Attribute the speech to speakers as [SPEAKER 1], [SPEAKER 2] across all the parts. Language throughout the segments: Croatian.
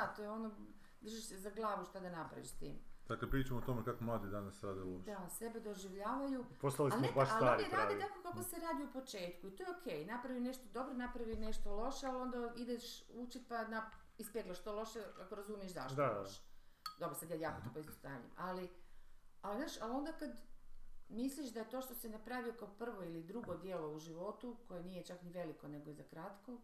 [SPEAKER 1] da, to je ono, držiš se za glavu šta da napraviš s tim.
[SPEAKER 2] Dakle, pričamo o tome kako mladi danas rade loše.
[SPEAKER 1] Da, sebe doživljavaju,
[SPEAKER 3] Postali smo
[SPEAKER 1] ali,
[SPEAKER 3] baš
[SPEAKER 1] neka- ali
[SPEAKER 3] stari
[SPEAKER 1] oni
[SPEAKER 3] pravi.
[SPEAKER 1] rade tako kako se radi u početku i to je okej. Napravi nešto dobro, napravi nešto loše, ali onda ideš učit pa na, ispeglaš to loše ako razumiješ zašto
[SPEAKER 3] Da,
[SPEAKER 1] da.
[SPEAKER 3] da.
[SPEAKER 1] loše. Dobro, sad ja jako to poizostavljam, ali, ali, znaš, ali onda kad misliš da je to što se napravio kao prvo ili drugo dijelo u životu, koje nije čak ni veliko nego je za kratko,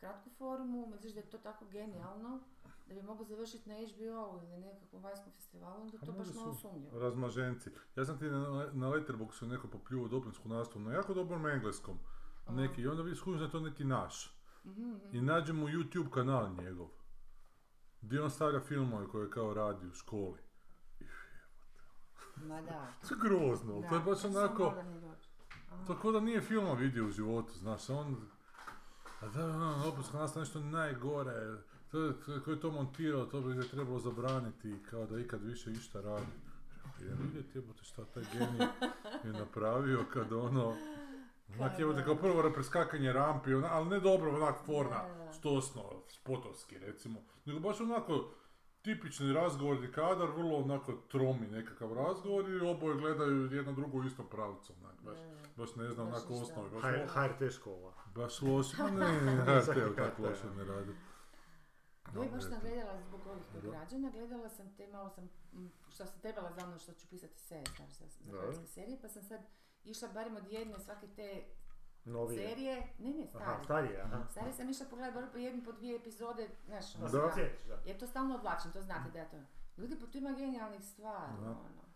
[SPEAKER 1] kratku formu, misliš da je to tako genijalno, da bi mogao završiti na HBO ili nekakvom vanjskom festivalu, onda je
[SPEAKER 2] A
[SPEAKER 1] to baš
[SPEAKER 2] možda
[SPEAKER 1] malo
[SPEAKER 2] su
[SPEAKER 1] sumnjivo.
[SPEAKER 2] Razmaženci. Ja sam ti na, na Letterboxu neko popljuvao dopunsku nastavu na jako dobrom engleskom. Neki. I onda vi skužiš da je to neki naš.
[SPEAKER 1] Mhm,
[SPEAKER 2] I nađemo YouTube kanal njegov. Gdje on stavlja filmove koje je kao radi u školi.
[SPEAKER 1] Ma da.
[SPEAKER 2] To je grozno, to je baš
[SPEAKER 1] samo
[SPEAKER 2] onako,
[SPEAKER 1] moderni dođu.
[SPEAKER 2] to kao da nije filma vidio u životu, znaš, on... A da, ono, dopuska nastava nešto najgore, to, je- to, je- ko je to montirao, to bi ga trebalo zabraniti, i kao da ikad više išta radi. Idem vidjeti, jebote, šta taj genij je napravio kad ono... Onak jebote, kao prvo preskakanje rampi, ona, ali ne dobro, onak forna, stosno, spotovski recimo, nego baš onako tipični razgovorni kadar, vrlo onako tromi nekakav razgovor i oboje gledaju jedno drugo u istom pravcu, onak,
[SPEAKER 1] Ono,
[SPEAKER 2] baš, baš ne znam,
[SPEAKER 1] Baš
[SPEAKER 2] onako
[SPEAKER 1] ništa.
[SPEAKER 2] osnove, baš
[SPEAKER 3] H-
[SPEAKER 2] lo-
[SPEAKER 3] HRT škola.
[SPEAKER 2] Baš loše, pa ne, HRT-u tako
[SPEAKER 3] HRT-u.
[SPEAKER 2] loše ne radi.
[SPEAKER 1] Ja baš
[SPEAKER 2] Dobro,
[SPEAKER 1] sam
[SPEAKER 2] eto.
[SPEAKER 1] gledala zbog ovih
[SPEAKER 2] Da.
[SPEAKER 1] građana, gledala sam te, malo sam, m, što sam trebala za ono što ću pisati serije, znaš, za, za
[SPEAKER 3] Da.
[SPEAKER 1] hrvatske serije, pa sam sad išla barem od jedne svake te
[SPEAKER 3] Novije.
[SPEAKER 1] serije, ne ne, stare.
[SPEAKER 3] Aha, starije, aha.
[SPEAKER 1] Stare sam išla pogledati barem po jednu, po dvije epizode, znaš, ono,
[SPEAKER 3] Da,
[SPEAKER 2] Da.
[SPEAKER 3] sjetiš, da.
[SPEAKER 1] jer to stalno odvlačim, to znate da je to. Ljudi, po tu ima genijalnih stvari,
[SPEAKER 2] Da.
[SPEAKER 1] ono.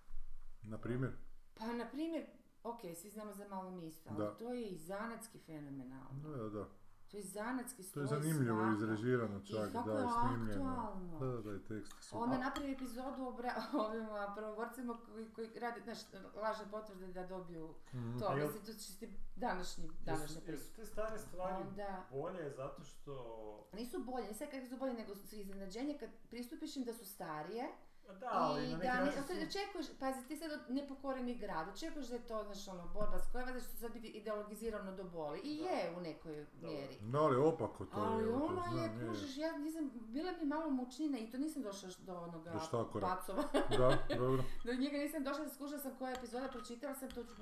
[SPEAKER 2] Na primjer,
[SPEAKER 1] Pa, na primjer, ok, svi znamo za malu mistu, ali
[SPEAKER 2] Da.
[SPEAKER 1] to je i zanatski fenomenalno.
[SPEAKER 2] da, da, da.
[SPEAKER 1] To je zanatski
[SPEAKER 2] To je
[SPEAKER 1] stoji
[SPEAKER 2] zanimljivo
[SPEAKER 1] svaka.
[SPEAKER 2] izrežirano
[SPEAKER 1] I
[SPEAKER 2] čak,
[SPEAKER 1] kako
[SPEAKER 2] da,
[SPEAKER 1] je
[SPEAKER 2] i snimljeno.
[SPEAKER 1] aktualno.
[SPEAKER 4] Hm,
[SPEAKER 2] Da, da, da, i tekst je super.
[SPEAKER 1] Onda napravi epizodu o bra- ovima prvoborcima koji, koji rade, znaš, lažne potvrde da dobiju
[SPEAKER 2] Mhm.
[SPEAKER 1] to,
[SPEAKER 3] A jel-
[SPEAKER 1] mislim, to će ti današnji, današnje
[SPEAKER 4] Hm, Jesu-
[SPEAKER 1] priče.
[SPEAKER 4] Jesu te stare stvari
[SPEAKER 1] Onda,
[SPEAKER 4] bolje zato što...
[SPEAKER 1] nisu bolje, ne sad kako su bolje, nego su iznenađenje kad pristupiš im da su starije
[SPEAKER 4] Pa Da, ali
[SPEAKER 1] i
[SPEAKER 4] na
[SPEAKER 1] da
[SPEAKER 4] neki
[SPEAKER 1] ne,
[SPEAKER 4] način
[SPEAKER 1] očekuješ,
[SPEAKER 4] su...
[SPEAKER 1] očekuješ, pazi, ti sad od nepokoreni grad, očekuješ da je to, znaš, ono, borba s kojeva, da će to sad biti ideologizirano do boli, i
[SPEAKER 4] Da.
[SPEAKER 1] je u nekoj
[SPEAKER 4] Da.
[SPEAKER 1] mjeri.
[SPEAKER 2] Da, ali opako to
[SPEAKER 1] Ali
[SPEAKER 2] je, to
[SPEAKER 1] ono
[SPEAKER 2] znam,
[SPEAKER 1] je,
[SPEAKER 2] je.
[SPEAKER 1] kužiš, ja nisam, bila mi malo mučnina i to nisam došla još do onoga
[SPEAKER 2] Do štakora.
[SPEAKER 1] pacova.
[SPEAKER 2] Da, dobro.
[SPEAKER 1] Do njega nisam došla, skušala sam koja epizoda, pročitala sam, to ću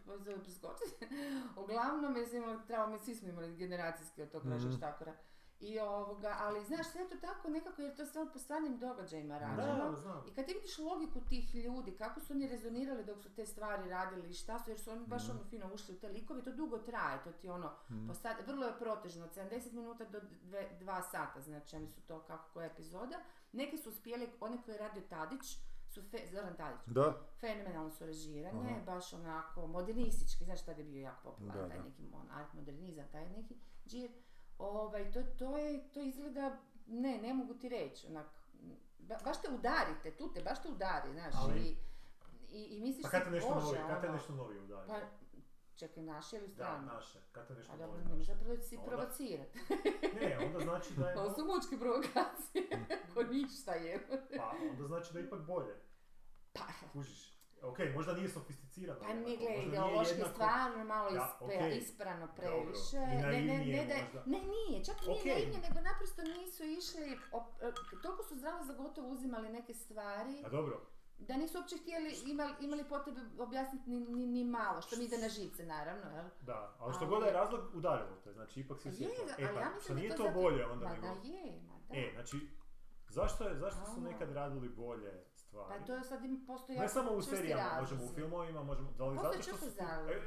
[SPEAKER 1] preskočiti. Uglavnom, mislim, trebalo mi, svi smo imali generacijski od tog našeg
[SPEAKER 2] Mhm.
[SPEAKER 1] štakora. I ovoga, ali znaš, sve je to tako nekako, jer to je stvarno po stvarnim događajima rađeno.
[SPEAKER 4] Da, znam.
[SPEAKER 1] znači I kad ti vidiš logiku tih ljudi, kako su oni rezonirali dok su te stvari radili i šta su, jer su oni
[SPEAKER 2] Mhm.
[SPEAKER 1] baš ono fino ušli u te likove, to dugo traje, to ti ono, po sat- vrlo je protežno, od 70 minuta do 2 sata, znači oni su to kako koja epizoda. Neki su uspjeli, oni koji je radio Tadić, su fe, Zoran Tadić,
[SPEAKER 2] Da,
[SPEAKER 1] fenomenalno su režirane,
[SPEAKER 2] Aha.
[SPEAKER 1] baš onako modernistički, znaš tada je bio jako popularan
[SPEAKER 2] Da,
[SPEAKER 1] taj
[SPEAKER 2] da.
[SPEAKER 1] neki on, art modernizam, taj neki džir. Ovaj, to, to, je, to izgleda, ne, ne mogu ti reći, onak, ba- baš te udarite, tu te, baš te udari, znaš,
[SPEAKER 3] Ali-
[SPEAKER 1] i, i, i misliš
[SPEAKER 3] Pa kad
[SPEAKER 1] si,
[SPEAKER 3] te nešto
[SPEAKER 1] "Bože,
[SPEAKER 3] novije, kad te
[SPEAKER 1] ono,
[SPEAKER 3] nešto novije udari?
[SPEAKER 1] pa, čekaj, naše ili
[SPEAKER 3] Da,
[SPEAKER 1] strano?
[SPEAKER 3] naše. Kad te nešto
[SPEAKER 1] A
[SPEAKER 3] novije
[SPEAKER 1] dobro, ne
[SPEAKER 3] udari?
[SPEAKER 1] može Pa, prvo si
[SPEAKER 3] Onda-
[SPEAKER 1] provocirati.
[SPEAKER 3] Ne, onda znači da je...
[SPEAKER 1] To su mučke provokacije, ako ništa je.
[SPEAKER 3] Pa onda znači da je ipak bolje.
[SPEAKER 1] Pa,
[SPEAKER 3] Kužiš. Ok, možda nije sofisticirano.
[SPEAKER 1] Pa
[SPEAKER 3] jednako,
[SPEAKER 1] ne gledaj,
[SPEAKER 3] možda nije
[SPEAKER 1] ideološki
[SPEAKER 3] jednako-
[SPEAKER 1] stvarno malo
[SPEAKER 3] Da,
[SPEAKER 1] ispe-
[SPEAKER 3] okej.
[SPEAKER 1] isprano
[SPEAKER 3] Dobro.
[SPEAKER 1] previše.
[SPEAKER 3] I
[SPEAKER 1] Ne, ne,
[SPEAKER 3] naivnije
[SPEAKER 1] ne, da,
[SPEAKER 3] možda.
[SPEAKER 1] ne, nije, čak nije
[SPEAKER 3] Okej.
[SPEAKER 1] naivnije, nego naprosto nisu išli, op- e, toliko su zdravo za gotovo uzimali neke stvari,
[SPEAKER 3] A dobro,
[SPEAKER 1] da nisu uopće htjeli, imali, imali potrebe objasniti ni, ni, ni malo, što mi ide na žice naravno, jel?
[SPEAKER 3] da. Ali što
[SPEAKER 1] Ali-
[SPEAKER 3] god da je razlog, udarilo te. Znači ipak si
[SPEAKER 1] Je,
[SPEAKER 3] osjetio. E,
[SPEAKER 1] ali ja
[SPEAKER 3] pa,
[SPEAKER 1] mislim da
[SPEAKER 3] što nije
[SPEAKER 1] je
[SPEAKER 3] to
[SPEAKER 1] zato-
[SPEAKER 3] bolje onda
[SPEAKER 1] Ma
[SPEAKER 3] nego...
[SPEAKER 1] da je, ma da.
[SPEAKER 3] E, znači, zašto, je, zašto su
[SPEAKER 1] Ono.
[SPEAKER 3] nekad radili bolje stvari?
[SPEAKER 1] pa to je sad im postoji
[SPEAKER 3] Ne
[SPEAKER 1] jako
[SPEAKER 3] samo u
[SPEAKER 1] čvrsti
[SPEAKER 3] serijama,
[SPEAKER 1] razlozi.
[SPEAKER 3] možemo u filmovima, možemo... Da li
[SPEAKER 1] Postoje
[SPEAKER 3] zato što
[SPEAKER 1] čvrsti
[SPEAKER 3] su...
[SPEAKER 1] razlozi.
[SPEAKER 3] E,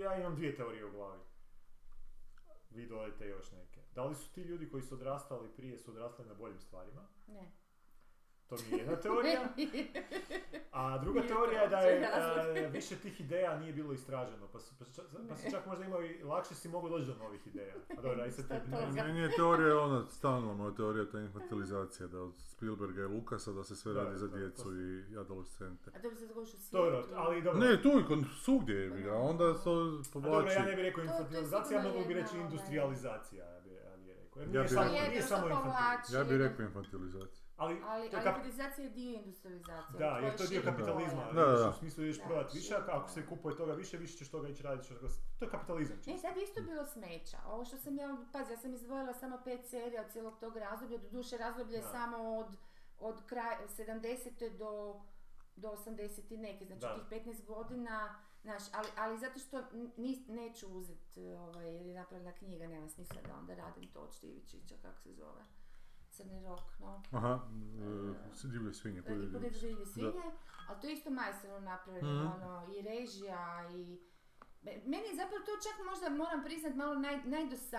[SPEAKER 3] ja imam dvije teorije u glavi. Vi dodajte još neke. Da li su ti ljudi koji su odrastali prije su odrastali na boljim stvarima?
[SPEAKER 1] Ne.
[SPEAKER 3] To mi je jedna teorija. A druga teorija je da
[SPEAKER 1] Nije
[SPEAKER 3] je
[SPEAKER 1] to uopće
[SPEAKER 3] e, više tih ideja nije bilo istraženo, pa su, pa su čak, pa su čak možda imao i lakše si mogao doći do novih ideja. A dobro, aj sad
[SPEAKER 1] Šta
[SPEAKER 3] tebi
[SPEAKER 1] to
[SPEAKER 3] ne-
[SPEAKER 1] za-
[SPEAKER 2] meni je teorija ona, stalno moja teorija, to je infantilizacija, da od Spielberga i Lukasa, da se sve
[SPEAKER 3] Da,
[SPEAKER 2] radi za
[SPEAKER 3] da, to
[SPEAKER 2] djecu
[SPEAKER 3] su-
[SPEAKER 2] i adolescente.
[SPEAKER 1] A to bi se dogodilo u svijetu.
[SPEAKER 3] Dobro, ali dobro.
[SPEAKER 2] Ne, tu i kod svugdje
[SPEAKER 1] Pa
[SPEAKER 2] je ga, onda se
[SPEAKER 3] A dobro, ja
[SPEAKER 2] povlači.
[SPEAKER 3] ne bih rekao
[SPEAKER 1] To- to je
[SPEAKER 3] infantilizacija,
[SPEAKER 1] sigurno
[SPEAKER 3] mogu bi
[SPEAKER 1] jedna,
[SPEAKER 3] reći
[SPEAKER 1] ovaj,
[SPEAKER 3] industrializacija, ja bi, ja bi rekao. rekao.
[SPEAKER 2] Ja bi-
[SPEAKER 3] Jer nije, samo,
[SPEAKER 1] To je
[SPEAKER 3] nije
[SPEAKER 1] nešto
[SPEAKER 3] samo infantilizam.
[SPEAKER 1] povlači,
[SPEAKER 2] Ja bih
[SPEAKER 1] jedan-
[SPEAKER 2] rekao infantilizacija.
[SPEAKER 3] Ali,
[SPEAKER 1] Ali,
[SPEAKER 3] to je
[SPEAKER 1] ali
[SPEAKER 3] kap-
[SPEAKER 1] privatizacija je dio industrializacije.
[SPEAKER 3] da,
[SPEAKER 1] to
[SPEAKER 3] jer to je dio
[SPEAKER 1] šira
[SPEAKER 3] kapitalizma.
[SPEAKER 1] pojam.
[SPEAKER 2] Da, da,
[SPEAKER 3] znaš,
[SPEAKER 2] da.
[SPEAKER 3] U smislu ideš
[SPEAKER 1] Da,
[SPEAKER 3] prodati više,
[SPEAKER 1] šira
[SPEAKER 3] a ako se kupuje toga više, više ćeš toga ići raditi. što- To je kapitalizam. čisto.
[SPEAKER 1] Ne, sad je isto bilo smeća. Ovo što sam ja, pazi, ja sam izdvojila samo pet serija od cijelog tog razdoblja, doduše razdoblje je
[SPEAKER 3] Da.
[SPEAKER 1] samo od, od kraja 70. do, do 80. neke, znači
[SPEAKER 3] Da.
[SPEAKER 1] tih 15 godina, znaš, ali, ali zato što n- nis, neću uzet, ovaj, jer je napravljena knjiga, nema smisla da onda radim to od Štivičića, kako se zove, Crni rok, no.
[SPEAKER 2] Aha, e, divlje svinje.
[SPEAKER 1] E, I
[SPEAKER 2] koje-
[SPEAKER 1] kod življe svinje, ali to je isto majstorno napravljeno,
[SPEAKER 2] Mhm.
[SPEAKER 1] ono, i režija, i... Me- Meni je zapravo to čak možda, moram priznat, malo naj,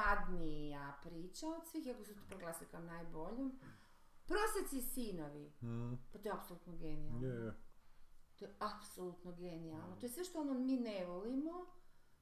[SPEAKER 1] najdosadnija priča od svih, iako su to proglasili kao najboljom. Prosjeci i sinovi,
[SPEAKER 2] Mm,
[SPEAKER 1] pa to je apsolutno genijalno.
[SPEAKER 2] je, je.
[SPEAKER 1] To je apsolutno genijalno. To je sve što ono mi ne volimo,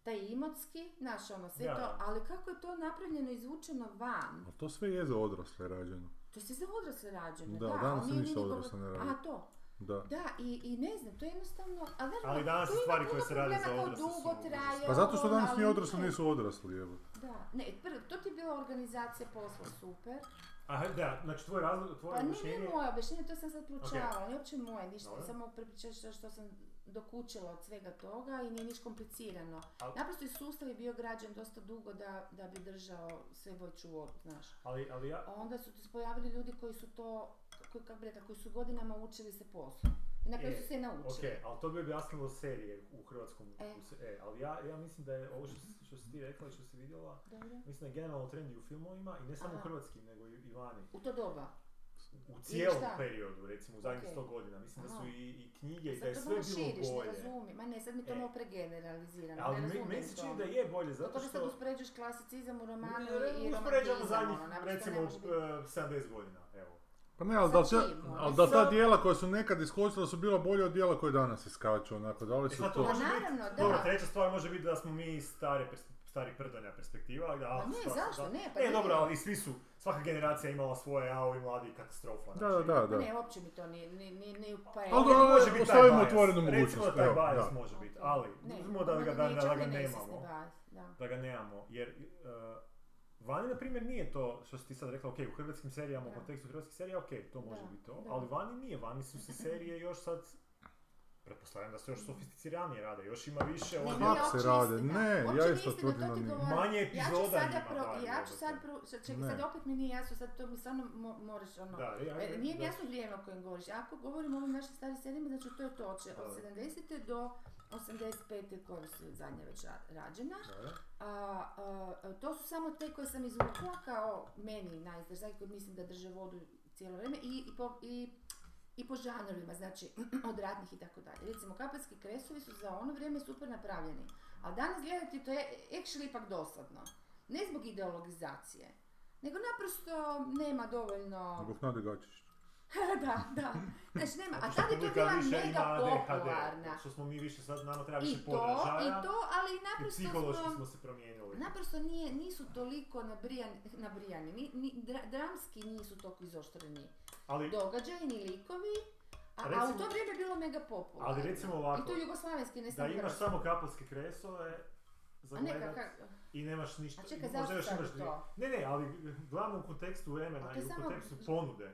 [SPEAKER 1] taj imotski, znaš ono, sve
[SPEAKER 3] Da.
[SPEAKER 1] to, ali kako je to napravljeno, izvučeno van.
[SPEAKER 2] Ali to sve je za odrasle rađeno.
[SPEAKER 1] To je sve za odrasle rađeno,
[SPEAKER 2] Da,
[SPEAKER 1] da.
[SPEAKER 2] danas
[SPEAKER 1] ali
[SPEAKER 2] se
[SPEAKER 1] nije
[SPEAKER 2] ništa
[SPEAKER 1] nikoga-
[SPEAKER 2] odraslo ne radi.
[SPEAKER 1] A, to.
[SPEAKER 2] Da.
[SPEAKER 1] Da, i, i ne znam, to je jednostavno... Ali, znaš, ono,
[SPEAKER 3] Ali danas
[SPEAKER 1] tu
[SPEAKER 3] su
[SPEAKER 1] ima
[SPEAKER 3] stvari
[SPEAKER 1] puno
[SPEAKER 3] koje se rade
[SPEAKER 1] problema
[SPEAKER 3] za
[SPEAKER 1] kao
[SPEAKER 3] odrasle su
[SPEAKER 1] dugo
[SPEAKER 3] užasne.
[SPEAKER 1] traje,
[SPEAKER 2] Pa zato što
[SPEAKER 1] ovo,
[SPEAKER 2] danas
[SPEAKER 1] ono,
[SPEAKER 2] ni
[SPEAKER 1] ali
[SPEAKER 2] odrasli
[SPEAKER 1] ne.
[SPEAKER 2] nisu odrasli, evo.
[SPEAKER 1] Da, ne, prvo, to ti je bila organizacija posla super.
[SPEAKER 3] Aha, da, znači tvoj razlog, tvoje
[SPEAKER 1] Pa ne,
[SPEAKER 3] objašnjenje-
[SPEAKER 1] ne moje objašnjenje, to sam sad proučavala, nije uopće moje, ništa,
[SPEAKER 3] Dobro.
[SPEAKER 1] samo prepričaš što, što sam dokučila od svega toga i nije niš komplicirano.
[SPEAKER 3] Al-
[SPEAKER 1] Naprosto je sustav je bio građen dosta dugo da, da bi držao sve voću vodu, znaš.
[SPEAKER 3] Ali, ali ja,
[SPEAKER 1] A onda su se pojavili ljudi koji su to, koji, kako bi rekla, koji su godinama učili se poslu. I na kraju
[SPEAKER 3] E,
[SPEAKER 1] su se i
[SPEAKER 3] Ok,
[SPEAKER 1] naučili.
[SPEAKER 3] ali to bi objasnilo serije u hrvatskom.
[SPEAKER 1] E.
[SPEAKER 3] u se- E, ali ja, ja mislim da je ovo što, si- što si ti rekla i što si vidjela,
[SPEAKER 1] Dobro.
[SPEAKER 3] mislim da je generalno trend i u filmovima i ne samo u
[SPEAKER 1] Aha.
[SPEAKER 3] hrvatskim, nego i, i vani.
[SPEAKER 1] U to doba.
[SPEAKER 3] U cijelom
[SPEAKER 1] šta?
[SPEAKER 3] periodu, recimo u zadnjih
[SPEAKER 1] Ok.
[SPEAKER 3] 100 godina. Mislim da su
[SPEAKER 1] Aha. E
[SPEAKER 3] i, i knjige i da
[SPEAKER 1] Sad
[SPEAKER 3] je
[SPEAKER 1] to
[SPEAKER 3] sve
[SPEAKER 1] malo
[SPEAKER 3] bilo
[SPEAKER 1] širiš, ne
[SPEAKER 3] bolje.
[SPEAKER 1] razumijem. Ma ne, sad mi to
[SPEAKER 3] E.
[SPEAKER 1] malo pregeneralizirano,
[SPEAKER 3] Ali
[SPEAKER 1] ne
[SPEAKER 3] mi-
[SPEAKER 1] razumijem
[SPEAKER 3] meni se
[SPEAKER 1] to.
[SPEAKER 3] čini da je bolje,
[SPEAKER 1] Zato što...
[SPEAKER 3] zato
[SPEAKER 1] sad
[SPEAKER 3] što...
[SPEAKER 1] uspoređuješ klasicizam u romanu
[SPEAKER 3] Ne,
[SPEAKER 1] i romantizam.
[SPEAKER 3] Uspoređujemo zadnjih,
[SPEAKER 1] ono, naprosto ne
[SPEAKER 3] recimo,
[SPEAKER 1] može biti.
[SPEAKER 3] eh, 70 godina, evo. E,
[SPEAKER 2] Pa ne, ali
[SPEAKER 1] Sa
[SPEAKER 2] da, će-
[SPEAKER 1] čim, ono?
[SPEAKER 2] ali da ta
[SPEAKER 3] Sa-
[SPEAKER 2] dijela koja su nekad iskočila su bila bolje od dijela koje danas iskaču, onako, da li
[SPEAKER 3] E
[SPEAKER 2] Pa su
[SPEAKER 3] sad to
[SPEAKER 2] to...
[SPEAKER 1] Ma
[SPEAKER 3] može biti-
[SPEAKER 1] Pa naravno, da.
[SPEAKER 3] Dobro, treća stvar može biti da smo mi stare, pers- stari prdonja perspektiva. ali Da,
[SPEAKER 1] Ma
[SPEAKER 3] ah,
[SPEAKER 1] ne,
[SPEAKER 3] stvar-
[SPEAKER 1] zašto?
[SPEAKER 3] da-
[SPEAKER 1] Ne, pa
[SPEAKER 3] ne,
[SPEAKER 1] ne.
[SPEAKER 3] dobro, ali svi su, svaka generacija imala svoje, a ovi mladi katastrofa.
[SPEAKER 2] Da, da,
[SPEAKER 3] znači. E,
[SPEAKER 2] da,
[SPEAKER 1] Ma
[SPEAKER 2] da.
[SPEAKER 1] pa ne, uopće mi to nije, ni, ni, ni pa- upaja.
[SPEAKER 2] Ali
[SPEAKER 3] Može
[SPEAKER 2] dobro,
[SPEAKER 3] biti taj
[SPEAKER 2] ostavimo
[SPEAKER 3] bias.
[SPEAKER 2] otvorenu
[SPEAKER 3] Recimo
[SPEAKER 2] mogućnost,
[SPEAKER 3] da taj
[SPEAKER 2] evo,
[SPEAKER 3] bias
[SPEAKER 2] da.
[SPEAKER 3] može biti, ali uzmimo da
[SPEAKER 1] onda
[SPEAKER 3] ga,
[SPEAKER 1] nije
[SPEAKER 3] da, da,
[SPEAKER 1] čak
[SPEAKER 3] ga
[SPEAKER 1] ni nesvjesni
[SPEAKER 3] nemamo.
[SPEAKER 1] baz, da.
[SPEAKER 3] Da ga nemamo, jer eh, vani, na primjer, nije to što si ti sad rekla, ok, u hrvatskim serijama, u
[SPEAKER 1] Da.
[SPEAKER 3] kontekstu hrvatskih serija, ok, to može
[SPEAKER 1] Da,
[SPEAKER 3] biti to,
[SPEAKER 1] da.
[SPEAKER 3] ali vani nije, vani su se serije još sad, pretpostavljam da se još sofisticiranije rade, još ima više
[SPEAKER 1] Ne,
[SPEAKER 3] onih-
[SPEAKER 1] Mm. nije
[SPEAKER 2] Kako se
[SPEAKER 1] uopće
[SPEAKER 2] rade?
[SPEAKER 1] istina.
[SPEAKER 2] Ne,
[SPEAKER 1] Uopće
[SPEAKER 2] ja
[SPEAKER 1] nije
[SPEAKER 2] isto
[SPEAKER 1] istina, to
[SPEAKER 2] tvrdim da
[SPEAKER 1] ti
[SPEAKER 2] nije.
[SPEAKER 1] govorim.
[SPEAKER 3] Manje
[SPEAKER 1] Ja ću
[SPEAKER 3] epizoda
[SPEAKER 1] sada
[SPEAKER 3] njima
[SPEAKER 1] pro,
[SPEAKER 3] bar,
[SPEAKER 1] ja ću
[SPEAKER 3] jebote.
[SPEAKER 1] sad pro, sad čekaj,
[SPEAKER 2] Ne.
[SPEAKER 1] sad opet mi nije jasno, sad to mi stvarno mo, moraš ono,
[SPEAKER 3] Da, ja,
[SPEAKER 1] E, Nije mi
[SPEAKER 3] da.
[SPEAKER 1] jasno vrijeme o kojem govoriš. Ako govorimo o ovim našim starim serijama, znači to je to od, od
[SPEAKER 3] Da.
[SPEAKER 1] 70. do 85. koje su zadnje već ra- rađena.
[SPEAKER 3] Da,
[SPEAKER 1] A, a, a, to su samo te koje sam izvukla kao meni najizdražaj, koje mislim da drže vodu cijelo vrijeme i, i, po, i, i po žanrovima, znači od ratnih i tako dalje. Recimo, kapelski kresovi su za ono vrijeme super napravljeni, ali danas gledati to je actually ipak dosadno. Ne zbog ideologizacije, nego naprosto nema dovoljno...
[SPEAKER 2] Zbog Nade Gačić.
[SPEAKER 1] da, da. Znači, nema. A
[SPEAKER 3] Zato
[SPEAKER 1] tad je to
[SPEAKER 3] publika
[SPEAKER 1] bila
[SPEAKER 3] više
[SPEAKER 1] mega
[SPEAKER 3] ima ADHD,
[SPEAKER 1] popularna.
[SPEAKER 3] Što smo mi više sad, nama treba
[SPEAKER 1] I
[SPEAKER 3] znači, više
[SPEAKER 1] to, i
[SPEAKER 3] podražaja.
[SPEAKER 1] to, ali
[SPEAKER 3] I
[SPEAKER 1] naprosto
[SPEAKER 3] psihološki
[SPEAKER 1] smo...
[SPEAKER 3] smo se promijenili.
[SPEAKER 1] Naprosto nije, nisu toliko nabrijani, nabrijani ni, ni, dra- dramski nisu toliko izoštreni
[SPEAKER 3] Ali,
[SPEAKER 1] događaji ni likovi, a, a u
[SPEAKER 3] Recimo-
[SPEAKER 1] to vrijeme je bilo mega popularno.
[SPEAKER 3] ali recimo ovako,
[SPEAKER 1] I to jugoslavenski, ne
[SPEAKER 3] da
[SPEAKER 1] samo
[SPEAKER 3] imaš
[SPEAKER 1] hrvatski.
[SPEAKER 3] samo kapelske kresove za
[SPEAKER 1] A ne,
[SPEAKER 3] gledat
[SPEAKER 1] kak-
[SPEAKER 3] i nemaš ništa.
[SPEAKER 1] A čekaj,
[SPEAKER 3] možda
[SPEAKER 1] zašto
[SPEAKER 3] još
[SPEAKER 1] sad
[SPEAKER 3] imaš
[SPEAKER 1] to?
[SPEAKER 3] dvije- Ne, ne, ali glavno u kontekstu vremena
[SPEAKER 1] A to
[SPEAKER 3] i
[SPEAKER 1] je
[SPEAKER 3] u
[SPEAKER 1] samo-
[SPEAKER 3] kontekstu ponude.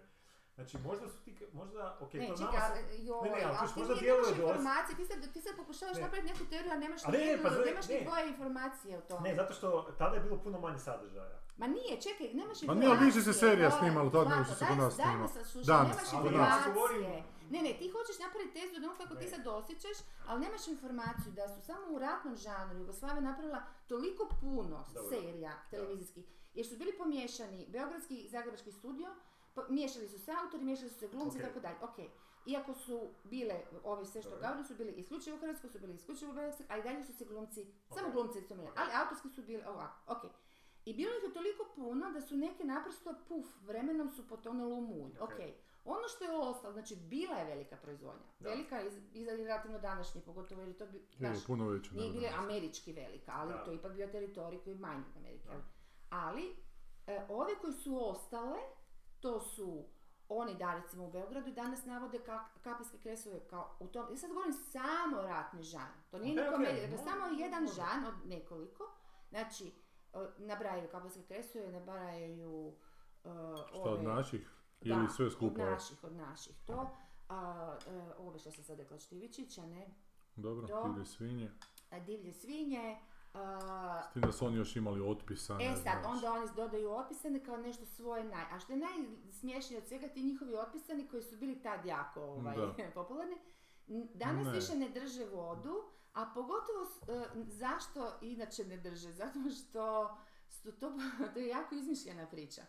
[SPEAKER 3] Znači, možda su ti, možda, ok,
[SPEAKER 1] ne,
[SPEAKER 3] to
[SPEAKER 1] čekaj,
[SPEAKER 3] nama se...
[SPEAKER 1] ali- joj,
[SPEAKER 3] ne, ali
[SPEAKER 1] ali
[SPEAKER 3] to
[SPEAKER 1] ti
[SPEAKER 3] možda
[SPEAKER 1] nije-
[SPEAKER 3] djeluje
[SPEAKER 1] nemaš
[SPEAKER 3] dosta.
[SPEAKER 1] informacije, ti sad, ti sad pokušavaš
[SPEAKER 3] Ne.
[SPEAKER 1] napraviti neku teoriju, a nemaš
[SPEAKER 3] A
[SPEAKER 1] ni
[SPEAKER 3] ne,
[SPEAKER 1] jednu,
[SPEAKER 3] pa gle,
[SPEAKER 1] nemaš ni
[SPEAKER 3] ne.
[SPEAKER 1] dvoje informacije o tome.
[SPEAKER 3] Ne, zato što tada je bilo puno manje sadržaja.
[SPEAKER 1] Ma nije, čekaj, nemaš
[SPEAKER 2] Ma nije, ali više se
[SPEAKER 1] informacije,
[SPEAKER 2] serija
[SPEAKER 1] Dole,
[SPEAKER 2] snimala tad nego
[SPEAKER 1] Zlato,
[SPEAKER 2] što se
[SPEAKER 1] daj-
[SPEAKER 2] kod nas
[SPEAKER 1] daj me
[SPEAKER 2] snima.
[SPEAKER 1] sad slušaj,
[SPEAKER 2] Danas,
[SPEAKER 1] nemaš
[SPEAKER 3] ali ja
[SPEAKER 1] informacije.
[SPEAKER 3] govorim-
[SPEAKER 1] Ne, ne, ti hoćeš napraviti tezu da ono kako ti
[SPEAKER 3] Ne.
[SPEAKER 1] sad osjećaš, ali nemaš informaciju da su samo u ratnom žanru Jugoslavija napravila toliko puno
[SPEAKER 3] Dobro.
[SPEAKER 1] serija televizijskih, jer su bili pomiješani Beogradski i Zagrebački studio, po- miješali su se autori, miješali su se glumci i
[SPEAKER 3] Ok.
[SPEAKER 1] tako dalje. Ok, iako su bile, ove sve što
[SPEAKER 3] Dobro.
[SPEAKER 1] govorim, su bili isključivo hrvatsko, su bili isključivo beogradski, a i dalje su se glumci, samo
[SPEAKER 3] Ok.
[SPEAKER 1] glumci su mijenjali, ali autorski su bili ovako, ok. I bilo ih je toliko puno da su neke naprosto puf, vremenom su potonule u mulj.
[SPEAKER 3] Ok.
[SPEAKER 1] Ok. Ono što je ostalo, znači bila je velika proizvodnja.
[SPEAKER 3] Da.
[SPEAKER 1] Velika iz, iz relativno današnje, pogotovo jer je to bi,
[SPEAKER 2] Je,
[SPEAKER 1] znaš,
[SPEAKER 2] puno veće.
[SPEAKER 1] nije
[SPEAKER 2] nego
[SPEAKER 1] bila
[SPEAKER 2] danas.
[SPEAKER 1] američki velika, ali
[SPEAKER 3] Da.
[SPEAKER 1] to je ipak bio teritorij koji je manji od Amerike.
[SPEAKER 3] Da.
[SPEAKER 1] jel? Ali, e, ove koji su ostale, to su oni da recimo u Beogradu i danas navode ka, kapijske kresove kao u tom, ja sad govorim samo ratni žan, to nije
[SPEAKER 3] Ok,
[SPEAKER 1] okay,
[SPEAKER 3] ok,
[SPEAKER 1] komedija, nego
[SPEAKER 3] može,
[SPEAKER 1] samo jedan
[SPEAKER 3] može.
[SPEAKER 1] žan od nekoliko, znači e, nabrajaju kabelske kresove, nabrajaju e,
[SPEAKER 2] Šta od naših?
[SPEAKER 1] da,
[SPEAKER 2] Ili sve skupa?
[SPEAKER 1] Od naših, od naših to. A, e, ove što sam sad rekla Štivičića, ne?
[SPEAKER 2] Dobro,
[SPEAKER 1] Do.
[SPEAKER 2] ili svinje.
[SPEAKER 1] A, divlje svinje, a,
[SPEAKER 2] S tim da su oni još imali otpisane.
[SPEAKER 1] E sad,
[SPEAKER 2] znaš.
[SPEAKER 1] onda oni dodaju otpisane kao nešto svoje naj... A što je najsmiješnije od svega, ti njihovi otpisani koji su bili tad jako ovaj,
[SPEAKER 2] Da.
[SPEAKER 1] popularni, n- danas
[SPEAKER 2] Ne.
[SPEAKER 1] više ne drže vodu, a pogotovo s- e, zašto inače ne drže? Zato što su to, to je jako izmišljena priča.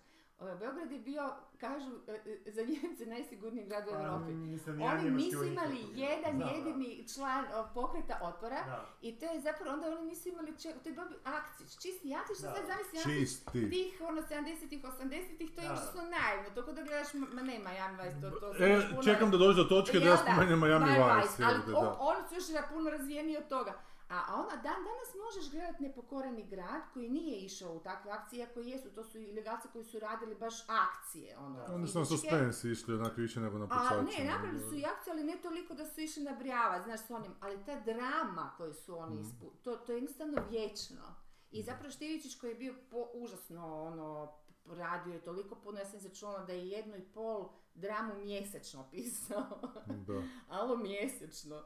[SPEAKER 1] E, Beograd je bio, kažu, e, e, za Njemce najsigurniji grad u Europi.
[SPEAKER 3] Nisam Pa, ja
[SPEAKER 1] Oni
[SPEAKER 3] njemački
[SPEAKER 1] nisu
[SPEAKER 3] vojnik
[SPEAKER 1] imali
[SPEAKER 3] tako bio.
[SPEAKER 1] jedan
[SPEAKER 3] Da, da.
[SPEAKER 1] jedini član o, pokreta otpora,
[SPEAKER 3] Da.
[SPEAKER 1] i to je zapravo, onda oni nisu imali čega, to je bio akcić, čisti akcić, što
[SPEAKER 3] Da.
[SPEAKER 1] sad zamisli akcić
[SPEAKER 2] Čisti.
[SPEAKER 1] tih ono 70-ih, 80-ih, to je
[SPEAKER 3] Da.
[SPEAKER 1] što naivno, tako da gledaš, ma- ma nema Jan Vajs, to, to
[SPEAKER 2] E,
[SPEAKER 1] znaš puno-
[SPEAKER 2] čekam da dođe do točke da
[SPEAKER 1] Jel
[SPEAKER 2] ja spomenem Miami
[SPEAKER 1] Miami
[SPEAKER 2] Vice.
[SPEAKER 1] ali
[SPEAKER 2] jebote,
[SPEAKER 1] on,
[SPEAKER 2] da.
[SPEAKER 1] oni su još na puno razvijeniji od toga. A, a ona, dan danas možeš gledati nepokoreni grad koji nije išao u takve akcije, iako jesu, to su ilegalci koji su radili baš akcije, ono,
[SPEAKER 2] Oni su na
[SPEAKER 1] fizičke.
[SPEAKER 2] suspensi išli onak više nego ono, na
[SPEAKER 1] A
[SPEAKER 2] pucačinu.
[SPEAKER 1] ne, napravili su i akciju, ali ne toliko da su išli nabrijavati, znaš, s onim, ali ta drama koju su oni
[SPEAKER 2] Mhm.
[SPEAKER 1] ispu... to, to je jednostavno vječno. I zapravo Štivičić koji je bio po, užasno, ono, radio je toliko puno, ja sam začula da je jednu i pol dramu mjesečno pisao,
[SPEAKER 2] Da.
[SPEAKER 1] alo mjesečno,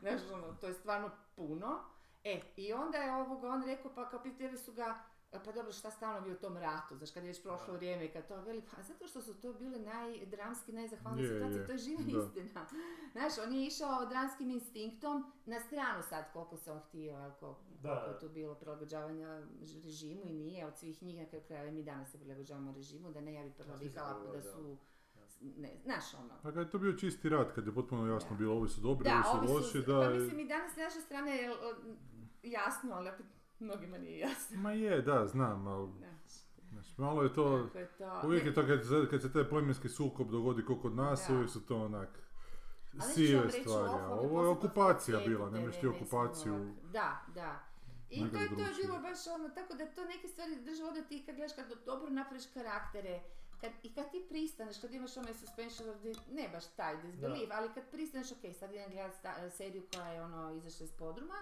[SPEAKER 1] znaš, ono, to je stvarno puno. E, i onda je ovoga on rekao, pa kao pitali su ga, pa dobro, šta stalno bi u tom ratu, znaš, kad je već prošlo
[SPEAKER 4] Da.
[SPEAKER 1] vrijeme i kad to, veli, pa zato što su to bile najdramski, najzahvalnije
[SPEAKER 2] Je,
[SPEAKER 1] situacije,
[SPEAKER 2] je,
[SPEAKER 1] to je živa
[SPEAKER 2] da.
[SPEAKER 1] istina. Znaš, on je išao dramskim instinktom na stranu sad koliko se on htio, ali koliko,
[SPEAKER 4] Da.
[SPEAKER 1] koliko je tu bilo prilagođavanja ž- režimu i nije, od svih njih na kraju krajeva i mi danas se prilagođavamo režimu, da ne ja bi prva
[SPEAKER 4] Da, svi se
[SPEAKER 1] vikala pa da su,
[SPEAKER 4] prilagođavamo.
[SPEAKER 1] ne, znaš ono,
[SPEAKER 2] Pa kad je to bio čisti rat, kad je potpuno jasno
[SPEAKER 1] Da.
[SPEAKER 2] bilo, ovi su dobri,
[SPEAKER 1] da,
[SPEAKER 2] ovi
[SPEAKER 1] ovi
[SPEAKER 2] su loši, da...
[SPEAKER 1] Pa
[SPEAKER 2] je-
[SPEAKER 1] mislim i danas s naše strane je l- jasno, ali opet mnogima nije jasno.
[SPEAKER 2] Ma je, da, znam, ali
[SPEAKER 1] Znaš,
[SPEAKER 2] znaš, malo je to...
[SPEAKER 1] kako je dakle, to.
[SPEAKER 2] Uvijek
[SPEAKER 1] Ne,
[SPEAKER 2] je to kad, se- kad se taj plemenski sukob dogodi kao kod nas,
[SPEAKER 1] Da.
[SPEAKER 2] uvijek su to onak
[SPEAKER 1] ali neću vam
[SPEAKER 2] sive
[SPEAKER 1] reći
[SPEAKER 2] stvari, a
[SPEAKER 1] ovo,
[SPEAKER 2] ovo je
[SPEAKER 1] posebno
[SPEAKER 2] okupacija
[SPEAKER 1] svijetu
[SPEAKER 2] bila, ne
[SPEAKER 1] te
[SPEAKER 2] možeš ti
[SPEAKER 1] mislim, ovak-
[SPEAKER 2] okupaciju...
[SPEAKER 1] Da, da. I to,
[SPEAKER 2] Nekako
[SPEAKER 1] je- to je
[SPEAKER 2] drukčije.
[SPEAKER 1] bilo baš ono, tako da to neke stvari država da ti kad gledaš, kad dobro napraviš karaktere, kad, i kad ti pristaneš, kad imaš onaj suspension of dis- ne baš taj disbelief, ali kad pristaneš, ok, sad idem gledat sta- seriju koja je ono izašla iz podruma,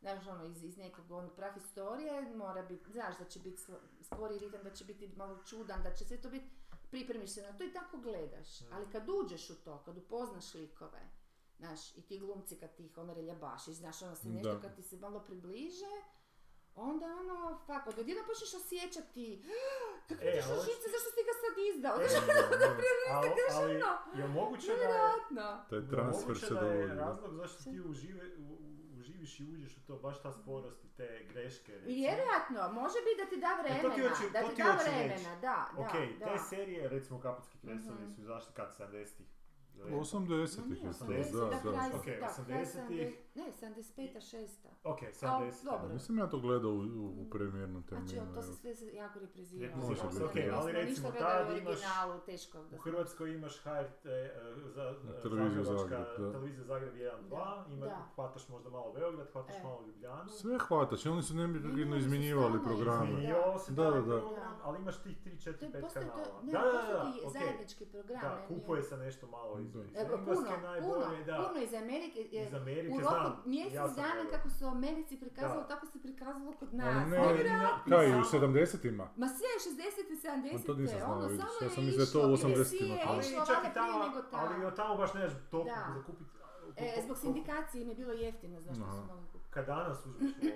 [SPEAKER 1] znaš ono, iz, iz nekog ono prahistorije, mora biti, znaš da će biti sl- spori ritam, da će biti malo čudan, da će sve to biti, pripremiš se na to i tako gledaš.
[SPEAKER 4] Mm.
[SPEAKER 1] Ali kad uđeš u to, kad upoznaš likove, znaš, i ti glumci kad ti ih ono reljabašiš, znaš, ono se nešto
[SPEAKER 2] Da.
[SPEAKER 1] kad ti se malo približe, onda ono, fak, odjedno počneš osjećati, kako
[SPEAKER 4] E,
[SPEAKER 1] ti
[SPEAKER 4] ali-
[SPEAKER 1] živce, zašto si ga sad izdao,
[SPEAKER 4] E,
[SPEAKER 1] znaš,
[SPEAKER 3] Ali, ali
[SPEAKER 1] ono.
[SPEAKER 3] je moguće da je,
[SPEAKER 1] nevjerojatno.
[SPEAKER 2] Taj
[SPEAKER 3] je
[SPEAKER 2] transfer
[SPEAKER 3] moguće
[SPEAKER 2] se
[SPEAKER 3] da je
[SPEAKER 2] dogodi. da.
[SPEAKER 3] razlog zašto ti užive, u- u- uživiš i uđeš u to baš ta sporost i te greške.
[SPEAKER 1] I
[SPEAKER 3] recimo.
[SPEAKER 1] vjerojatno, može biti da ti da
[SPEAKER 3] ti
[SPEAKER 1] vremena,
[SPEAKER 3] hoću-
[SPEAKER 1] da
[SPEAKER 3] to
[SPEAKER 1] ti
[SPEAKER 3] ti
[SPEAKER 1] da
[SPEAKER 3] hoću reći.
[SPEAKER 1] vremena, da, da,
[SPEAKER 3] Ok,
[SPEAKER 1] da.
[SPEAKER 3] te serije, recimo Kapatski kresovi
[SPEAKER 1] Mhm.
[SPEAKER 3] su izašli kad 70-ih. ili-
[SPEAKER 2] 80-ih je to,
[SPEAKER 1] Ma nije, dakle, 80-ih,
[SPEAKER 2] da, da.
[SPEAKER 1] kraj-
[SPEAKER 2] da.
[SPEAKER 3] Ok,
[SPEAKER 1] da, kraj
[SPEAKER 3] 80-ih.
[SPEAKER 1] 70-ih, Ne, 75-a, 6-a.
[SPEAKER 3] Ok,
[SPEAKER 1] Ali
[SPEAKER 3] 70
[SPEAKER 1] dobro.
[SPEAKER 2] Nisam Pa ja to gledao u, u, u premijernom terminu.
[SPEAKER 1] Znači, to
[SPEAKER 2] evo.
[SPEAKER 1] se sve se jako reprizira.
[SPEAKER 3] Repriziralo
[SPEAKER 2] se,
[SPEAKER 1] Ono,
[SPEAKER 2] ok,
[SPEAKER 1] ne
[SPEAKER 2] ali
[SPEAKER 1] bismo
[SPEAKER 3] recimo,
[SPEAKER 1] ništa gledali
[SPEAKER 3] tad
[SPEAKER 1] u
[SPEAKER 3] imaš-
[SPEAKER 1] originalu, teško da
[SPEAKER 3] U
[SPEAKER 1] se-
[SPEAKER 3] Hrvatskoj imaš HRT, e, za, e,
[SPEAKER 2] Televiziju
[SPEAKER 3] Zagrebačka
[SPEAKER 2] Zagreb, da.
[SPEAKER 3] televizija Zagreb 1, 2, ima,
[SPEAKER 1] da.
[SPEAKER 3] hvataš možda malo Beograd, hvataš
[SPEAKER 1] E.
[SPEAKER 3] malo Ljubljanu.
[SPEAKER 2] Sve hvataš, i oni su
[SPEAKER 1] Ne, ne,
[SPEAKER 2] neprekidno
[SPEAKER 1] oni su
[SPEAKER 2] izmjenjivali
[SPEAKER 1] stalno
[SPEAKER 2] programe.
[SPEAKER 3] Izmjenjivao se
[SPEAKER 2] Da,
[SPEAKER 3] taj
[SPEAKER 2] da, da.
[SPEAKER 3] program, ali imaš tih 3,
[SPEAKER 1] To
[SPEAKER 3] 4,
[SPEAKER 1] je
[SPEAKER 3] 5
[SPEAKER 1] postao
[SPEAKER 3] kanala.
[SPEAKER 1] to, ne,
[SPEAKER 3] da, da, da,
[SPEAKER 1] postao ti
[SPEAKER 3] ok.
[SPEAKER 1] zajednički program.
[SPEAKER 3] Da,
[SPEAKER 1] ne, nije-
[SPEAKER 3] kupuje se nešto malo iz,
[SPEAKER 2] Da.
[SPEAKER 3] iz
[SPEAKER 1] E, pa
[SPEAKER 3] Engleske
[SPEAKER 1] puno, puno,
[SPEAKER 3] najbolje, da.
[SPEAKER 1] puno iz Amerike, jer
[SPEAKER 3] Iz Amerike,
[SPEAKER 1] u roku
[SPEAKER 3] znam,
[SPEAKER 1] mjesec
[SPEAKER 3] ja sam
[SPEAKER 1] dana
[SPEAKER 3] gledao.
[SPEAKER 1] kako su u Americi prikazalo,
[SPEAKER 3] Da.
[SPEAKER 1] tako se prikazalo kod nas.
[SPEAKER 2] Ali ne,
[SPEAKER 1] Ono,
[SPEAKER 2] kaj, u
[SPEAKER 3] Napisano-
[SPEAKER 2] 70-ima?
[SPEAKER 1] Ma sve 60-te, 70-te,
[SPEAKER 2] to nisam znao,
[SPEAKER 1] ono,
[SPEAKER 2] vidiš,
[SPEAKER 1] samo
[SPEAKER 2] ja
[SPEAKER 1] je
[SPEAKER 2] sam mislio da je to
[SPEAKER 1] išlo,
[SPEAKER 2] u
[SPEAKER 1] BBC je
[SPEAKER 2] 80-ima.
[SPEAKER 3] Ali
[SPEAKER 1] išlo
[SPEAKER 3] čak
[SPEAKER 1] valjda
[SPEAKER 3] i
[SPEAKER 1] prije
[SPEAKER 3] tamo,
[SPEAKER 1] nego tamo.
[SPEAKER 3] ali od tamo baš neš toliko
[SPEAKER 1] Da.
[SPEAKER 3] za kupiti.
[SPEAKER 1] E, zbog sindikacije im je bilo jeftino, znaš što
[SPEAKER 2] Aha.
[SPEAKER 1] su mogli kupiti.
[SPEAKER 3] Kad danas uzmeš u obzir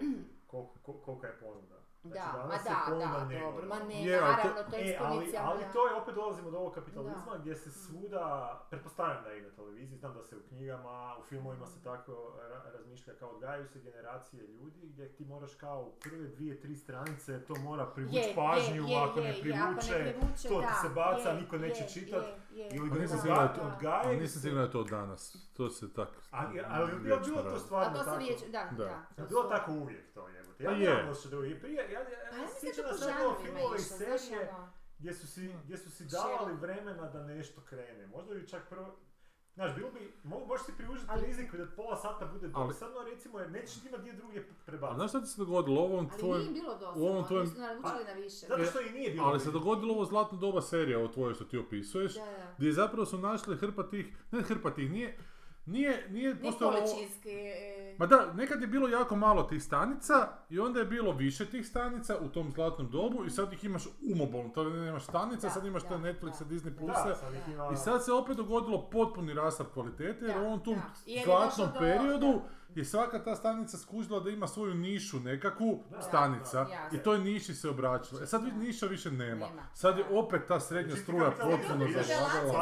[SPEAKER 3] koliko, ko- kolika je ponuda. Znači,
[SPEAKER 1] Da, ma
[SPEAKER 3] danas je
[SPEAKER 1] da,
[SPEAKER 3] ponuda
[SPEAKER 1] da,
[SPEAKER 3] nenormalna.
[SPEAKER 1] dobro, ma ne,
[SPEAKER 2] Je, ali to-
[SPEAKER 1] naravno, to je
[SPEAKER 3] E, ali,
[SPEAKER 1] eksponencijalno.
[SPEAKER 3] ali to je opet dolazimo do ovog kapitalizma gdje se svuda, pretpostavljam da je i na televiziji, znam da se u knjigama, u filmovima se tako ra- razmišlja kao odgajaju se generacije ljudi gdje ti moraš kao u prve dvije, tri stranice to mora privući
[SPEAKER 1] Je, je,
[SPEAKER 3] pažnju,
[SPEAKER 1] je,
[SPEAKER 3] ako, ne
[SPEAKER 1] je, je,
[SPEAKER 3] privuče,
[SPEAKER 1] ako ne privuče,
[SPEAKER 3] to ti
[SPEAKER 1] da,
[SPEAKER 3] se baca,
[SPEAKER 1] je,
[SPEAKER 3] niko neće
[SPEAKER 1] je,
[SPEAKER 3] čitat,
[SPEAKER 1] je, je.
[SPEAKER 3] ili
[SPEAKER 2] Pa
[SPEAKER 3] ga
[SPEAKER 2] nisam
[SPEAKER 3] odga-
[SPEAKER 2] siguran da
[SPEAKER 1] to-
[SPEAKER 3] odgajaju
[SPEAKER 2] Ali nisam
[SPEAKER 3] se.
[SPEAKER 2] siguran da je to danas. To se tak...
[SPEAKER 3] Ali, ali je bilo
[SPEAKER 2] vječno
[SPEAKER 3] bilo to
[SPEAKER 2] radi.
[SPEAKER 1] A
[SPEAKER 3] stvarno
[SPEAKER 1] to se
[SPEAKER 3] tako.
[SPEAKER 1] riječ, da,
[SPEAKER 2] Da.
[SPEAKER 1] da.
[SPEAKER 3] Je
[SPEAKER 1] to
[SPEAKER 3] Bilo
[SPEAKER 1] su-
[SPEAKER 3] tako uvijek to jebote. Ja
[SPEAKER 2] Pa
[SPEAKER 3] nemam
[SPEAKER 2] je.
[SPEAKER 3] osjećaj da uvijek prije, ja, ja,
[SPEAKER 1] Pa ja
[SPEAKER 3] ja
[SPEAKER 1] mislim
[SPEAKER 3] sjećam
[SPEAKER 1] da
[SPEAKER 3] da
[SPEAKER 1] po
[SPEAKER 3] sam gledao
[SPEAKER 1] žanrovima
[SPEAKER 3] filmove i
[SPEAKER 1] išlo, znaš,
[SPEAKER 3] serije
[SPEAKER 1] ono.
[SPEAKER 3] gdje su si, gdje su si
[SPEAKER 1] Sherlock.
[SPEAKER 3] davali vremena da nešto krene. Možda bi čak prvo... Znaš, bilo bi, mo- možeš si priužiti
[SPEAKER 1] Ali-
[SPEAKER 3] rizik da pola sata bude
[SPEAKER 2] Ali-
[SPEAKER 3] dosadno, recimo, jer nećeš ti imati gdje drugdje
[SPEAKER 2] Ali
[SPEAKER 3] prebaciti.
[SPEAKER 2] znaš šta ti se dogodilo? Ovo ovom
[SPEAKER 1] Ali nije
[SPEAKER 2] tvojem...
[SPEAKER 1] im bilo dosta,
[SPEAKER 2] u ovom tvojem-
[SPEAKER 1] oni su naručili na više.
[SPEAKER 3] Zato što i nije bilo.
[SPEAKER 2] Ali se
[SPEAKER 3] ljudi.
[SPEAKER 2] dogodilo ovo zlatno doba serija o tvojoj što ti opisuješ,
[SPEAKER 1] Da, da.
[SPEAKER 2] gdje zapravo su našli hrpa tih, ne hrpa tih, nije, nije, nije
[SPEAKER 1] Ne
[SPEAKER 2] postojalo,
[SPEAKER 1] količinski, e, je...
[SPEAKER 2] Ma da, nekad je bilo jako malo tih stanica i onda je bilo više tih stanica u tom zlatnom dobu i sad ih imaš umobolno, to nemaš stanica,
[SPEAKER 1] Da,
[SPEAKER 2] sad imaš
[SPEAKER 1] da,
[SPEAKER 2] te Netflixa,
[SPEAKER 1] da.
[SPEAKER 2] Disney
[SPEAKER 3] Da,
[SPEAKER 2] Plusa
[SPEAKER 3] sad ih
[SPEAKER 1] Da.
[SPEAKER 3] ima...
[SPEAKER 2] i sad se opet dogodilo potpuni rastav kvalitete jer
[SPEAKER 1] Da,
[SPEAKER 2] u ovom tom
[SPEAKER 1] da. Jer je
[SPEAKER 2] zlatnom
[SPEAKER 1] došlo do-
[SPEAKER 2] periodu
[SPEAKER 1] da.
[SPEAKER 2] je svaka ta stanica skužila da ima svoju nišu nekakvu
[SPEAKER 3] Da,
[SPEAKER 2] stanica
[SPEAKER 1] da, jasno.
[SPEAKER 2] i toj niši se obraćala. E sad
[SPEAKER 1] Da.
[SPEAKER 2] niša više nema.
[SPEAKER 1] Nema,
[SPEAKER 2] Sad je
[SPEAKER 1] da.
[SPEAKER 2] opet ta srednja
[SPEAKER 3] Znači,
[SPEAKER 2] struja
[SPEAKER 3] kapitalizam
[SPEAKER 2] potpuno
[SPEAKER 3] ide.
[SPEAKER 2] zavladala.
[SPEAKER 1] Zato zapravo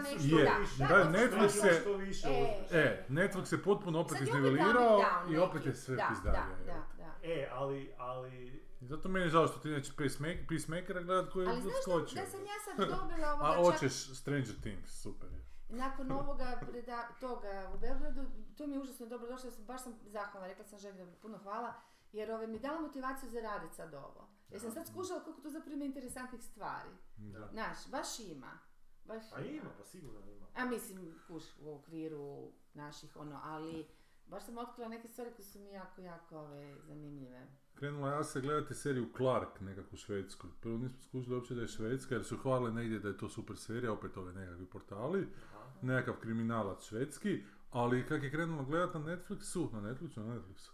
[SPEAKER 3] Zato
[SPEAKER 1] nešto-
[SPEAKER 3] što
[SPEAKER 2] Je,
[SPEAKER 1] da,
[SPEAKER 2] da,
[SPEAKER 1] da, to
[SPEAKER 2] Netflix
[SPEAKER 1] su-
[SPEAKER 2] se-
[SPEAKER 3] Što više
[SPEAKER 1] E.
[SPEAKER 2] E, Netflix je potpuno opet
[SPEAKER 1] Sad je opet
[SPEAKER 2] iznivelirao
[SPEAKER 1] down
[SPEAKER 2] i opet je
[SPEAKER 1] neki.
[SPEAKER 2] sve
[SPEAKER 1] da,
[SPEAKER 2] pizdarija.
[SPEAKER 1] Da, da, da.
[SPEAKER 3] E, ali, ali...
[SPEAKER 2] I zato meni je žao što ti neće Peacemaker- Peacemakera gledat koji je
[SPEAKER 1] Ali znaš da,
[SPEAKER 2] odskočio.
[SPEAKER 1] da sam ja sad dobila ovoga
[SPEAKER 2] A
[SPEAKER 1] čak
[SPEAKER 2] hoćeš Stranger Things, super je.
[SPEAKER 1] nakon ovoga preda, toga u Beogradu, to mi je užasno dobro došlo, ja sam, baš sam zahvalna, rekla sam želji da mi puno hvala, jer ove, mi je dalo motivaciju za radit sad ovo. Jer sam sad skušala koliko tu zapravo ima interesantnih stvari.
[SPEAKER 2] Da.
[SPEAKER 1] Znaš, baš ima. Baš
[SPEAKER 3] Pa ima, pa sigurno ima.
[SPEAKER 1] A mislim, kuš, u okviru naših ono, ali baš sam otkrila neke stvari koje su mi jako, jako ove, zanimljive.
[SPEAKER 2] Krenula ja se gledati seriju Clark nekakvu švedsku. Prvo nismo skužili uopće da je švedska jer su hvalili negdje da je to super serija, opet ove nekakvi portali.
[SPEAKER 3] Aha.
[SPEAKER 2] Nekakav kriminalac švedski. Ali kak je krenula gledat na Netflixu, na Netflixu, na Netflixu.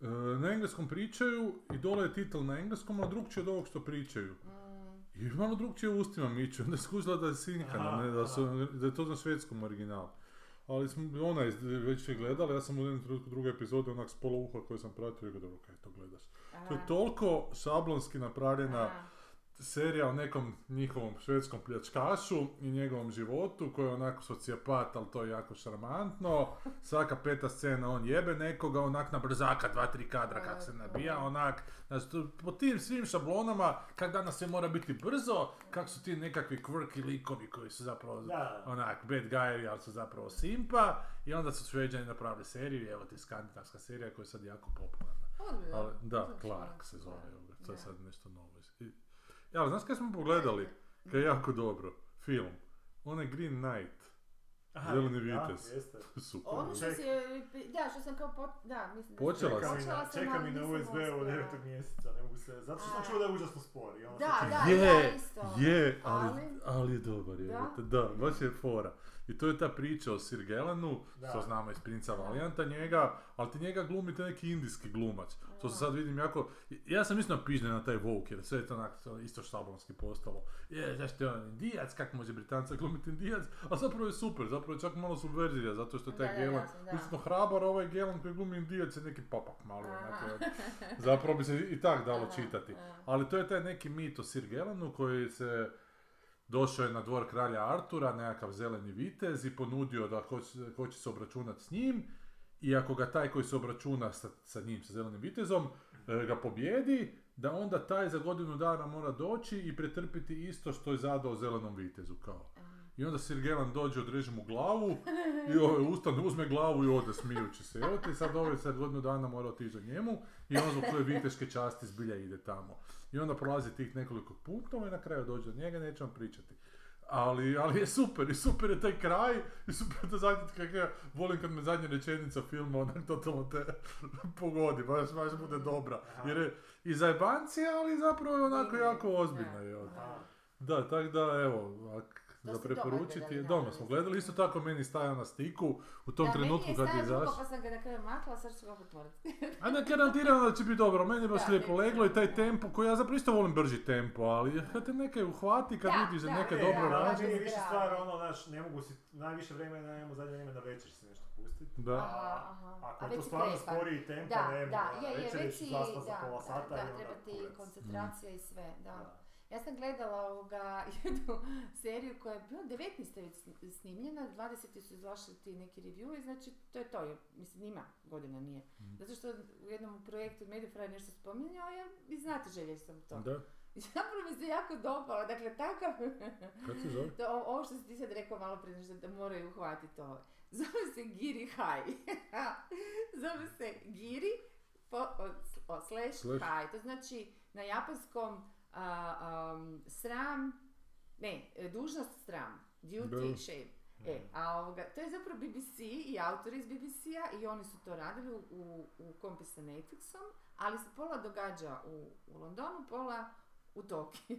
[SPEAKER 2] e, Na engleskom pričaju i dole je titel na engleskom, a drugčije od ovog što pričaju.
[SPEAKER 1] Mm,
[SPEAKER 2] I malo drugčije ustima miću, onda je skužila da je sinkana,
[SPEAKER 3] Aha,
[SPEAKER 2] ne, da, su, da je to na švedskom originalu. Ali smo, ona je već je gledala, ja sam u jednom trenutku druge epizode onak s pola uha koje sam pratio, rekao dobro, kaj to gledaš. To je
[SPEAKER 1] aha,
[SPEAKER 2] toliko šablonski napravljena
[SPEAKER 1] aha,
[SPEAKER 2] serija o nekom njihovom švedskom pljačkašu i njegovom životu, koji je onako sociopat, ali to je jako šarmantno. Svaka peta scena on jebe nekoga, onak na brzaka, dva, tri kadra kak se nabija, onak. Znači, to- po tim svim šablonama, kak danas sve mora biti brzo, kak su ti nekakvi quirky likovi koji su zapravo
[SPEAKER 3] Da.
[SPEAKER 2] onak bad guyevi, ali su zapravo simpa. I onda su šveđani napravili seriju i evo ti skandinavska serija koja je sad jako popularna.
[SPEAKER 1] odlično,
[SPEAKER 2] Ali, Pa da,
[SPEAKER 1] odlično.
[SPEAKER 2] Clark se zove, evo ga, to je
[SPEAKER 1] Da.
[SPEAKER 2] sad nešto novo. I- Ja, ali znaš kaj smo pogledali? Kaj je jako dobro. Film. Onaj Green Knight. Zeleni
[SPEAKER 3] da,
[SPEAKER 2] vitez.
[SPEAKER 3] jeste.
[SPEAKER 2] Super.
[SPEAKER 1] Ono što
[SPEAKER 3] Ček.
[SPEAKER 1] si, je- da, što sam kao, pot- da, mislim da
[SPEAKER 2] Počela
[SPEAKER 1] sam-
[SPEAKER 2] si.
[SPEAKER 3] Čeka mi
[SPEAKER 1] počela
[SPEAKER 3] na,
[SPEAKER 1] sam,
[SPEAKER 3] čeka
[SPEAKER 1] ali
[SPEAKER 3] mi na
[SPEAKER 1] nisam
[SPEAKER 3] USB u
[SPEAKER 1] uspjela.
[SPEAKER 3] 9. mjeseca, ne mogu se... Zato što sam
[SPEAKER 1] A.
[SPEAKER 3] čuo da je užasno ono spor. I onda
[SPEAKER 1] Da,
[SPEAKER 3] sam
[SPEAKER 1] da.
[SPEAKER 3] čekao.
[SPEAKER 2] je,
[SPEAKER 1] isto.
[SPEAKER 2] je, ali,
[SPEAKER 1] Ali-
[SPEAKER 2] ali je dobar. Je,
[SPEAKER 1] Da?
[SPEAKER 2] da? da, baš je fora. I to je ta priča o Sir Gelanu,
[SPEAKER 3] Da.
[SPEAKER 2] što znamo iz Princa Valijanta njega, ali ti njega glumi taj neki indijski glumac. To se sad vidim jako... Ja sam isto napižnjen na taj Vogue, jer sve je to onak to isto šablonski postalo. Je, zašto je on indijac, kako može Britanca glumiti indijac, a zapravo je super, zapravo je čak malo subverzija, zato što je taj
[SPEAKER 1] Da, da,
[SPEAKER 2] Gelan,
[SPEAKER 1] jasno, da.
[SPEAKER 2] isto hrabar, a ovaj Gelan koji glumi indijac je neki papak malo,
[SPEAKER 1] Aha.
[SPEAKER 2] onak, evo. zapravo bi se i tak dalo
[SPEAKER 1] Aha,
[SPEAKER 2] čitati.
[SPEAKER 1] aha.
[SPEAKER 2] Ali to je taj neki mit o Sir Gelanu koji se došao je na dvor kralja Artura, nekakav zeleni vitez i ponudio da hoće, hoće se obračunati s njim. I ako ga taj koji se obračuna sa, sa njim, sa zelenim vitezom, e, ga pobjedi, da onda taj za godinu dana mora doći i pretrpiti isto što je zadao zelenom vitezu, kao. I onda Sir Gelan dođe, odreže mu glavu i ovaj ustane, uzme glavu i ode smijući se. Evo ti sad ovaj sad godinu dana mora otići za njemu i on zbog svoje viteške časti zbilja ide tamo. I onda prolazi tih nekoliko putova i na kraju dođe do njega, neću vam pričati. Ali, ali je super, i super je taj kraj, i super je to zadnje, kak ja volim kad me zadnja rečenica filma onak totalno te pogodi, baš, baš bude dobra. Jer je i zajebanci, ali zapravo je onako jako ozbiljna. Je.
[SPEAKER 1] Da.
[SPEAKER 3] Aha.
[SPEAKER 2] Da, tako da, evo, ak
[SPEAKER 1] To
[SPEAKER 2] za
[SPEAKER 1] ste doma
[SPEAKER 2] preporučiti,
[SPEAKER 1] gledali,
[SPEAKER 2] je,
[SPEAKER 1] da,
[SPEAKER 2] doma
[SPEAKER 1] ali
[SPEAKER 2] smo
[SPEAKER 1] ste-
[SPEAKER 2] gledali, isto tako meni staja na stiku u tom
[SPEAKER 1] Da,
[SPEAKER 2] trenutku kad je
[SPEAKER 1] Meni je stalo
[SPEAKER 2] izašao.
[SPEAKER 1] pa sam ga na kraju makla, sad ću ga opet morat.
[SPEAKER 2] A ne, garantirano da će biti dobro, meni je baš
[SPEAKER 1] Da,
[SPEAKER 2] lijepo
[SPEAKER 1] meni je
[SPEAKER 2] leglo i taj
[SPEAKER 1] da.
[SPEAKER 2] tempo, koji ja zapravo isto volim brži tempo, ali kad te neke uhvati, kad
[SPEAKER 1] Da,
[SPEAKER 2] vidiš da
[SPEAKER 1] da,
[SPEAKER 2] neke
[SPEAKER 1] da,
[SPEAKER 2] dobro
[SPEAKER 1] da.
[SPEAKER 3] ali
[SPEAKER 2] radi.
[SPEAKER 3] meni je više
[SPEAKER 1] Zdravo.
[SPEAKER 3] stvar ono, znaš, ne mogu si, najviše vremena nemamo zadnje vrijeme na večer si nešto pustiti.
[SPEAKER 2] Da.
[SPEAKER 1] Aha, aha.
[SPEAKER 3] Ako
[SPEAKER 1] A
[SPEAKER 3] je to
[SPEAKER 1] već si
[SPEAKER 3] stvarno
[SPEAKER 1] krepan.
[SPEAKER 3] sporiji tempo,
[SPEAKER 1] Da,
[SPEAKER 3] ne mogu,
[SPEAKER 1] da,
[SPEAKER 3] a
[SPEAKER 1] je, je,
[SPEAKER 3] večer je
[SPEAKER 1] već i,
[SPEAKER 3] zaspa za
[SPEAKER 1] da,
[SPEAKER 3] pola sata
[SPEAKER 1] da,
[SPEAKER 3] i
[SPEAKER 1] da,
[SPEAKER 3] onda
[SPEAKER 1] treba ti
[SPEAKER 3] kurac.
[SPEAKER 1] koncentracija i sve,
[SPEAKER 2] Mhm.
[SPEAKER 1] da.
[SPEAKER 3] Da.
[SPEAKER 1] Ja sam gledala ovoga jednu seriju koja je bila 19. već sn- snimljena, 20. su izašli ti neki review i znači to je to, jer, mislim ima godina nije. Zato što u jednom projektu Medifra je nešto spominjao, ja i znate želje sam to.
[SPEAKER 2] Da,
[SPEAKER 1] I zapravo mi se jako dopalo, dakle takav,
[SPEAKER 2] kako se zove?
[SPEAKER 1] to, o- ovo što si ti sad rekao malo prije, nešto da moraju uhvatiti ovo. Zove se Giri High. Zove se Giri po, o, s- o, slash,
[SPEAKER 2] Slash.
[SPEAKER 1] high. To znači na japanskom a, am, sram, ne, e, dužnost sram, duty
[SPEAKER 2] Da.
[SPEAKER 1] shame. E,
[SPEAKER 3] Mm.
[SPEAKER 1] a ovoga, to je zapravo BBC i autor iz BBC-a i oni su to radili u, u, u kompi sa Netflixom, ali se pola događa u, u Londonu, pola u Tokiju.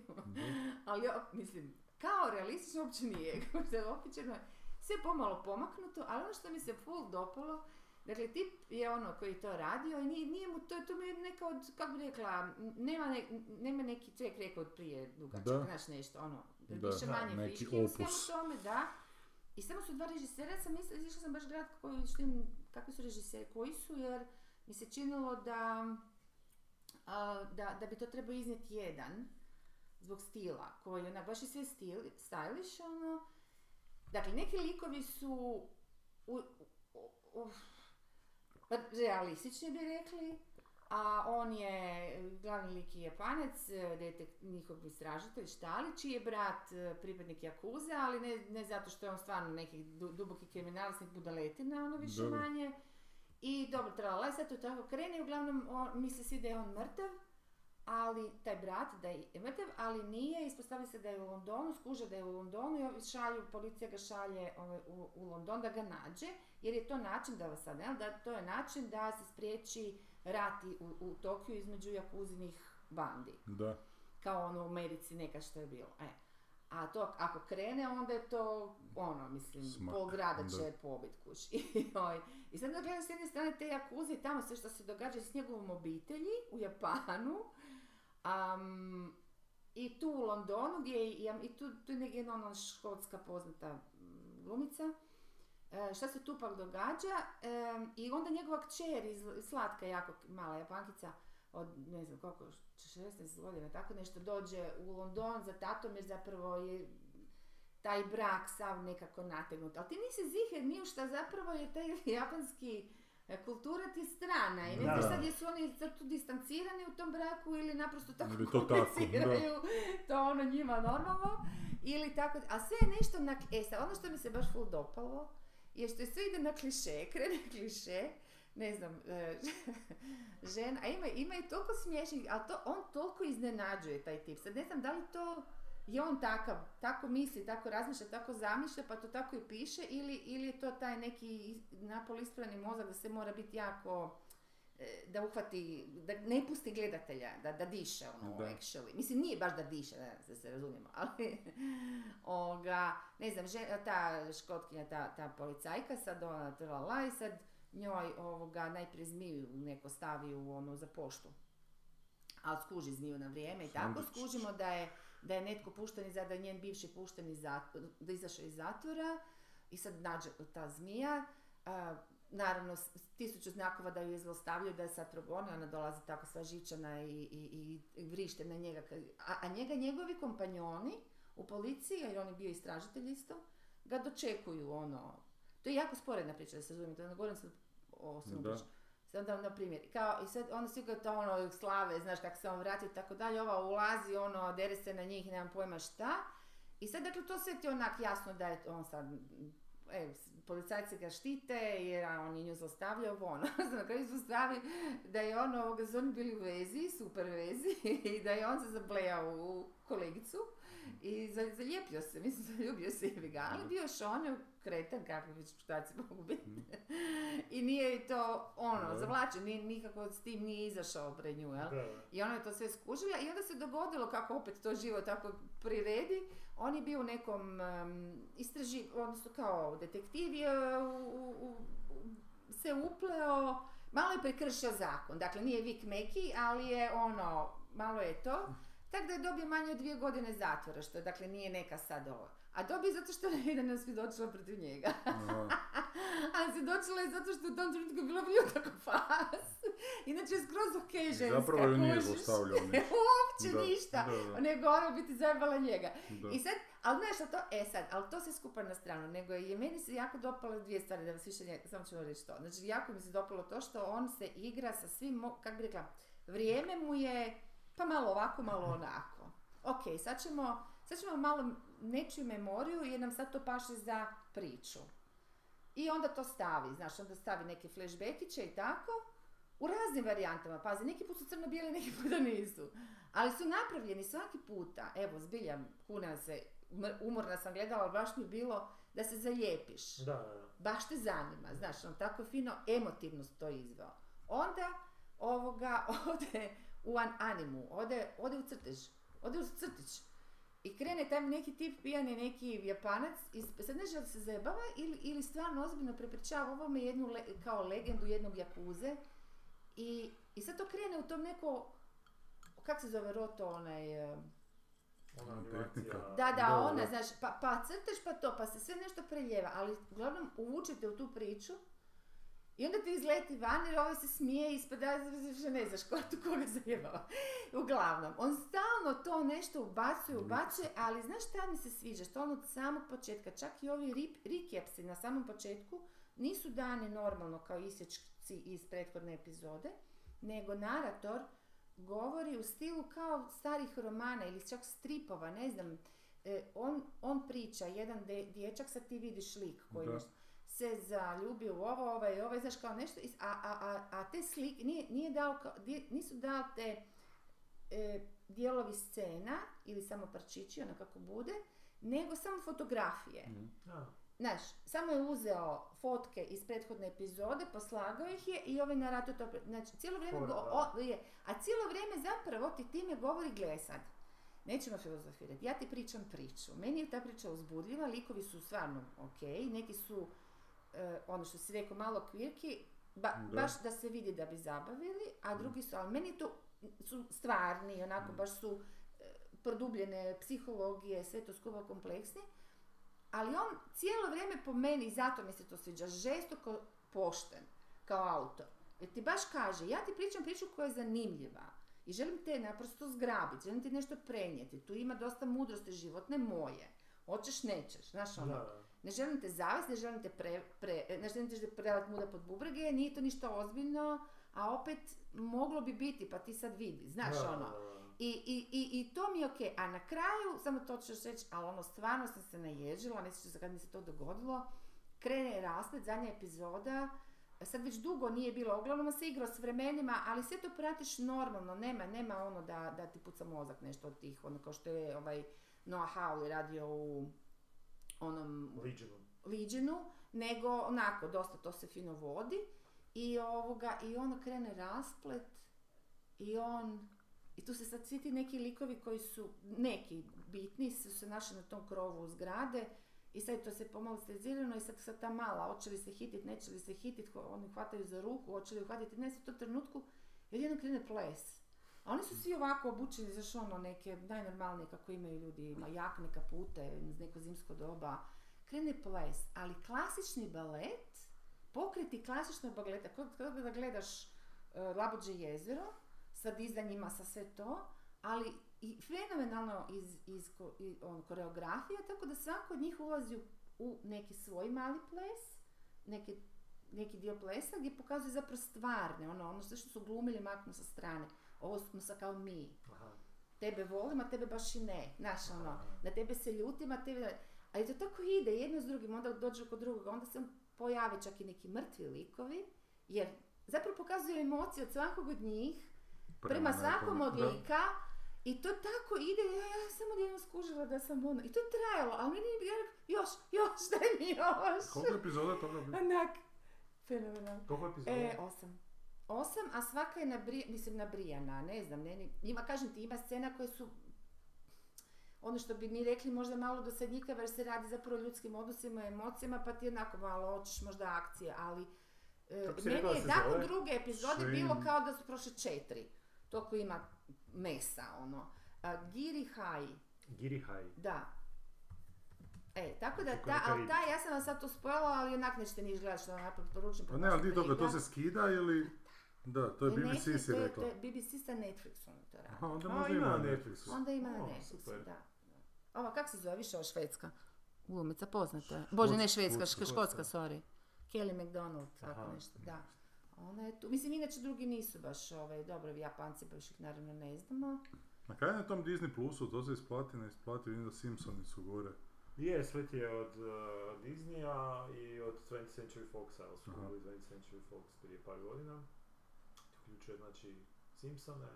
[SPEAKER 1] ali, o- mislim, kao realistično uopće nije, kao što je opičeno, sve pomalo pomaknuto, ali ono što mi se full dopalo Dakle, tip je ono koji je to radio i nije, nije mu, to, to mu je neka od, kako bi rekla, m, nema, ne, nema neki cvijek rekao od prije
[SPEAKER 2] Da.
[SPEAKER 1] dugačak, znaš nešto, ono,
[SPEAKER 2] Da.
[SPEAKER 1] više
[SPEAKER 3] Da,
[SPEAKER 1] manje
[SPEAKER 2] neki
[SPEAKER 1] friški u svemu
[SPEAKER 2] opus.
[SPEAKER 1] tome, da. I samo su dva režisera, ja sam mislila, išla sam baš grad koji, što im, kakvi su režiseri, koji su, jer mi se činilo da, a, da, da bi to trebao iznijeti jedan, zbog stila, koji je onak baš je sve stil, stylish, ono. Dakle, neki likovi su u, u- u- pa realistični bi rekli, a on je, glavni lik je Japanac, e, detek, njihov istražitelj Štali, čiji je brat e, pripadnik Jakuza, ali ne, ne zato što je on stvarno neki du- duboki kriminalac, nek budaletina, ono više
[SPEAKER 2] Dobro.
[SPEAKER 1] manje. I dobro, tralala, i sad to tako krene, uglavnom on, misli svi da je on mrtav, ali taj brat da je mrtav, ali nije, ispostavlja se da je u Londonu, skuže da je u Londonu i ovi šalju, policija ga šalje ovaj, u, u London da ga nađe, jer je to način da vas sad, ne, da to je način da se spriječi rati u, u Tokiju između jakuzinih bandi
[SPEAKER 2] Da,
[SPEAKER 1] kao ono u Americi neka što je bilo. E. A to ako krene onda je to ono, mislim,
[SPEAKER 2] Smak,
[SPEAKER 1] pol grada će
[SPEAKER 2] da.
[SPEAKER 1] pobit kuć. I, oj. I sad da gledam s jedne strane te jakuze i tamo sve što se događa s njegovom obitelji u Japanu. am, I tu u Londonu gdje je, i- i tu, tu je negdje jedna ona škotska poznata mm, glumica. E, šta se tu pak događa? Em, I onda njegova kćer, iz- slatka jako mala japankica, od ne znam koliko, 16 godina, tako nešto, dođe u London za tatom jer zapravo je taj brak sav nekako nategnut. Ali ti nisi ziher ni u šta zapravo je taj japanski e, kultura ti strana i ne znaš
[SPEAKER 3] Da.
[SPEAKER 1] sad jesu oni sad tu distancirani u tom braku ili naprosto tako
[SPEAKER 2] Ili to tako, da.
[SPEAKER 1] kompliciraju to ono njima normalno ili tako, a sve je nešto na, e sad, ono što mi se baš ful dopalo je što je sve ide na kliše, krene kliše, ne znam, e, žena, a ima, ima i toliko smiješnih, ali to, on toliko iznenađuje taj tip. Sad ne znam da li to je on takav, tako misli, tako razmišlja, tako zamišlja, pa to tako i piše, ili, ili je to taj neki is- napol ispravni mozak da se mora biti jako, e, da uhvati, da ne pusti gledatelja, da, da diše ono,
[SPEAKER 2] Da.
[SPEAKER 1] actually. Mislim, nije baš da diše, da, da se razumijemo, ali ovoga, ne znam, žena, ta škotkinja, ta, ta policajka sad ona trvala i sad njoj ovoga, najprije zmiju neko stavi u ono za poštu. Ali skuži zmiju na vrijeme i tako
[SPEAKER 2] Sandvičić.
[SPEAKER 1] skužimo da je, da je netko pušten iz, da je njen bivši pušten iz zatvora, da je izašao iz zatvora i sad nađe ta zmija, a, naravno s- s tisuću znakova da ju je zlostavljao, da je sad progonio, ona dolazi tako sva živčana i, i, i vrište na njega, a, a njega njegovi kompanjoni u policiji, jer on je bio istražitelj isto, ga dočekuju ono, to je jako sporedna priča, da se razumijete, ne govorim sad o svemu
[SPEAKER 2] Da.
[SPEAKER 1] priču. Sad da vam na primjer, kao, i sad onda svi ga to ono slave, znaš kako se on vrati i tako dalje, ova ulazi, ono, dere se na njih, nemam pojma šta. I sad, dakle, to sve ti je onak jasno da je on sad, mm, e, s- policajci ga štite jer a, on je nju zlostavljao, ovo, ono, Sad na kraju ispostavi da je on ovoga, da su oni bili u vezi, super vezi, i da je on se zablejao u kolegicu i za- zalijepio se, mislim, zaljubio se i ga, ali bio je šonjo, kretan, kakvi već muškarci mogu biti. I nije i to, ono,
[SPEAKER 2] Da.
[SPEAKER 1] zavlačio, nije, nikako s tim nije izašao pred nju, jel?
[SPEAKER 4] Da, da.
[SPEAKER 1] I ona je to sve skužila i onda se dogodilo kako opet to živo tako priredi. On je bio u nekom um, istraži, odnosno kao detektiv je u, u- u- u- se upleo, malo je prekršio zakon, dakle nije Vik Meki, ali je ono, malo je to. Tako da je dobio manje od dvije godine zatvora, što dakle nije neka sad ovo. A dobio je zato što je jedan svjedočila protiv njega.
[SPEAKER 2] aha,
[SPEAKER 1] A svjedočila je zato što u tom trenutku je bila bljuta ko pas. Inače je skroz ok ženska,
[SPEAKER 2] Zapravo ju nije
[SPEAKER 1] kužiš?
[SPEAKER 2] zlostavljao ništa.
[SPEAKER 1] Uopće
[SPEAKER 2] Da,
[SPEAKER 1] ništa.
[SPEAKER 2] da,
[SPEAKER 1] Nego ono biti zajebala njega.
[SPEAKER 2] da.
[SPEAKER 1] I sad, ali znaš šta to, e sad, ali to se skupa na stranu, nego je meni se jako dopalo dvije stvari, da vas više ne, samo ću vam reći to. Znači, jako mi se dopalo to što on se igra sa svim, mo- kako bi rekla, vrijeme mu je, pa malo ovako, malo
[SPEAKER 2] Mhm.
[SPEAKER 1] onako. Ok, sad ćemo, sad ćemo malo nečiju memoriju jer nam sad to paše za priču. I onda to stavi, znaš, onda stavi neke flashbackiće i tako, u raznim varijantama, pazi, neki put su crno-bijeli, neki puta nisu. Ali su napravljeni svaki puta, evo, zbiljam, kunam se, mr- umorna sam gledala, ali baš mi je bilo da se zalijepiš.
[SPEAKER 4] Da, da, da.
[SPEAKER 1] Baš te zanima, znaš, on tako fino, emotivno su to izveo. Onda, ovoga, ode u an animu, ode, ode u crtež, ode u crtić. I krene tam neki tip pijani, neki japanac, i s- sad ne znam da li se zajebava ili, ili stvarno ozbiljno prepričava ovome jednu le- kao legendu jednog jakuze. I, I sad to krene u tom neko, kak se zove roto onaj, e,
[SPEAKER 3] Ona
[SPEAKER 2] Ona
[SPEAKER 3] animacija...
[SPEAKER 2] tehnika.
[SPEAKER 1] da, da,
[SPEAKER 2] Da,
[SPEAKER 1] ona,
[SPEAKER 2] da.
[SPEAKER 1] znaš, pa, pa crteš pa to, pa se sve nešto preljeva, ali uglavnom uvučete u tu priču i onda ti izleti van jer ovaj se smije i ispada, više ne znaš ko tu koga zajebava. Uglavnom, on stalno to nešto ubacuje, ubacuje, ali znaš šta mi se sviđa, što on od samog početka, čak i ovi rip, recapsi na samom početku nisu dani normalno kao isječci iz prethodne epizode, nego narator govori u stilu kao starih romana ili čak stripova, ne znam, E, on, on priča, jedan de- dječak, sad ti vidiš lik koji
[SPEAKER 2] Da.
[SPEAKER 1] nešto- se zaljubi u ovo, ovaj, ovaj, znaš kao nešto, is- a, a, a, a te slike, nije, nije dao, kao- di- nisu dao te e, dijelovi scena ili samo parčići, ono kako bude, nego samo fotografije.
[SPEAKER 2] Mm,
[SPEAKER 3] Da.
[SPEAKER 1] Znaš, samo je uzeo fotke iz prethodne epizode, poslagao ih je i ovaj narator to... pre- Znači, cijelo vrijeme...
[SPEAKER 3] Fora,
[SPEAKER 1] go-
[SPEAKER 3] da.
[SPEAKER 1] o- je, a cijelo vrijeme zapravo ti time govori, gle sad, nećemo filozofirati, ja ti pričam priču. Meni je ta priča uzbudljiva, likovi su stvarno ok, neki su, e, ono što si rekao, malo kvirki, ba-
[SPEAKER 2] Da.
[SPEAKER 1] baš da se vidi da bi zabavili, a drugi su, ali meni to su stvarni, onako baš su e, produbljene psihologije, sve to skupa kompleksni, ali on cijelo vrijeme po meni, i zato mi se to sviđa, žestoko pošten kao autor. Jer ti baš kaže, ja ti pričam priču koja je zanimljiva i želim te naprosto zgrabiti, želim ti nešto prenijeti, tu ima dosta mudrosti životne moje. Hoćeš, nećeš, znaš
[SPEAKER 3] Da,
[SPEAKER 1] ono,
[SPEAKER 3] da.
[SPEAKER 1] ne želim te zavesti, ne želim te pre, pre, ne želim te prelat muda pod bubrege, nije to ništa ozbiljno, a opet moglo bi biti, pa ti sad vidi, znaš
[SPEAKER 3] Da,
[SPEAKER 1] ono.
[SPEAKER 3] da, da.
[SPEAKER 1] I, i, i, i to mi je okej, a na kraju, samo to ću još reći, ali ono, stvarno sam se naježila, ne sjećam se kad mi se to dogodilo, krene rasplet, zadnja epizoda, sad već dugo nije bilo, uglavnom se igrao s vremenima, ali sve to pratiš normalno, nema, nema ono da, da ti puca mozak nešto od tih, ono kao što je ovaj Noah Hawley radio u onom
[SPEAKER 3] Legionom.
[SPEAKER 1] liđenu, nego onako, dosta to se fino vodi. I, ovoga, i ono krene rasplet i on... I tu se sad svi ti neki likovi koji su neki bitni su se našli na tom krovu zgrade i sad to se pomalo stezirano i sad, sad ta mala, hoće li se hitit, neće li se hitit, ho- oni hvataju za ruku, hoće li ju hvatiti, ne sve to trenutku, jedino krene ples. A oni su svi ovako obučeni, znaš ono, neke najnormalnije kako imaju ljudi, ima jakne, kapute, neko zimsko doba, krene ples, ali klasični balet, pokreti klasičnog baleta, kod kada da gledaš e, Labuđe jezero, sa dizanjima, sa sve to, ali i fenomenalno iz, iz, ko- i, on, koreografija, tako da svako od njih ulazi u, u neki svoj mali ples, neki, neki dio plesa gdje pokazuje zapravo stvarne, ono, ono sve što su glumili maknu sa strane. Ovo smo sa kao mi,
[SPEAKER 3] Aha.
[SPEAKER 1] tebe volim, a tebe baš i ne. Znaš, ono,
[SPEAKER 3] Aha.
[SPEAKER 1] na tebe se ljutim, a tebe... Ali to tako ide, jedno s drugim, onda dođe kod drugoga, onda se pojave čak i neki mrtvi likovi, jer zapravo pokazuju emocije od svakog od njih, prema, svakom od
[SPEAKER 2] Da.
[SPEAKER 1] lika, i to tako ide, ja, ja sam odjednom skužila da sam ono, i to je trajalo, ali meni je bilo, još, još, daj mi još.
[SPEAKER 2] Koliko epizoda toga bi...
[SPEAKER 1] Onak, fenomenalno.
[SPEAKER 3] Koliko epizoda?
[SPEAKER 1] E, osam. Osam, a svaka je nabri- mislim, nabrijana, ne znam, ne, ni- ima, kažem ti, ima scena koje su, ono što bi mi rekli, možda malo dosadnjikave, jer se radi zapravo o ljudskim odnosima, emocijama, pa ti onako malo očiš možda akcije, ali e,
[SPEAKER 3] Kako si
[SPEAKER 1] meni
[SPEAKER 3] rekla da
[SPEAKER 1] je
[SPEAKER 3] se
[SPEAKER 1] nakon
[SPEAKER 3] zove?
[SPEAKER 1] druge epizode
[SPEAKER 2] Shame.
[SPEAKER 1] bilo kao da su prošle četiri, toliko ima mesa, ono. A, Giri Hai,
[SPEAKER 3] Girihai.
[SPEAKER 1] da. E, tako da,
[SPEAKER 3] Kako
[SPEAKER 1] ta,
[SPEAKER 3] neka
[SPEAKER 1] ali
[SPEAKER 3] ribica.
[SPEAKER 1] ta, ja sam vam sad to spojila, ali onak nećete ni gledati što vam ja preporučim.
[SPEAKER 2] Pa ne, ali di
[SPEAKER 1] pošto
[SPEAKER 2] dobro, to
[SPEAKER 1] briga.
[SPEAKER 2] se skida ili... Da, to je BBC
[SPEAKER 1] Netflix,
[SPEAKER 2] si
[SPEAKER 1] E, to je-
[SPEAKER 2] rekla.
[SPEAKER 1] to je BBC sa Netflixom to radi.
[SPEAKER 2] Aha, onda
[SPEAKER 3] A,
[SPEAKER 2] možda
[SPEAKER 3] ima
[SPEAKER 2] ima
[SPEAKER 3] na
[SPEAKER 2] na
[SPEAKER 3] Netflixu.
[SPEAKER 2] Netflixu.
[SPEAKER 1] Onda ima na
[SPEAKER 3] O,
[SPEAKER 1] Netflixu,
[SPEAKER 3] super.
[SPEAKER 1] da. Ova, kak se zove, više ova švedska glumica, poznata. je. Bože, ne švedska,
[SPEAKER 2] škotska,
[SPEAKER 1] šk- škotska, sorry. Kelly MacDonald, tako
[SPEAKER 3] Aha.
[SPEAKER 1] nešto, da. Ona je tu, mislim, inače drugi nisu baš, ovaj, dobro, Japanci baš ih naravno ne znamo.
[SPEAKER 2] Na kraju na tom Disney Plusu, to se isplati, ne isplati, vidim da Simpsoni su gore.
[SPEAKER 3] Je, slet je od uh, Disneya i od 20th Century Foxa, ali su
[SPEAKER 2] Aha.
[SPEAKER 3] kupili 20th Century Fox prije par godina. Uključuje znači Simpsone.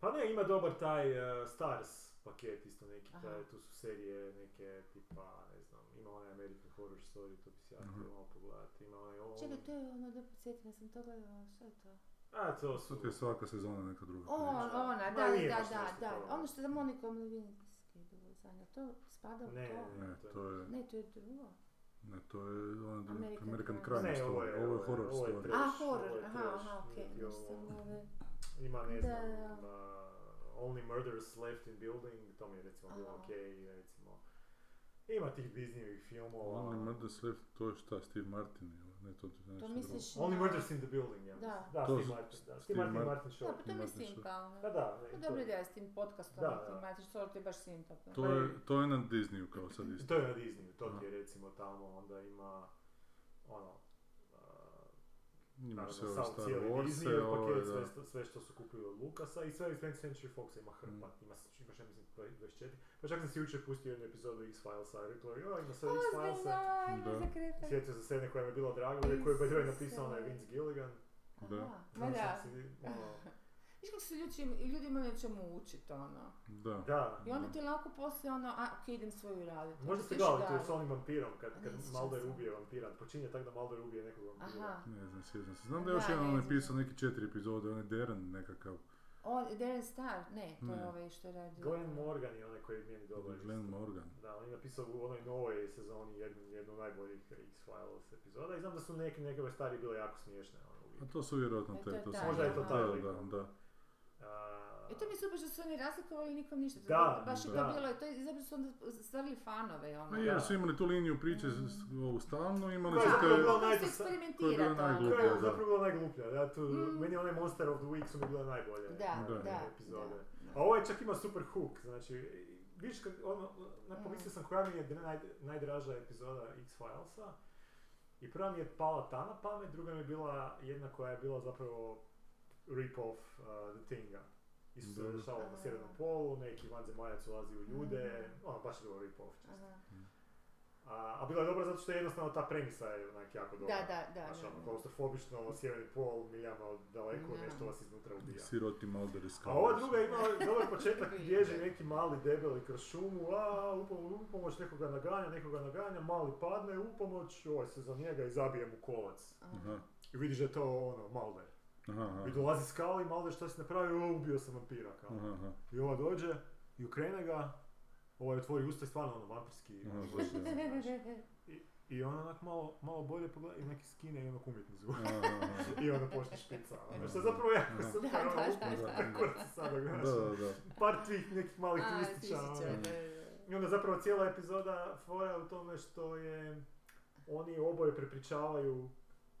[SPEAKER 3] Pa ne, ima dobar taj uh, Stars paket isto neki,
[SPEAKER 1] Aha.
[SPEAKER 3] taj, tu su serije neke tipa, ne znam, ima onaj American Horror Story, to bi si ja
[SPEAKER 2] Mhm.
[SPEAKER 3] htio malo pogledati, ima onaj ovo.
[SPEAKER 1] Čekaj, to je ono, da podsjetim, ja sam to gledala, šta je to?
[SPEAKER 3] A, to su...
[SPEAKER 2] Sad ti je svaka sezona neka druga.
[SPEAKER 1] O,
[SPEAKER 2] priča.
[SPEAKER 1] ona, da,
[SPEAKER 3] Ma,
[SPEAKER 1] da,
[SPEAKER 3] nije baš
[SPEAKER 1] da,
[SPEAKER 3] nešto
[SPEAKER 1] da,
[SPEAKER 3] to.
[SPEAKER 1] ono što je za Monikom Lewinsky natjecanja, to spada u
[SPEAKER 3] Ne,
[SPEAKER 1] to?
[SPEAKER 2] Ne, to je,
[SPEAKER 1] Ne, to je drugo.
[SPEAKER 2] ne, to je ona druga,
[SPEAKER 1] American
[SPEAKER 2] American
[SPEAKER 1] Crime.
[SPEAKER 2] Crime
[SPEAKER 3] Ne, ovo
[SPEAKER 2] Story,
[SPEAKER 3] je-
[SPEAKER 2] ovo je
[SPEAKER 3] ovo je-
[SPEAKER 2] horror
[SPEAKER 3] ovo je
[SPEAKER 2] story.
[SPEAKER 3] trash,
[SPEAKER 1] A, horror,
[SPEAKER 3] ovo ovaj, je
[SPEAKER 1] aha,
[SPEAKER 3] trash,
[SPEAKER 1] aha, okej,
[SPEAKER 3] nije
[SPEAKER 1] baš
[SPEAKER 3] ovo-
[SPEAKER 1] sam ove...
[SPEAKER 3] Ima ne
[SPEAKER 1] Da,
[SPEAKER 3] znam,
[SPEAKER 1] da.
[SPEAKER 3] ima Only Murders Left in Building, to mi je recimo bilo
[SPEAKER 1] Aha.
[SPEAKER 3] ok, recimo. Ima tih Disneyovih filmova.
[SPEAKER 2] Only Murders Left, to je šta, Steve Martin ili ne, to je nešto
[SPEAKER 1] To
[SPEAKER 2] drugo.
[SPEAKER 1] misliš
[SPEAKER 3] Only
[SPEAKER 1] na-
[SPEAKER 3] Murders in the Building, ja mislim.
[SPEAKER 1] Da.
[SPEAKER 3] Da,
[SPEAKER 2] To
[SPEAKER 3] Steve
[SPEAKER 2] su-
[SPEAKER 3] Martin, da.
[SPEAKER 2] Steve
[SPEAKER 3] Steve Martin,
[SPEAKER 2] Mar-
[SPEAKER 3] Martin
[SPEAKER 1] Da,
[SPEAKER 3] Show.
[SPEAKER 1] pa to mi je
[SPEAKER 2] Imate što-
[SPEAKER 1] simpalno.
[SPEAKER 3] Da, da. ne,
[SPEAKER 1] Pa
[SPEAKER 3] to
[SPEAKER 1] dobro
[SPEAKER 3] je-
[SPEAKER 1] ideja s tim podcastom,
[SPEAKER 3] Da,
[SPEAKER 1] da,
[SPEAKER 3] da.
[SPEAKER 1] to je baš simpatno.
[SPEAKER 2] To je, to je na Disneyu kao sad isto.
[SPEAKER 3] To je na Disneyu, to ti je
[SPEAKER 2] Aha.
[SPEAKER 3] recimo tamo, onda ima ono, uh,
[SPEAKER 2] Imaš sve
[SPEAKER 3] Naravno,
[SPEAKER 2] ove
[SPEAKER 3] sam
[SPEAKER 2] Star
[SPEAKER 3] cijeli Disney
[SPEAKER 2] Wars,
[SPEAKER 3] je
[SPEAKER 2] ove,
[SPEAKER 3] paket,
[SPEAKER 2] da.
[SPEAKER 3] sve, što- sve što su kupili od Lucasa i sve 20th Century Foxa ima
[SPEAKER 2] Mm.
[SPEAKER 3] hrpa, ima, imaš ja mislim 24, pa čak sam si jučer pustio jednu epizodu X-Filesa i rekao, joj, ima sve X-Filesa.
[SPEAKER 1] Ozbiljno,
[SPEAKER 2] Da.
[SPEAKER 1] ajme, zakretaj.
[SPEAKER 3] Sjetio sam se jedne koja mi je bila draga, ali koju je by the way
[SPEAKER 1] Isuse.
[SPEAKER 3] napisao onaj Vince Gilligan.
[SPEAKER 2] Da.
[SPEAKER 1] Aha,
[SPEAKER 3] Znam
[SPEAKER 1] Ma da.
[SPEAKER 3] sam si, ono,
[SPEAKER 1] Viš kako se ljudi, ljudi imaju čemu učiti, ono.
[SPEAKER 2] Da.
[SPEAKER 3] da.
[SPEAKER 1] I onda ti lako poslije, ono, a, ok, idem svoju raditi.
[SPEAKER 3] Možda ste
[SPEAKER 1] gledali
[SPEAKER 3] gledali tu s onim vampirom, kad, kad
[SPEAKER 1] Nisam.
[SPEAKER 3] Mulder ubije vampira, počinje tako da Mulder ubije nekog vampira.
[SPEAKER 1] Aha.
[SPEAKER 2] Ne znam, sjećam se. Znam da je još
[SPEAKER 1] Da,
[SPEAKER 2] jedan
[SPEAKER 1] ne
[SPEAKER 2] onaj
[SPEAKER 1] znam.
[SPEAKER 2] pisao neki četiri epizode, onaj Darren nekakav.
[SPEAKER 1] On, Darren Star, ne, to je
[SPEAKER 2] Ne.
[SPEAKER 1] ovaj što je radio.
[SPEAKER 3] Glenn Morgan je onaj koji je meni dobar.
[SPEAKER 2] Glenn Morgan.
[SPEAKER 3] Da, on je napisao u onoj novoj sezoni jednu, jednu od najboljih X-Files epizoda i znam da su neke, neke ove starije bile jako smiješne. Ono,
[SPEAKER 2] A
[SPEAKER 3] uvijek.
[SPEAKER 2] Pa to su vjerojatno
[SPEAKER 1] E, to
[SPEAKER 2] te,
[SPEAKER 1] je
[SPEAKER 2] to
[SPEAKER 1] taj,
[SPEAKER 2] su.
[SPEAKER 3] Možda je to
[SPEAKER 1] aha.
[SPEAKER 3] taj
[SPEAKER 2] Da,
[SPEAKER 3] lik.
[SPEAKER 2] da, da.
[SPEAKER 3] A,
[SPEAKER 1] I E, to mi je super što su oni razlikovali nikom ništa.
[SPEAKER 3] Da,
[SPEAKER 1] Baš je
[SPEAKER 2] da.
[SPEAKER 1] to bilo, to je, zapravo su onda stvarili fanove, ono.
[SPEAKER 2] Ma
[SPEAKER 3] Ja.
[SPEAKER 2] jer su imali tu liniju priče s- s- ovu stalnu, imali su
[SPEAKER 3] Da,
[SPEAKER 2] kao...
[SPEAKER 3] da,
[SPEAKER 1] ono, Kako ono.
[SPEAKER 3] najdu
[SPEAKER 1] se
[SPEAKER 3] sa-
[SPEAKER 2] to je
[SPEAKER 1] eksperimentira
[SPEAKER 2] bilo
[SPEAKER 1] tamo.
[SPEAKER 2] najgluplje.
[SPEAKER 3] koja je
[SPEAKER 2] da.
[SPEAKER 3] zapravo bila najgluplja, da, tu,
[SPEAKER 1] Mm.
[SPEAKER 3] meni one Monster of the Week su mi bile najbolje
[SPEAKER 1] Da,
[SPEAKER 2] Da.
[SPEAKER 1] da, da.
[SPEAKER 3] epizode.
[SPEAKER 1] da.
[SPEAKER 3] A ovo je čak ima super hook, znači, i- vidiš kad, ono, na-
[SPEAKER 1] Mm.
[SPEAKER 3] pomislio sam koja mi je naj, najdraža epizoda X-Filesa i prva mi je pala ta na pamet, druga mi je bila jedna koja je bila zapravo rip-off uh, The Thinga. Isto se
[SPEAKER 2] Dobro.
[SPEAKER 3] dešavalo na sjevernom polu, neki vanzemaljac ulazi u ljude,
[SPEAKER 1] Mm-hmm.
[SPEAKER 3] ono baš je bilo rip-off čisto.
[SPEAKER 1] Aha.
[SPEAKER 3] A, a bila je dobra zato što je jednostavno ta premisa je onak jako dobra.
[SPEAKER 1] Da, da, da,
[SPEAKER 3] Znaš,
[SPEAKER 1] da,
[SPEAKER 3] ono,
[SPEAKER 1] da.
[SPEAKER 3] klaustrofobično, sjeverni pol, miljama daleko,
[SPEAKER 1] Da.
[SPEAKER 3] nešto vas iznutra ubija.
[SPEAKER 2] Ja. Siroti Mulder iz
[SPEAKER 3] A ova
[SPEAKER 2] Kaosa.
[SPEAKER 3] druga ima ovaj dobar početak
[SPEAKER 1] Vidim.
[SPEAKER 3] gdje je neki mali debeli kroz šumu, a upomoć, upomoć nekoga naganja, nekoga naganja, mali padne, upomoć, ovaj se za njega i zabije mu kolac.
[SPEAKER 2] Aha,
[SPEAKER 3] I vidiš da je to ono, Malder.
[SPEAKER 2] aha, aha.
[SPEAKER 3] I dolazi skali, Malder što si napravio, o, ubio sam vampira kao.
[SPEAKER 2] Aha, aha.
[SPEAKER 3] I ova dođe i okrene ga, ovaj otvori usta i stvarno ono vampirski.
[SPEAKER 2] Aha,
[SPEAKER 3] ono,
[SPEAKER 2] baš je.
[SPEAKER 3] I ona onak malo, malo bolje pogleda i neki skine i onak umjetni zvuk.
[SPEAKER 2] Aha, aha.
[SPEAKER 3] I onda počne špica.
[SPEAKER 2] Da.
[SPEAKER 3] Ono, što je zapravo jako
[SPEAKER 2] Da.
[SPEAKER 3] super,
[SPEAKER 1] Da,
[SPEAKER 3] ono,
[SPEAKER 1] da,
[SPEAKER 3] usput,
[SPEAKER 2] da, da.
[SPEAKER 3] kako se sada
[SPEAKER 2] Da,
[SPEAKER 3] gledaš,
[SPEAKER 2] da, da.
[SPEAKER 3] par tih nekih malih
[SPEAKER 1] A,
[SPEAKER 3] twistića. ono.
[SPEAKER 1] Stišića, da, da, da.
[SPEAKER 3] I onda zapravo cijela epizoda fora je u tome što je oni oboje prepričavaju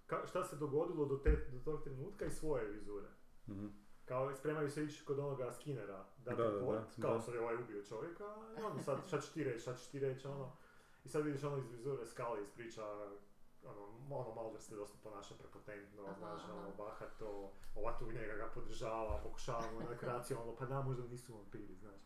[SPEAKER 3] ka- šta se dogodilo do, te, do tog trenutka i svoje vizure.
[SPEAKER 2] Mhm.
[SPEAKER 3] Kao spremaju se ići kod onoga Skinnera da,
[SPEAKER 2] Da, da,
[SPEAKER 3] report,
[SPEAKER 2] da,
[SPEAKER 3] kao
[SPEAKER 2] da.
[SPEAKER 3] sad je ovaj ubio čovjeka i onda sad šta ćeš ti reći, šta ćeš ti reći, ono. I sad vidiš ono iz vizure skale iz priča, ono, ono Mulder se dosta ponaša prepotentno,
[SPEAKER 1] Aha,
[SPEAKER 3] znaš,
[SPEAKER 1] aha.
[SPEAKER 3] ono, bahato, ova tu njega ga podržava, pokušava mu onak racionalno, pa da, možda nisu vampiri, znaš.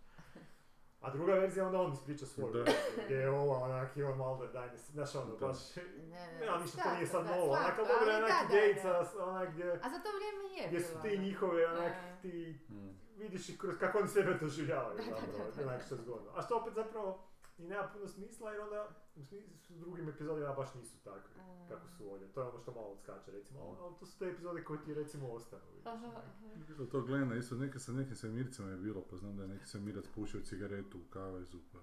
[SPEAKER 3] A druga verzija, onda on ispriča svoju
[SPEAKER 2] Da.
[SPEAKER 3] verziju, gdje je ova, onak, Ivan Mulder, daj ne, znaš, ono,
[SPEAKER 2] Da.
[SPEAKER 3] baš,
[SPEAKER 1] Ne,
[SPEAKER 3] nema ništa, Ja, to nije sad
[SPEAKER 1] slatko, E, da,
[SPEAKER 3] novo, onak,
[SPEAKER 1] slatko,
[SPEAKER 3] ali dobra je
[SPEAKER 1] ali
[SPEAKER 3] onak
[SPEAKER 1] da, da,
[SPEAKER 3] idejica,
[SPEAKER 1] da.
[SPEAKER 3] onak, gdje,
[SPEAKER 1] A za to vrijeme je
[SPEAKER 3] gdje su
[SPEAKER 1] bilo,
[SPEAKER 3] ti
[SPEAKER 1] ono.
[SPEAKER 3] njihove, onak,
[SPEAKER 1] Da.
[SPEAKER 3] ti
[SPEAKER 2] Mm.
[SPEAKER 3] vidiš i kroz kako oni sebe doživljavaju
[SPEAKER 1] Da, da,
[SPEAKER 3] zapravo,
[SPEAKER 1] da, da.
[SPEAKER 3] onak što je zgodno. A što opet zapravo i nema puno smisla jer onda u smis- u drugim epizodima baš nisu takvi
[SPEAKER 1] A.
[SPEAKER 3] kako su ovdje. To je ono što malo odskače recimo, ali, ali to su te epizode koje ti recimo ostanu. vidiš,
[SPEAKER 1] Aha,
[SPEAKER 3] onak.
[SPEAKER 1] aha.
[SPEAKER 2] Bilo to Glena, isto neke sa nekim svemircima je bilo, pa znam da je neki svemirac pušio cigaretu u kavezu, pa...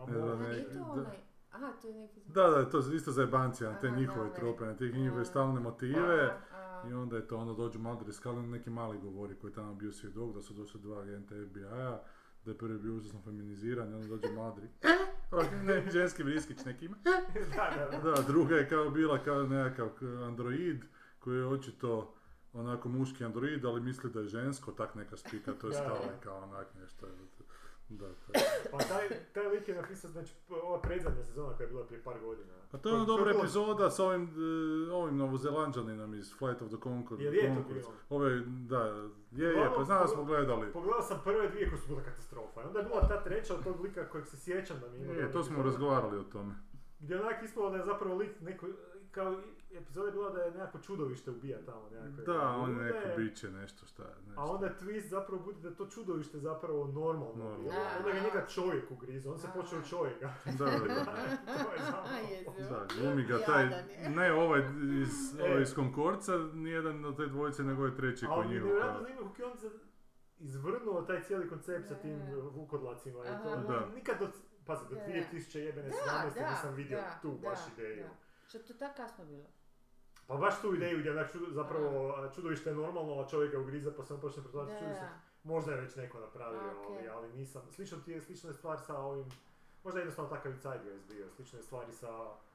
[SPEAKER 3] Ma
[SPEAKER 2] Ne,
[SPEAKER 3] mogu-
[SPEAKER 1] A
[SPEAKER 2] ne,
[SPEAKER 1] nije to
[SPEAKER 2] da.
[SPEAKER 1] onaj, aha, to je neki...
[SPEAKER 2] Da, da, to je isto za jebancija, na te
[SPEAKER 1] Aha,
[SPEAKER 2] njihove
[SPEAKER 1] da,
[SPEAKER 2] trope, na te
[SPEAKER 1] da.
[SPEAKER 2] njihove stalne motive.
[SPEAKER 1] A, a.
[SPEAKER 2] I onda je to, onda dođu Mulder i Scully, neki mali govori koji je tamo bio svjedok, da su došli dva agenta FBI-a, da je prvi bio užasno feminiziran, i onda dođe Mulder i, "Eh?" Ovak, ne, ženski vriskić neki ima. "Eh?"
[SPEAKER 3] da, da, da.
[SPEAKER 2] Da, druga je kao bila kao nekakav android koji je očito onako muški android, ali misli da je žensko, tak neka spika, to je
[SPEAKER 3] Da, da.
[SPEAKER 2] Scully, kao onak nešto. Da, to je.
[SPEAKER 3] Pa taj, taj lik je napisao, znači ova predzadnja sezona koja je bila prije par godina.
[SPEAKER 2] Pa to je ona
[SPEAKER 3] Koja-
[SPEAKER 2] dobra
[SPEAKER 3] koja-
[SPEAKER 2] epizoda s ovim, e, ovim novozelanđaninom iz Flight of the Concorde.
[SPEAKER 3] Jel je to
[SPEAKER 2] Concords.
[SPEAKER 3] bilo?
[SPEAKER 2] Ove, da, je, je, pa
[SPEAKER 3] Uglavnom,
[SPEAKER 2] znam da
[SPEAKER 3] po-
[SPEAKER 2] smo gledali.
[SPEAKER 3] Pogledao sam prve dvije koje su bile katastrofa. I onda je bila ta treća od tog lika kojeg se sjećam da mi ima.
[SPEAKER 2] Je,
[SPEAKER 3] dobra
[SPEAKER 2] E, to smo
[SPEAKER 3] epizoda.
[SPEAKER 2] razgovarali o tome.
[SPEAKER 3] Gdje je onak ispalo da je zapravo lik neko, kao i- epizoda je bila da je nekako čudovište ubija tamo nekakve.
[SPEAKER 2] Da, on je
[SPEAKER 3] ljude,
[SPEAKER 2] neko biće, nešto šta je,
[SPEAKER 3] A
[SPEAKER 2] nešto.
[SPEAKER 3] onda twist zapravo bude da je to čudovište zapravo normalno
[SPEAKER 2] Normalno.
[SPEAKER 3] ubija.
[SPEAKER 1] Da.
[SPEAKER 3] Onda ga njega čovjek ugrizu, on se
[SPEAKER 1] Da.
[SPEAKER 3] počeo od čovjeka.
[SPEAKER 2] Da, da, da.
[SPEAKER 3] to je
[SPEAKER 1] A,
[SPEAKER 3] zapravo.
[SPEAKER 1] jezivo.
[SPEAKER 2] Da, glumi ga taj,
[SPEAKER 1] Jadan je.
[SPEAKER 2] ne ovaj iz,
[SPEAKER 3] E.
[SPEAKER 2] ovaj iz Konkorca, nijedan od te dvojice, nego je treći koji
[SPEAKER 3] Ali mi
[SPEAKER 2] njih
[SPEAKER 3] nevjerojatno zanima kako je on za izvrnuo taj cijeli koncept sa tim
[SPEAKER 1] Da.
[SPEAKER 3] vukodlacima. i
[SPEAKER 1] Aha.
[SPEAKER 3] to,
[SPEAKER 2] Da.
[SPEAKER 3] Nikad od, pazi, do
[SPEAKER 1] Da.
[SPEAKER 3] 2017. nisam vidio tu baš ideju.
[SPEAKER 1] da. Što je to tako kasno bilo?
[SPEAKER 3] Pa baš tu ideju gdje onak čudo- zapravo čudovište je normalno, a čovjeka ugriza pa se on počne
[SPEAKER 1] Da,
[SPEAKER 3] pretvarati čudovište.
[SPEAKER 1] da.
[SPEAKER 3] Možda je već neko napravio,
[SPEAKER 1] Ok.
[SPEAKER 3] ali, ali nisam. Slično ti je, slična je stvar sa ovim, možda je jednostavno takav i Zeitgeist bio, slične stvari sa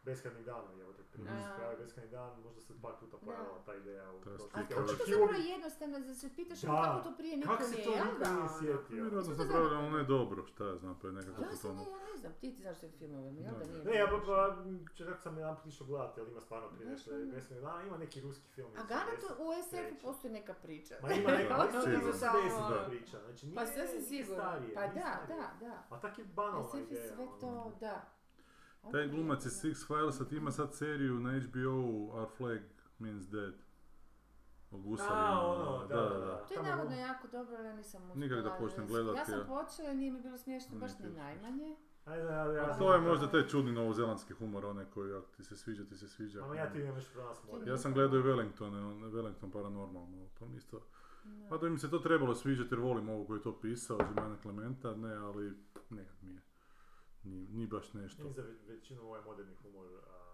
[SPEAKER 3] Beskrajnim danom, evo te prije
[SPEAKER 1] Mhm.
[SPEAKER 3] se pojavio Beskrajni dan, možda se par puta pojavila ta ideja u
[SPEAKER 2] To je
[SPEAKER 1] A
[SPEAKER 2] slika.
[SPEAKER 3] prošlosti.
[SPEAKER 1] kako je to
[SPEAKER 3] Očekivao
[SPEAKER 1] zapravo
[SPEAKER 3] bi-
[SPEAKER 1] jednostavno, da se pitaš
[SPEAKER 3] Da.
[SPEAKER 1] kako to prije niko
[SPEAKER 3] Kako se
[SPEAKER 1] nije,
[SPEAKER 3] to
[SPEAKER 1] jel
[SPEAKER 3] niko
[SPEAKER 1] da,
[SPEAKER 3] nije
[SPEAKER 1] ono?
[SPEAKER 3] sjetio?
[SPEAKER 2] Vjerojatno
[SPEAKER 1] Zato
[SPEAKER 2] sam
[SPEAKER 1] da-
[SPEAKER 2] pravila ono je dobro, šta ja znam, pa je nekako
[SPEAKER 1] Ja sam,
[SPEAKER 2] tomu.
[SPEAKER 1] ne, ja ne znam, ti ti znaš te filmove, jel da nije?
[SPEAKER 3] Ne, ja pa,
[SPEAKER 1] bilo ništa?
[SPEAKER 3] pa čak sam jedan put išao gledati, ali ima stvarno prije
[SPEAKER 1] Baš
[SPEAKER 3] nešto
[SPEAKER 1] ono.
[SPEAKER 3] Beskrajni dan, ima neki ruski film.
[SPEAKER 1] A
[SPEAKER 3] iz
[SPEAKER 1] garant
[SPEAKER 3] 80-ih.
[SPEAKER 1] u SF-u
[SPEAKER 3] treće.
[SPEAKER 1] postoji neka priča.
[SPEAKER 3] Ma ima neka,
[SPEAKER 2] Pa,
[SPEAKER 3] ali to je
[SPEAKER 2] sigurno.
[SPEAKER 3] za 80-ih
[SPEAKER 1] Da.
[SPEAKER 3] priča, znači nije
[SPEAKER 1] Pa sasvim
[SPEAKER 3] nije
[SPEAKER 1] sigurno.
[SPEAKER 3] starije,
[SPEAKER 1] Pa
[SPEAKER 3] nije
[SPEAKER 1] da,
[SPEAKER 3] starije.
[SPEAKER 1] da, da.
[SPEAKER 3] A tak je banalna
[SPEAKER 1] SF je
[SPEAKER 3] ideja.
[SPEAKER 1] sve
[SPEAKER 3] ono.
[SPEAKER 1] to, da.
[SPEAKER 2] Taj
[SPEAKER 1] Ok,
[SPEAKER 2] glumac
[SPEAKER 1] da.
[SPEAKER 2] iz Six Filesa ima sad seriju na HBO-u Our Flag Means Dead. O gusarima.
[SPEAKER 3] A, ono, da, da, da.
[SPEAKER 1] To je
[SPEAKER 3] Tamo
[SPEAKER 1] navodno
[SPEAKER 3] glu-
[SPEAKER 1] jako dobro, ali ja nisam uspjela.
[SPEAKER 2] Nikak da počnem gledat,
[SPEAKER 1] Ja sam
[SPEAKER 2] ja.
[SPEAKER 1] počela, nije mi bilo smiješno,
[SPEAKER 2] Ne,
[SPEAKER 1] baš
[SPEAKER 2] ti
[SPEAKER 1] ni
[SPEAKER 2] još.
[SPEAKER 1] najmanje.
[SPEAKER 3] Ajde, ja, ja,
[SPEAKER 2] A to je možda taj čudni novozelandski humor, onaj koji ako ti se sviđa, ti se sviđa.
[SPEAKER 3] Ma ja ti imam još prava smora.
[SPEAKER 2] Ja sam gledao i Wellington, Wellington Paranormalno, pa mi isto...
[SPEAKER 1] Da.
[SPEAKER 2] Pa da mi se to trebalo sviđati jer volim ovo koji je to pisao, Žimana Clementa, ne, ali nekak mi je. Ni, ni baš nešto.
[SPEAKER 3] Mislim za ve- većinu ovaj moderni humor. a,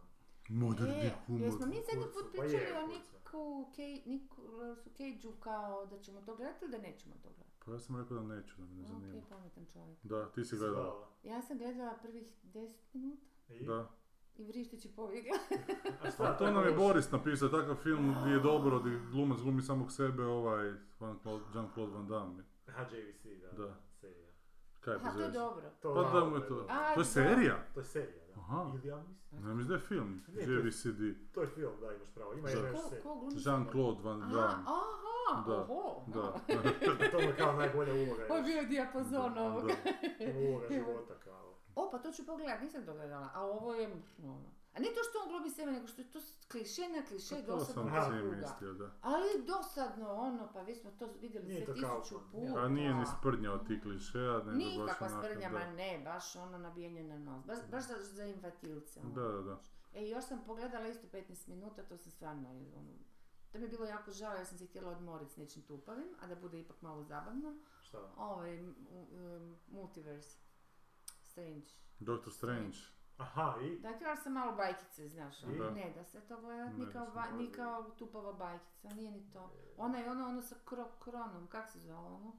[SPEAKER 2] Moderni
[SPEAKER 1] E,
[SPEAKER 2] humor.
[SPEAKER 1] jesmo mi zadnji put
[SPEAKER 3] Kurcu, pa je,
[SPEAKER 1] pričali o
[SPEAKER 3] kurcu.
[SPEAKER 1] Niku, Kej, Nikolasu Kejđu kao da ćemo to gledati ili da nećemo to gledati?
[SPEAKER 2] Pa ja sam rekao da neću, da me ne zanima.
[SPEAKER 1] Ok, pametan čovjek.
[SPEAKER 2] Da, ti si
[SPEAKER 3] si
[SPEAKER 2] gledala.
[SPEAKER 1] Ja sam gledala prvih 10 minuta
[SPEAKER 3] I?
[SPEAKER 2] Da.
[SPEAKER 1] i vrištići povijek.
[SPEAKER 3] A
[SPEAKER 2] A
[SPEAKER 3] šta,
[SPEAKER 2] to nam je
[SPEAKER 3] loš?
[SPEAKER 2] Boris napisao, takav film gdje je dobro, gdje glumac glumi samog sebe, ovaj, Van Cla- Jean-Claude Van Damme.
[SPEAKER 3] Aha, JVC, da.
[SPEAKER 2] Da.
[SPEAKER 3] Serija.
[SPEAKER 2] Kaj
[SPEAKER 1] Aha, to je
[SPEAKER 2] bezveze.
[SPEAKER 1] dobro.
[SPEAKER 3] To,
[SPEAKER 2] Pa da mu
[SPEAKER 3] ovo
[SPEAKER 2] je to.
[SPEAKER 1] A, da.
[SPEAKER 2] To je serija?
[SPEAKER 3] To je serija, da.
[SPEAKER 2] Aha.
[SPEAKER 3] Ili ja mislim.
[SPEAKER 2] Ne mislim da je film.
[SPEAKER 3] Ne, to je-
[SPEAKER 2] JVCD.
[SPEAKER 3] To je film, da, imaš pravo. Ima
[SPEAKER 2] Da.
[SPEAKER 3] jedna još
[SPEAKER 1] Ko,
[SPEAKER 3] serija.
[SPEAKER 1] ko glumi?
[SPEAKER 2] Jean-Claude Van
[SPEAKER 1] Aha,
[SPEAKER 2] Damme.
[SPEAKER 1] aha,
[SPEAKER 2] Da,
[SPEAKER 1] oho.
[SPEAKER 2] Da.
[SPEAKER 3] To mu je kao najbolja uloga.
[SPEAKER 1] Ovo je
[SPEAKER 3] još.
[SPEAKER 1] bio dijapazon ovoga.
[SPEAKER 2] Da.
[SPEAKER 3] Uloga života kao.
[SPEAKER 1] O, pa to ću pogledat, nisam to gledala, a ovo je... mm, ono. A ne to što on globi sebe, nego što je to s- kliše na kliše,
[SPEAKER 2] Pa To sam
[SPEAKER 1] dosadno
[SPEAKER 3] Aha,
[SPEAKER 2] si
[SPEAKER 1] kruga.
[SPEAKER 2] mislio, da.
[SPEAKER 1] Ali dosadno ono, pa vi smo to vidjeli
[SPEAKER 3] Nije
[SPEAKER 1] sve
[SPEAKER 3] to
[SPEAKER 1] tisuću
[SPEAKER 3] Kaufman, nije.
[SPEAKER 1] puta.
[SPEAKER 2] A Pa nije ni sprnja od tih klišeja, nego baš
[SPEAKER 1] Nikakva
[SPEAKER 2] onako,
[SPEAKER 1] sprnja,
[SPEAKER 2] da.
[SPEAKER 1] ma ne, baš ono nabijanje na nos, baš, baš za, za infatilce. ono.
[SPEAKER 2] Da, da, da.
[SPEAKER 1] E, još sam pogledala isto 15 minuta, to sam stvarno, ono, to mi je bilo jako žao, ja sam se htjela odmoriti s nečim tupavim, a da bude ipak malo zabavno.
[SPEAKER 3] Šta?
[SPEAKER 1] Ovaj, m- um, multiverse, strange.
[SPEAKER 2] Doctor Strange.
[SPEAKER 3] Aha, i?
[SPEAKER 1] Da, htjela sam malo bajkice, znaš, ono,
[SPEAKER 2] Da.
[SPEAKER 1] ne da se to gledat,
[SPEAKER 2] Ne
[SPEAKER 1] ni
[SPEAKER 2] da
[SPEAKER 1] kao,
[SPEAKER 2] se
[SPEAKER 1] ba- ni
[SPEAKER 2] može.
[SPEAKER 1] kao tupava bajkica, nije ni to. Ona je ono, ono sa kro, kronom, kak se zove ono?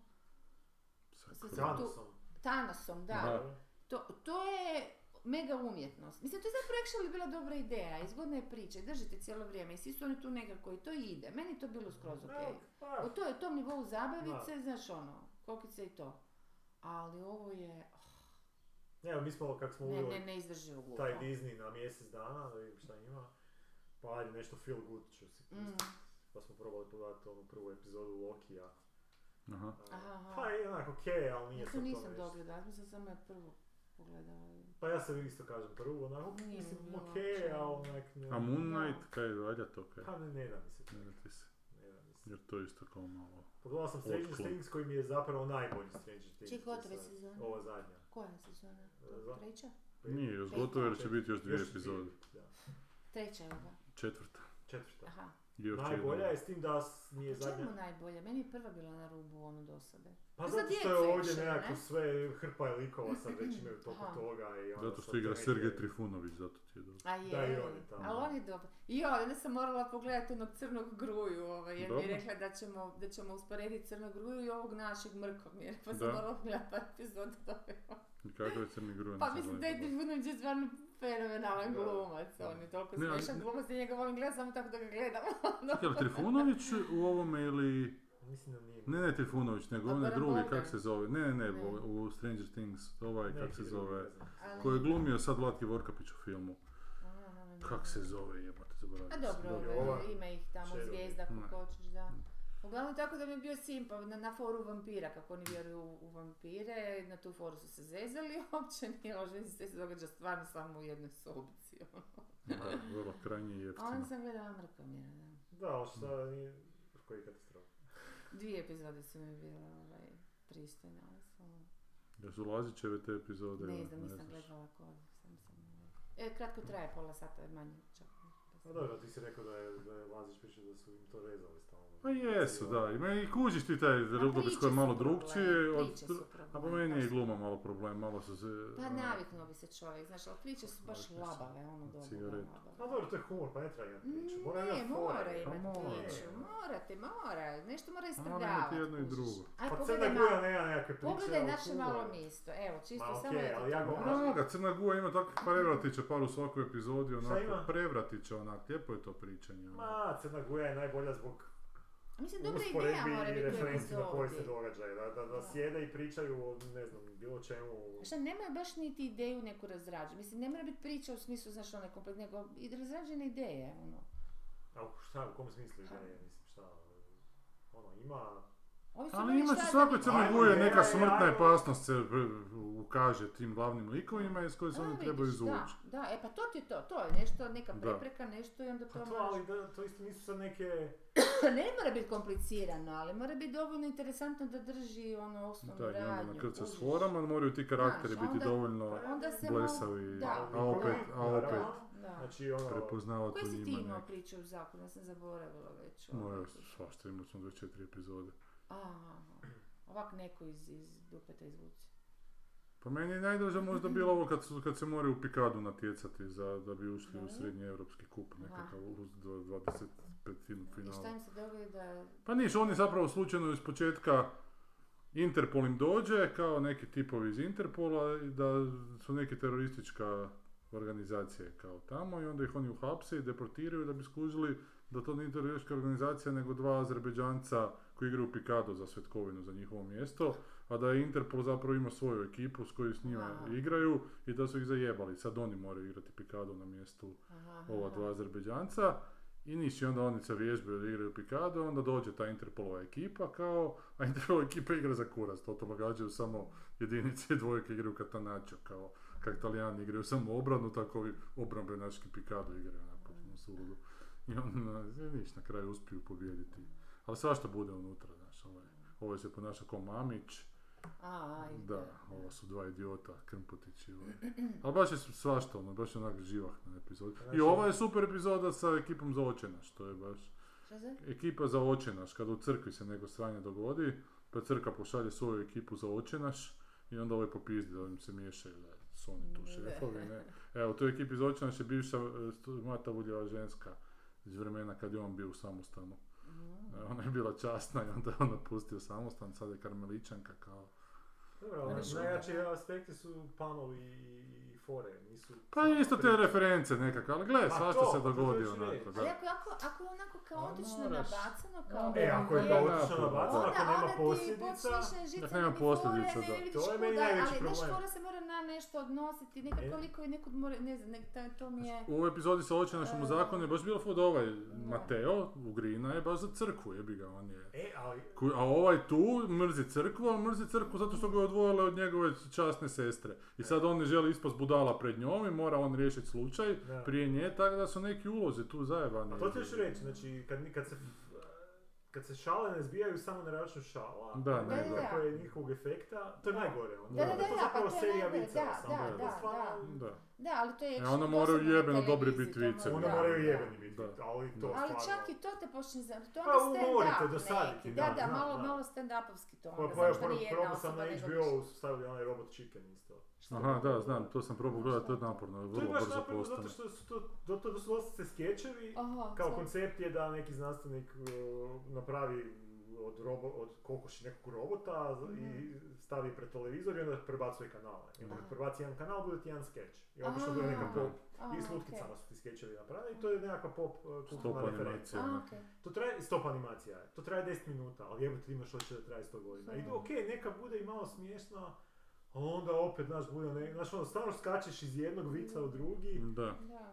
[SPEAKER 2] Sa
[SPEAKER 1] Sa-
[SPEAKER 2] kru-
[SPEAKER 3] Zanosom.
[SPEAKER 1] Thanosom, da.
[SPEAKER 2] Da.
[SPEAKER 1] To, to je mega umjetnost. Mislim, to je zapravo actually bila dobra ideja, i zgodna je priča, i držite cijelo vrijeme, i svi su oni tu nekako, i to ide. Meni je to bilo skroz ok.
[SPEAKER 3] pa,
[SPEAKER 1] O to je tom nivou zabavice, znaš ono, kokice i to. Ali ovo je, oh,
[SPEAKER 3] Evo, mi smo, kako smo
[SPEAKER 1] ne, ne,
[SPEAKER 3] uveli
[SPEAKER 1] ne izdrživo glupo.
[SPEAKER 3] taj Disney na mjesec dana, da vidim šta ima. Pa ajde, nešto feel good ću si
[SPEAKER 1] Mm,
[SPEAKER 3] pustit. Pa smo probali pogledati onu prvu epizodu Lokija.
[SPEAKER 2] Aha.
[SPEAKER 1] Aha.
[SPEAKER 3] Pa je onak okej, ali nije
[SPEAKER 1] ja
[SPEAKER 3] sad
[SPEAKER 1] to
[SPEAKER 3] to
[SPEAKER 1] nisam
[SPEAKER 3] nešto.
[SPEAKER 1] dogledala, ja sam samo je prvo pogledala.
[SPEAKER 3] Pa ja sam isto kažem prvu, onak, ok,
[SPEAKER 1] Nije
[SPEAKER 3] mislim,
[SPEAKER 1] bilo
[SPEAKER 3] okej,
[SPEAKER 1] uopće.
[SPEAKER 3] ali onak ne...
[SPEAKER 2] A Moon Knight, kaj valja to kaj?
[SPEAKER 3] Pa ne, ne da mi se to,
[SPEAKER 2] Ne da ti se.
[SPEAKER 3] ne da mi se.
[SPEAKER 2] Jer to je isto kao malo.
[SPEAKER 3] Pogledao sam Stranger
[SPEAKER 2] Otklon.
[SPEAKER 3] Things koji mi je zapravo najbolji Stranger Things.
[SPEAKER 1] Čih gotove
[SPEAKER 3] do sad.
[SPEAKER 1] sezone?
[SPEAKER 3] Ova zadnja.
[SPEAKER 1] Koja je sezona? To
[SPEAKER 3] Za-
[SPEAKER 1] je Treća?
[SPEAKER 2] Nije još gotovo jer će biti još dvije
[SPEAKER 3] Još
[SPEAKER 2] epizode.
[SPEAKER 3] Da.
[SPEAKER 1] Treća je ova.
[SPEAKER 2] Četvrta.
[SPEAKER 3] Četvrta.
[SPEAKER 1] Aha.
[SPEAKER 2] I Još
[SPEAKER 3] Najbolja
[SPEAKER 2] jedna.
[SPEAKER 3] je s tim da s- mi je
[SPEAKER 1] Po
[SPEAKER 3] zadnja.
[SPEAKER 1] Pa Čemu najbolje? Meni je prva bila na rubu ono dosade.
[SPEAKER 3] Pa
[SPEAKER 1] Za
[SPEAKER 3] zato što
[SPEAKER 1] djecu
[SPEAKER 3] je ovdje
[SPEAKER 1] više,
[SPEAKER 3] nekako
[SPEAKER 1] ne?
[SPEAKER 3] sve hrpa je likova sad već imaju toliko
[SPEAKER 1] Aha.
[SPEAKER 3] toga i ono
[SPEAKER 2] Zato
[SPEAKER 3] sad
[SPEAKER 2] što igra
[SPEAKER 3] neke-
[SPEAKER 2] Sergej Trifunović, zato ti je dobro.
[SPEAKER 1] A je,
[SPEAKER 3] Da, i
[SPEAKER 1] ali
[SPEAKER 3] on je tamo.
[SPEAKER 1] on je dobar. I ja, onda sam morala pogledati onog crnog gruju, ovaj, jer mi je
[SPEAKER 2] Dobro.
[SPEAKER 1] rekla da ćemo, da ćemo usporediti crnog gruju i ovog našeg mrkomira, pa sam
[SPEAKER 2] Da.
[SPEAKER 1] morala pogledati par epizoda toga.
[SPEAKER 2] I kako je Crni Grujan?
[SPEAKER 1] Pa mislim da je Divunović je stvarno fenomenalan
[SPEAKER 3] Da,
[SPEAKER 1] glumac,
[SPEAKER 3] da.
[SPEAKER 1] on je toliko
[SPEAKER 2] Ne, ali
[SPEAKER 1] smiješan
[SPEAKER 2] ne-
[SPEAKER 1] glumac da njega volim gledat samo tako da ga gledam.
[SPEAKER 2] Je li Trifunović u ovome ili...
[SPEAKER 3] Mislim da nije.
[SPEAKER 2] Ne, ne Trifunović, nego
[SPEAKER 1] A
[SPEAKER 2] onaj
[SPEAKER 1] Goran
[SPEAKER 2] drugi,
[SPEAKER 1] Bogdan.
[SPEAKER 2] kak se zove? Ne, ne, ne,
[SPEAKER 1] Ne.
[SPEAKER 2] u- u Stranger Things, ovaj, kak
[SPEAKER 3] Neki
[SPEAKER 2] se
[SPEAKER 3] drugi,
[SPEAKER 2] zove.
[SPEAKER 3] ne znam.
[SPEAKER 1] Ali-
[SPEAKER 2] Koji je glumio sad Vlatki Vorkapić u filmu.
[SPEAKER 1] A, a, a,
[SPEAKER 2] Kak se zove, jebate, zaboravio
[SPEAKER 1] A
[SPEAKER 2] sam.
[SPEAKER 1] dobro,
[SPEAKER 3] Dobro,
[SPEAKER 1] ovaj,
[SPEAKER 3] ova-
[SPEAKER 1] ima ih tamo
[SPEAKER 3] Shadow.
[SPEAKER 1] zvijezda
[SPEAKER 2] Ne.
[SPEAKER 1] kako hoćeš, da. Uglavnom tako da mi je bio simpa na, na foru vampira, kako oni vjeruju u, u vampire, na tu foru su se zezali, uopće nije ložen, sve se događa stvarno samo u jednoj sobici. ono.
[SPEAKER 2] Da, vrlo krajnje i
[SPEAKER 1] A onda
[SPEAKER 2] jeftino.
[SPEAKER 1] sam gledala Mrkomira, da.
[SPEAKER 3] Da, ali šta nije... Koji je katastrofa.
[SPEAKER 1] Dvije epizode su mi bile ovaj, pristojne, ali su, ono,
[SPEAKER 2] Jesu Lazićeve te epizode?
[SPEAKER 1] ne
[SPEAKER 2] ili
[SPEAKER 1] znam, nisam
[SPEAKER 2] znaš?
[SPEAKER 1] gledala koje, sam sam... E, kratko traje, pola sata, manje čak. pa sam
[SPEAKER 3] Pa dobro, ti si rekao da je, da je Lazić piše da su im to rezali stalno.
[SPEAKER 2] Pa jesu, da. Ima i kužiš ti taj rugopis koji je malo drugčije. Od... A po meni je i gluma malo problem, malo su se... ono-
[SPEAKER 1] Pa
[SPEAKER 2] a,
[SPEAKER 1] naviknuo bi se čovjek, znaš, ali priče su baš
[SPEAKER 2] Naviknuo se.
[SPEAKER 1] labave, ono dobro. Mm,
[SPEAKER 2] Cigaretu.
[SPEAKER 3] Pa dobro, to je humor, pa ne treba imati priču. Mora
[SPEAKER 1] Ne,
[SPEAKER 3] imati
[SPEAKER 1] mora
[SPEAKER 3] fore.
[SPEAKER 2] Pa
[SPEAKER 1] imati
[SPEAKER 2] mora.
[SPEAKER 1] priču, morate, mora, nešto mora
[SPEAKER 2] imati
[SPEAKER 1] istradavati.
[SPEAKER 2] jedno i
[SPEAKER 1] kužiš.
[SPEAKER 2] drugo.
[SPEAKER 1] Aj,
[SPEAKER 3] Pa
[SPEAKER 1] pogledaj
[SPEAKER 3] Crna
[SPEAKER 1] malo-
[SPEAKER 3] Gora nema nekakve priče.
[SPEAKER 1] Pogledaj
[SPEAKER 3] ali
[SPEAKER 1] naše
[SPEAKER 3] humor je.
[SPEAKER 1] malo mjesto, evo, čisto
[SPEAKER 3] Ma,
[SPEAKER 1] samo
[SPEAKER 3] okej,
[SPEAKER 1] eto
[SPEAKER 3] ali ja
[SPEAKER 1] to.
[SPEAKER 3] govorim-
[SPEAKER 2] Ono onoga, Crna Guja ima takvih prevratića par u svakoj epizodi, onako,
[SPEAKER 3] ima?
[SPEAKER 2] prevratića onak, lijepo je to pričanje. ono.
[SPEAKER 3] Ma, Crna Guja je najbolja zbog
[SPEAKER 1] Mislim, dobra ideja mora
[SPEAKER 3] usporedbi i
[SPEAKER 1] biti u
[SPEAKER 3] referenci na koje se
[SPEAKER 1] epizodi.
[SPEAKER 3] događaje. Da, da, da sjede i pričaju o, ne znam, bilo čemu.
[SPEAKER 1] A Šta, nemaju baš niti ideju neku razrađenu. Mislim, ne mora biti priča u smislu, znaš, one kompletne, nego i razrađene ideje, ono.
[SPEAKER 3] A u šta, u kom smislu ideje, mislim, šta? Ono, ima...
[SPEAKER 1] Ovi su
[SPEAKER 2] Ali
[SPEAKER 1] imali
[SPEAKER 2] ima
[SPEAKER 1] šta
[SPEAKER 2] se
[SPEAKER 1] da
[SPEAKER 2] svakoj
[SPEAKER 1] bi-
[SPEAKER 2] crnoj
[SPEAKER 3] Ajmo,
[SPEAKER 2] guji
[SPEAKER 3] je,
[SPEAKER 2] neka
[SPEAKER 3] je,
[SPEAKER 2] smrtna
[SPEAKER 3] ajmo.
[SPEAKER 2] opasnost se e, ukaže tim glavnim likovima iz koje se
[SPEAKER 1] A,
[SPEAKER 2] oni
[SPEAKER 1] vidiš,
[SPEAKER 2] trebaju izvući.
[SPEAKER 1] Da, da, e pa to ti je to, to je nešto, neka
[SPEAKER 2] Da.
[SPEAKER 1] prepreka, nešto i onda to
[SPEAKER 3] Pa to,
[SPEAKER 1] moraš-
[SPEAKER 3] ali da, to isto nisu sad neke...
[SPEAKER 1] Ne mora biti komplicirano, ali mora biti dovoljno interesantno da drži ono osnovnu
[SPEAKER 2] Da, i onda
[SPEAKER 1] radnju.
[SPEAKER 2] na krca s
[SPEAKER 1] kužiš.
[SPEAKER 2] forama, moraju ti karakteri
[SPEAKER 1] Znaš,
[SPEAKER 2] biti
[SPEAKER 1] onda-
[SPEAKER 2] dovoljno
[SPEAKER 1] Onda se mo-
[SPEAKER 2] blesavi,
[SPEAKER 1] Da.
[SPEAKER 2] a opet, a opet
[SPEAKER 3] Naravno.
[SPEAKER 1] Da.
[SPEAKER 3] Znači, ono...
[SPEAKER 2] prepoznavati
[SPEAKER 1] Koji
[SPEAKER 2] u
[SPEAKER 1] si ti
[SPEAKER 2] njima
[SPEAKER 1] imao
[SPEAKER 2] neke.
[SPEAKER 1] priču u zakonu? Ja sam zaboravila već. ono.
[SPEAKER 2] Moje, svašta imao sam 24 epizode.
[SPEAKER 1] Aha. Ovak neko iz, iz dupeta izvuci.
[SPEAKER 2] Pa meni je najdraža možda bilo ovo kad, su, kad se moraju u Pikadu natjecati za, da bi ušli u
[SPEAKER 1] Mhm.
[SPEAKER 2] srednji europski kup, nekakav uz dva- 25
[SPEAKER 1] I šta
[SPEAKER 2] finala.
[SPEAKER 1] im se dogodi da...
[SPEAKER 2] Pa niš, oni zapravo slučajno iz početka Interpol im dođe, kao neki tipovi iz Interpola, i da su neke teroristička organizacije kao tamo i onda ih oni uhapse i deportiraju da bi skužili da to nije teroristička organizacija nego dva Azerbeđanca koji igraju Pikado za Svetkovinu, za njihovo mjesto, a da je Interpol zapravo ima svoju ekipu s kojoj s njima
[SPEAKER 1] Aha.
[SPEAKER 2] igraju i da su ih zajebali. Sad oni moraju igrati Pikado na mjestu
[SPEAKER 1] Aha,
[SPEAKER 2] ova
[SPEAKER 1] aha.
[SPEAKER 2] dva Azerbeđanca i niš, i onda oni se vježbaju da igraju pikado, onda dođe ta Interpolova ekipa kao, a Interpolova ekipa igra za kurac, to gađaju samo jedinice i dvojke igraju katanačo, kao kak Talijani igraju samo obranu, tako ovi obrambenački pikado igraju na potpuno suludu. I onda, niš, na kraju uspiju pobijediti. Ali svašta bude unutra, znaš, ovaj, ovaj se ponaša kao mamić,
[SPEAKER 1] A, ajde.
[SPEAKER 2] da, ovo su dva idiota, Krmputići. ovaj. Ali baš je svašta, ono, baš je onak živahna epizoda. I
[SPEAKER 3] Znači-
[SPEAKER 2] ova je super epizoda sa ekipom za očenaš, to je baš.
[SPEAKER 1] Šta za?
[SPEAKER 2] Ekipa za očenaš, kada u crkvi se neko sranje dogodi, pa crka pošalje svoju ekipu za očenaš i onda ovaj popizdi da im se miješaju da su oni tu
[SPEAKER 1] Ne.
[SPEAKER 2] šefovi, ne. Evo, u toj ekipi za očenaš je bivša e, stu- Mata Vuljeva ženska iz vremena kad je on bio u samostanu.
[SPEAKER 1] Mm.
[SPEAKER 2] E, Ona je bila časna i onda je on napustio samostan, sad je karmeličanka kao.
[SPEAKER 3] Dobro,
[SPEAKER 1] Oni
[SPEAKER 3] ali
[SPEAKER 1] su-
[SPEAKER 3] ono, najjači aspekti su panovi i, i- i fore, nisu...
[SPEAKER 2] Pa isto te reference nekakve, ali gle,
[SPEAKER 3] Pa
[SPEAKER 2] svašta
[SPEAKER 3] to,
[SPEAKER 2] se
[SPEAKER 3] pa to
[SPEAKER 2] dogodi
[SPEAKER 3] ću
[SPEAKER 2] onako,
[SPEAKER 3] reći.
[SPEAKER 1] Ali
[SPEAKER 2] da.
[SPEAKER 1] ako, ako, ako je onako kaotično
[SPEAKER 2] moraš.
[SPEAKER 1] nabacano, kao...
[SPEAKER 2] onda-
[SPEAKER 3] Pa E, ako je
[SPEAKER 2] Ne.
[SPEAKER 3] kaotično
[SPEAKER 2] Da.
[SPEAKER 3] nabacano,
[SPEAKER 1] Onda,
[SPEAKER 3] ako nema
[SPEAKER 1] onda ti
[SPEAKER 3] posljedica...
[SPEAKER 1] počneš na žicama
[SPEAKER 2] nema
[SPEAKER 1] ni
[SPEAKER 2] posljedica,
[SPEAKER 1] fore,
[SPEAKER 2] da.
[SPEAKER 1] Ne vidiš
[SPEAKER 3] To je
[SPEAKER 1] kuda,
[SPEAKER 3] meni najveći
[SPEAKER 1] ali znaš,
[SPEAKER 3] problem.
[SPEAKER 1] fora se mora na nešto odnositi,
[SPEAKER 3] E.
[SPEAKER 1] nekako liko i nekud mora, ne znam, nek, taj- to mi je...
[SPEAKER 2] U ovoj epizodi sa očinašom u
[SPEAKER 1] E.
[SPEAKER 2] zakonu je baš bilo fud ovaj
[SPEAKER 3] e,
[SPEAKER 2] Mateo, Ugrina je baš za crkvu, jebi ga, on je.
[SPEAKER 3] E, ali...
[SPEAKER 2] Ku- A ovaj tu mrzi crkvu, ali mrzi crkvu zato što ga je odvojila od njegove časne sestre. I sad on ne želi ispast budala pred njom i mora on riješiti slučaj
[SPEAKER 3] Da.
[SPEAKER 2] prije nje, tako da su neki ulozi tu zajebani.
[SPEAKER 3] A to ti još reći, znači, kad, ni- kad se... Kad se šale ne zbijaju samo na račun šala,
[SPEAKER 2] Da, ne,
[SPEAKER 1] da.
[SPEAKER 3] nekako je njihovog efekta, to je najgore. Onda.
[SPEAKER 1] Da, da, da,
[SPEAKER 3] to je
[SPEAKER 1] da,
[SPEAKER 3] zapravo
[SPEAKER 1] pa to je
[SPEAKER 3] serija
[SPEAKER 1] najgore,
[SPEAKER 3] viceva
[SPEAKER 1] da,
[SPEAKER 3] samo.
[SPEAKER 2] da,
[SPEAKER 3] To
[SPEAKER 2] da,
[SPEAKER 3] stvarno-
[SPEAKER 2] Da.
[SPEAKER 1] Da, ali to je...
[SPEAKER 2] E,
[SPEAKER 1] action,
[SPEAKER 2] onda moraju
[SPEAKER 1] posebno na
[SPEAKER 2] jebeno dobri
[SPEAKER 1] televiziji, to
[SPEAKER 2] bit
[SPEAKER 1] mora-
[SPEAKER 2] vice.
[SPEAKER 3] Onda
[SPEAKER 1] da,
[SPEAKER 3] ono moraju
[SPEAKER 1] da.
[SPEAKER 3] jebeni biti,
[SPEAKER 2] Da.
[SPEAKER 3] ali to
[SPEAKER 1] Ali
[SPEAKER 3] stvarno...
[SPEAKER 1] čak i to te počne zanimati, to je
[SPEAKER 3] Pa,
[SPEAKER 1] onda
[SPEAKER 3] umori te,
[SPEAKER 1] stand-up
[SPEAKER 3] dosadi
[SPEAKER 1] neki.
[SPEAKER 3] ti,
[SPEAKER 1] Da,
[SPEAKER 3] da,
[SPEAKER 1] da,
[SPEAKER 3] da,
[SPEAKER 1] malo,
[SPEAKER 3] da.
[SPEAKER 1] malo stand-upovski to ono,
[SPEAKER 3] Pa,
[SPEAKER 1] onda,
[SPEAKER 3] pa ja
[SPEAKER 1] zašto ne
[SPEAKER 3] prvo-
[SPEAKER 1] jedna
[SPEAKER 3] probao sam
[SPEAKER 1] osoba
[SPEAKER 3] na
[SPEAKER 1] nego
[SPEAKER 3] HBO stavili onaj Robot Chicken isto.
[SPEAKER 1] više.
[SPEAKER 2] Aha, da, znam, to sam probao gledati, to je naporno,
[SPEAKER 3] To je
[SPEAKER 2] vrlo
[SPEAKER 3] baš
[SPEAKER 2] brzo
[SPEAKER 3] napravljeno zato
[SPEAKER 2] postane.
[SPEAKER 3] što su to, do to su doslovce skečevi,
[SPEAKER 1] Aha,
[SPEAKER 3] kao
[SPEAKER 1] sad-
[SPEAKER 3] koncept je da neki znanstvenik uh, napravi od, robo, od kokoši nekog robota z-
[SPEAKER 1] Mhm.
[SPEAKER 3] i stavi pred televizor i onda prebacuje kanale. I onda kad
[SPEAKER 1] Aha.
[SPEAKER 3] prebaci jedan kanal, bude ti jedan skeč. I obično bude
[SPEAKER 1] A,
[SPEAKER 3] neka pop.
[SPEAKER 1] a,
[SPEAKER 3] I s
[SPEAKER 1] okej.
[SPEAKER 3] lutkicama su ti skečevi napravljeni i to je nekakva pop uh, kulturna
[SPEAKER 2] Stop
[SPEAKER 3] referencija.
[SPEAKER 1] A,
[SPEAKER 2] animacija. ne.
[SPEAKER 1] okej.
[SPEAKER 3] To traje, stop animacija je. To traje 10 minuta, ali jebote imaš hoće da traje 100 godina. I
[SPEAKER 1] Mhm.
[SPEAKER 3] ok, neka bude i malo smiješna, a onda opet, znaš, bude ne... Znaš, ono, stalno skačeš iz jednog vica u drugi.
[SPEAKER 2] Da.
[SPEAKER 1] Da.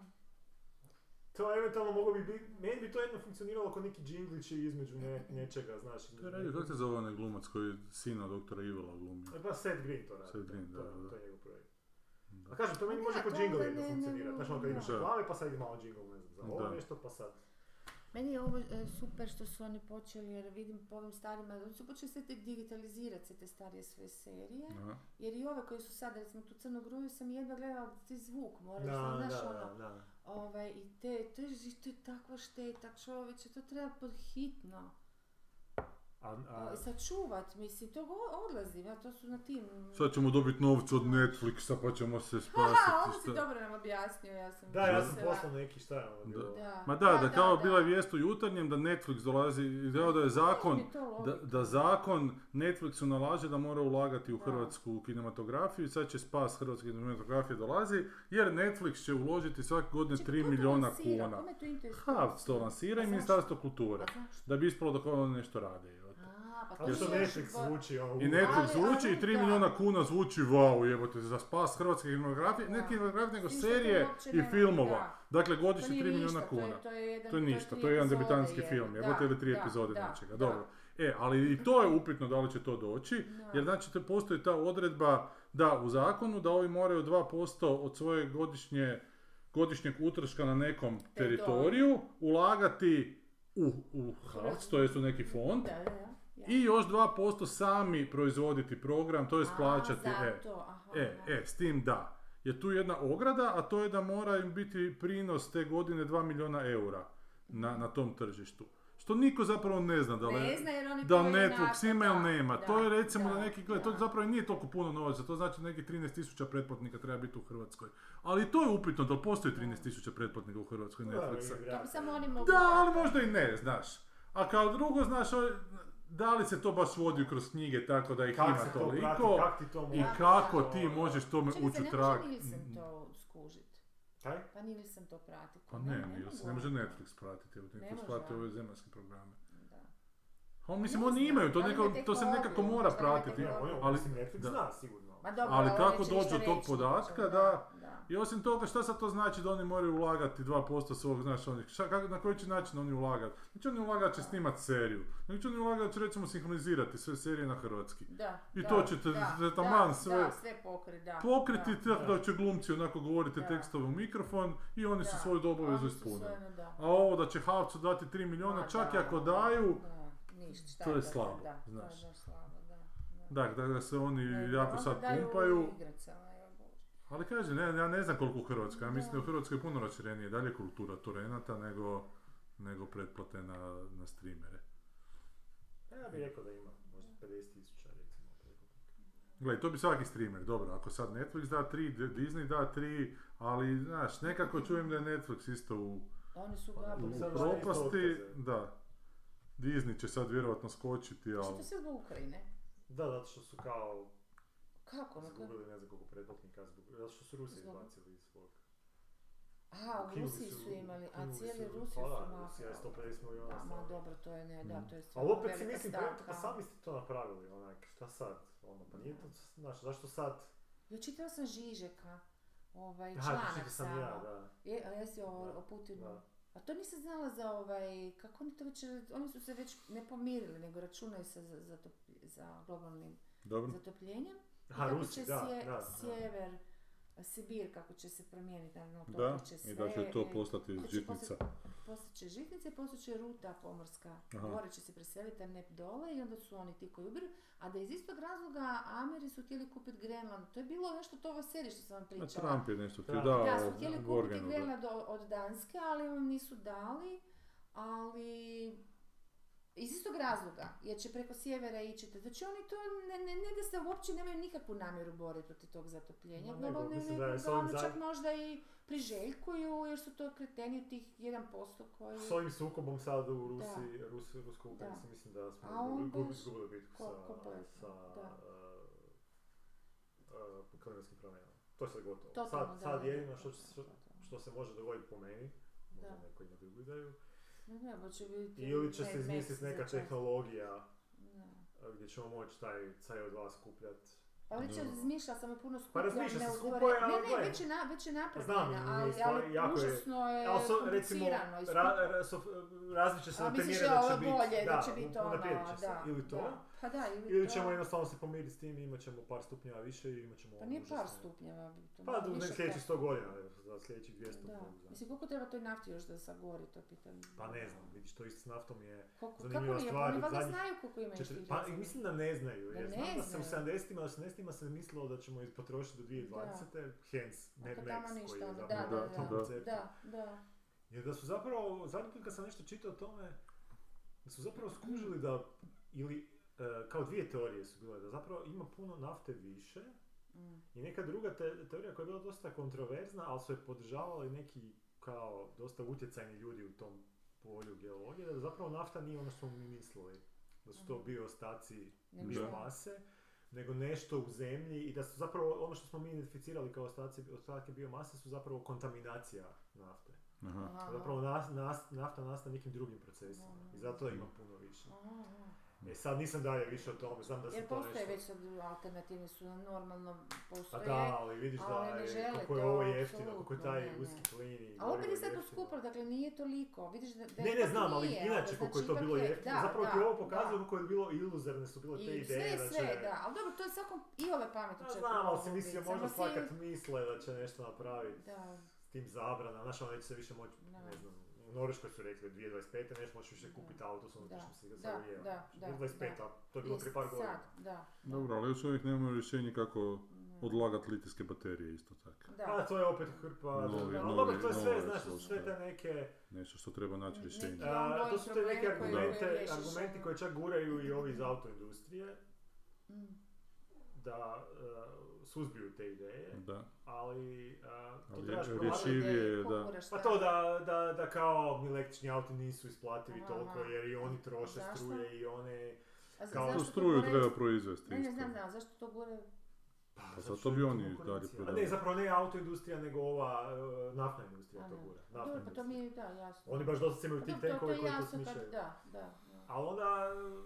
[SPEAKER 3] To eventualno moglo bi biti, meni bi to jedno funkcioniralo kao neki džinglići između ne- nečega, znaš.
[SPEAKER 2] To je radio, kako se zove onaj glumac koji je sina doktora Ivola glumio?
[SPEAKER 3] E, Pa Seth Green to radi,
[SPEAKER 2] Seth Green,
[SPEAKER 3] to,
[SPEAKER 2] da,
[SPEAKER 3] to,
[SPEAKER 2] da.
[SPEAKER 3] je njegov projekt.
[SPEAKER 2] Da.
[SPEAKER 3] A kažem, to meni
[SPEAKER 1] Da,
[SPEAKER 3] može
[SPEAKER 1] to
[SPEAKER 3] kao
[SPEAKER 1] onda
[SPEAKER 3] džingl
[SPEAKER 1] ne-
[SPEAKER 3] jedno
[SPEAKER 1] ne-
[SPEAKER 3] funkcionirati, znaš ono kad imaš
[SPEAKER 2] Da.
[SPEAKER 3] glave pa sad ide malo džingl, ne znam, za ovo
[SPEAKER 2] Da.
[SPEAKER 3] nešto pa sad.
[SPEAKER 1] Meni je ovo e, super što su oni počeli, jer vidim po ovim starima, oni su počeli sve te digitalizirati sve te starije sve serije,
[SPEAKER 2] Aha.
[SPEAKER 1] jer i ove koje su sad, recimo tu Crnu Gruju sam jedva gledala, ti zvuk moraš,
[SPEAKER 3] Da,
[SPEAKER 1] znaš
[SPEAKER 3] da,
[SPEAKER 1] ono,
[SPEAKER 3] da, da.
[SPEAKER 1] ovaj, i i te, to je, ži- to je takva šteta čovječe, to treba pod hitno
[SPEAKER 3] A,
[SPEAKER 2] Pa.
[SPEAKER 3] a,
[SPEAKER 1] o, sačuvat, mislim, to go- odlazi, ja, to su na tim...
[SPEAKER 2] Sad ćemo dobiti novce od Netflixa pa ćemo se
[SPEAKER 1] Aha, onda
[SPEAKER 2] spasiti.
[SPEAKER 1] si
[SPEAKER 2] šta-
[SPEAKER 1] dobro nam objasnio, ja sam
[SPEAKER 3] da, ja sam
[SPEAKER 1] mislila-
[SPEAKER 3] poslao neki šta je ono bilo.
[SPEAKER 1] Da.
[SPEAKER 2] Ma da, da kao bila je vijest u jutarnjem da Netflix dolazi, da, da je zakon,
[SPEAKER 1] Nije mi to
[SPEAKER 2] da,
[SPEAKER 1] logika.
[SPEAKER 2] da zakon Netflixu nalaže da mora ulagati u
[SPEAKER 1] Da.
[SPEAKER 2] hrvatsku kinematografiju i sad će spas hrvatske kinematografije dolazi jer Netflix će uložiti svake godine
[SPEAKER 1] Čekaj,
[SPEAKER 2] 3
[SPEAKER 1] Znači, ko to
[SPEAKER 2] milijuna
[SPEAKER 1] lansira?
[SPEAKER 2] kuna.
[SPEAKER 1] Kome to interesuje?
[SPEAKER 2] Ha, to lansira
[SPEAKER 1] A
[SPEAKER 2] i
[SPEAKER 1] zašto?
[SPEAKER 2] Ministarstvo kulture.
[SPEAKER 1] A zašto?
[SPEAKER 2] Da bi ispalo da oni nešto rade. jebote.
[SPEAKER 1] A, pa to
[SPEAKER 3] Ali
[SPEAKER 1] je
[SPEAKER 3] što
[SPEAKER 1] još
[SPEAKER 3] Netflix
[SPEAKER 1] gore.
[SPEAKER 3] zvuči ono...
[SPEAKER 2] I Netflix
[SPEAKER 1] Ali- ali
[SPEAKER 2] zvuči i 3
[SPEAKER 1] da.
[SPEAKER 2] milijuna kuna zvuči wow jebote za spas hrvatske kinematografije,
[SPEAKER 1] Da.
[SPEAKER 2] ne kinematografije nego
[SPEAKER 1] S tim što to
[SPEAKER 2] serije
[SPEAKER 1] uopće
[SPEAKER 2] i
[SPEAKER 1] nema-
[SPEAKER 2] filmova. Dakle
[SPEAKER 1] To
[SPEAKER 2] godišnje 3
[SPEAKER 1] nije ništa,
[SPEAKER 2] milijuna
[SPEAKER 1] to je-
[SPEAKER 2] kuna.
[SPEAKER 1] To je, jedan,
[SPEAKER 2] To je ništa, to je jedan debitanski film, jebote ili tri epizode nečega, dobro. E, ali i to je upitno da li će to doći, jer znači te postoji ta odredba da u zakonu da ovi moraju 2% od svoje godišnje, godišnjeg utroška na nekom
[SPEAKER 1] Teritoriju.
[SPEAKER 2] teritoriju ulagati u, u HAVC, to jest u neki fond,
[SPEAKER 1] Da, da, da, ja.
[SPEAKER 2] i još 2% sami proizvoditi program, to je
[SPEAKER 1] A,
[SPEAKER 2] plaćati. E,
[SPEAKER 1] zato, aha,
[SPEAKER 2] E,
[SPEAKER 1] aha.
[SPEAKER 2] e, s tim da. Je tu jedna ograda, a to je da mora im biti prinos te godine 2 milijuna eura na, na tom tržištu. Što niko zapravo ne zna da li
[SPEAKER 1] Ne zna jer oni
[SPEAKER 2] da
[SPEAKER 1] to
[SPEAKER 2] li
[SPEAKER 1] ionako,
[SPEAKER 2] Netflix ima
[SPEAKER 1] da,
[SPEAKER 2] ili nema.
[SPEAKER 1] da,
[SPEAKER 2] to je recimo da,
[SPEAKER 1] da,
[SPEAKER 2] neki, gle, to
[SPEAKER 1] da.
[SPEAKER 2] zapravo i nije toliko puno novaca, to znači neki 13.000 pretplatnika treba biti u Hrvatskoj. Ali i to je upitno, da li postoji 13.000 pretplatnika u Hrvatskoj Netflixa?
[SPEAKER 1] To bi samo oni mogli
[SPEAKER 2] Da, ali
[SPEAKER 1] dati.
[SPEAKER 2] možda i ne, znaš. A kao drugo, znaš, o- da li se to baš vodi kroz knjige tako da ih
[SPEAKER 3] Kako
[SPEAKER 2] ima
[SPEAKER 3] se to prati,
[SPEAKER 2] toliko?
[SPEAKER 3] kak ti to
[SPEAKER 2] I
[SPEAKER 3] može-
[SPEAKER 2] kako ti možeš tome
[SPEAKER 1] Čekaj,
[SPEAKER 2] ući
[SPEAKER 1] se
[SPEAKER 2] u
[SPEAKER 1] ne
[SPEAKER 2] trag?
[SPEAKER 1] može Nielsen to skužit.
[SPEAKER 3] Kaj?
[SPEAKER 1] Pa Nielsen to prati.
[SPEAKER 2] Pa ne, ne,
[SPEAKER 1] mogu
[SPEAKER 2] ne može
[SPEAKER 1] oni.
[SPEAKER 2] Netflix pratiti, evo,
[SPEAKER 1] Ne
[SPEAKER 2] Netflix
[SPEAKER 1] može,
[SPEAKER 2] prati
[SPEAKER 1] a?
[SPEAKER 2] ove zemaljske programe.
[SPEAKER 1] Da.
[SPEAKER 2] A mislim,
[SPEAKER 1] Ne
[SPEAKER 2] oni
[SPEAKER 1] znam,
[SPEAKER 2] imaju, to,
[SPEAKER 1] ali
[SPEAKER 2] neko,
[SPEAKER 1] imaju
[SPEAKER 2] to se nekako
[SPEAKER 1] tehnologiju,
[SPEAKER 2] mora
[SPEAKER 1] možda imaju
[SPEAKER 2] pratiti.
[SPEAKER 1] tehnologiju.
[SPEAKER 3] Ne, on je,
[SPEAKER 2] Ali-
[SPEAKER 3] mislim, Netflix
[SPEAKER 2] da.
[SPEAKER 3] zna sigurno.
[SPEAKER 1] Ma dobro,
[SPEAKER 2] Ali
[SPEAKER 1] on
[SPEAKER 2] kako
[SPEAKER 1] neće
[SPEAKER 2] dođu
[SPEAKER 1] ništa
[SPEAKER 2] do tog
[SPEAKER 1] reći,
[SPEAKER 2] podatka,
[SPEAKER 1] možda,
[SPEAKER 2] da.
[SPEAKER 1] da.
[SPEAKER 2] I osim toga, šta sad to znači da oni moraju ulagati 2% svog, znaš, onih, šta, kako- na koji će način oni ulagati? Neće oni ulagati da će snimati seriju, nego će oni ulagati da će recimo sinhronizirati sve serije na hrvatski.
[SPEAKER 1] Da,
[SPEAKER 2] I
[SPEAKER 1] da,
[SPEAKER 2] to će te-
[SPEAKER 1] da,
[SPEAKER 2] te taman
[SPEAKER 1] da,
[SPEAKER 2] sve-
[SPEAKER 1] da, sve pokrit, da,
[SPEAKER 2] Pokriti
[SPEAKER 1] da.
[SPEAKER 2] tako da će glumci onako govoriti
[SPEAKER 1] Da.
[SPEAKER 2] tekstove u mikrofon i oni su
[SPEAKER 1] Da.
[SPEAKER 2] svoju obavezu
[SPEAKER 1] Oni su
[SPEAKER 2] ispunili.
[SPEAKER 1] sve, da.
[SPEAKER 2] A ovo da će Havcu dati 3 milijuna,
[SPEAKER 1] Ma
[SPEAKER 2] Znači, čak i
[SPEAKER 1] da,
[SPEAKER 2] ako
[SPEAKER 1] da,
[SPEAKER 2] daju,
[SPEAKER 1] da, ništa, šta
[SPEAKER 2] to je
[SPEAKER 1] da, da,
[SPEAKER 2] slabo,
[SPEAKER 1] da, to je
[SPEAKER 2] znaš.
[SPEAKER 1] baš slabo, da, da.
[SPEAKER 2] da, da, da se oni
[SPEAKER 1] Ne, da,
[SPEAKER 2] jako
[SPEAKER 1] onda
[SPEAKER 2] sad
[SPEAKER 1] daju
[SPEAKER 2] pumpaju.
[SPEAKER 1] igricama, evo Bože.
[SPEAKER 2] Ali kažem, ne, ja ne znam koliko u Hrvatskoj, ja mislim da je u
[SPEAKER 1] Da.
[SPEAKER 2] Hrvatskoj puno raširenije dalje kultura turenata nego, nego pretplate na, na streamere.
[SPEAKER 3] Ja bih rekao da ima možda 50 tisuća recimo.
[SPEAKER 2] Gle, to bi svaki streamer, dobro, ako sad Netflix da tri, D- Disney da tri, ali znaš, nekako čujem da je Netflix isto u,
[SPEAKER 1] Oni su
[SPEAKER 3] Pa
[SPEAKER 2] u
[SPEAKER 1] gabili.
[SPEAKER 3] sad
[SPEAKER 1] Što
[SPEAKER 3] radi isto
[SPEAKER 2] propasti,
[SPEAKER 3] otkaze.
[SPEAKER 2] da. Disney će sad vjerojatno skočiti, ali...
[SPEAKER 1] Znači, to sve zbog Ukrajine?
[SPEAKER 3] Da, zato što su kao
[SPEAKER 1] Kako? Na kako?
[SPEAKER 3] izgubili ne znam koliko pretplatnika, zbog, zato što su Rusi
[SPEAKER 1] Zbog-
[SPEAKER 3] izbacili iz svog.
[SPEAKER 1] A, u
[SPEAKER 3] Ukinuli
[SPEAKER 1] Rusiji su imali, a
[SPEAKER 3] ukinuli
[SPEAKER 1] cijeli
[SPEAKER 3] su-
[SPEAKER 1] Rusiju su
[SPEAKER 3] pa da,
[SPEAKER 1] mahali.
[SPEAKER 3] Rusija je 150 milijuna
[SPEAKER 1] Da, ma
[SPEAKER 3] stanovnika.
[SPEAKER 1] dobro, to je ne, da, to je
[SPEAKER 3] Ali
[SPEAKER 1] stvarno
[SPEAKER 3] opet si
[SPEAKER 1] velika
[SPEAKER 3] mislim,
[SPEAKER 1] stavka.
[SPEAKER 3] pa sami ste to napravili, onak, šta sad, ono, pa nije to, znaš, zašto sad?
[SPEAKER 1] Jo, čitala sam Žižeka, ovaj,
[SPEAKER 3] Aha,
[SPEAKER 1] članak
[SPEAKER 3] pročitao sam
[SPEAKER 1] samo.
[SPEAKER 3] ja, da.
[SPEAKER 1] Je, a jesi o, o Putinu?
[SPEAKER 3] Da.
[SPEAKER 1] A to nisam znala za ovaj, kako oni to već, oni su se već ne pomirili, nego računaju se za, za, to- za globalnim
[SPEAKER 2] Dobro.
[SPEAKER 1] zatopljenjem. I
[SPEAKER 3] Aha,
[SPEAKER 1] kako
[SPEAKER 3] Rusi,
[SPEAKER 1] će
[SPEAKER 3] da,
[SPEAKER 1] sje-
[SPEAKER 3] da, da.
[SPEAKER 1] sjever, Sibir, kako će se promijeniti, naravno,
[SPEAKER 2] Da,
[SPEAKER 1] će sve.
[SPEAKER 2] i da će to
[SPEAKER 1] e,
[SPEAKER 2] postati
[SPEAKER 1] to će
[SPEAKER 2] žitnica.
[SPEAKER 1] Postat će žitnice, postat će ruta pomorska.
[SPEAKER 2] Aha.
[SPEAKER 1] Gore će se preseliti, a ne dole i onda su oni ti koji ubiru. A da iz istog razloga Ameri su htjeli kupiti Grenland. To je bilo nešto to ovoj seriji što sam vam
[SPEAKER 2] A
[SPEAKER 1] pričala.
[SPEAKER 2] E, Trump je nešto ti
[SPEAKER 3] Da.
[SPEAKER 2] dao
[SPEAKER 1] da, su htjeli kupiti
[SPEAKER 2] Borganu, da.
[SPEAKER 1] Grenland o- od Danske, ali oni nisu dali. Ali iz istog razloga, jer će preko sjevera ići. te- Znači oni to ne, ne, ne da se uopće nemaju nikakvu namjeru boriti protiv tog zatopljenja.
[SPEAKER 3] Ma nego,
[SPEAKER 1] Globalno
[SPEAKER 3] mislim da
[SPEAKER 1] nego
[SPEAKER 3] je s ovim
[SPEAKER 1] ga oni čak
[SPEAKER 3] zajedno-
[SPEAKER 1] možda i priželjkuju jer su to kreteni tih 1% koji...
[SPEAKER 3] S ovim sukobom sad u Rusiji, Rus, Rusku Ukrajinu, mislim da smo
[SPEAKER 1] A on
[SPEAKER 3] izgubili-
[SPEAKER 1] baš
[SPEAKER 3] izgubili bitku
[SPEAKER 1] ko-
[SPEAKER 3] sa,
[SPEAKER 1] kompletno,
[SPEAKER 3] sa
[SPEAKER 1] da.
[SPEAKER 3] uh, uh, klimatskim promjenama. To je sad gotovo.
[SPEAKER 1] Totalno,
[SPEAKER 3] sad,
[SPEAKER 1] da,
[SPEAKER 3] sad
[SPEAKER 1] da,
[SPEAKER 3] jedino
[SPEAKER 1] da,
[SPEAKER 3] što,
[SPEAKER 1] da,
[SPEAKER 3] će- što,
[SPEAKER 1] da, da.
[SPEAKER 3] što se može dogoditi po meni, možda
[SPEAKER 1] Da.
[SPEAKER 3] neko ima drugu ideju,
[SPEAKER 1] Ne znam, ali će biti...
[SPEAKER 3] ili će se
[SPEAKER 1] Mad Max
[SPEAKER 3] izmisliti neka
[SPEAKER 1] za čas.
[SPEAKER 3] tehnologija
[SPEAKER 1] Da.
[SPEAKER 3] uh, gdje ćemo moći taj CO2 skupljati.
[SPEAKER 1] Ali će, razmišljala Pa sam je puno skuplja,
[SPEAKER 3] Pa razmišlja se,
[SPEAKER 1] neodgovore-
[SPEAKER 3] skupo je, ali
[SPEAKER 1] Ne, ne,
[SPEAKER 3] gle.
[SPEAKER 1] već je, na, već je
[SPEAKER 3] Znam,
[SPEAKER 1] napravljena,
[SPEAKER 3] nije
[SPEAKER 1] ali,
[SPEAKER 3] stvar-
[SPEAKER 1] ali
[SPEAKER 3] jako je-
[SPEAKER 1] užasno je,
[SPEAKER 3] Ali so,
[SPEAKER 1] E,
[SPEAKER 3] recimo,
[SPEAKER 1] komplicirano. i
[SPEAKER 3] ra,
[SPEAKER 1] skupo.
[SPEAKER 3] ra, so, različite se
[SPEAKER 1] A
[SPEAKER 3] na
[SPEAKER 1] misliš
[SPEAKER 3] premijere
[SPEAKER 1] da
[SPEAKER 3] da
[SPEAKER 1] ovo
[SPEAKER 3] će
[SPEAKER 1] je
[SPEAKER 3] biti,
[SPEAKER 1] bolje, da,
[SPEAKER 3] da,
[SPEAKER 1] će biti ono,
[SPEAKER 3] unaprijedit će se.
[SPEAKER 1] da.
[SPEAKER 3] Ili to,
[SPEAKER 1] da. Pa da, ili,
[SPEAKER 3] Ili
[SPEAKER 1] to.
[SPEAKER 3] ćemo jednostavno se pomiriti s tim i imat ćemo par stupnjeva više i imat ćemo
[SPEAKER 1] Pa
[SPEAKER 3] ono
[SPEAKER 1] nije par
[SPEAKER 3] užasno.
[SPEAKER 1] stupnjeva. bi to
[SPEAKER 3] Pa
[SPEAKER 1] možda
[SPEAKER 3] do
[SPEAKER 1] više od
[SPEAKER 3] sljedećih
[SPEAKER 1] par.
[SPEAKER 3] 100 godina, za sljedećih 200
[SPEAKER 1] Da,
[SPEAKER 3] Bog zna.
[SPEAKER 1] mislim koliko treba toj nafti još da sagori, to pitam.
[SPEAKER 3] Pa ne znam, vidiš, to isto s naftom je...
[SPEAKER 1] Koliko, kako
[SPEAKER 3] zanimljiva
[SPEAKER 1] je, pa
[SPEAKER 3] stvar,
[SPEAKER 1] oni valjda
[SPEAKER 3] zadnjih
[SPEAKER 1] znaju koliko ima još
[SPEAKER 3] četiri-
[SPEAKER 1] tih
[SPEAKER 3] Pa i
[SPEAKER 1] rezervi.
[SPEAKER 3] mislim da ne znaju,
[SPEAKER 1] Da
[SPEAKER 3] jer
[SPEAKER 1] ne
[SPEAKER 3] znam da se u
[SPEAKER 1] znaju.
[SPEAKER 3] 70-ima, 80-ima se mislilo da ćemo potrošiti do 2020. Hence, Mad
[SPEAKER 1] Ako
[SPEAKER 3] Max
[SPEAKER 1] tamo
[SPEAKER 3] koji
[SPEAKER 1] ništa,
[SPEAKER 3] je
[SPEAKER 1] onda,
[SPEAKER 3] zapravo
[SPEAKER 1] da, da,
[SPEAKER 2] da,
[SPEAKER 1] da,
[SPEAKER 2] da.
[SPEAKER 3] koncept.
[SPEAKER 1] da, da.
[SPEAKER 3] Jer da su zapravo, zadnji put kad sam nešto čitao o tome, da su zapravo skužili da, ili e, kao dvije teorije su bile, da zapravo ima puno nafte više
[SPEAKER 1] Mm.
[SPEAKER 3] i neka druga te- teorija koja je bila dosta kontroverzna, ali su je podržavali neki kao dosta utjecajni ljudi u tom polju geologije, da zapravo nafta nije ono što smo mi mislili. Da su to
[SPEAKER 1] Mhm.
[SPEAKER 3] bio ostaci
[SPEAKER 1] Nego
[SPEAKER 2] Da.
[SPEAKER 1] šta?
[SPEAKER 3] biomase, nego nešto u zemlji i da su zapravo ono što smo mi identificirali kao ostaci, ostatke biomase su zapravo kontaminacija nafte.
[SPEAKER 2] Aha.
[SPEAKER 1] Aha.
[SPEAKER 3] Zapravo nas, nas- nafta nastaje nekim drugim procesima i zato ima puno više.
[SPEAKER 1] Aha, aha.
[SPEAKER 3] E sad nisam dalje više o tome, znam da se
[SPEAKER 1] Jer
[SPEAKER 3] to
[SPEAKER 1] postoje
[SPEAKER 3] nešto...
[SPEAKER 1] već sad alternativne su normalno
[SPEAKER 3] Pa
[SPEAKER 1] postoje.
[SPEAKER 3] da, ali vidiš da
[SPEAKER 1] ali ne
[SPEAKER 3] je,
[SPEAKER 1] žele
[SPEAKER 3] kako je
[SPEAKER 1] to,
[SPEAKER 3] ovo jeftino, kako
[SPEAKER 1] apsolutno,
[SPEAKER 3] je
[SPEAKER 1] ne,
[SPEAKER 3] taj
[SPEAKER 1] ne.
[SPEAKER 3] uski plin i
[SPEAKER 1] A opet
[SPEAKER 3] gorivo
[SPEAKER 1] je sad to
[SPEAKER 3] jeftino.
[SPEAKER 1] skupor, dakle nije toliko. Vidiš da, da
[SPEAKER 3] Ne, ne
[SPEAKER 1] ipak
[SPEAKER 3] znam, ali
[SPEAKER 1] nije,
[SPEAKER 3] inače koliko je
[SPEAKER 1] znači
[SPEAKER 3] to bilo
[SPEAKER 1] ipak je-
[SPEAKER 3] jeftino,
[SPEAKER 1] da,
[SPEAKER 3] zapravo
[SPEAKER 1] da,
[SPEAKER 3] ti ovo
[SPEAKER 1] da.
[SPEAKER 3] pokazuje kako je bilo iluzorne su bile te
[SPEAKER 1] I
[SPEAKER 3] ideje
[SPEAKER 1] sve,
[SPEAKER 3] da će...
[SPEAKER 1] sve, da. Ali dobro, to je svakom i ove pameti
[SPEAKER 3] Ja
[SPEAKER 1] čovjek
[SPEAKER 3] znam, ali si
[SPEAKER 1] mogao
[SPEAKER 3] mislio
[SPEAKER 1] biti,
[SPEAKER 3] možda
[SPEAKER 1] samo si-
[SPEAKER 3] fakat misle da će nešto napraviti
[SPEAKER 1] Da,
[SPEAKER 3] s tim zabrana, znaš, ono neće se više moći,
[SPEAKER 1] Da.
[SPEAKER 3] ne znam, u Norveškoj su rekli 2025. neće moći više
[SPEAKER 1] Da.
[SPEAKER 3] kupiti auto s
[SPEAKER 1] Da,
[SPEAKER 3] onoga što se ga
[SPEAKER 1] da,
[SPEAKER 3] zalijeva.
[SPEAKER 1] da, da,
[SPEAKER 3] 25, a to je bilo
[SPEAKER 1] i
[SPEAKER 3] prije par godina.
[SPEAKER 1] sad, Da.
[SPEAKER 2] Dobro, ali još uvijek nemaju rješenje kako
[SPEAKER 1] Ne.
[SPEAKER 2] odlagati litijske baterije isto tako.
[SPEAKER 3] A
[SPEAKER 1] Da.
[SPEAKER 3] to je opet hrpa,
[SPEAKER 2] Novi-
[SPEAKER 3] ali dobro, to je
[SPEAKER 2] novi-
[SPEAKER 3] sve,
[SPEAKER 2] nove
[SPEAKER 3] znaš, to su sve
[SPEAKER 2] slučaje.
[SPEAKER 3] te neke,
[SPEAKER 2] Nešto što treba naći
[SPEAKER 1] Ne-
[SPEAKER 2] rješenje.
[SPEAKER 1] neki- Ja,
[SPEAKER 3] a,
[SPEAKER 1] novi
[SPEAKER 3] to su te neke
[SPEAKER 1] problem koji-
[SPEAKER 3] argumente,
[SPEAKER 1] koji riješiš,
[SPEAKER 3] argumenti
[SPEAKER 1] ono.
[SPEAKER 3] koji čak guraju i ovi iz autoindustrije,
[SPEAKER 1] Mm.
[SPEAKER 3] da e, suzbiju te ideje,
[SPEAKER 2] Da.
[SPEAKER 3] ali a, to
[SPEAKER 2] Hm. Ali
[SPEAKER 3] trebaš
[SPEAKER 2] je-
[SPEAKER 3] promatrati.
[SPEAKER 1] Ali
[SPEAKER 2] Rješivije je,
[SPEAKER 1] ideje,
[SPEAKER 2] da.
[SPEAKER 1] poguraš
[SPEAKER 3] Pa
[SPEAKER 1] sad.
[SPEAKER 3] to da, da, da kao ni električni auti nisu isplativi
[SPEAKER 1] Aha,
[SPEAKER 3] toliko
[SPEAKER 1] aha.
[SPEAKER 3] jer i oni troše
[SPEAKER 1] Zašto?
[SPEAKER 3] struje i one...
[SPEAKER 1] A za-
[SPEAKER 3] kao-
[SPEAKER 1] zašto
[SPEAKER 2] To
[SPEAKER 1] to
[SPEAKER 2] struju
[SPEAKER 1] gore-
[SPEAKER 2] treba proizvesti
[SPEAKER 1] Ne, ne,
[SPEAKER 2] isto.
[SPEAKER 1] znam, znam, zašto to gore...
[SPEAKER 2] Pa
[SPEAKER 3] zato
[SPEAKER 2] zato
[SPEAKER 3] što
[SPEAKER 2] bi
[SPEAKER 3] je to
[SPEAKER 2] oni
[SPEAKER 3] konkurencija.
[SPEAKER 2] dalje
[SPEAKER 3] A
[SPEAKER 2] prodavali.
[SPEAKER 3] ne, zapravo ne autoindustrija, nego ova e, naftna industrija
[SPEAKER 1] A,
[SPEAKER 3] to
[SPEAKER 1] da.
[SPEAKER 3] gura.
[SPEAKER 1] Pa Dobro,
[SPEAKER 3] Naftna
[SPEAKER 1] pa to mi
[SPEAKER 3] industrija.
[SPEAKER 1] je, da, jasno.
[SPEAKER 3] Oni baš dosta imaju
[SPEAKER 1] Pa
[SPEAKER 3] think
[SPEAKER 1] dobro, to-
[SPEAKER 3] tankove
[SPEAKER 1] to je
[SPEAKER 3] koji to
[SPEAKER 1] jasno kad...
[SPEAKER 3] smišljaju.
[SPEAKER 1] Da, da. da.
[SPEAKER 3] Ali onda,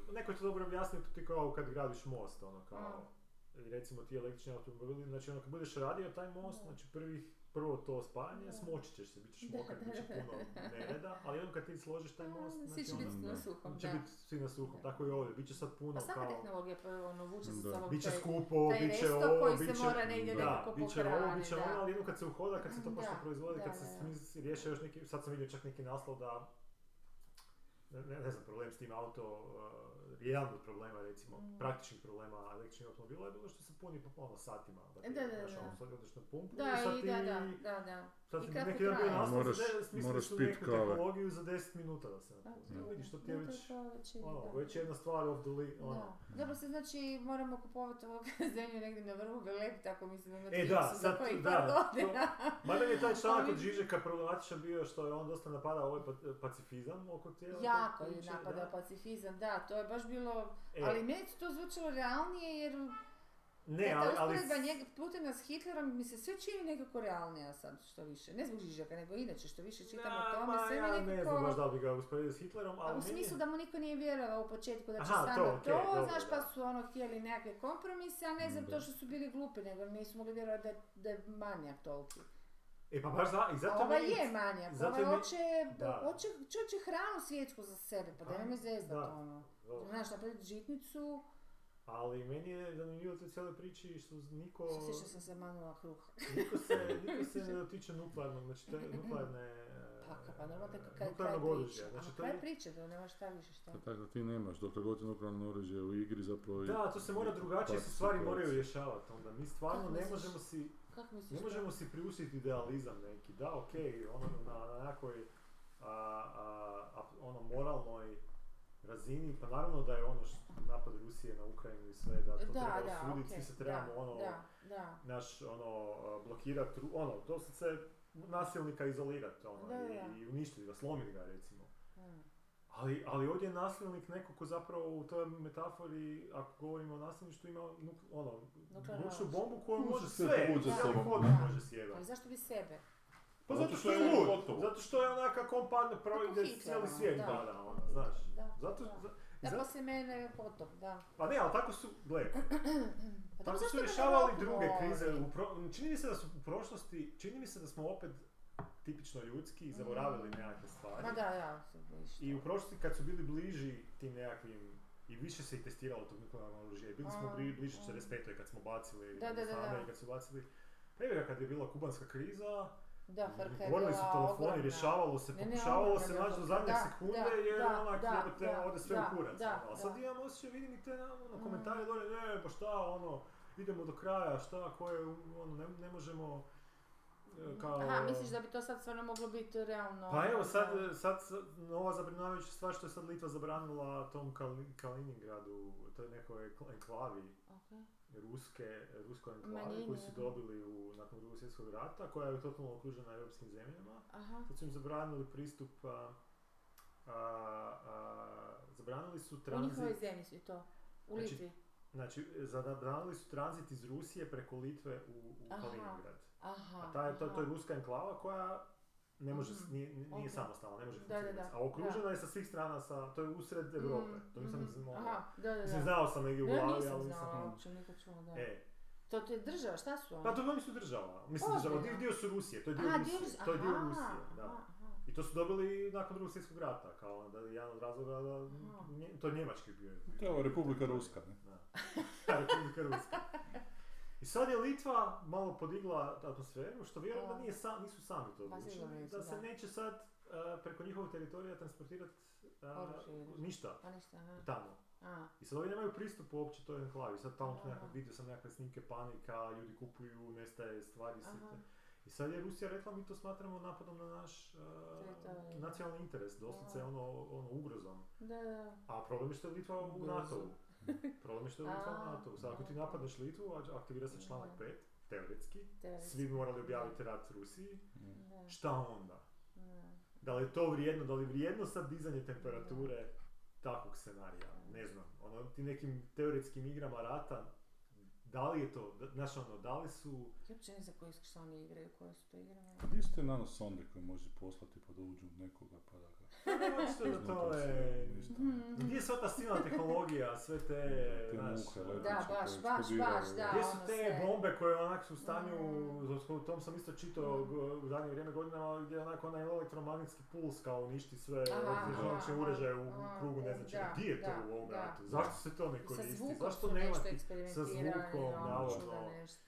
[SPEAKER 3] e, neko je to dobro objasnio, to ti kao kad gradiš most, ono kao...
[SPEAKER 1] A.
[SPEAKER 3] i Recimo ti električni automobili, znači ono kad budeš radio taj most,
[SPEAKER 1] Da.
[SPEAKER 3] znači prvih prvo to spajanje,
[SPEAKER 1] Da.
[SPEAKER 3] smočit ćeš se, bit ćeš
[SPEAKER 1] Mm. Da,
[SPEAKER 3] mokar,
[SPEAKER 1] da,
[SPEAKER 3] bit će
[SPEAKER 1] da.
[SPEAKER 3] puno nereda, ali jednom kad ti složiš taj most,
[SPEAKER 1] Svi
[SPEAKER 3] znači
[SPEAKER 1] će
[SPEAKER 3] onda
[SPEAKER 1] biti
[SPEAKER 2] da.
[SPEAKER 1] na suhom,
[SPEAKER 3] će
[SPEAKER 1] da.
[SPEAKER 3] biti svi na suhom,
[SPEAKER 1] Da.
[SPEAKER 3] tako i ovdje, bit će sad puno
[SPEAKER 1] A sama
[SPEAKER 3] kao...
[SPEAKER 1] tehnologija pa ono vuče sa
[SPEAKER 2] Da.
[SPEAKER 1] sobom
[SPEAKER 3] Bit će
[SPEAKER 1] taj-
[SPEAKER 3] skupo,
[SPEAKER 1] taj
[SPEAKER 3] bit će
[SPEAKER 1] resto
[SPEAKER 3] ovo,
[SPEAKER 1] koji
[SPEAKER 3] bit
[SPEAKER 1] se
[SPEAKER 3] će...
[SPEAKER 1] mora negdje
[SPEAKER 2] da,
[SPEAKER 1] nekako
[SPEAKER 3] bit će ovo, bit
[SPEAKER 1] pohraniti,
[SPEAKER 3] će
[SPEAKER 1] da.
[SPEAKER 3] ono, ali jednom kad se uhoda, kad se to počne
[SPEAKER 1] Da,
[SPEAKER 3] proizvoditi, kad
[SPEAKER 1] da,
[SPEAKER 3] se
[SPEAKER 1] da, da.
[SPEAKER 3] smi- riješe još neki, sad sam vidio čak neki naslov da, ne, ne- ne znam, problem s tim auto, uh, jedan od problema recimo,
[SPEAKER 1] Mm.
[SPEAKER 3] praktičnih problema električnih automobila je bilo što se puni popolno satima, da ti,
[SPEAKER 1] Da, da,
[SPEAKER 3] znaš,
[SPEAKER 1] da.
[SPEAKER 3] ono, sad odeš na pumpu i
[SPEAKER 1] Da,
[SPEAKER 3] sad
[SPEAKER 1] i
[SPEAKER 3] ti,
[SPEAKER 1] da, da, da, da.
[SPEAKER 3] sad
[SPEAKER 1] I
[SPEAKER 3] ti
[SPEAKER 1] kako
[SPEAKER 3] neki dan bio
[SPEAKER 1] traje?
[SPEAKER 3] naslov,
[SPEAKER 2] Moraš-
[SPEAKER 3] za de- smislili
[SPEAKER 2] moraš
[SPEAKER 3] su
[SPEAKER 2] pit
[SPEAKER 3] neku
[SPEAKER 2] kave.
[SPEAKER 3] tehnologiju za 10 minuta da se
[SPEAKER 1] Pa
[SPEAKER 3] napuni,
[SPEAKER 1] to-
[SPEAKER 3] vidiš, to ti je
[SPEAKER 1] da, to
[SPEAKER 3] već,
[SPEAKER 1] kao već ide,
[SPEAKER 3] ono,
[SPEAKER 1] da.
[SPEAKER 3] već jedna stvar of the li- ono,
[SPEAKER 1] Da. Dobro se znači moramo kupovati ovu zemlju negdje na vrhu Velep, tako mislim da na
[SPEAKER 3] E,
[SPEAKER 1] Tripsu
[SPEAKER 3] da,
[SPEAKER 1] za
[SPEAKER 3] sad
[SPEAKER 1] kojih
[SPEAKER 3] da,
[SPEAKER 1] par
[SPEAKER 3] da,
[SPEAKER 1] godina.
[SPEAKER 3] Mada mi je taj članak
[SPEAKER 1] Ali-
[SPEAKER 3] od Žižeka problematičan bio što je on dosta napadao ovaj pa- pacifizam oko tijela.
[SPEAKER 1] Jako
[SPEAKER 3] te
[SPEAKER 1] je
[SPEAKER 3] priče,
[SPEAKER 1] napadao
[SPEAKER 3] da.
[SPEAKER 1] pacifizam, da, to je baš bilo,
[SPEAKER 3] E,
[SPEAKER 1] ali meni je to zvučalo realnije jer
[SPEAKER 3] ne,
[SPEAKER 1] ta
[SPEAKER 3] ali, ali
[SPEAKER 1] usporedba njega Putina s Hitlerom mi se sve čini nekako realnija sad što više, ne zbog Žižaka, nego inače što više čitam o
[SPEAKER 3] Da,
[SPEAKER 1] tome,
[SPEAKER 3] ma,
[SPEAKER 1] sve mi
[SPEAKER 3] pa ja
[SPEAKER 1] nekako... ono-
[SPEAKER 3] ne znam baš da li bi ga usporedio s Hitlerom,
[SPEAKER 1] A
[SPEAKER 3] ali
[SPEAKER 1] u
[SPEAKER 3] Pa meni je-
[SPEAKER 1] smislu da mu niko nije vjerovao u početku da će
[SPEAKER 3] Aha,
[SPEAKER 1] samo
[SPEAKER 3] to,
[SPEAKER 1] to,
[SPEAKER 3] okej, dobro,
[SPEAKER 1] znaš,
[SPEAKER 3] da.
[SPEAKER 1] pa su ono htjeli nekakve kompromise, a ne znam
[SPEAKER 2] Da.
[SPEAKER 1] to što su bili glupi, nego nisu mogli vjerovati da, da je manjak toliki.
[SPEAKER 3] E pa baš za, i zato
[SPEAKER 1] a ovaj
[SPEAKER 3] meni-
[SPEAKER 1] je manjak,
[SPEAKER 3] zato
[SPEAKER 1] ovaj
[SPEAKER 3] je meni-
[SPEAKER 1] hoće,
[SPEAKER 3] da.
[SPEAKER 1] hoće, hoće hranu svjetsku za sebe, pa
[SPEAKER 3] Pa,
[SPEAKER 1] da me zezdat
[SPEAKER 3] da.
[SPEAKER 1] ono.
[SPEAKER 3] Dobro,
[SPEAKER 1] Znaš, napraviti žitnicu,
[SPEAKER 3] Ali meni je zanimljivo u toj cijeloj priči što z- niko,
[SPEAKER 1] što sjeća sam se manula kruha.
[SPEAKER 3] niko, se, niko se ne dotiče nuklearnog, znači te nuklearne, e,
[SPEAKER 1] Pa, ka- pa normalno tako kaj, kaj
[SPEAKER 3] nuklearnog
[SPEAKER 1] priče.
[SPEAKER 3] oružja. Znači,
[SPEAKER 1] a
[SPEAKER 3] to
[SPEAKER 1] kaj
[SPEAKER 3] je,
[SPEAKER 1] priče, da nema šta više šta.
[SPEAKER 2] Pa tako da ti nemaš, dokle god je nuklearno oružje u igri zapravo... i- Pa
[SPEAKER 3] da, to se mora drugačije, se stvari
[SPEAKER 2] participacija.
[SPEAKER 3] moraju rješavati onda. Mi stvarno
[SPEAKER 1] Kako
[SPEAKER 3] ne
[SPEAKER 1] misliš?
[SPEAKER 3] možemo si,
[SPEAKER 1] Kako misliš?
[SPEAKER 3] Ne
[SPEAKER 1] to?
[SPEAKER 3] možemo si priuštiti idealizam neki, da ok, ono na, na nekoj a, a, a, ono moralnoj razini, pa naravno da je ono što napad Rusije na Ukrajinu i sve, da to
[SPEAKER 1] Da,
[SPEAKER 3] treba
[SPEAKER 1] da,
[SPEAKER 3] osuditi,
[SPEAKER 1] okej,
[SPEAKER 3] svi se trebamo
[SPEAKER 1] da,
[SPEAKER 3] ono,
[SPEAKER 1] Da, da.
[SPEAKER 3] naš ono, blokirati, ono, doslovce nasilnika izolirati ono,
[SPEAKER 1] Da,
[SPEAKER 3] i,
[SPEAKER 1] da.
[SPEAKER 3] i uništiti ga, slomiti ga recimo.
[SPEAKER 1] Mm.
[SPEAKER 3] Ali, ali ovdje je nasilnik neko ko zapravo u toj metafori, ako govorimo o nasilništvu, ima nuk, ono,
[SPEAKER 1] Nuklearno
[SPEAKER 3] ručnu
[SPEAKER 1] oružje.
[SPEAKER 3] bombu koja može
[SPEAKER 2] Može se
[SPEAKER 3] sve,
[SPEAKER 2] povući
[SPEAKER 1] sa
[SPEAKER 3] cijeli
[SPEAKER 2] sobom.
[SPEAKER 3] hod
[SPEAKER 1] Da.
[SPEAKER 3] može sjebati.
[SPEAKER 1] Ali zašto bi sebe?
[SPEAKER 3] Pa zato što je
[SPEAKER 2] Zato što je
[SPEAKER 3] lud,
[SPEAKER 2] gotov.
[SPEAKER 3] zato što je onak kako on padne
[SPEAKER 1] Kako
[SPEAKER 3] proide
[SPEAKER 1] Hitler,
[SPEAKER 3] cijeli
[SPEAKER 1] ono,
[SPEAKER 3] svijet
[SPEAKER 1] da.
[SPEAKER 3] pada, ono, znaš.
[SPEAKER 1] Da,
[SPEAKER 3] Zato,
[SPEAKER 1] da.
[SPEAKER 3] za-
[SPEAKER 1] Da,
[SPEAKER 3] za-
[SPEAKER 1] pa se mene potop, da.
[SPEAKER 3] pa ne, ali tako su, gle,
[SPEAKER 1] E, Pa dobro,
[SPEAKER 3] tako
[SPEAKER 1] zašto
[SPEAKER 3] su
[SPEAKER 1] da ne
[SPEAKER 3] rješavali
[SPEAKER 1] ovako
[SPEAKER 3] druge
[SPEAKER 1] govori?
[SPEAKER 3] krize. U pro- čini mi se da su u prošlosti, čini mi se da smo opet tipično ljudski zaboravili nekakve stvari.
[SPEAKER 1] Mm. Ma da, da, se bliži.
[SPEAKER 3] I u prošlosti kad su bili bliži tim nekakvim i više se i testiralo tog nuklearnog oružja. i Bili smo
[SPEAKER 1] A,
[SPEAKER 3] bli- bliži
[SPEAKER 1] a.
[SPEAKER 3] 45. kad smo bacili
[SPEAKER 1] Da, da, da,
[SPEAKER 3] Jugoslaviju,
[SPEAKER 1] da.
[SPEAKER 3] kad su bacili Pa evo ga, kad je bila kubanska kriza,
[SPEAKER 1] Da, frka je
[SPEAKER 3] Govorili su
[SPEAKER 1] bila
[SPEAKER 3] telefoni,
[SPEAKER 1] ogromna.
[SPEAKER 3] rješavalo se,
[SPEAKER 1] Ne, ne,
[SPEAKER 3] pokušavalo
[SPEAKER 1] ogromna
[SPEAKER 3] se
[SPEAKER 1] je
[SPEAKER 3] naći do
[SPEAKER 1] bila.
[SPEAKER 3] zadnje
[SPEAKER 1] Da,
[SPEAKER 3] sekunde
[SPEAKER 1] da,
[SPEAKER 3] jer
[SPEAKER 1] da,
[SPEAKER 3] onak
[SPEAKER 1] da,
[SPEAKER 3] jebote
[SPEAKER 1] da,
[SPEAKER 3] ode sve
[SPEAKER 1] da,
[SPEAKER 3] u kurac.
[SPEAKER 1] da,
[SPEAKER 3] ono. A sad
[SPEAKER 1] da.
[SPEAKER 3] imam osjećaj vidim i te ono,
[SPEAKER 1] Mm.
[SPEAKER 3] komentare dolje, ne, pa šta ono, idemo do kraja, šta, koje, ono, ne, ne možemo kao...
[SPEAKER 1] Aha, misliš da ono bi to sad stvarno moglo biti realno?
[SPEAKER 3] Pa evo, sad, sad nova zabrinjavajuća stvar što je sad Litva zabranila tom Kali- Kaliningradu, to je nekoj enklavi
[SPEAKER 1] Ok.
[SPEAKER 3] ruske, ruskoj enklavi
[SPEAKER 1] Manjine,
[SPEAKER 3] koju su
[SPEAKER 1] da.
[SPEAKER 3] dobili u, nakon drugog svjetskog rata, koja je totalno okružena europskim zemljama.
[SPEAKER 1] Aha.
[SPEAKER 3] Sad su im zabranili pristup, a, a, a, zabranili su
[SPEAKER 1] U njihovoj
[SPEAKER 3] tranzit,
[SPEAKER 1] zemlji su to. U
[SPEAKER 3] Znači,
[SPEAKER 1] Litvi.
[SPEAKER 3] znači zabranili su tranzit iz Rusije preko Litve u, u
[SPEAKER 1] Aha.
[SPEAKER 3] Kaliningrad.
[SPEAKER 1] Aha.
[SPEAKER 3] A ta, pa to, to je
[SPEAKER 1] aha.
[SPEAKER 3] ruska enklava koja ne može,
[SPEAKER 1] Mhm.
[SPEAKER 3] nije, nije
[SPEAKER 1] Ok.
[SPEAKER 3] samostalna, ne može
[SPEAKER 1] Da, da,
[SPEAKER 3] funkcionirati.
[SPEAKER 1] da.
[SPEAKER 3] A okružena je sa svih strana, sa, to je usred Europe.
[SPEAKER 1] Mm,
[SPEAKER 3] To nisam
[SPEAKER 1] mhm.
[SPEAKER 3] znao.
[SPEAKER 1] Aha, da, da,
[SPEAKER 3] Mislim,
[SPEAKER 1] da.
[SPEAKER 3] znao sam negdje u
[SPEAKER 1] Ja
[SPEAKER 3] glavi,
[SPEAKER 1] nisam
[SPEAKER 3] ali nisam...
[SPEAKER 1] znala,
[SPEAKER 3] hmm.
[SPEAKER 1] uopće nikad čuo, da.
[SPEAKER 3] E,
[SPEAKER 1] To, to je država, šta su oni?
[SPEAKER 3] pa to oni su država. Mislim država, dio,
[SPEAKER 1] Ozbiljno?
[SPEAKER 3] dio su Rusije, to je dio
[SPEAKER 1] Aha,
[SPEAKER 3] Rusije.
[SPEAKER 1] Rusije,
[SPEAKER 3] To je dio
[SPEAKER 1] aha,
[SPEAKER 3] Rusije, da.
[SPEAKER 1] aha, aha.
[SPEAKER 3] I to su dobili nakon drugog svjetskog rata, kao onda jedan od razloga da...
[SPEAKER 1] Aha.
[SPEAKER 3] nje- to je njemački bio.
[SPEAKER 2] To je ova Republika Ruska, ne?
[SPEAKER 3] Da. Republika Ruska. I sad je Litva malo podigla atmosferu, što vjerujem da nije sa, nisu sami to
[SPEAKER 1] Pa sigurno
[SPEAKER 3] odlučili,
[SPEAKER 1] nisu,
[SPEAKER 3] da se
[SPEAKER 1] da.
[SPEAKER 3] neće sad e, preko njihovog teritorija transportirati
[SPEAKER 1] Oružje ili nešto.
[SPEAKER 3] ništa
[SPEAKER 1] Pa ništa, aha.
[SPEAKER 3] tamo.
[SPEAKER 1] A,
[SPEAKER 3] I sad ovi nemaju pristup uopće toj enklavi, sad tamo
[SPEAKER 1] Aha.
[SPEAKER 3] nekako vidio sam nekakve snimke panika, ljudi kupuju, nestaje stvari,
[SPEAKER 1] aha.
[SPEAKER 3] sitne. I sad je Rusija rekla mi to smatramo napadom na naš e,
[SPEAKER 1] Teritorij.
[SPEAKER 3] nacionalni interes, doslovce
[SPEAKER 1] Aha.
[SPEAKER 3] ono, ono ugrozom.
[SPEAKER 1] Da, da.
[SPEAKER 3] A problem je što je Litva u
[SPEAKER 2] Ugroza.
[SPEAKER 3] NATO-u. Problem je što je Litva u
[SPEAKER 1] A,
[SPEAKER 3] NATO-u. Sad ako ti
[SPEAKER 1] da.
[SPEAKER 3] napadneš Litvu, a- aktivira se članak
[SPEAKER 1] Da.
[SPEAKER 3] 5, teoretski,
[SPEAKER 1] Te-
[SPEAKER 3] svi bi morali objaviti rat Rusiji,
[SPEAKER 1] Da,
[SPEAKER 3] šta onda?
[SPEAKER 1] da.
[SPEAKER 3] Da li je to vrijedno, da li je vrijedno sad dizanje temperature takvog scenarija? Ne znam, ono, ti nekim teoretskim igrama rata, da li je to, da- znaš ono, da li su,
[SPEAKER 1] Ja uopće ne znam koji su šta oni igraju, koje su to igre.
[SPEAKER 2] Gdje Pa su te nanosonde koje može poslati pa da uđu u nekoga pa da ga...
[SPEAKER 3] Pa ne, očito da to e, je,
[SPEAKER 2] Ništa.
[SPEAKER 3] gdje je sva ta silna tehnologija, sve te,
[SPEAKER 2] Te
[SPEAKER 3] e, znaš,
[SPEAKER 2] muhe
[SPEAKER 3] ono-
[SPEAKER 2] lete.
[SPEAKER 1] Da, baš,
[SPEAKER 2] Znači, koje
[SPEAKER 1] baš,
[SPEAKER 2] eksplodiraju.
[SPEAKER 1] baš, da.
[SPEAKER 3] Gdje su
[SPEAKER 1] ono
[SPEAKER 3] te
[SPEAKER 1] sve.
[SPEAKER 3] bombe koje onak su u stanju,
[SPEAKER 1] Mm.
[SPEAKER 3] o tom sam isto čitao
[SPEAKER 1] Mm.
[SPEAKER 3] g- u zadnje vrijeme godinama, gdje onak onaj elektromagnetski puls kao uništi sve
[SPEAKER 1] Aha,
[SPEAKER 3] elektronične
[SPEAKER 1] aha,
[SPEAKER 3] uređaje u
[SPEAKER 1] aha,
[SPEAKER 3] krugu, ne
[SPEAKER 1] e,
[SPEAKER 3] znači,
[SPEAKER 1] da,
[SPEAKER 3] gdje je to
[SPEAKER 1] da,
[SPEAKER 3] u ovom
[SPEAKER 1] da.
[SPEAKER 3] ratu? Zašto se to ne
[SPEAKER 1] Sa
[SPEAKER 3] koristi?
[SPEAKER 1] zvukom
[SPEAKER 3] Zašto
[SPEAKER 1] su
[SPEAKER 3] nema
[SPEAKER 1] nešto
[SPEAKER 3] ti-
[SPEAKER 1] eksperimentirali,
[SPEAKER 3] zvukom,
[SPEAKER 1] ono,
[SPEAKER 3] navodno.
[SPEAKER 1] čuda nešto.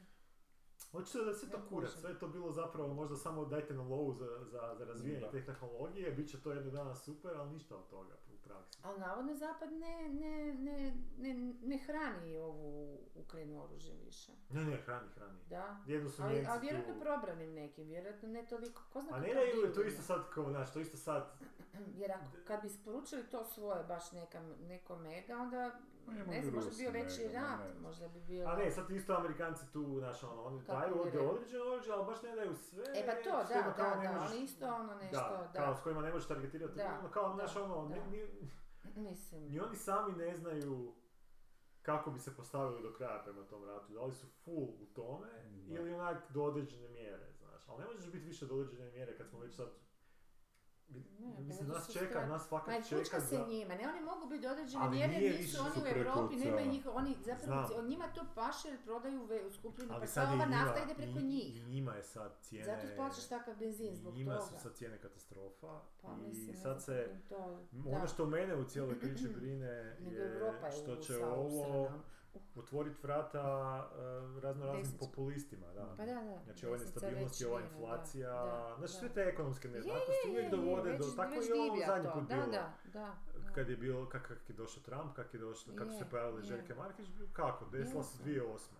[SPEAKER 3] Očito da je sve to
[SPEAKER 1] Ne
[SPEAKER 3] kurac,
[SPEAKER 1] kužim.
[SPEAKER 3] sve je to bilo zapravo možda samo dajte na lovu za, za, za razvijanje
[SPEAKER 2] Da.
[SPEAKER 3] te tehnologije, bit će to jednog dana super, ali ništa od toga u praksi.
[SPEAKER 1] Ali navodno Zapad ne, ne, ne, ne, ne hrani ovu Ukrajinu oružje više.
[SPEAKER 3] Ne, ne, hrani, hrani.
[SPEAKER 1] Da?
[SPEAKER 3] Jedno su
[SPEAKER 1] Ali,
[SPEAKER 3] Njemci
[SPEAKER 1] ali vjerojatno
[SPEAKER 3] tu-
[SPEAKER 1] probranim nekim, vjerojatno ne toliko. Ko zna
[SPEAKER 3] A
[SPEAKER 1] kako
[SPEAKER 3] ne daju je to
[SPEAKER 1] djeluju.
[SPEAKER 3] isto sad kao, znaš, to isto sad,
[SPEAKER 1] Jer ako, kad bi isporučili to svoje baš nekam, neko mega, onda
[SPEAKER 2] Pa imamo
[SPEAKER 1] ne
[SPEAKER 2] mi
[SPEAKER 1] znam, možda bi bio
[SPEAKER 2] Rusi
[SPEAKER 1] veći
[SPEAKER 2] mega, ne
[SPEAKER 1] rat,
[SPEAKER 2] znam.
[SPEAKER 1] možda bi bio...
[SPEAKER 3] A ne, sad isto Amerikanci tu, znaš, ono, oni daju
[SPEAKER 1] Kalkuliraju.
[SPEAKER 3] ovdje određeno oružje, ali baš ne daju sve.
[SPEAKER 1] E pa to,
[SPEAKER 3] s
[SPEAKER 1] da,
[SPEAKER 3] kojima kao
[SPEAKER 1] da,
[SPEAKER 3] ne
[SPEAKER 1] da,
[SPEAKER 3] možeš-
[SPEAKER 1] ali isto ono nešto, da.
[SPEAKER 3] kao s kojima ne možeš targetirati,
[SPEAKER 1] Da,
[SPEAKER 3] ono, kao, znaš,
[SPEAKER 1] da,
[SPEAKER 3] ono,
[SPEAKER 1] da.
[SPEAKER 3] ni, ni-
[SPEAKER 1] Mislim,
[SPEAKER 3] ni oni sami ne znaju kako bi se postavili do kraja prema tom ratu, da li su full u tome
[SPEAKER 2] Da.
[SPEAKER 3] ili onak do određene mjere, znaš, ali ne možeš biti više do određene mjere kad smo već sad, mi-
[SPEAKER 1] Ne, pa
[SPEAKER 3] mislim,
[SPEAKER 1] zato
[SPEAKER 3] nas
[SPEAKER 1] su
[SPEAKER 3] čeka,
[SPEAKER 1] stra-
[SPEAKER 3] nas
[SPEAKER 1] Ma i
[SPEAKER 3] fakat čeka
[SPEAKER 1] fučka se
[SPEAKER 3] za...
[SPEAKER 1] njima, ne, oni mogu biti do određene
[SPEAKER 3] Ali
[SPEAKER 1] mjere,
[SPEAKER 3] nije
[SPEAKER 1] nisu
[SPEAKER 3] više
[SPEAKER 2] su
[SPEAKER 1] oni u
[SPEAKER 2] preko
[SPEAKER 1] Europi, nema
[SPEAKER 2] oceana.
[SPEAKER 1] ih, oni zapravo,
[SPEAKER 3] Znam.
[SPEAKER 1] on njima to paše jer prodaju ve, u skupinu, pa
[SPEAKER 3] Ali
[SPEAKER 1] sva
[SPEAKER 3] sad je
[SPEAKER 1] ova
[SPEAKER 3] njima,
[SPEAKER 1] nafta ide preko
[SPEAKER 3] i-
[SPEAKER 1] njih.
[SPEAKER 3] i njima je sad cijene...
[SPEAKER 1] Zato plaćaš takav benzin zbog
[SPEAKER 3] Njima
[SPEAKER 1] toga.
[SPEAKER 3] su sad cijene katastrofa
[SPEAKER 1] Pa mislim,
[SPEAKER 3] i
[SPEAKER 1] ne
[SPEAKER 3] sad
[SPEAKER 1] znam
[SPEAKER 3] se,
[SPEAKER 1] kako im to, da.
[SPEAKER 3] ono što mene u cijeloj priči brine
[SPEAKER 1] Nego
[SPEAKER 3] je
[SPEAKER 1] Europa je
[SPEAKER 3] što
[SPEAKER 1] u-
[SPEAKER 3] će
[SPEAKER 1] sa
[SPEAKER 3] ovo
[SPEAKER 1] obstranom.
[SPEAKER 3] otvoriti vrata e, razno raznim
[SPEAKER 1] Desničarima.
[SPEAKER 3] populistima, da.
[SPEAKER 1] Pa da, da.
[SPEAKER 3] Znači ova
[SPEAKER 1] desnica
[SPEAKER 3] nestabilnost i ova
[SPEAKER 1] već nije,
[SPEAKER 3] inflacija,
[SPEAKER 1] da,
[SPEAKER 3] znači
[SPEAKER 1] da.
[SPEAKER 3] sve te ekonomske
[SPEAKER 1] Je,
[SPEAKER 3] nejednakosti
[SPEAKER 1] je,
[SPEAKER 3] uvijek
[SPEAKER 1] je, je,
[SPEAKER 3] dovode
[SPEAKER 1] već-
[SPEAKER 3] do, tako
[SPEAKER 1] već
[SPEAKER 3] i ovo
[SPEAKER 1] divlja
[SPEAKER 3] zadnji
[SPEAKER 1] to.
[SPEAKER 3] put
[SPEAKER 1] da,
[SPEAKER 3] bilo.
[SPEAKER 1] Da, da, da.
[SPEAKER 3] Kad je bilo, kak, kak je došao Trump, kak je došao, kako su se
[SPEAKER 1] Je,
[SPEAKER 3] pojavile
[SPEAKER 1] je.
[SPEAKER 3] Željke Markić, kako, desila se
[SPEAKER 1] Jasno.
[SPEAKER 3] 2008.
[SPEAKER 1] Jasno.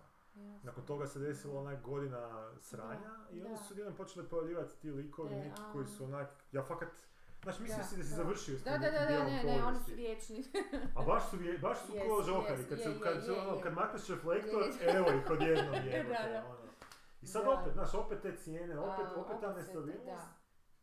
[SPEAKER 3] Nakon toga se desila onak godina sranja i onda
[SPEAKER 1] da.
[SPEAKER 3] su se odjednom počeli pojavljivati ti likovi
[SPEAKER 1] E,
[SPEAKER 3] neki koji su
[SPEAKER 1] a.
[SPEAKER 3] onak, ja fakat, znaš mislio
[SPEAKER 1] Da,
[SPEAKER 3] si da si
[SPEAKER 1] da.
[SPEAKER 3] završio s
[SPEAKER 1] Da,
[SPEAKER 3] tim
[SPEAKER 1] da, da,
[SPEAKER 3] nekim
[SPEAKER 1] da,
[SPEAKER 3] dijelom
[SPEAKER 1] ne, ne, oni su
[SPEAKER 3] povijesti.
[SPEAKER 1] vječni.
[SPEAKER 3] A baš su, vje- baš su
[SPEAKER 1] Yes,
[SPEAKER 3] ko žokari,
[SPEAKER 1] yes,
[SPEAKER 3] kad,
[SPEAKER 1] je,
[SPEAKER 3] su, kad,
[SPEAKER 1] je,
[SPEAKER 3] se
[SPEAKER 1] je,
[SPEAKER 3] ono,
[SPEAKER 1] je.
[SPEAKER 3] kad makneš reflektor,
[SPEAKER 1] Je, je.
[SPEAKER 3] evo ih odjednom
[SPEAKER 1] Da,
[SPEAKER 3] jebote,
[SPEAKER 1] da.
[SPEAKER 3] ono. I sad
[SPEAKER 1] Da.
[SPEAKER 3] opet, znaš, opet te cijene, opet,
[SPEAKER 1] A,
[SPEAKER 3] opet ta
[SPEAKER 1] opet se to-
[SPEAKER 3] nestabilnost.
[SPEAKER 1] da.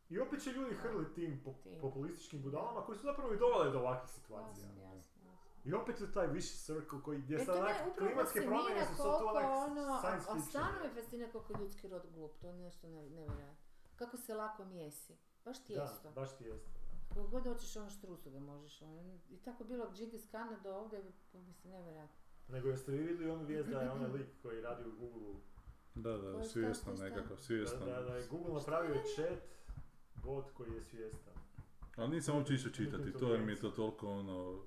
[SPEAKER 3] I opet će ljudi hrlit tim po-
[SPEAKER 1] Tim.
[SPEAKER 3] populističkim budalama koji su zapravo i dovele do ovakvih situacija.
[SPEAKER 1] Jasno, jasno, jasno.
[SPEAKER 3] I opet je taj viši circle koji gdje
[SPEAKER 1] Jer
[SPEAKER 3] sad
[SPEAKER 1] E, to
[SPEAKER 3] onak,
[SPEAKER 1] mene upravo
[SPEAKER 3] klimatske
[SPEAKER 1] fascinira
[SPEAKER 3] promjene su sad
[SPEAKER 1] koliko
[SPEAKER 3] tu onak
[SPEAKER 1] ono,
[SPEAKER 3] science
[SPEAKER 1] a- a
[SPEAKER 3] fiction.
[SPEAKER 1] stvarno me fascinira koliko je ljudski rod glup, to je nešto ne- nevjerojatno. Kako se lako mjesi, baš tijesto.
[SPEAKER 3] Da, baš tijesto.
[SPEAKER 1] Koliko god hoćeš ono štrusu ga možeš. Ono. I tako bilo od Džingis Kana do ovdje, pa mislim nevjerojatno.
[SPEAKER 3] Nego jeste vi vidjeli onu vijest da je onaj lik koji radi u Google,
[SPEAKER 2] Da,
[SPEAKER 1] Ko
[SPEAKER 2] da,
[SPEAKER 1] je šta,
[SPEAKER 2] svjesno
[SPEAKER 1] ko je šta?
[SPEAKER 2] nekakav,
[SPEAKER 3] da,
[SPEAKER 2] svjesno.
[SPEAKER 3] da, da je Google napravio chat bot koji je svjestan.
[SPEAKER 2] Ali nisam uopće išao
[SPEAKER 3] Umjetna
[SPEAKER 2] čitati to jer mi je to toliko ono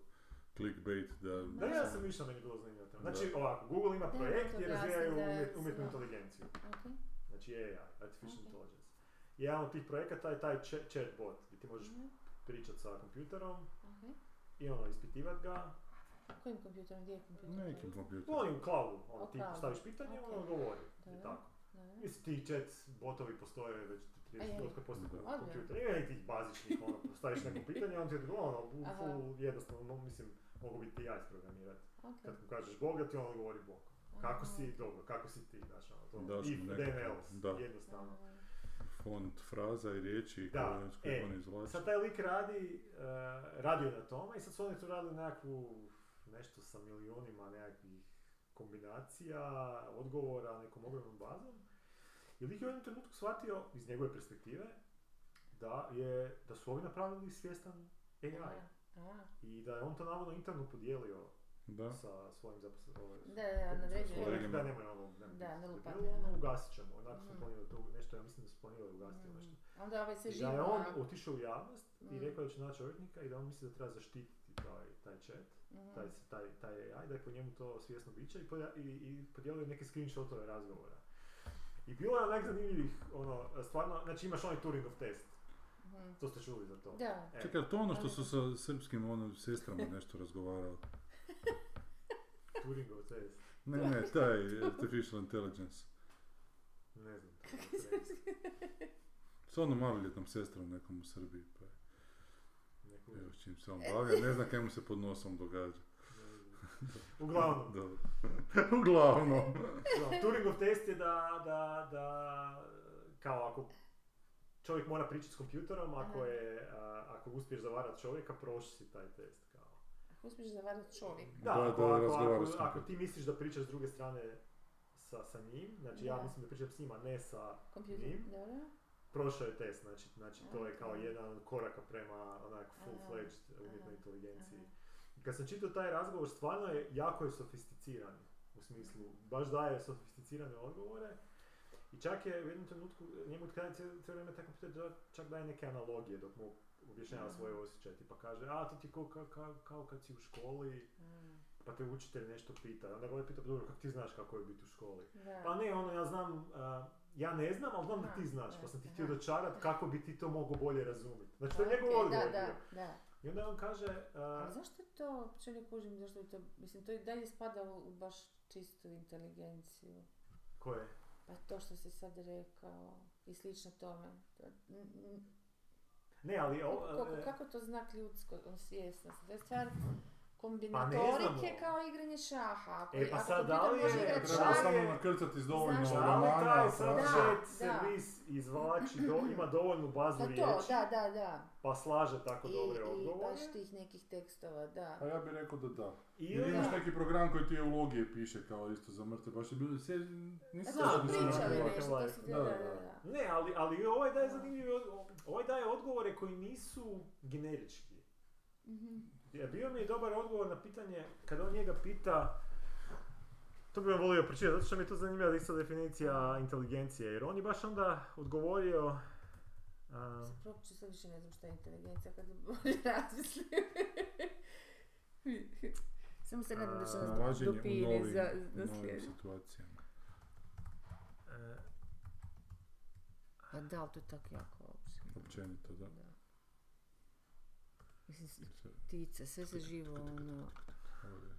[SPEAKER 2] clickbait da...
[SPEAKER 3] Da, ja sam išao, meni je bilo zanimljivo. Znači, ovako, Google ima
[SPEAKER 1] Da,
[SPEAKER 3] projekt
[SPEAKER 1] to
[SPEAKER 3] i
[SPEAKER 1] da,
[SPEAKER 3] razvijaju
[SPEAKER 1] da,
[SPEAKER 3] umjet-
[SPEAKER 1] da.
[SPEAKER 3] umjetnu inteligenciju.
[SPEAKER 1] Okay.
[SPEAKER 3] Znači AI, Artificial
[SPEAKER 1] Ok.
[SPEAKER 3] Intelligence. I jedan od tih projekata je taj cha- chatbot, gdje ti možeš
[SPEAKER 1] Mhm.
[SPEAKER 3] pričat sa kompjuterom
[SPEAKER 1] Okay.
[SPEAKER 3] i ono, ispitivat ga.
[SPEAKER 1] Kojim kompjuterom, gdje je kompjuter?
[SPEAKER 2] Nekim kompjuterom.
[SPEAKER 3] Oni u cloudu, ono,
[SPEAKER 1] U
[SPEAKER 3] ti
[SPEAKER 1] cloudu,
[SPEAKER 3] staviš pitanje,
[SPEAKER 1] ok.
[SPEAKER 3] ono odgovori.
[SPEAKER 1] Da.
[SPEAKER 3] I tako.
[SPEAKER 1] Da.
[SPEAKER 3] Mislim, ti chat botovi postoje već
[SPEAKER 1] A je.
[SPEAKER 3] 30 otkad postoje
[SPEAKER 1] Odmah.
[SPEAKER 3] kompjuter. Ima nekih bazičnih, ono, postaviš neko pitanje, on ti odgovara, ono, u
[SPEAKER 1] Aha.
[SPEAKER 3] full jednostavno, no, mislim, mogu biti ja isprogramirati.
[SPEAKER 1] Ok.
[SPEAKER 3] Kad mu kažeš Boga, ti on odgovori Bog. Kako si, dobro, kako si ti, znaš, ono, to,
[SPEAKER 2] Daš mu
[SPEAKER 3] if, then
[SPEAKER 2] nekako,
[SPEAKER 3] else,
[SPEAKER 2] da.
[SPEAKER 3] jednostavno.
[SPEAKER 2] Font fraza i riječi
[SPEAKER 3] Da,
[SPEAKER 2] koje- s kojih
[SPEAKER 3] e,
[SPEAKER 2] on izvlači.
[SPEAKER 3] Sad taj lik radi, e, radio je na tome i sad su oni tu radili nekakvu, nešto sa milionima nekakvih kombinacija, odgovora, nekom ogromnom bazom. I lik je u jednom trenutku shvatio, iz njegove perspektive, da, je, da su ovi napravili svjestan AI.
[SPEAKER 1] A, a.
[SPEAKER 3] I da je on to navodno interno podijelio
[SPEAKER 2] Da.
[SPEAKER 3] sa svojim ovaj, zaposlenim.
[SPEAKER 1] Da, da, nadređuje.
[SPEAKER 2] Kolega.
[SPEAKER 3] Da, nemoj ono, nemoj
[SPEAKER 1] Da, ne
[SPEAKER 3] biti
[SPEAKER 1] lupa,
[SPEAKER 3] debelo,
[SPEAKER 1] ne,
[SPEAKER 3] ono,
[SPEAKER 1] ne.
[SPEAKER 3] ugasit ćemo. Onako smo
[SPEAKER 1] Mhm.
[SPEAKER 3] planirali to, nešto, ja mislim da su planirali ugasiti ili nešto.
[SPEAKER 1] Mm. Onda ovaj se
[SPEAKER 3] I
[SPEAKER 1] živo...
[SPEAKER 3] da je on
[SPEAKER 1] a?
[SPEAKER 3] otišao u javnost i
[SPEAKER 1] Mm.
[SPEAKER 3] rekao da će naći odvjetnika i da on misli da treba zaštititi taj, taj chat,
[SPEAKER 1] Mhm.
[SPEAKER 3] taj, taj, taj AI, da je po njemu to svjesno biće i, poda- i, i podijelio je neke screenshotove razgovora. I bilo je onak zanimljivih, ono, stvarno, znači imaš onaj Turingov test,
[SPEAKER 1] Mhm.
[SPEAKER 3] to ste čuli za to.
[SPEAKER 1] Da.
[SPEAKER 3] E,
[SPEAKER 2] Čekaj, to ono što su sa srpskim ono, sestrama nešto razgovarali.
[SPEAKER 3] Turingov test,
[SPEAKER 2] Ne, ne, taj Artificial Intelligence.
[SPEAKER 3] ne znam. Turingov test.
[SPEAKER 2] S onom maloljetnom sestrom nekom u Srbiji. Pa,
[SPEAKER 3] Neku-
[SPEAKER 2] evo s čim se on bavi, ne zna kaj mu se pod nosom događa.
[SPEAKER 3] Uglavnom,
[SPEAKER 2] Da. Uglavnom.
[SPEAKER 3] Da, Turingov test je da, da, da kao ako čovjek mora pričati s kompjuterom, ako,
[SPEAKER 1] Aha.
[SPEAKER 3] je, a, ako uspiješ zavarati čovjeka, prošli si taj test. Kao.
[SPEAKER 1] Ako uspiješ zavarati čovjek.
[SPEAKER 3] Da,
[SPEAKER 2] Da,
[SPEAKER 3] ako,
[SPEAKER 2] da,
[SPEAKER 3] ako,
[SPEAKER 2] razgovaraš
[SPEAKER 3] ako,
[SPEAKER 2] s njim.
[SPEAKER 3] ako ti misliš da pričaš s druge strane sa, sa njim, znači ja
[SPEAKER 1] Da.
[SPEAKER 3] mislim da pričam s njima, ne sa,
[SPEAKER 1] Kompjuter.
[SPEAKER 3] Njim.
[SPEAKER 1] Dobro.
[SPEAKER 3] prošao je test, znači, znači to je kao
[SPEAKER 1] Aha.
[SPEAKER 3] jedan od koraka prema onak full-fledged
[SPEAKER 1] aha,
[SPEAKER 3] umjetnoj inteligenciji.
[SPEAKER 1] aha.
[SPEAKER 3] Kad sam čitao taj razgovor, stvarno je jako je sofisticiran. U smislu, baš daje sofisticirane odgovore. I čak je u jednom trenutku, njemu kada cijelo, cijelo vrijeme taj kompjuter da- čak daje neke analogije dok mu objašnjava
[SPEAKER 1] Aha.
[SPEAKER 3] svoje osjećaje. Tipa kaže, a to ti ko, ka, ka- kao kad si u školi,
[SPEAKER 1] Mm.
[SPEAKER 3] pa te učitelj nešto pita. Onda ga ovaj pita, "Pa dobro, kako ti znaš kako je biti u školi?
[SPEAKER 1] Da.
[SPEAKER 3] Pa ne, ono, ja znam, a, ja ne znam, ali znam da ti
[SPEAKER 1] Aha,
[SPEAKER 3] znaš,
[SPEAKER 1] da,
[SPEAKER 3] pa sam ti
[SPEAKER 1] aha.
[SPEAKER 3] htio dočarat kako bi ti to mogao bolje razumjeti. Znači, to je
[SPEAKER 1] Ok,
[SPEAKER 3] njegov odgovor
[SPEAKER 1] Da,
[SPEAKER 3] bio.
[SPEAKER 1] da, da.
[SPEAKER 3] I onda on kaže, uh, a,
[SPEAKER 1] Ali zašto to uopće ne kužim, zašto bi to, mislim, to i dalje spada u, u baš čistu inteligenciju.
[SPEAKER 3] ko je?
[SPEAKER 1] Pa to što si sad rekao i slično tome. To- n- n-
[SPEAKER 3] Ne, ali... E, o-
[SPEAKER 1] Kako,
[SPEAKER 3] e, Pa
[SPEAKER 1] kako to znak ljudsko on svjesnosti? To je stvar
[SPEAKER 3] znamo.
[SPEAKER 1] kombinatorike kao igranje šaha. Ako,
[SPEAKER 3] E, pa
[SPEAKER 1] ako
[SPEAKER 3] sad, da
[SPEAKER 1] kompjuter
[SPEAKER 3] li
[SPEAKER 1] može
[SPEAKER 3] je-
[SPEAKER 1] igrat
[SPEAKER 3] da li
[SPEAKER 2] Treba
[SPEAKER 3] je-
[SPEAKER 1] šah,
[SPEAKER 2] samo nakrcati s dovoljno
[SPEAKER 1] Znaš,
[SPEAKER 3] Da li taj
[SPEAKER 2] romana,
[SPEAKER 3] sad
[SPEAKER 1] Da,
[SPEAKER 2] fraza.
[SPEAKER 3] chat servis izvlači, do- ima dovoljnu bazu
[SPEAKER 1] pa to,
[SPEAKER 3] riječi,
[SPEAKER 1] da, da, da.
[SPEAKER 3] pa slaže tako
[SPEAKER 1] I,
[SPEAKER 3] dobre
[SPEAKER 1] i
[SPEAKER 3] odgovore?
[SPEAKER 1] baš tih nekih tekstova, da.
[SPEAKER 2] Pa ja bih rekao da da. Ili
[SPEAKER 3] Ili...
[SPEAKER 2] imaš neki program koji ti eulogije piše kao isto za mrtve, baš je bilo sve,
[SPEAKER 1] A
[SPEAKER 2] nisam
[SPEAKER 1] to su
[SPEAKER 3] da,
[SPEAKER 1] pričali
[SPEAKER 3] da,
[SPEAKER 1] nešto, to
[SPEAKER 3] da,
[SPEAKER 1] su
[SPEAKER 2] da,
[SPEAKER 1] da,
[SPEAKER 2] da.
[SPEAKER 1] da, da.
[SPEAKER 3] Ne, ali, ali ovaj daje zanimljive odgovore, ovaj daje odgovore koji nisu generički.
[SPEAKER 1] Mhm.
[SPEAKER 3] Ja, bio mi je dobar odgovor na pitanje, kada on njega pita, to bi vam volio pročitati, zato što mi je to zanimljiva isto definicija inteligencije, jer on je baš onda odgovorio, a,
[SPEAKER 1] Zapravo uopće sad više ne znam šta je inteligencija kad bi bolje razmislim. Samo se nadam da će nas
[SPEAKER 2] Nalaženje u
[SPEAKER 1] dopine
[SPEAKER 2] novim,
[SPEAKER 1] za,
[SPEAKER 2] u
[SPEAKER 1] za
[SPEAKER 2] novim
[SPEAKER 1] slijedi.
[SPEAKER 2] situacijama.
[SPEAKER 3] e,
[SPEAKER 1] Pa da, ali to je tako jako uopće.
[SPEAKER 2] Općenito, da.
[SPEAKER 1] Da. Mislim, s- ptice, sve se živo, ono...
[SPEAKER 2] Ovdje.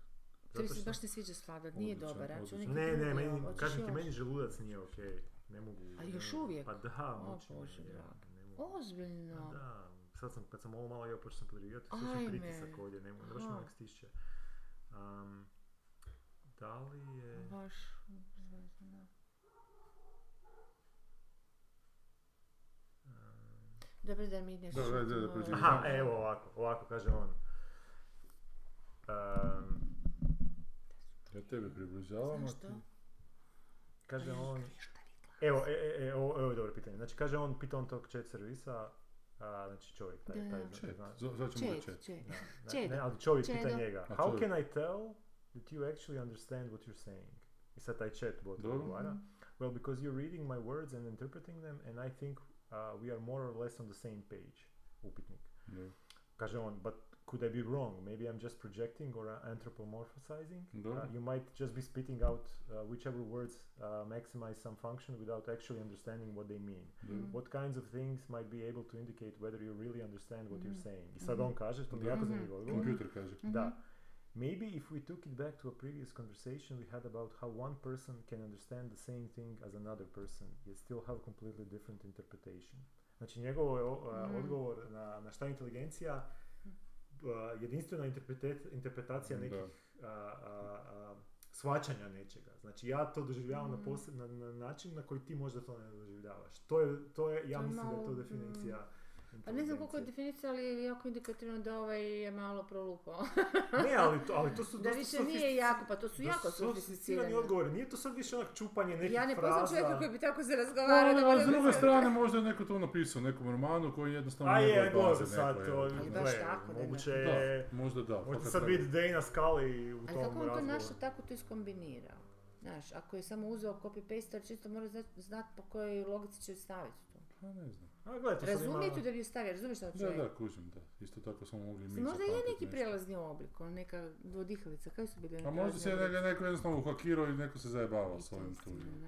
[SPEAKER 1] To mi se
[SPEAKER 3] što-
[SPEAKER 1] baš ne sviđa sladak, nije
[SPEAKER 2] Odličan,
[SPEAKER 1] dobar, ja ću
[SPEAKER 2] odličan.
[SPEAKER 1] neki
[SPEAKER 3] ne,
[SPEAKER 1] drugi,
[SPEAKER 3] ne, meni,
[SPEAKER 1] ono, hoćeš
[SPEAKER 3] kažem ti,
[SPEAKER 1] još?
[SPEAKER 3] meni želudac nije okej, ne mogu.
[SPEAKER 1] A
[SPEAKER 3] ne
[SPEAKER 1] još
[SPEAKER 3] mogu.
[SPEAKER 1] uvijek?
[SPEAKER 3] Pa da,
[SPEAKER 1] O,
[SPEAKER 3] muči me,
[SPEAKER 1] Bože
[SPEAKER 3] je,
[SPEAKER 1] dragi.
[SPEAKER 3] ne mogu.
[SPEAKER 1] Ozbiljno.
[SPEAKER 3] A Da, sad sam, kad sam ovo malo jeo, počeo sam preživjeti, slušam
[SPEAKER 1] Ajme.
[SPEAKER 3] pritisak ovdje, ne mogu, baš me
[SPEAKER 1] Aha.
[SPEAKER 3] onak stišće. Am, da li je...
[SPEAKER 1] Baš, zvezno.
[SPEAKER 3] am,
[SPEAKER 1] Dobro da mi ne
[SPEAKER 2] Da, da, da, da,
[SPEAKER 1] šutimo,
[SPEAKER 2] pričaj.
[SPEAKER 1] ono.
[SPEAKER 3] Aha, evo ovako, ovako kaže on. Ehm,
[SPEAKER 2] Ja tebe približavam, a
[SPEAKER 1] Znaš
[SPEAKER 2] ti-
[SPEAKER 1] što?
[SPEAKER 3] kaže on,
[SPEAKER 1] Krištarik.
[SPEAKER 3] evo, e, e, e, ovo, ovo je dobro pitanje. Znači kaže on, pita on tog chat servisa, a, znači čovjek, taj,
[SPEAKER 1] Da,
[SPEAKER 3] taj,
[SPEAKER 1] da.
[SPEAKER 3] zna-
[SPEAKER 2] Chat,
[SPEAKER 3] zna-
[SPEAKER 2] za- zvat ćemo ga
[SPEAKER 1] Čet,
[SPEAKER 2] chat.
[SPEAKER 1] čet.
[SPEAKER 3] da, ne,
[SPEAKER 1] Čedo.
[SPEAKER 3] ne, ali čovjek
[SPEAKER 1] Čedo.
[SPEAKER 3] pita njega,
[SPEAKER 2] A
[SPEAKER 3] how
[SPEAKER 2] čovjek.
[SPEAKER 3] can I tell that you actually understand what you're saying? I sad taj chat bot
[SPEAKER 2] Dobro.
[SPEAKER 3] odgovara, uh, well because you're reading my words and interpreting them and I think uh, we are more or less on the same page, upitnik.
[SPEAKER 2] Da.
[SPEAKER 3] Kaže on, but could I be wrong? Maybe I'm just projecting or uh, anthropomorphizing.
[SPEAKER 2] Dobro.
[SPEAKER 3] Uh, you might just be spitting out uh, whichever words uh, maximize some function without actually understanding what they mean.
[SPEAKER 2] Da.
[SPEAKER 1] Mhm.
[SPEAKER 3] What kinds of things might be able to indicate whether you really understand what you're
[SPEAKER 1] Mhm.
[SPEAKER 3] saying? I sad on kaže, to mi je
[SPEAKER 2] Da.
[SPEAKER 3] jako
[SPEAKER 1] Mhm.
[SPEAKER 3] zanimljiv odgovor.
[SPEAKER 2] Kompjuter kaže.
[SPEAKER 1] Mhm.
[SPEAKER 3] Mm-hmm. Da. Maybe if we took it back to a previous conversation we had about how one person can understand the same thing as another person, yet still have completely different interpretation. Znači njegov je o- a,
[SPEAKER 1] Mm.
[SPEAKER 3] odgovor na, na šta je inteligencija, a, jedinstvena interpretet- interpretacija
[SPEAKER 1] Mhm.
[SPEAKER 3] nekih
[SPEAKER 2] Da.
[SPEAKER 3] a, a, a, shvaćanja nečega. Znači ja to
[SPEAKER 1] Mm.
[SPEAKER 3] doživljavam na, poseb- na, na način na koji ti možda to ne doživljavaš. To je, to je ja
[SPEAKER 1] To je
[SPEAKER 3] mislim da je to
[SPEAKER 1] malo, mm.
[SPEAKER 3] definicija
[SPEAKER 1] Pa ne znam koliko je
[SPEAKER 3] inteligencije.
[SPEAKER 1] definicija, ali je jako indikativno da ovaj je malo prolupao.
[SPEAKER 3] Ne, ali to, ali to su
[SPEAKER 1] da
[SPEAKER 3] dosta
[SPEAKER 1] više nije jako, pa to su
[SPEAKER 3] dosta
[SPEAKER 1] jako
[SPEAKER 3] sofisticirani
[SPEAKER 1] sofisticirani.
[SPEAKER 3] odgovori. Nije to sad više onak čupanje nekih
[SPEAKER 1] Ja ne poznam
[SPEAKER 3] fraza.
[SPEAKER 1] čovjeka koji bi tako se razgovarao. da
[SPEAKER 2] Ali, ali s
[SPEAKER 1] bude
[SPEAKER 2] druge
[SPEAKER 1] sve-
[SPEAKER 2] strane možda je neko to napisao, u nekom romanu koji jednostavno
[SPEAKER 3] A
[SPEAKER 2] njegove
[SPEAKER 3] je, može
[SPEAKER 2] baze
[SPEAKER 3] sad
[SPEAKER 2] neko je-
[SPEAKER 3] to.
[SPEAKER 1] Ali
[SPEAKER 3] gle,
[SPEAKER 1] baš tako da ne.
[SPEAKER 3] Moguće je...
[SPEAKER 2] Da, možda da. pa
[SPEAKER 3] Možete
[SPEAKER 2] kad
[SPEAKER 3] sad
[SPEAKER 2] treba-
[SPEAKER 3] biti Dana Scully u
[SPEAKER 1] Ali
[SPEAKER 3] tom
[SPEAKER 1] kako on to
[SPEAKER 3] razgovoru.
[SPEAKER 1] našao, tako to iskombinirao. Znaš, ako je samo uzeo copy-paste, ali čisto mora znat, znat po kojoj logici će ju staviti to.
[SPEAKER 2] Pa ne znam.
[SPEAKER 3] A gle, to sad ima...
[SPEAKER 1] Razumije tu da bi ju stavio, razumiješ što hoću
[SPEAKER 2] Da,
[SPEAKER 1] reći?
[SPEAKER 2] da, kužim, da. Isto tako smo mogli i mi
[SPEAKER 1] Možda je
[SPEAKER 2] zapamtit
[SPEAKER 1] neki
[SPEAKER 2] nešto.
[SPEAKER 1] prijelazni oblik, ono, neka dvodihavica, kaj su bili oni
[SPEAKER 2] A možda
[SPEAKER 1] prijelazni
[SPEAKER 2] se
[SPEAKER 1] oblici?
[SPEAKER 2] neka- neko jednostavno uhakirao i neko se zajebavao s
[SPEAKER 1] I to
[SPEAKER 2] ovim tu.
[SPEAKER 1] istina, da.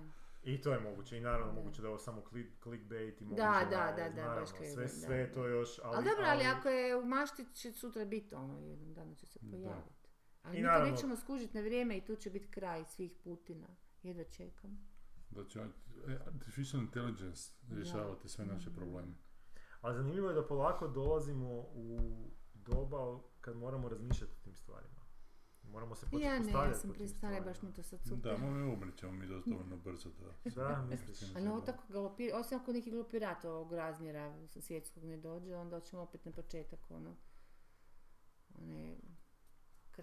[SPEAKER 3] I to je moguće, i naravno
[SPEAKER 1] Da.
[SPEAKER 3] moguće da je ovo samo klik, clickbait i
[SPEAKER 1] Da,
[SPEAKER 3] moguće
[SPEAKER 1] da,
[SPEAKER 3] je,
[SPEAKER 1] da, da,
[SPEAKER 3] naravno,
[SPEAKER 1] baš krivo,
[SPEAKER 3] sve,
[SPEAKER 1] da.
[SPEAKER 3] sve je to još, ali...
[SPEAKER 1] Ali dobro, ali ako je u mašti će sutra biti ono, jednom danu će se
[SPEAKER 2] Da.
[SPEAKER 1] pojaviti.
[SPEAKER 3] I
[SPEAKER 1] Ali mi to
[SPEAKER 3] naravno-
[SPEAKER 1] nećemo skužiti na vrijeme i tu će biti kraj svih Putina. Jedva čekam.
[SPEAKER 2] Da će e, artificial intelligence rješavati sve naše
[SPEAKER 1] Mm.
[SPEAKER 2] probleme.
[SPEAKER 3] Ali zanimljivo je da polako dolazimo u doba kad moramo razmišljati o tim stvarima. Moramo se početi
[SPEAKER 1] Ja ne, ja
[SPEAKER 3] postavljati
[SPEAKER 1] sam
[SPEAKER 3] po tim
[SPEAKER 1] pristala,
[SPEAKER 3] stvarima.
[SPEAKER 1] baš mi to sad
[SPEAKER 2] Da,
[SPEAKER 1] super.
[SPEAKER 2] mi umrićemo mi dosta dovoljno brzo da...
[SPEAKER 3] Da, misliš.
[SPEAKER 1] Ali ovo tako galopira, osim ako neki galopirat ovog razmjera svjetskog ne dođe, onda ćemo opet na početak ono, one, kr,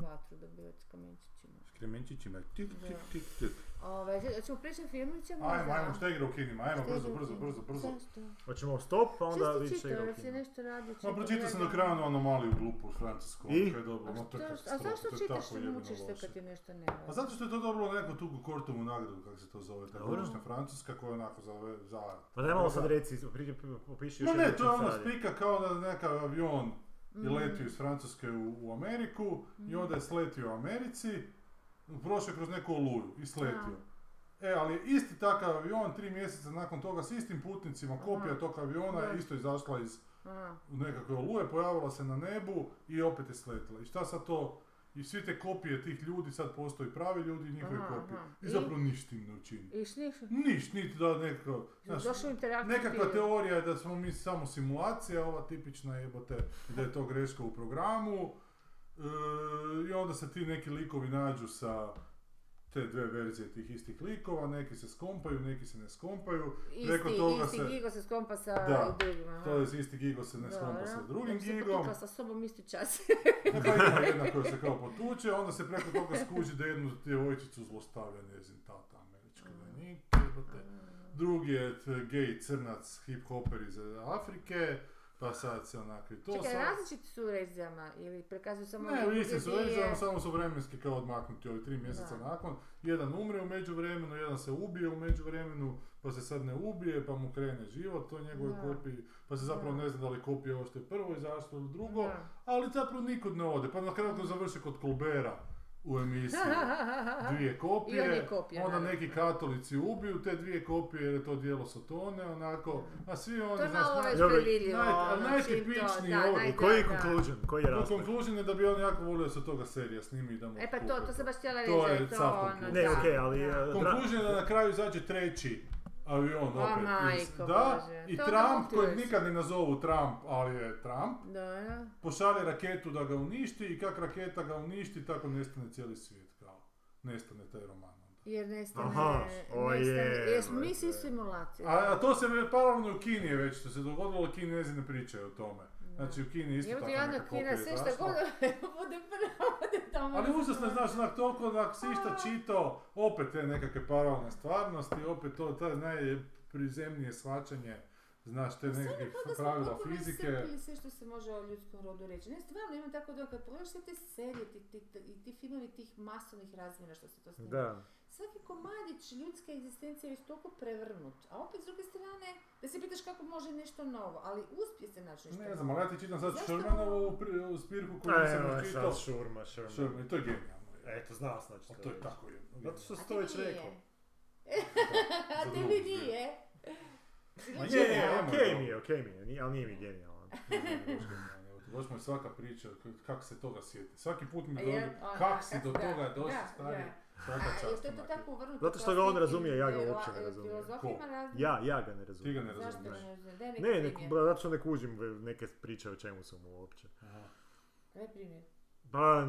[SPEAKER 1] vatru dobivati s kamenčićima.
[SPEAKER 2] S kremenčićima, tik,
[SPEAKER 1] Da.
[SPEAKER 2] tik, tik, tik.
[SPEAKER 1] Ovaj, ćemo preći na filmiće možda?
[SPEAKER 2] Ajmo, ajmo, šta igra u kinima, ajmo,
[SPEAKER 1] Šta
[SPEAKER 2] brzo,
[SPEAKER 1] igra u
[SPEAKER 2] brzo,
[SPEAKER 1] kinima?
[SPEAKER 2] brzo, brzo.
[SPEAKER 1] Zašto?
[SPEAKER 3] Hoćemo stop, pa onda
[SPEAKER 1] Šta si
[SPEAKER 3] vidi
[SPEAKER 1] čitao,
[SPEAKER 3] čega u
[SPEAKER 1] jel si
[SPEAKER 3] kinu.
[SPEAKER 1] nešto radio?
[SPEAKER 2] Ma
[SPEAKER 1] čitao,
[SPEAKER 2] pročitao sam
[SPEAKER 1] radio?
[SPEAKER 2] do kraja onu anomaliju glupu francusku,
[SPEAKER 3] I?
[SPEAKER 2] koja je dobro,
[SPEAKER 1] A,
[SPEAKER 2] ma to je
[SPEAKER 1] što- a
[SPEAKER 2] katastrofa,
[SPEAKER 1] zašto
[SPEAKER 2] to je
[SPEAKER 1] čitaš
[SPEAKER 2] tako
[SPEAKER 1] i
[SPEAKER 2] jebeno
[SPEAKER 1] mučiš se
[SPEAKER 2] loše.
[SPEAKER 1] kad ti nešto ne valja?
[SPEAKER 2] Pa zato što je to dobilo neku tugu Kortovu nagradu, kako se to zove, ta
[SPEAKER 3] Dobro.
[SPEAKER 2] godišnja francuska koja je onako za... za
[SPEAKER 3] Pa daj malo sad reci, pri- opiši
[SPEAKER 2] Ma
[SPEAKER 3] još
[SPEAKER 2] ne,
[SPEAKER 3] jednom
[SPEAKER 2] to je
[SPEAKER 3] čim se
[SPEAKER 2] ono
[SPEAKER 3] radi.
[SPEAKER 2] spika kao da nekakav avion je
[SPEAKER 1] Mm.
[SPEAKER 2] letio iz Francuske u, u Ameriku i onda je sletio u Americi, prošao je kroz neku oluju i sletio. E, ali je isti takav avion, tri mjeseca nakon toga, s istim putnicima, kopija
[SPEAKER 1] Aha.
[SPEAKER 2] tog aviona je
[SPEAKER 1] Da.
[SPEAKER 2] isto izašla iz
[SPEAKER 1] A,
[SPEAKER 2] nekakve oluje, pojavila se na nebu i opet je sletila. I šta sad to, i svi te kopije tih ljudi, sad postoji pravi ljudi i njihove
[SPEAKER 1] Aha,
[SPEAKER 2] kopije.
[SPEAKER 1] aha.
[SPEAKER 2] I
[SPEAKER 1] I?
[SPEAKER 2] zapravo ništa im ne učini.
[SPEAKER 1] I šnišu.
[SPEAKER 2] Niš, niti da nekako, znaš,
[SPEAKER 1] Došao im terapiju.
[SPEAKER 2] Nekakva teorija je da smo mi samo simulacija, ova tipična jebote, da je to greška u programu. E, I onda se ti neki likovi nađu sa te dve verzije tih istih likova, neki se skompaju, neki se ne skompaju. preko
[SPEAKER 1] isti,
[SPEAKER 2] toga
[SPEAKER 1] isti
[SPEAKER 2] se-
[SPEAKER 1] gigo se skompa sa
[SPEAKER 2] Da,
[SPEAKER 1] drugima. aha.
[SPEAKER 2] To je isti gigo se ne skompa
[SPEAKER 1] Dobro.
[SPEAKER 2] sa drugim
[SPEAKER 1] Dok se
[SPEAKER 2] gigom.
[SPEAKER 1] potukla sa sobom isti čas.
[SPEAKER 2] E, Pa ima jedna koja se kao potuče, onda se preko toga skuži da jednu djevojčicu zlostavlja njezin tata američki vojnik, jebote. Drugi je t- gej crnac hip hoper iz Afrike, pa sad se onako i to
[SPEAKER 1] Čekaj,
[SPEAKER 2] sad-
[SPEAKER 1] različiti su verzijama ili prikazuju samo...
[SPEAKER 2] Ne,
[SPEAKER 1] jednu
[SPEAKER 2] isti su
[SPEAKER 1] gdje je-
[SPEAKER 2] verzijama, samo su vremenski kao odmaknuti ovi tri mjeseca
[SPEAKER 1] Da.
[SPEAKER 2] nakon. Jedan umre u međuvremenu, jedan se ubije u međuvremenu, pa se sad ne ubije, pa mu krene život, to njegovoj
[SPEAKER 1] Da.
[SPEAKER 2] kopiji, pa se zapravo
[SPEAKER 1] Da.
[SPEAKER 2] ne zna da li kopija ovo što je prvo izašlo ili drugo,
[SPEAKER 1] Da.
[SPEAKER 2] ali zapravo nikud ne ode, pa na kraju to završi kod Kolbera u emisiji. Dvije
[SPEAKER 1] I on
[SPEAKER 2] kopije,
[SPEAKER 1] je kopija,
[SPEAKER 2] onda
[SPEAKER 1] naravno.
[SPEAKER 2] neki katolici ubiju te dvije kopije jer je to dijelo Sotone, onako, a svi oni,
[SPEAKER 1] To je malo ovaj-
[SPEAKER 2] naj-
[SPEAKER 1] već
[SPEAKER 3] dobro,
[SPEAKER 1] previdljivo.
[SPEAKER 2] naj-
[SPEAKER 1] ono,
[SPEAKER 2] najtipičniji
[SPEAKER 1] čim to- da,
[SPEAKER 2] ovo.
[SPEAKER 1] naj-
[SPEAKER 3] Koji je
[SPEAKER 1] da, da.
[SPEAKER 3] conclusion, koji je
[SPEAKER 2] Moj
[SPEAKER 3] raspad?
[SPEAKER 2] conclusion je da bi on jako volio da se od toga serija snimi i da mu
[SPEAKER 1] E pa
[SPEAKER 2] kupe
[SPEAKER 1] to, to sam baš htjela reći.
[SPEAKER 2] To
[SPEAKER 1] da
[SPEAKER 2] je
[SPEAKER 1] to
[SPEAKER 2] sav
[SPEAKER 1] ono,
[SPEAKER 2] konkluzija.
[SPEAKER 3] Ne,
[SPEAKER 1] da,
[SPEAKER 3] okej, ali...
[SPEAKER 1] da.
[SPEAKER 2] e,
[SPEAKER 3] eh, dra-
[SPEAKER 2] Conclusion je da na kraju izađe treći avion
[SPEAKER 1] O,
[SPEAKER 2] opet. iz-
[SPEAKER 1] majko
[SPEAKER 2] da,
[SPEAKER 1] Bože.
[SPEAKER 2] i
[SPEAKER 1] To
[SPEAKER 2] Trump,
[SPEAKER 1] naljutio
[SPEAKER 2] kojeg
[SPEAKER 1] si.
[SPEAKER 2] nikad ne nazovu Trump, ali je Trump,
[SPEAKER 1] Da, da.
[SPEAKER 2] pošalje raketu da ga uništi i kak raketa ga uništi, tako nestane cijeli svijet, kao. Nestane taj roman. onda.
[SPEAKER 1] Jer nestane...
[SPEAKER 3] Aha, o
[SPEAKER 1] nestane-
[SPEAKER 3] je,
[SPEAKER 1] Jesmo mi
[SPEAKER 3] brate.
[SPEAKER 1] svi simulacije.
[SPEAKER 2] A, a to se ve- paralelno u Kini je već, što se dogodilo, kinezi ne pričaju o tome. Znači u Kini isto
[SPEAKER 1] Jebote,
[SPEAKER 2] tako
[SPEAKER 1] jadna
[SPEAKER 2] neka kopija
[SPEAKER 1] Kina, sve šta
[SPEAKER 2] izašla.
[SPEAKER 1] god bude prva, ode tamo.
[SPEAKER 2] ono. Ali užasno je, znaš, onak toliko onak si išta čitao, opet te nekakve paralelne stvarnosti, opet to, taj najprizemnije shvaćanje, znaš,
[SPEAKER 1] Pa
[SPEAKER 2] te nekakve pravila fizike.
[SPEAKER 1] Ili sve što se može o ljudskom rodu reći. Ne, stvarno imam tako dojam, kad pogledaš sve te serije ti, ti, ti- i ti filmovi tih masovnih razmjena što se to snima.
[SPEAKER 3] Da.
[SPEAKER 1] Svaki komadić ljudske egzistencije je već toliko prevrnut. A opet s druge strane, da se pitaš kako može nešto novo, ali uspije se naći nešto
[SPEAKER 2] Ne znam, ali
[SPEAKER 1] novo.
[SPEAKER 2] ja ti čitam sad
[SPEAKER 1] Zašto?
[SPEAKER 2] Shermanovu pri- ovu zbirku koju
[SPEAKER 3] E, Evo,
[SPEAKER 2] nisam još
[SPEAKER 3] sad
[SPEAKER 2] čitao.
[SPEAKER 3] šurma, šurma.
[SPEAKER 2] Sherman, i to je genijalno. je.
[SPEAKER 3] Eto, znao sam da će
[SPEAKER 2] A
[SPEAKER 3] to
[SPEAKER 2] to je
[SPEAKER 3] reći.
[SPEAKER 2] tako jedno.
[SPEAKER 3] Zato što
[SPEAKER 1] A
[SPEAKER 3] si
[SPEAKER 1] tebi
[SPEAKER 3] to već
[SPEAKER 1] nije.
[SPEAKER 3] rekao.
[SPEAKER 1] A
[SPEAKER 2] Za
[SPEAKER 1] tebi
[SPEAKER 2] drugu zbirku.
[SPEAKER 1] nije.
[SPEAKER 3] Ma
[SPEAKER 2] Je,
[SPEAKER 3] je,
[SPEAKER 2] je,
[SPEAKER 3] je,
[SPEAKER 2] nemoj
[SPEAKER 3] Pa okej
[SPEAKER 2] to.
[SPEAKER 3] mi je, okej mi je, nije- ali nije mi genijalan.
[SPEAKER 2] Ne, ne, ne, ne, ne, ne, Bož moj, svaka priča, k- kak se toga sjeti. Svaki put mi
[SPEAKER 1] A
[SPEAKER 2] dođe,
[SPEAKER 1] jer- a,
[SPEAKER 2] kak
[SPEAKER 1] da,
[SPEAKER 2] si do
[SPEAKER 1] da,
[SPEAKER 2] toga
[SPEAKER 1] da,
[SPEAKER 2] došao,
[SPEAKER 1] da.
[SPEAKER 2] stari, svaka
[SPEAKER 1] A
[SPEAKER 2] čast.
[SPEAKER 1] jeste to
[SPEAKER 2] onak.
[SPEAKER 1] tako uvrnuto?
[SPEAKER 3] Zato što
[SPEAKER 1] kao
[SPEAKER 3] ga on
[SPEAKER 1] s nekim
[SPEAKER 3] razumije, ja ga
[SPEAKER 1] fila-
[SPEAKER 3] uopće ne razumijem.
[SPEAKER 1] Filozofima razumije.
[SPEAKER 3] Ja, ja ga ne
[SPEAKER 2] Ti ga
[SPEAKER 3] razumijem.
[SPEAKER 2] ne
[SPEAKER 1] Zašto
[SPEAKER 2] razumiješ.
[SPEAKER 1] ga ne razumiješ? Daj neki
[SPEAKER 3] Ne, ne,
[SPEAKER 1] primjer.
[SPEAKER 3] zato što ne kužim ve- neke priče o čemu su mu uopće.
[SPEAKER 2] Aha.
[SPEAKER 1] Daj primjer.
[SPEAKER 3] Pa,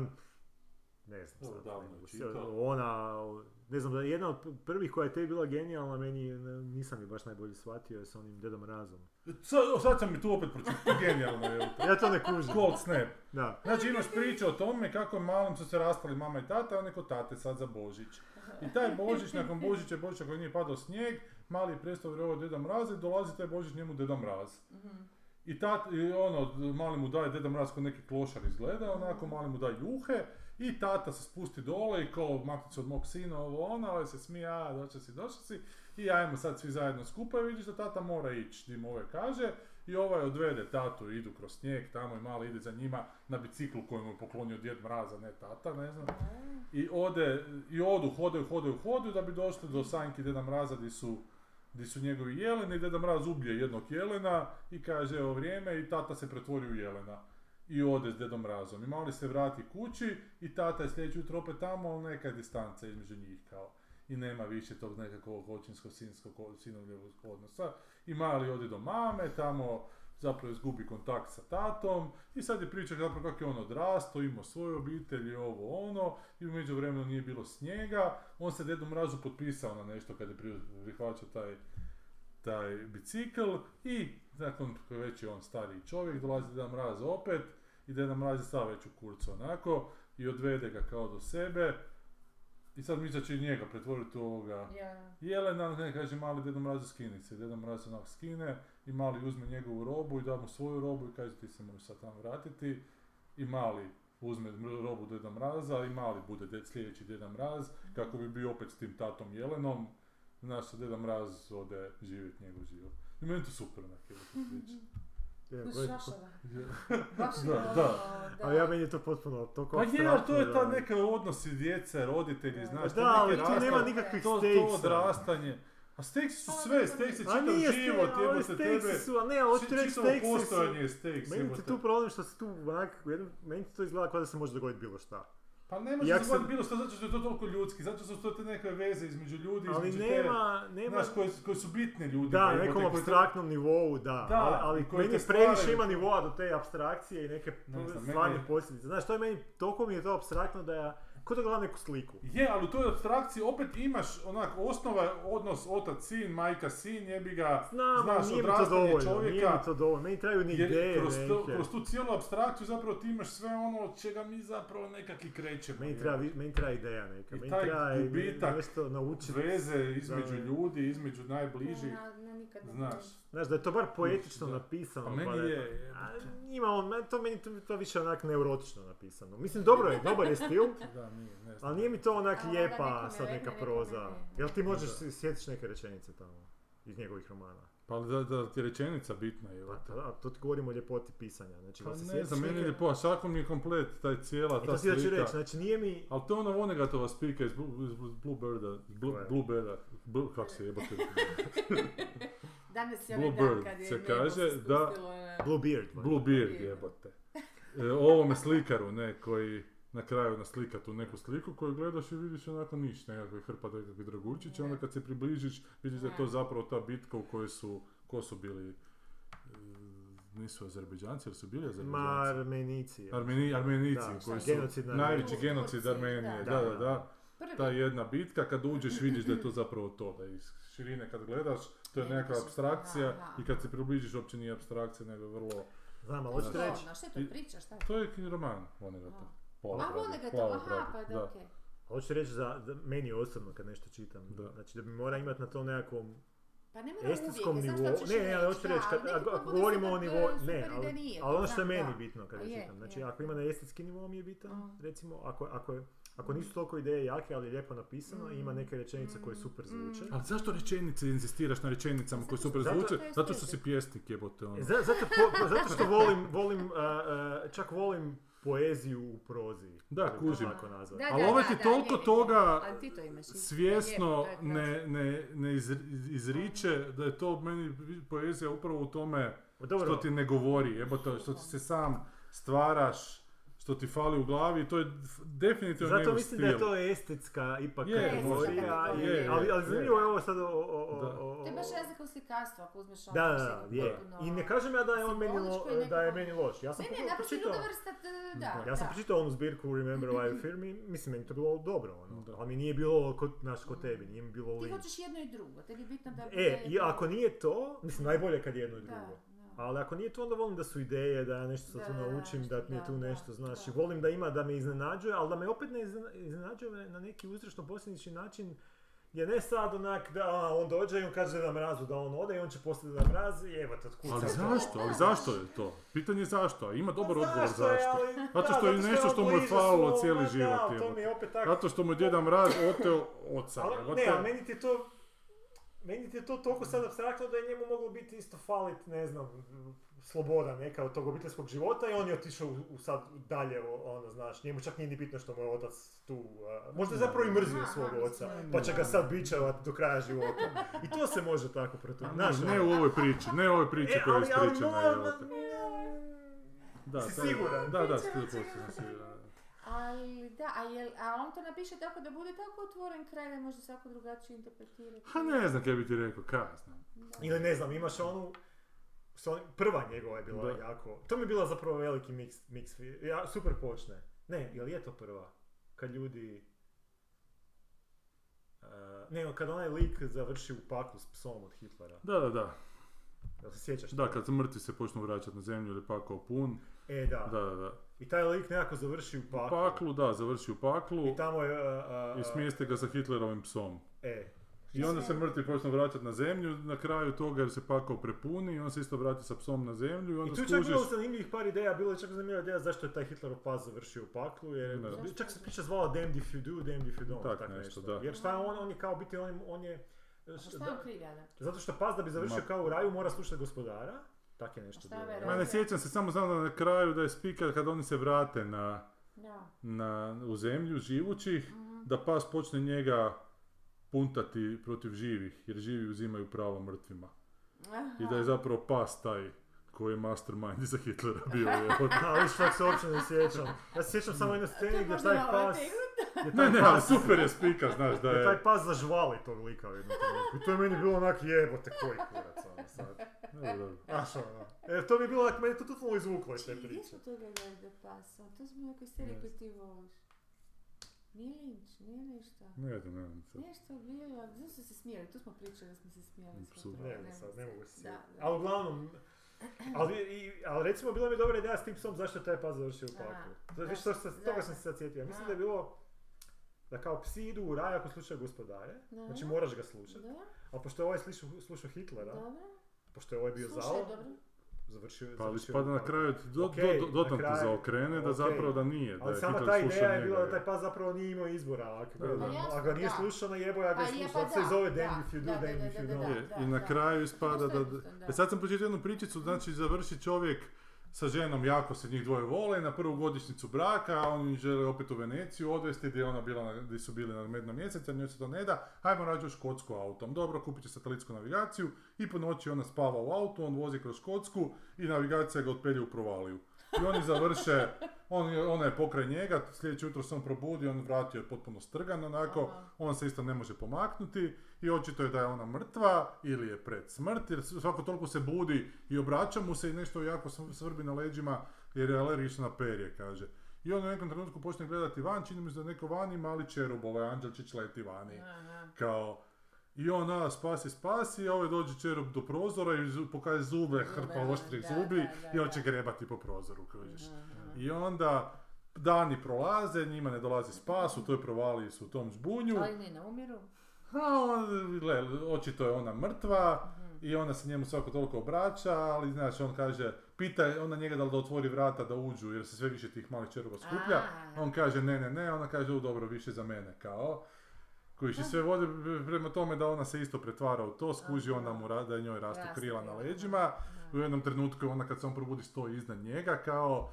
[SPEAKER 3] ne znam.
[SPEAKER 2] Dobro,
[SPEAKER 3] sad,
[SPEAKER 2] davno
[SPEAKER 3] ne
[SPEAKER 2] je
[SPEAKER 3] mogu se-
[SPEAKER 2] čitao.
[SPEAKER 3] Ona, ne znam, da je jedna od prvih koja je te bila genijalna, meni je- ne- nisam je baš najbolje shvatio je sa onim Dedom Razom.
[SPEAKER 2] Sad, o, E, sad sam mi tu opet pročitao, genijalno je.
[SPEAKER 3] Ja to ne kužim.
[SPEAKER 2] Cold snap.
[SPEAKER 3] Da.
[SPEAKER 2] Znači imaš priču o tome kako je malom su se rastali mama i tata, on je kod tate sad za Božić. I taj Božić, nakon Božića, Božića koji nije padao snijeg, mali je prestao vjerovati Deda Mraz i dolazi taj Božić njemu Deda Mraz.
[SPEAKER 1] Mhm.
[SPEAKER 2] I, tat, i ono, mali mu daje Deda Mraz kao neki klošar izgleda, onako mali mu daje juhe i tata se spusti dole i kao maknicu od mog sina, ovo ona, ovaj se smije, a došao si, došao si. I ajmo sad svi zajedno skupa i vidiš da tata mora ići, di mu ovaj kaže. I ovaj odvede tatu, idu kroz snijeg, tamo i mali ide za njima na biciklu koju mu je poklonio djed mraza, ne tata, ne znam. I ode, i odu, hodaju, hodaju, hodaju da bi došli do sanki deda mraza di su, di su njegovi jeleni. Deda mraz ubije jednog jelena i kaže evo vrijeme i tata se pretvori u jelena. I ode s dedom mrazom. I mali se vrati kući i tata je sljedeće jutro opet tamo, ali neka je distanca između njih kao. I nema više tog nekakvog očinsko-sinskog sinovljevog odnosa. I mali ode do mame, tamo zapravo izgubi kontakt sa tatom i sad je priča zapravo kako je on odrastao, imao svoju obitelj i ovo ono i u međuvremenu nije bilo snijega. On se Dedu Mrazu potpisao na nešto kad je pri- prihvaćao taj, taj bicikl i nakon kako je već je on stariji čovjek dolazi Deda Mraz opet i Deda Mraz je stav već u kurcu onako i odvede ga kao do sebe i sad misle da će i njega pretvoriti u ovoga
[SPEAKER 1] Ja.
[SPEAKER 2] Jelena ne kaže mali dedo mrazu skini se, dedo mraz onak skine i mali uzme njegovu robu i da mu svoju robu i kaže ti se možeš sad tam vratiti i mali uzme mr- robu deda mraza i mali bude de, sljedeći deda mraz kako bi bio opet s tim tatom Jelenom znaš sa deda mraz ode živjeti njegov život. I meni je to super onak je
[SPEAKER 3] Je,
[SPEAKER 1] No,
[SPEAKER 3] koje-
[SPEAKER 1] šašava. Baš
[SPEAKER 2] Da,
[SPEAKER 1] ono,
[SPEAKER 2] da.
[SPEAKER 1] da.
[SPEAKER 3] A ja meni je to potpuno toliko
[SPEAKER 2] Pa je, ali to je ta
[SPEAKER 3] apstraktno da-
[SPEAKER 2] neka odnosi djece, roditelji,
[SPEAKER 1] Da.
[SPEAKER 2] znaš, te
[SPEAKER 3] ono. Da, ali
[SPEAKER 2] neke
[SPEAKER 3] tu nema
[SPEAKER 2] rastave-
[SPEAKER 3] nikakvih
[SPEAKER 2] to, to
[SPEAKER 3] stakesa.
[SPEAKER 2] odrastanje. A steksi su sve, steksi
[SPEAKER 3] A
[SPEAKER 2] čitav
[SPEAKER 3] nije
[SPEAKER 2] život,
[SPEAKER 3] ste- ali
[SPEAKER 2] jebote
[SPEAKER 3] steksi
[SPEAKER 2] tebe.
[SPEAKER 3] su, a ne, hoću ti reći
[SPEAKER 2] Čitavo
[SPEAKER 3] steksi su.
[SPEAKER 2] postojanje je steaks,
[SPEAKER 3] Meni
[SPEAKER 2] jebote.
[SPEAKER 3] ti tu problem što se tu onak, u jednom- meni ti to izgleda kao da se može dogoditi bilo šta.
[SPEAKER 2] Pa ne može
[SPEAKER 3] Jak
[SPEAKER 2] se
[SPEAKER 3] sam-
[SPEAKER 2] dogoditi bilo što zato što je to toliko ljudski, zato što su to te neke veze između ljudi,
[SPEAKER 3] Ali
[SPEAKER 2] između
[SPEAKER 3] nema,
[SPEAKER 2] te,
[SPEAKER 3] nema,
[SPEAKER 2] znaš, koje, koje su bitne ljudi.
[SPEAKER 3] da,
[SPEAKER 2] jebote,
[SPEAKER 3] nekom
[SPEAKER 2] koje te-
[SPEAKER 3] abstraktnom nivou, da,
[SPEAKER 2] Da,
[SPEAKER 3] ali, ali
[SPEAKER 2] i koje
[SPEAKER 3] meni
[SPEAKER 2] te
[SPEAKER 3] previše
[SPEAKER 2] stvaraju.
[SPEAKER 3] ima nivoa do te abstrakcije i neke
[SPEAKER 2] Ne znam,
[SPEAKER 3] stvarne
[SPEAKER 2] meni je-
[SPEAKER 3] posljedice. Znaš, to je meni, toliko mi je to abstraktno da ja, ko da gledam neku sliku.
[SPEAKER 2] Je, ali u toj abstrakciji opet imaš onak, osnova je odnos otac-sin, majka-sin, jebi ga,
[SPEAKER 3] Znam,
[SPEAKER 2] znaš,
[SPEAKER 3] ali nije mi to
[SPEAKER 2] odrastanje
[SPEAKER 3] dovoljno, nije
[SPEAKER 2] čovjeka.
[SPEAKER 3] mi to dovoljno, meni trebaju ni
[SPEAKER 2] Jer
[SPEAKER 3] ideje
[SPEAKER 2] kroz, to,
[SPEAKER 3] neke.
[SPEAKER 2] kroz tu cijelu abstrakciju zapravo ti imaš sve ono od čega mi zapravo nekak i krećemo.
[SPEAKER 3] Meni
[SPEAKER 2] jebote.
[SPEAKER 3] treba, vi- meni treba ideja neka,
[SPEAKER 2] I
[SPEAKER 3] meni
[SPEAKER 2] taj
[SPEAKER 3] treba i-
[SPEAKER 2] gubitak
[SPEAKER 3] nešto naučiti.
[SPEAKER 2] Veze između
[SPEAKER 3] Da.
[SPEAKER 2] ljudi, između najbližih.
[SPEAKER 1] Na, na nikad ne
[SPEAKER 2] Znaš.
[SPEAKER 1] budeš.
[SPEAKER 3] Znaš, da je to bar poetično
[SPEAKER 2] Da.
[SPEAKER 3] napisano.
[SPEAKER 2] Pa meni
[SPEAKER 3] da-
[SPEAKER 2] je,
[SPEAKER 3] A,
[SPEAKER 2] jebote.
[SPEAKER 3] ima on, meni to meni to, to više onak neurotično napisano. Mislim, dobro je, dobar je stil,
[SPEAKER 2] Da, nije, ne znam.
[SPEAKER 3] ali nije mi to onak
[SPEAKER 1] A, da,
[SPEAKER 3] lijepa
[SPEAKER 1] nekome
[SPEAKER 3] sad
[SPEAKER 1] legne,
[SPEAKER 3] neka
[SPEAKER 1] nekome
[SPEAKER 3] proza.
[SPEAKER 1] ne.
[SPEAKER 3] Jel ti možeš
[SPEAKER 2] Da.
[SPEAKER 3] si- sjetiš neke rečenice tamo iz njegovih romana?
[SPEAKER 2] Pa da, da ti je rečenica bitna, je.
[SPEAKER 3] Pa, pa da, to ti govorimo o ljepoti pisanja. Znači,
[SPEAKER 2] Pa
[SPEAKER 3] da se
[SPEAKER 2] ne
[SPEAKER 3] sjetiš
[SPEAKER 2] znam, meni je
[SPEAKER 3] neke-
[SPEAKER 2] lijepo, a šakom mi je komplet, taj cijela,
[SPEAKER 3] E,
[SPEAKER 2] ta
[SPEAKER 3] to si da ću
[SPEAKER 2] slika.
[SPEAKER 3] reći, znači nije mi...
[SPEAKER 2] Ali to je ona Vonegatova spika iz, Blu- iz Blu- Bluebirda, iz Blu-
[SPEAKER 3] Koja?
[SPEAKER 2] Bluebirda, Blu- kako se jebate,
[SPEAKER 1] Danas je onaj dan
[SPEAKER 2] Bluebird
[SPEAKER 1] kad je
[SPEAKER 2] se
[SPEAKER 1] nebo
[SPEAKER 2] kaže
[SPEAKER 1] se
[SPEAKER 2] da-
[SPEAKER 1] spustilo na-
[SPEAKER 3] Bluebeard. valjda.
[SPEAKER 2] Bluebeard jebate. E, ovome slikaru, ne, koji na kraju naslika tu neku sliku koju gledaš i vidiš onako ništa, nekakve hrpa nekakvih dragulčića,
[SPEAKER 1] Ne.
[SPEAKER 2] onda kad se približiš vidiš da je to
[SPEAKER 1] Ne.
[SPEAKER 2] zapravo ta bitka u kojoj su, ko su bili, e, nisu Azerbejdžanci, jer su bili Azerbejdžanci?
[SPEAKER 3] Ma, Armenici. je.
[SPEAKER 2] Armeni, Armenici
[SPEAKER 3] Da,
[SPEAKER 2] koji su
[SPEAKER 3] genocidna
[SPEAKER 2] najveći
[SPEAKER 1] Armenija.
[SPEAKER 2] genocid Armenije, da,
[SPEAKER 1] Da,
[SPEAKER 2] da, da,
[SPEAKER 3] da.
[SPEAKER 1] Prvi.
[SPEAKER 2] Ta jedna bitka, kad uđeš vidiš da je to zapravo to, da iz širine kad gledaš, to je
[SPEAKER 1] Ne
[SPEAKER 2] nekakva
[SPEAKER 1] vidiš,
[SPEAKER 2] abstrakcija
[SPEAKER 1] aha.
[SPEAKER 2] i kad se približiš uopće nije abstrakcija, nego je vrlo...
[SPEAKER 3] Znam, ali
[SPEAKER 1] To je
[SPEAKER 3] hoću
[SPEAKER 2] Možda
[SPEAKER 1] to,
[SPEAKER 3] reći,
[SPEAKER 1] na što
[SPEAKER 2] I-
[SPEAKER 1] to priča, šta?
[SPEAKER 2] To je knji- roman, Vonneguta.
[SPEAKER 1] Aha.
[SPEAKER 2] Pola
[SPEAKER 1] A
[SPEAKER 2] pravde,
[SPEAKER 1] vole ga to,
[SPEAKER 2] pola
[SPEAKER 1] aha,
[SPEAKER 2] pravde,
[SPEAKER 1] pa da,
[SPEAKER 2] da.
[SPEAKER 1] okej.
[SPEAKER 3] hoću reći za, za- meni osobno kad nešto čitam,
[SPEAKER 2] Da.
[SPEAKER 3] znači da bi mora imati na tom nekakvom
[SPEAKER 1] Pa ne mora
[SPEAKER 3] estetskom
[SPEAKER 1] uvijek, znaš
[SPEAKER 3] nivou.
[SPEAKER 1] šta ćeš
[SPEAKER 3] Ne, ne, ali hoću
[SPEAKER 1] da,
[SPEAKER 3] reći, kad,
[SPEAKER 1] ali neki
[SPEAKER 3] ako,
[SPEAKER 1] put
[SPEAKER 3] ako
[SPEAKER 1] bude
[SPEAKER 3] govorimo o
[SPEAKER 1] super,
[SPEAKER 3] nivou,
[SPEAKER 1] super i
[SPEAKER 3] ne,
[SPEAKER 1] da
[SPEAKER 3] ali,
[SPEAKER 1] nije,
[SPEAKER 3] ali
[SPEAKER 1] to
[SPEAKER 3] ono što je
[SPEAKER 1] znam,
[SPEAKER 3] meni
[SPEAKER 1] da.
[SPEAKER 3] bitno kad
[SPEAKER 1] A
[SPEAKER 3] ja
[SPEAKER 1] je,
[SPEAKER 3] čitam, znači
[SPEAKER 1] je.
[SPEAKER 3] ako ima na estetski nivou mi je bitan,
[SPEAKER 1] Mm.
[SPEAKER 3] recimo, ako, ako, je, ako nisu toliko ideje jake, ali je lijepo napisano
[SPEAKER 1] Mm.
[SPEAKER 3] i ima neke rečenice koje super zvuče.
[SPEAKER 2] Ali zašto rečenice inzistiraš na rečenicama koje super
[SPEAKER 1] Zato-
[SPEAKER 2] zvuče?
[SPEAKER 1] zato je
[SPEAKER 2] Zato što si
[SPEAKER 1] estetik.
[SPEAKER 2] pjesnik jebote ono.
[SPEAKER 3] E, za- zato, po- zato što volim, volim a, a, čak volim poeziju u prozi.
[SPEAKER 2] Da,
[SPEAKER 3] ako
[SPEAKER 2] kužim.
[SPEAKER 3] tako nazvat.
[SPEAKER 1] Da,
[SPEAKER 2] Ali ovo ti
[SPEAKER 1] da,
[SPEAKER 2] toliko
[SPEAKER 1] je, je.
[SPEAKER 2] toga
[SPEAKER 1] Ali ti to imaš. isto.
[SPEAKER 2] svjesno
[SPEAKER 1] Lijepo, to je krasno.
[SPEAKER 2] ne, ne, ne izri- izriče da je to meni poezija upravo u tome
[SPEAKER 3] Pa Dobro,
[SPEAKER 2] što ti ne govori, jebote, što ti se sam stvaraš što ti fali u glavi i to je definitivno
[SPEAKER 3] Zato
[SPEAKER 2] njegov
[SPEAKER 3] mislim da
[SPEAKER 2] stil.
[SPEAKER 3] je to estetska ipak
[SPEAKER 2] Je,
[SPEAKER 3] kategorija,
[SPEAKER 1] možda.
[SPEAKER 3] je,
[SPEAKER 1] Je,
[SPEAKER 3] ali, ali
[SPEAKER 2] je.
[SPEAKER 3] zanimljivo je ovo sad o... o, o,
[SPEAKER 2] Da.
[SPEAKER 3] o- o-
[SPEAKER 1] To je baš razlika u slikarstvu, ako uzmeš ono
[SPEAKER 3] Da, da,
[SPEAKER 1] baš
[SPEAKER 3] da,
[SPEAKER 1] jednu
[SPEAKER 3] je.
[SPEAKER 1] potpuno-
[SPEAKER 3] I ne kažem ja da je on meni, lo,
[SPEAKER 1] Simboličko je
[SPEAKER 3] da je
[SPEAKER 1] nekako-
[SPEAKER 3] meni loš. Ja sam
[SPEAKER 1] Ne, ne,
[SPEAKER 3] po-
[SPEAKER 1] naprosto je
[SPEAKER 3] pročitao-
[SPEAKER 1] druga vrsta, t- da,
[SPEAKER 3] Ja sam
[SPEAKER 1] da.
[SPEAKER 3] pročitao onu zbirku Remember Why You Fear Me, mislim meni to bilo dobro ono, ali mi nije bilo kod, naš, kod tebi, nije mi bilo
[SPEAKER 1] Mm. Ti
[SPEAKER 3] link.
[SPEAKER 1] hoćeš jedno i drugo, tebi je bitno da...
[SPEAKER 3] E,
[SPEAKER 1] bude-
[SPEAKER 3] i ako nije to, mislim najbolje kad je jedno i
[SPEAKER 1] Da,
[SPEAKER 3] drugo.
[SPEAKER 1] da.
[SPEAKER 3] Ali ako nije to, onda volim da su ideje, da ja nešto sad tu
[SPEAKER 1] Da,
[SPEAKER 3] naučim, da mi je
[SPEAKER 1] da,
[SPEAKER 3] tu
[SPEAKER 1] da,
[SPEAKER 3] nešto, znaš,
[SPEAKER 1] da.
[SPEAKER 3] i volim da ima, da me iznenađuje, ali da me opet ne izne- iznenađuje na neki uzrečno posljedični način, je ne sad onak da a, on dođe i on kaže da mrazu da on ode i on će poslije da mrazi i evo te Pa otkucam.
[SPEAKER 2] Ali zašto? Ali zašto je to? Pitanje je zašto, a ima dobar odgovor
[SPEAKER 3] Pa Zašto je, ovaj
[SPEAKER 2] zašto.
[SPEAKER 3] ali-
[SPEAKER 2] Zato
[SPEAKER 3] da,
[SPEAKER 2] što je nešto
[SPEAKER 3] on
[SPEAKER 2] što mu je
[SPEAKER 3] bliže
[SPEAKER 2] falilo
[SPEAKER 3] svom,
[SPEAKER 2] cijeli
[SPEAKER 3] ma da,
[SPEAKER 2] život,
[SPEAKER 3] ali To
[SPEAKER 2] jebote.
[SPEAKER 3] mi je opet tako,
[SPEAKER 2] Zato što mu je djeda mraz oteo oca.
[SPEAKER 3] ali,
[SPEAKER 2] jebote.
[SPEAKER 3] ne, ali meni ti je to... Meni ti je to toliko sad abstraktno da je njemu moglo biti isto falit, ne znam, sloboda neka od tog obiteljskog života i on je otišao u, u sad dalje, o- ono, znaš, njemu čak nije ni bitno što mu je otac tu, a, možda je zapravo i mrzio
[SPEAKER 1] Aha,
[SPEAKER 3] svog
[SPEAKER 1] mislim,
[SPEAKER 3] oca,
[SPEAKER 1] da,
[SPEAKER 3] pa
[SPEAKER 1] da.
[SPEAKER 3] će ga sad bičevati do kraja života. I to se može tako protiv,
[SPEAKER 2] A
[SPEAKER 3] znaš,
[SPEAKER 2] Ne, ne
[SPEAKER 3] ono.
[SPEAKER 2] u ovoj priči, ne u ovoj priči
[SPEAKER 3] E,
[SPEAKER 2] koja je
[SPEAKER 3] ali, ali,
[SPEAKER 2] ispričana.
[SPEAKER 3] moram-
[SPEAKER 2] jebote. Da,
[SPEAKER 3] si
[SPEAKER 2] to je-
[SPEAKER 3] siguran?
[SPEAKER 2] Da, da, 100% sam siguran.
[SPEAKER 1] Ali da, a, jel, a on to napiše tako da bude tako otvoren kraj da može svako drugačije interpretirati.
[SPEAKER 2] Ha ne znam kaj bi ti rekao, kaj ja znam.
[SPEAKER 3] Ili ne znam, imaš onu... s onim- Prva njegova je bila
[SPEAKER 2] Da.
[SPEAKER 3] jako... To mi je bila zapravo veliki mix, mix fi- ja, super počne. Ne, jel je to prva? Kad ljudi... e, ne, kad onaj lik završi u paklu s psom od Hitlera.
[SPEAKER 2] Da, da, da.
[SPEAKER 3] Jel se sjećaš?
[SPEAKER 2] Da, kad mrtvi se počnu vraćati na zemlju ili pakao pun.
[SPEAKER 3] E, da.
[SPEAKER 2] Da, da, da.
[SPEAKER 3] I taj lik nekako završi u paklu.
[SPEAKER 2] U paklu, da, završi u paklu.
[SPEAKER 3] I tamo je... e, e,
[SPEAKER 2] I smijeste ga sa Hitlerovim psom.
[SPEAKER 3] E,
[SPEAKER 2] I onda se mrtvi počnu vraćati na zemlju, na kraju toga jer se pakao prepuni i on se isto vrati sa psom na zemlju i
[SPEAKER 3] I
[SPEAKER 2] onda
[SPEAKER 3] tu je čak
[SPEAKER 2] skužiš...
[SPEAKER 3] bilo zanimljivih par ideja, bilo je čak zanimljiva ideja zašto je taj Hitlerov pas završio u paklu, jer
[SPEAKER 2] Da.
[SPEAKER 3] bi- čak se priča zvala Damned if you do, Damned if you don't,
[SPEAKER 2] Tak
[SPEAKER 3] tak
[SPEAKER 2] nešto,
[SPEAKER 3] nešto.
[SPEAKER 2] da.
[SPEAKER 3] Jer šta je on, on je kao biti, on, on je...
[SPEAKER 1] A
[SPEAKER 3] š-
[SPEAKER 1] šta
[SPEAKER 3] da-
[SPEAKER 1] Pa on krivlja da?
[SPEAKER 3] zato što pas da bi završio
[SPEAKER 2] Ma-
[SPEAKER 3] kao u raju mora slušati gospodara, tak je nešto
[SPEAKER 1] Šta je
[SPEAKER 3] bilo.
[SPEAKER 2] Ma
[SPEAKER 1] razlog?
[SPEAKER 2] ne sjećam se, samo znam da na kraju da je speaker kad oni se vrate na,
[SPEAKER 1] Da.
[SPEAKER 2] na, u zemlju živućih,
[SPEAKER 3] Mhm.
[SPEAKER 2] da pas počne njega puntati protiv živih, jer živi uzimaju pravo mrtvima. I da je zapravo pas taj koji je mastermind iza Hitlera bio. jebote.
[SPEAKER 3] Da, ali što se uopće ne sjećam. Ja se sjećam samo jedne
[SPEAKER 1] To
[SPEAKER 3] scene
[SPEAKER 1] je
[SPEAKER 3] gdje
[SPEAKER 1] možda
[SPEAKER 3] taj
[SPEAKER 1] malo
[SPEAKER 3] pas...
[SPEAKER 1] anegdota.
[SPEAKER 3] gdje
[SPEAKER 2] Ne,
[SPEAKER 3] taj
[SPEAKER 2] ne, ali
[SPEAKER 3] pas-
[SPEAKER 2] super je speaker, znaš, da
[SPEAKER 3] gdje
[SPEAKER 2] je...
[SPEAKER 3] taj pas zažvali tog lika u jednom trenutku. I to je meni bilo onak jebote, koji kurac ono sad.
[SPEAKER 2] Dobro, dobro.
[SPEAKER 3] Znaš ono. E, to mi je bilo, onak, meni je to totalno izvuklo iz te
[SPEAKER 1] Čiji, gdje
[SPEAKER 3] priče.
[SPEAKER 1] smo toga gleda pasa? To smo nekoj seriji koji ti voliš. Nije linč, nije ništa.
[SPEAKER 2] Ne znam, ne znam. sad.
[SPEAKER 1] Nešto je bilo, zato su se smijeli, tu smo pričali da smo se smijeli.
[SPEAKER 2] Apsolutno.
[SPEAKER 1] skoro,
[SPEAKER 3] Ne mogu sad, ne mogu se
[SPEAKER 1] Da,
[SPEAKER 3] sjetiti.
[SPEAKER 1] da.
[SPEAKER 3] Ali uglavnom, ali, i, ali recimo bila mi je dobra ideja s tim psom zašto je taj pas završio u
[SPEAKER 1] Aha,
[SPEAKER 3] paklu. Zato
[SPEAKER 1] da,
[SPEAKER 3] više što, se- toga sam
[SPEAKER 1] zašto?
[SPEAKER 3] se sad sjetio. Ja Mislim
[SPEAKER 1] Da.
[SPEAKER 3] da je bilo da kao psi idu u raj ako slušaju gospodare,
[SPEAKER 1] Da.
[SPEAKER 3] znači moraš ga slušati.
[SPEAKER 1] Dobro,
[SPEAKER 3] A pošto je ovaj slušao, slušao Hitlera,
[SPEAKER 1] dobro.
[SPEAKER 3] pošto je ovaj bio
[SPEAKER 1] Slušaj,
[SPEAKER 3] zao,
[SPEAKER 1] dobro.
[SPEAKER 3] završio je
[SPEAKER 2] Pa ali
[SPEAKER 3] završio
[SPEAKER 2] spada
[SPEAKER 3] u
[SPEAKER 2] na
[SPEAKER 3] paklu.
[SPEAKER 2] kraju do,
[SPEAKER 3] Ok,
[SPEAKER 2] do, do,
[SPEAKER 3] na
[SPEAKER 2] dodatno
[SPEAKER 3] kraju,
[SPEAKER 2] zaokrene da
[SPEAKER 3] ok.
[SPEAKER 2] zapravo da nije, da
[SPEAKER 3] Ali
[SPEAKER 2] je
[SPEAKER 3] sama
[SPEAKER 2] Hitler
[SPEAKER 3] ta
[SPEAKER 2] slušao
[SPEAKER 3] ideja je bila da
[SPEAKER 2] njega.
[SPEAKER 3] taj pas zapravo nije imao izbora. Ako ga,
[SPEAKER 2] Da, da.
[SPEAKER 1] Pa jasno,
[SPEAKER 3] ako ga nije
[SPEAKER 1] da.
[SPEAKER 3] slušao, na jebo ja ga
[SPEAKER 1] Pa je,
[SPEAKER 3] slušao.
[SPEAKER 1] pa
[SPEAKER 3] Zato se
[SPEAKER 1] da,
[SPEAKER 3] i zove
[SPEAKER 1] da,
[SPEAKER 3] Damn if you do,
[SPEAKER 1] da, da,
[SPEAKER 3] Damn
[SPEAKER 1] da,
[SPEAKER 3] if
[SPEAKER 1] da,
[SPEAKER 3] you
[SPEAKER 1] da,
[SPEAKER 3] don't.
[SPEAKER 2] Je,
[SPEAKER 1] da,
[SPEAKER 2] I na
[SPEAKER 1] da.
[SPEAKER 2] kraju ispada da...
[SPEAKER 1] Jednostavno, da.
[SPEAKER 2] E sad sam pročitao jednu pričicu, znači završi čovjek sa ženom, jako se njih dvoje vole, na prvu godišnicu braka, a oni žele opet u Veneciju odvesti gdje, je ona bila, na- gdje su bili na mednom mjesecu, njoj se to ne da, hajmo rađe u Škotsku autom. Dobro, kupit će satelitsku navigaciju i po noći ona spava u autu, on vozi kroz Škotsku i navigacija ga otpelje u provaliju. I oni završe, on, je- ona je pokraj njega, sljedeće jutro se on probudi, on vratio je potpuno strgan onako,
[SPEAKER 1] Aha.
[SPEAKER 2] on se isto ne može pomaknuti i očito je da je ona mrtva ili je pred smrt, jer svako toliko se budi i obraća mu se i nešto jako sv- svrbi na leđima jer je alergična na perje, kaže. I on u nekom trenutku počne gledati van, čini mi se da je neko vani, mali čerub, ovaj anđelčić leti vani
[SPEAKER 1] Aha.
[SPEAKER 2] kao i on a, spasi, spasi, a ovaj dođe čerop do prozora i zu- pokaže zube, hrpa
[SPEAKER 1] ono,
[SPEAKER 2] oštrih
[SPEAKER 1] da,
[SPEAKER 2] zubi
[SPEAKER 1] da, da,
[SPEAKER 2] i on će
[SPEAKER 1] da.
[SPEAKER 2] grebati po prozoru, kažeš.
[SPEAKER 1] Aha.
[SPEAKER 2] I onda dani prolaze, njima ne dolazi spas, u toj provaliji su u tom žbunju,
[SPEAKER 1] Ali ne na umiru.
[SPEAKER 2] a on, gle, očito je ona mrtva
[SPEAKER 1] Mhm.
[SPEAKER 2] i ona se njemu svako toliko obraća, ali znaš, on kaže, pita onda njega da li da otvori vrata da uđu, jer se sve više tih malih čeruga skuplja,
[SPEAKER 1] A.
[SPEAKER 2] on kaže ne, ne, ne, ona kaže, u dobro, više za mene, kao. Koji će sve vode prema tome da ona se isto pretvara u to, skuži
[SPEAKER 1] Aha.
[SPEAKER 2] onda mu ra- da njoj rastu
[SPEAKER 1] Rastu
[SPEAKER 2] krila na
[SPEAKER 1] krila,
[SPEAKER 2] leđima,
[SPEAKER 1] da.
[SPEAKER 2] u jednom trenutku ona kad se on probudi stoji iznad njega, kao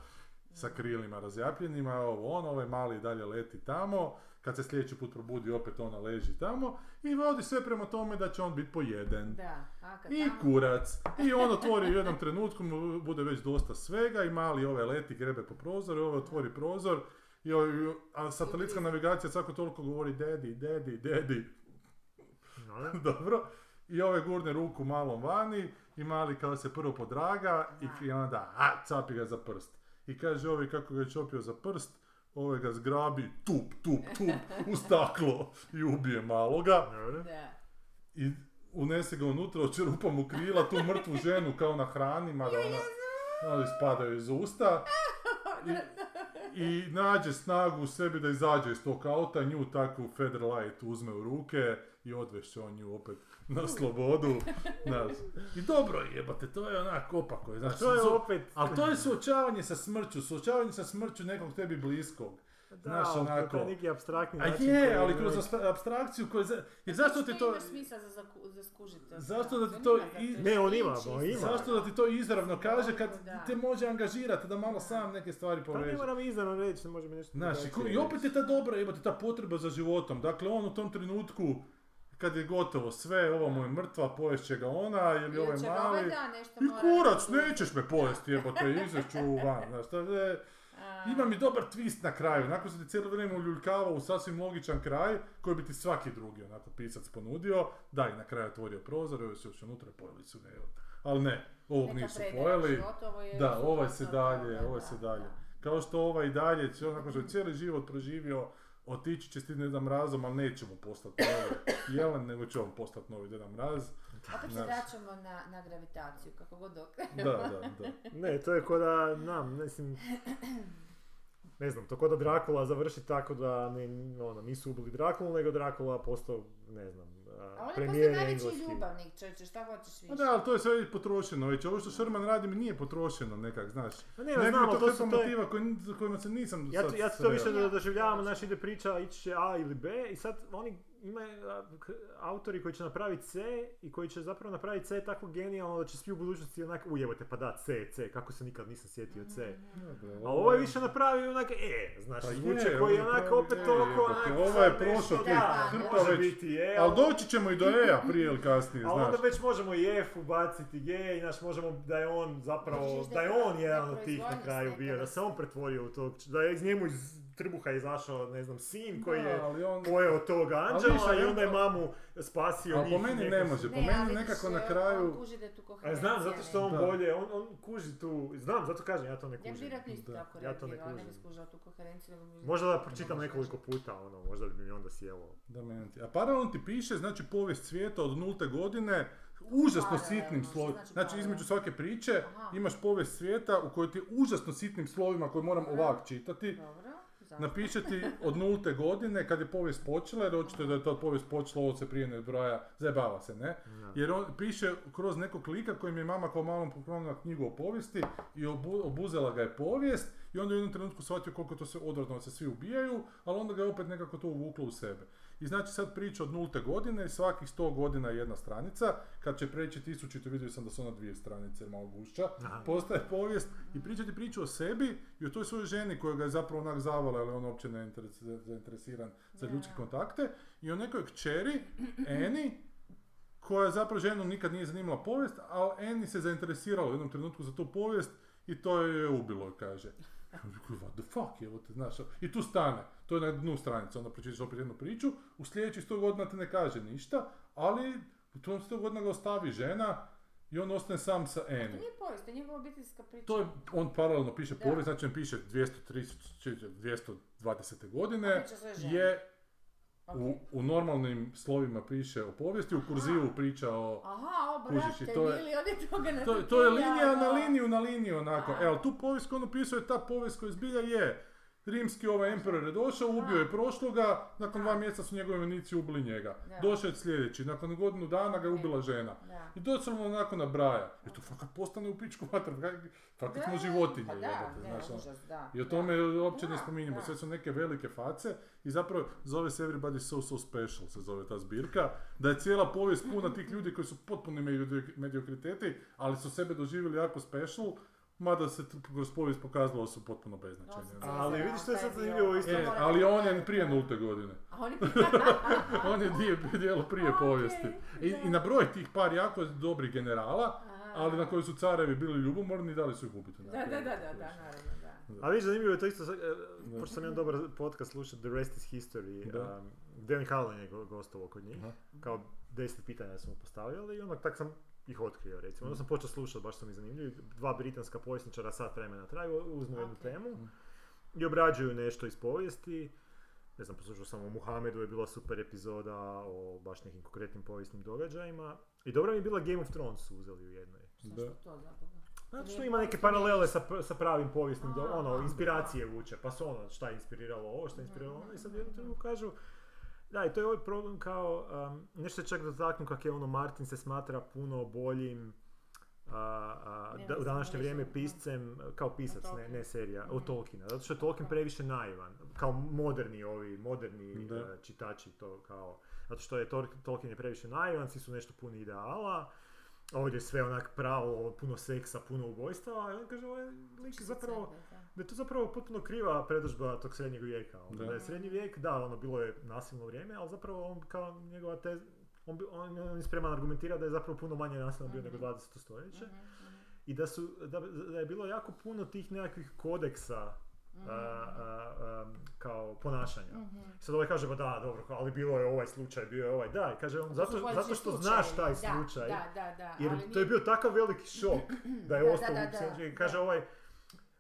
[SPEAKER 2] sa krilima razjapljenima, ovo ono, ovaj mali dalje leti tamo, kad se sljedeći put probudi opet ono ona leži tamo i vodi sve prema tome da će on biti pojeden.
[SPEAKER 1] Da, a kad
[SPEAKER 2] I
[SPEAKER 1] tamo-
[SPEAKER 2] kurac. I on otvori u jednom trenutku, mu bude već dosta svega i mali ovaj leti grebe po prozoru, ovaj otvori prozor i ovaj, a satelitska navigacija svako toliko govori dedi, dedi, dedi.
[SPEAKER 3] No,
[SPEAKER 2] Dobro. I ovaj gurne ruku malom vani i mali kao se prvo podraga i, i onda a, capi ga za prst. I kaže ovaj kako ga je čopio za prst, ovaj ga zgrabi, tup, tup, tup, u staklo i ubije maloga.
[SPEAKER 3] dobro.
[SPEAKER 1] Da.
[SPEAKER 2] I unese ga unutra, očerupa mu krila, tu mrtvu ženu kao na hrani, mada ona, ali spadaju iz usta. I, I nađe snagu u sebi da izađe iz tog auta, nju takvu Federlight uzme u ruke i odvešće on nju opet na slobodu. znaš. I dobro je, jebate, to je onak opako. Znači,
[SPEAKER 3] To je opet...
[SPEAKER 2] ali to je suočavanje sa smrću, suočavanje sa smrću nekog tebi bliskog.
[SPEAKER 3] Da,
[SPEAKER 2] znaš,
[SPEAKER 3] ali to je
[SPEAKER 2] onako.
[SPEAKER 3] taj neki apstraktni
[SPEAKER 2] A
[SPEAKER 3] način
[SPEAKER 2] Znači je,
[SPEAKER 3] koji
[SPEAKER 2] ali kroz
[SPEAKER 3] uvijek-
[SPEAKER 2] abstra- abstrakciju koja... za- Jer zašto ti
[SPEAKER 1] Što
[SPEAKER 2] to...
[SPEAKER 1] imaš smisla za, zaku- za skužit to?
[SPEAKER 2] Zašto da ti
[SPEAKER 1] Nema
[SPEAKER 2] to
[SPEAKER 1] zato
[SPEAKER 2] i-
[SPEAKER 1] što
[SPEAKER 3] Ne, on ima,
[SPEAKER 1] ići
[SPEAKER 3] on
[SPEAKER 1] iz-
[SPEAKER 3] ima.
[SPEAKER 2] Zašto da ti to izravno kaže kad
[SPEAKER 1] Da.
[SPEAKER 2] te može angažirati da malo sam neke stvari
[SPEAKER 3] Pa ne
[SPEAKER 2] poveže?
[SPEAKER 3] moram izravno reći, može mi nešto...
[SPEAKER 2] Znaš, i ko- i opet je ta dobra, jebote, ta potreba za životom. Dakle, on u tom trenutku kad je gotovo sve, ovo mu je mrtva, poješće ga ona ili
[SPEAKER 1] Ili
[SPEAKER 2] ovaj
[SPEAKER 1] će ga ovaj
[SPEAKER 2] mali.
[SPEAKER 1] da, nešto
[SPEAKER 2] I
[SPEAKER 1] mora
[SPEAKER 2] kurac,
[SPEAKER 1] da-
[SPEAKER 2] nećeš me pojesti, jebote, izvešću van, znaš, to je-
[SPEAKER 1] A,
[SPEAKER 2] ima mi dobar twist na kraju, onako se ti cijelo vrijeme uljuljkava u sasvim logičan kraj koji bi ti svaki drugi onako pisac ponudio, da i na kraju otvorio prozor, ovi su još unutra pojeli su ga, evo. Ali ne, ovog
[SPEAKER 1] neka
[SPEAKER 2] nisu
[SPEAKER 1] predela,
[SPEAKER 2] pojeli,
[SPEAKER 1] gotovo je,
[SPEAKER 2] da,
[SPEAKER 1] sutra
[SPEAKER 2] ovaj se
[SPEAKER 1] to,
[SPEAKER 2] dalje,
[SPEAKER 1] da,
[SPEAKER 2] ovaj
[SPEAKER 1] da,
[SPEAKER 2] se dalje.
[SPEAKER 1] da.
[SPEAKER 2] Kao što ovaj dalje, će onako što je cijeli život proživio, otići će s tim Deda Mrazom, ali neće mu postati novi Jelen, nego će on postati novi Deda Mraz.
[SPEAKER 1] Opet se
[SPEAKER 2] Znaš.
[SPEAKER 1] vraćamo na, na gravitaciju, kako god dok.
[SPEAKER 2] Da, da, da.
[SPEAKER 3] Ne, to je ko da, nam, mislim... Ne znam, to ko da Drakula završi tako da ne, ono, nisu ubili Drakulu, nego Drakula postao, ne znam, a,
[SPEAKER 1] A on je postao
[SPEAKER 3] premijer
[SPEAKER 1] najveći
[SPEAKER 3] engleski.
[SPEAKER 1] ljubavnik, čovječe, šta hoćeš više?
[SPEAKER 2] Pa da, ali to je sve i potrošeno već. Ovo što Sherman radi mi nije potrošeno nekak, znaš.
[SPEAKER 3] Ma
[SPEAKER 2] Ne,
[SPEAKER 3] Pa ne,
[SPEAKER 2] ne,
[SPEAKER 3] znam, ali
[SPEAKER 2] to
[SPEAKER 3] to
[SPEAKER 2] su
[SPEAKER 3] su to je-
[SPEAKER 2] motiva koji- za kojima se nisam
[SPEAKER 3] Ja,
[SPEAKER 2] sad
[SPEAKER 3] to- ja to više
[SPEAKER 2] sreo.
[SPEAKER 3] da doživljavam, znači ide priča, ići će A ili B i sad oni imaju a, k- autori koji će napraviti C i koji će zapravo napraviti C tako genijalno da će svi u budućnosti onak ujebote pa da C, C, kako se nikad nisam sjetio C.
[SPEAKER 2] Dobro,
[SPEAKER 3] A ovo je više napravio onak E, znaš,
[SPEAKER 2] Pa je,
[SPEAKER 3] zvuče koji je
[SPEAKER 2] ovo je
[SPEAKER 3] onak
[SPEAKER 2] pravi
[SPEAKER 3] opet
[SPEAKER 2] E,
[SPEAKER 3] toliko
[SPEAKER 2] jebote,
[SPEAKER 3] onak...
[SPEAKER 2] ovo je
[SPEAKER 3] sad
[SPEAKER 2] prošao
[SPEAKER 3] nešto,
[SPEAKER 2] tek
[SPEAKER 3] da,
[SPEAKER 1] hrpa
[SPEAKER 3] može
[SPEAKER 2] već.
[SPEAKER 3] biti E,
[SPEAKER 2] Ali doći ćemo i do E-a prije ili kasnije,
[SPEAKER 3] a onda
[SPEAKER 2] znaš.
[SPEAKER 3] već možemo i F ubaciti G i znaš, možemo da je on zapravo,
[SPEAKER 1] Držiš da
[SPEAKER 3] da je
[SPEAKER 1] je
[SPEAKER 3] on jedan od tih na
[SPEAKER 1] proizvoljnost
[SPEAKER 3] kraju
[SPEAKER 1] neka
[SPEAKER 3] bio, da se on pretvorio u tog, da je iz njemu iz trbuha izašao, ne znam, sin koji
[SPEAKER 2] Da,
[SPEAKER 3] je
[SPEAKER 2] ali on-
[SPEAKER 3] pojeo tog anđela
[SPEAKER 2] više
[SPEAKER 3] i onda je
[SPEAKER 2] on-
[SPEAKER 3] mamu spasio
[SPEAKER 2] Ali po
[SPEAKER 3] njih i
[SPEAKER 2] meni
[SPEAKER 3] neko-
[SPEAKER 2] ne može, po meni
[SPEAKER 1] ali
[SPEAKER 2] nekako
[SPEAKER 1] više
[SPEAKER 2] na
[SPEAKER 1] On
[SPEAKER 2] kraju... E,
[SPEAKER 1] kuži da je tu
[SPEAKER 3] A
[SPEAKER 1] koherencija.
[SPEAKER 3] znam, zato što on
[SPEAKER 2] Da.
[SPEAKER 3] bolje, on, on kuži tu, znam, zato kažem, ja to ne
[SPEAKER 1] Ja bi
[SPEAKER 3] kužim.
[SPEAKER 1] vjerojatno isto
[SPEAKER 2] Da.
[SPEAKER 1] tako
[SPEAKER 3] Ja to ne
[SPEAKER 1] reagirala, ne bi
[SPEAKER 3] kužim.
[SPEAKER 1] skužila tu koherenciju. nego bi-
[SPEAKER 3] Možda da pročitam
[SPEAKER 1] Ne možeš
[SPEAKER 3] nekoliko puta, ono, možda bi mi onda sjelo.
[SPEAKER 2] Da meni ti- A paralelno ti piše, znači povijest svijeta od nulte godine, užasno
[SPEAKER 1] Paralelno,
[SPEAKER 2] sitnim
[SPEAKER 1] što
[SPEAKER 2] slovima.
[SPEAKER 1] znači
[SPEAKER 2] Znači između svake priče
[SPEAKER 1] Aha.
[SPEAKER 2] imaš povijest svijeta u kojoj ti užasno sitnim slovima koje moram
[SPEAKER 1] Aha.
[SPEAKER 2] ovak čitati.
[SPEAKER 1] Dobro, zašto?
[SPEAKER 2] Napišeti od nulte godine kad je povijest počela, jer očito je da je ta povijest počela, ovo se prije ne broja, zajebava se, ne? Jer on piše kroz nekog lika kojim je mama kao malom poklonila knjigu o povijesti i obu- obuzela ga je povijest i onda je u jednom trenutku shvatio koliko je to se odvratno da se svi ubijaju, ali onda ga je opet nekako to uvuklo u sebe. I znači sad priča od nulte godine i svakih 100 godina je jedna stranica, kad će preći tisućitu vidio sam da su ona dvije stranice jer malo gušća,
[SPEAKER 3] Aha.
[SPEAKER 2] postaje povijest i priča ti priču o sebi i o toj svojoj ženi koja ga je zapravo onak zavala, ali on uopće ne je interes- zainteresiran za
[SPEAKER 1] Da.
[SPEAKER 2] ljudske kontakte i o nekoj kćeri, Eni, koja je zapravo ženu nikad nije zanimala povijest, ali Annie se zainteresirala u jednom trenutku za tu povijest i to je ubilo, kaže. Rekao, What the fuck, evo te, znaš, i tu stane, to je na dnu stranice, onda pročitaš opet jednu priču, u sljedećih 100 godina ti ne kaže ništa, ali u tom 100 godina ga ostavi žena i on ostane sam sa
[SPEAKER 1] To
[SPEAKER 2] Annie.
[SPEAKER 1] nije povijest, to je njegova obiteljska priča.
[SPEAKER 2] To je, on paralelno piše
[SPEAKER 1] Da.
[SPEAKER 2] povijest, znači on piše 200, 300, 220. godine,
[SPEAKER 1] Opet će sve žene.
[SPEAKER 2] je u,
[SPEAKER 1] Ok.
[SPEAKER 2] u normalnim slovima piše o povijesti, u kurzivu priča o,
[SPEAKER 1] Aha, o
[SPEAKER 2] Kužiš, i
[SPEAKER 1] brate,
[SPEAKER 2] to je-
[SPEAKER 1] bili oni toga na
[SPEAKER 2] to, to je linija na
[SPEAKER 1] da.
[SPEAKER 2] liniju na liniju onako.
[SPEAKER 1] A.
[SPEAKER 2] Evo, tu povijest koju on opisuje, ta povijest koja zbilja je. Rimski ovaj emperor je došao, ubio je prošloga, nakon dva mjeseca su njegovi vojnici ubili njega.
[SPEAKER 1] Da. E.
[SPEAKER 2] Došao je sljedeći, nakon godinu dana ga je ubila žena.
[SPEAKER 1] Da.
[SPEAKER 2] I doslovno onako nabraja. I to fakat postane u pičku vatra, fakat smo
[SPEAKER 1] Da,
[SPEAKER 2] životinje,
[SPEAKER 1] pa da,
[SPEAKER 2] jebote,
[SPEAKER 1] da,
[SPEAKER 2] znaš, ono.
[SPEAKER 1] užas, da,
[SPEAKER 2] I o
[SPEAKER 1] da.
[SPEAKER 2] tome uopće ne
[SPEAKER 1] Da,
[SPEAKER 2] spominjemo,
[SPEAKER 1] da.
[SPEAKER 2] sve su neke velike face i zapravo zove se Everybody So So Special se zove ta zbirka, da je cijela povijest puna tih ljudi koji su potpuni medioki- mediokriteti, ali su sebe doživjeli jako special Mada se t- kroz povijest pokazalo da su potpuno beznačajne.
[SPEAKER 1] Osam-
[SPEAKER 3] Ali vidiš što je sad
[SPEAKER 1] Taj dio.
[SPEAKER 3] zanimljivo isto.
[SPEAKER 2] E, ali on je prije nulte godine.
[SPEAKER 1] A oni
[SPEAKER 2] On je dio, dijelo prije
[SPEAKER 1] Ok,
[SPEAKER 2] povijesti. I,
[SPEAKER 1] da.
[SPEAKER 2] I na broj tih par jako dobrih generala,
[SPEAKER 1] Aha.
[SPEAKER 2] ali na koji su carevi bili ljubomorni i dali su ih ubiti.
[SPEAKER 1] Da,
[SPEAKER 2] nakon.
[SPEAKER 1] da, da, da, da, naravno, da.
[SPEAKER 3] A vidiš, zanimljivo je to isto, sad, e,
[SPEAKER 2] Da.
[SPEAKER 3] pošto sam jedan dobar podcast slušao, The Rest is History,
[SPEAKER 2] Da.
[SPEAKER 3] um, Devin Harlan je go- gostovao kod njih,
[SPEAKER 2] Aha.
[SPEAKER 3] kao deset pitanja smo postavljali i onak ono, tak sam ih otkrio recimo. Onda sam počeo slušati, baš su mi zanimljivi, dva britanska povjesničara sat vremena traju, uzmu jednu
[SPEAKER 1] Ok.
[SPEAKER 3] temu
[SPEAKER 2] Mhm.
[SPEAKER 3] i obrađuju nešto iz povijesti. Ne znam, poslušao sam o Muhamedu, je bila super epizoda o baš nekim konkretnim povijesnim događajima. I dobra mi je bila Game of Thrones su uzeli u jednoj.
[SPEAKER 1] Zašto
[SPEAKER 2] Da.
[SPEAKER 1] to zapravo?
[SPEAKER 3] Zato
[SPEAKER 1] Nije
[SPEAKER 3] što ima neke
[SPEAKER 1] povijest,
[SPEAKER 3] paralele sa, pr- sa pravim povijesnim, do-
[SPEAKER 1] A,
[SPEAKER 3] ono,
[SPEAKER 1] aha.
[SPEAKER 3] inspiracije vuče, pa su ono, šta je inspiriralo ovo, šta je inspiriralo ono, i sad u jednom trenutku kažu, da, i to je ovaj problem kao, um, nešto je čak dotaknu kako je ono, Martin se smatra puno boljim a, a,
[SPEAKER 1] Ne,
[SPEAKER 3] da- u
[SPEAKER 1] mislim,
[SPEAKER 3] današnje
[SPEAKER 1] mislim,
[SPEAKER 3] vrijeme
[SPEAKER 1] da.
[SPEAKER 3] piscem, kao pisac, ne,
[SPEAKER 1] Tolkiena.
[SPEAKER 3] ne serija,
[SPEAKER 1] Mhm.
[SPEAKER 3] od Tolkiena, zato što je Tolkien previše naivan, kao moderni ovi, moderni
[SPEAKER 2] Da.
[SPEAKER 3] e, čitači to kao, zato što je Tor- Tolkien je previše naivan, svi su nešto puni ideala, Ovdje je sve onak pravo, puno seksa, puno ubojstava, i on kaže, ovaj lik je zapravo, da je to zapravo potpuno kriva predržba tog srednjeg vijeka. Ono,
[SPEAKER 2] Da.
[SPEAKER 3] da. je srednji vijek, da, ono, bilo je nasilno vrijeme, ali zapravo on kao njegova tez, on, bi- on, on je spreman argumentirati da je zapravo puno manje nasilno bio
[SPEAKER 1] Mhm.
[SPEAKER 3] nego 20. stoljeće.
[SPEAKER 1] Mhm,
[SPEAKER 3] I da, su, da, da je bilo jako puno tih nekakvih kodeksa
[SPEAKER 1] mhm,
[SPEAKER 3] a, a, a, kao ponašanja.
[SPEAKER 1] mhm. Mhm.
[SPEAKER 3] Sad ovaj kaže, ba da, dobro, ali bilo je ovaj slučaj, bio je ovaj, da, i kaže on, zato,
[SPEAKER 1] To su
[SPEAKER 3] zato što
[SPEAKER 1] pojedini
[SPEAKER 3] znaš taj
[SPEAKER 1] slučajevi,
[SPEAKER 3] slučaj,
[SPEAKER 1] Da, da, da, da.
[SPEAKER 3] jer
[SPEAKER 1] ali
[SPEAKER 3] to
[SPEAKER 1] nije-
[SPEAKER 3] je bio takav veliki šok da je
[SPEAKER 1] Da,
[SPEAKER 3] ostao
[SPEAKER 1] da,
[SPEAKER 3] u
[SPEAKER 1] da,
[SPEAKER 3] psihijatriji.
[SPEAKER 1] da.
[SPEAKER 3] Kaže ovaj,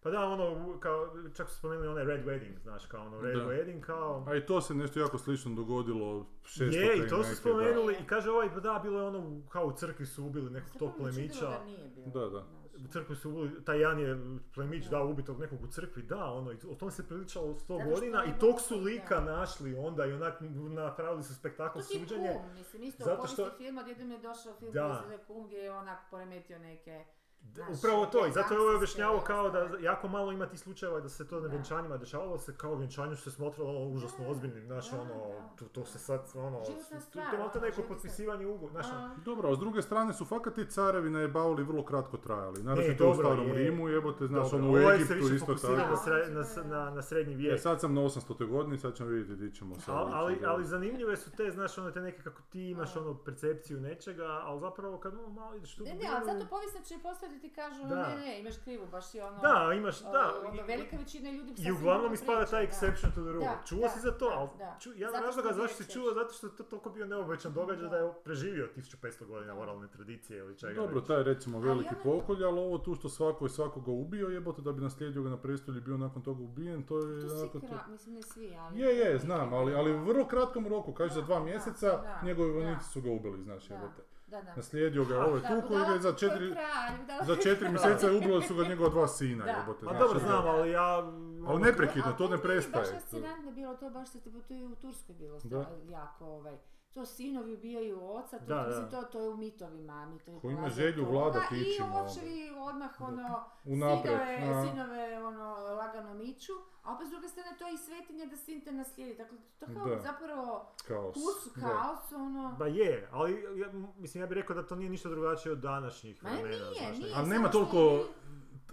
[SPEAKER 3] pa da, ono, kao, čak su spomenuli onaj Red Wedding, znaš, kao ono, Red
[SPEAKER 2] Da.
[SPEAKER 3] Wedding, kao...
[SPEAKER 2] A i to se nešto jako slično dogodilo. šesto
[SPEAKER 3] Je, i
[SPEAKER 2] te
[SPEAKER 3] to
[SPEAKER 2] neke,
[SPEAKER 3] su
[SPEAKER 2] da.
[SPEAKER 3] spomenuli, i kaže ovaj, pa da, bilo je ono, u- kao u crkvi su ubili nekog tog
[SPEAKER 1] Zapravo mi se činilo
[SPEAKER 3] plemića.
[SPEAKER 1] da nije bilo,
[SPEAKER 2] Da, da.
[SPEAKER 1] znaš,
[SPEAKER 3] U crkvi su ubili, taj jedan je plemić
[SPEAKER 1] Da.
[SPEAKER 3] dao ubitog nekog u crkvi, da, ono, i o tom se priličalo sto
[SPEAKER 1] Zato što
[SPEAKER 3] godina
[SPEAKER 1] je
[SPEAKER 3] i tog
[SPEAKER 1] bilo-
[SPEAKER 3] su lika
[SPEAKER 1] da.
[SPEAKER 3] našli onda i onak napravili su spektakl
[SPEAKER 1] To ti je
[SPEAKER 3] suđenje.
[SPEAKER 1] kum, mislim, isto
[SPEAKER 3] zato
[SPEAKER 1] zato što...
[SPEAKER 3] što-
[SPEAKER 1] film, odjednom je došao film
[SPEAKER 3] Da.
[SPEAKER 1] da. kum gdje je onak poremetio neke...
[SPEAKER 3] Da,
[SPEAKER 1] Znaš,
[SPEAKER 3] Upravo to, i
[SPEAKER 1] te
[SPEAKER 3] zato je ovo
[SPEAKER 1] taksiske
[SPEAKER 3] objašnjavao kao da
[SPEAKER 1] ostale.
[SPEAKER 3] jako malo ima tih slučajeva da se to na
[SPEAKER 1] Da.
[SPEAKER 3] vjenčanjima dešavalo, se kao vjenčanju se smotralo ono užasno
[SPEAKER 1] Da,
[SPEAKER 3] ozbiljnim, znaš,
[SPEAKER 1] da,
[SPEAKER 3] ono,
[SPEAKER 1] da.
[SPEAKER 3] to, to se sad, ono,
[SPEAKER 1] Životna
[SPEAKER 3] to-
[SPEAKER 1] stvar,
[SPEAKER 3] to je malte
[SPEAKER 1] ono,
[SPEAKER 3] neko
[SPEAKER 1] životna
[SPEAKER 3] potpisivanje ugovora, znaš, ono,
[SPEAKER 1] A,
[SPEAKER 2] Dobro, a s druge strane su fakat ti carevi najebavili vrlo kratko trajali. Naravno to u
[SPEAKER 3] E, dobro,
[SPEAKER 2] starom
[SPEAKER 3] je.
[SPEAKER 2] Rimu, jebote, znaš,
[SPEAKER 3] dobro,
[SPEAKER 2] ono u
[SPEAKER 3] ovaj se
[SPEAKER 2] Egiptu
[SPEAKER 3] više
[SPEAKER 2] isto
[SPEAKER 3] fokusirao
[SPEAKER 2] tako.
[SPEAKER 1] Da,
[SPEAKER 3] na,
[SPEAKER 1] on
[SPEAKER 3] sre-
[SPEAKER 1] se
[SPEAKER 3] na,
[SPEAKER 1] da-
[SPEAKER 3] s- na, na srednji
[SPEAKER 2] E,
[SPEAKER 3] vijek.
[SPEAKER 2] sad sam na 800. godini, sad ćemo vidjeti di ćemo sa
[SPEAKER 3] Al-
[SPEAKER 2] ovim
[SPEAKER 3] ali,
[SPEAKER 2] čim
[SPEAKER 3] ali
[SPEAKER 2] doći.
[SPEAKER 3] zanimljive su te, znaš, ono te neke kako ti imaš
[SPEAKER 1] A.
[SPEAKER 3] ono percepciju nečega, ali zapravo kad ono malo ideš tu
[SPEAKER 1] Ne, ne,
[SPEAKER 3] dubinu-
[SPEAKER 1] ali zato pa- povijesničari poslije ti kažu,
[SPEAKER 3] Da.
[SPEAKER 1] ne, ne, imaš krivu, baš je ono...
[SPEAKER 3] Da, imaš,
[SPEAKER 1] o,
[SPEAKER 3] da.
[SPEAKER 1] ono,
[SPEAKER 3] i-
[SPEAKER 1] velika većina ljudi
[SPEAKER 3] I
[SPEAKER 1] sasvim
[SPEAKER 3] uglavnom
[SPEAKER 1] drugo
[SPEAKER 3] ispada
[SPEAKER 1] priča,
[SPEAKER 3] taj
[SPEAKER 1] da.
[SPEAKER 3] exception to the rule.
[SPEAKER 1] Da,
[SPEAKER 3] Čuo
[SPEAKER 1] da,
[SPEAKER 3] si za to,
[SPEAKER 1] da,
[SPEAKER 3] ali
[SPEAKER 1] da.
[SPEAKER 3] ču, jedan
[SPEAKER 1] Zato
[SPEAKER 3] razloga
[SPEAKER 1] što je
[SPEAKER 3] zašto si
[SPEAKER 1] exception.
[SPEAKER 3] čuo, zato što je to toliko bio neobičan događaj
[SPEAKER 1] Da.
[SPEAKER 3] da je preživio 1500 godina moralne tradicije ili čega.
[SPEAKER 2] Dobro,
[SPEAKER 3] već.
[SPEAKER 2] taj je recimo veliki
[SPEAKER 1] Ali ono-
[SPEAKER 2] pokolj, ali ovo tu što svako je svakoga ubio, jebote, da bi naslijedio ga na prestolju i bio nakon toga ubijen, to je
[SPEAKER 1] To
[SPEAKER 2] jako
[SPEAKER 1] svi,
[SPEAKER 2] to...
[SPEAKER 1] kra... mislim ne svi, ali...
[SPEAKER 2] Je, je, znam, ali, ali u vrlo kratkom roku, kaže za
[SPEAKER 1] Da,
[SPEAKER 2] dva
[SPEAKER 1] da,
[SPEAKER 2] mjeseca,
[SPEAKER 1] da,
[SPEAKER 2] njegovi
[SPEAKER 1] da.
[SPEAKER 2] vojnici su ga ubili, znaš,
[SPEAKER 1] Da.
[SPEAKER 2] jebote.
[SPEAKER 1] Da, da.
[SPEAKER 2] Naslijedio ga ovaj
[SPEAKER 1] Da,
[SPEAKER 2] tuko i
[SPEAKER 1] budala
[SPEAKER 2] ga je za
[SPEAKER 1] koji je
[SPEAKER 2] četiri,
[SPEAKER 1] kralj, budala
[SPEAKER 2] za
[SPEAKER 1] koji je
[SPEAKER 2] četiri
[SPEAKER 1] kralj.
[SPEAKER 2] mjeseca ubili su ga njegova dva sina,
[SPEAKER 1] Da.
[SPEAKER 2] jebote.
[SPEAKER 3] Ma
[SPEAKER 2] znaš,
[SPEAKER 3] Pa dobro
[SPEAKER 2] ono.
[SPEAKER 3] znam,
[SPEAKER 1] da.
[SPEAKER 3] ali ja... ono,
[SPEAKER 2] Ali neprekidno,
[SPEAKER 1] Ali
[SPEAKER 2] to ne
[SPEAKER 1] meni je Baš
[SPEAKER 2] prestaje.
[SPEAKER 1] fascinantno bilo to, baš se to je u Turskoj bilo
[SPEAKER 2] Da.
[SPEAKER 1] sta- jako ovaj. To sinovi ubijaju oca, to,
[SPEAKER 3] Da,
[SPEAKER 1] mislim,
[SPEAKER 3] da.
[SPEAKER 1] to, to je u mitovima, mitovi
[SPEAKER 2] Ko ima
[SPEAKER 1] prolaze
[SPEAKER 2] želju
[SPEAKER 1] toga
[SPEAKER 2] vladati
[SPEAKER 1] I
[SPEAKER 2] ičim,
[SPEAKER 1] očevi odmah ono,
[SPEAKER 2] Unaprijed.
[SPEAKER 1] sinove,
[SPEAKER 2] a.
[SPEAKER 1] sinove ono, lagano miču, a opet s druge strane to je i svetinja da sin te naslijedi. Dakle, to kao
[SPEAKER 2] Da.
[SPEAKER 1] zapravo
[SPEAKER 2] Kaos.
[SPEAKER 1] kus,
[SPEAKER 2] da.
[SPEAKER 1] kaos, ono...
[SPEAKER 3] Ba je, ali ja, mislim ja bih rekao da to nije ništa drugačije od današnjih
[SPEAKER 1] Ma ne,
[SPEAKER 3] vremena.
[SPEAKER 1] nije,
[SPEAKER 3] znaš,
[SPEAKER 1] nije.
[SPEAKER 2] Ali
[SPEAKER 1] samo
[SPEAKER 2] nema
[SPEAKER 1] što
[SPEAKER 2] toliko,
[SPEAKER 1] je-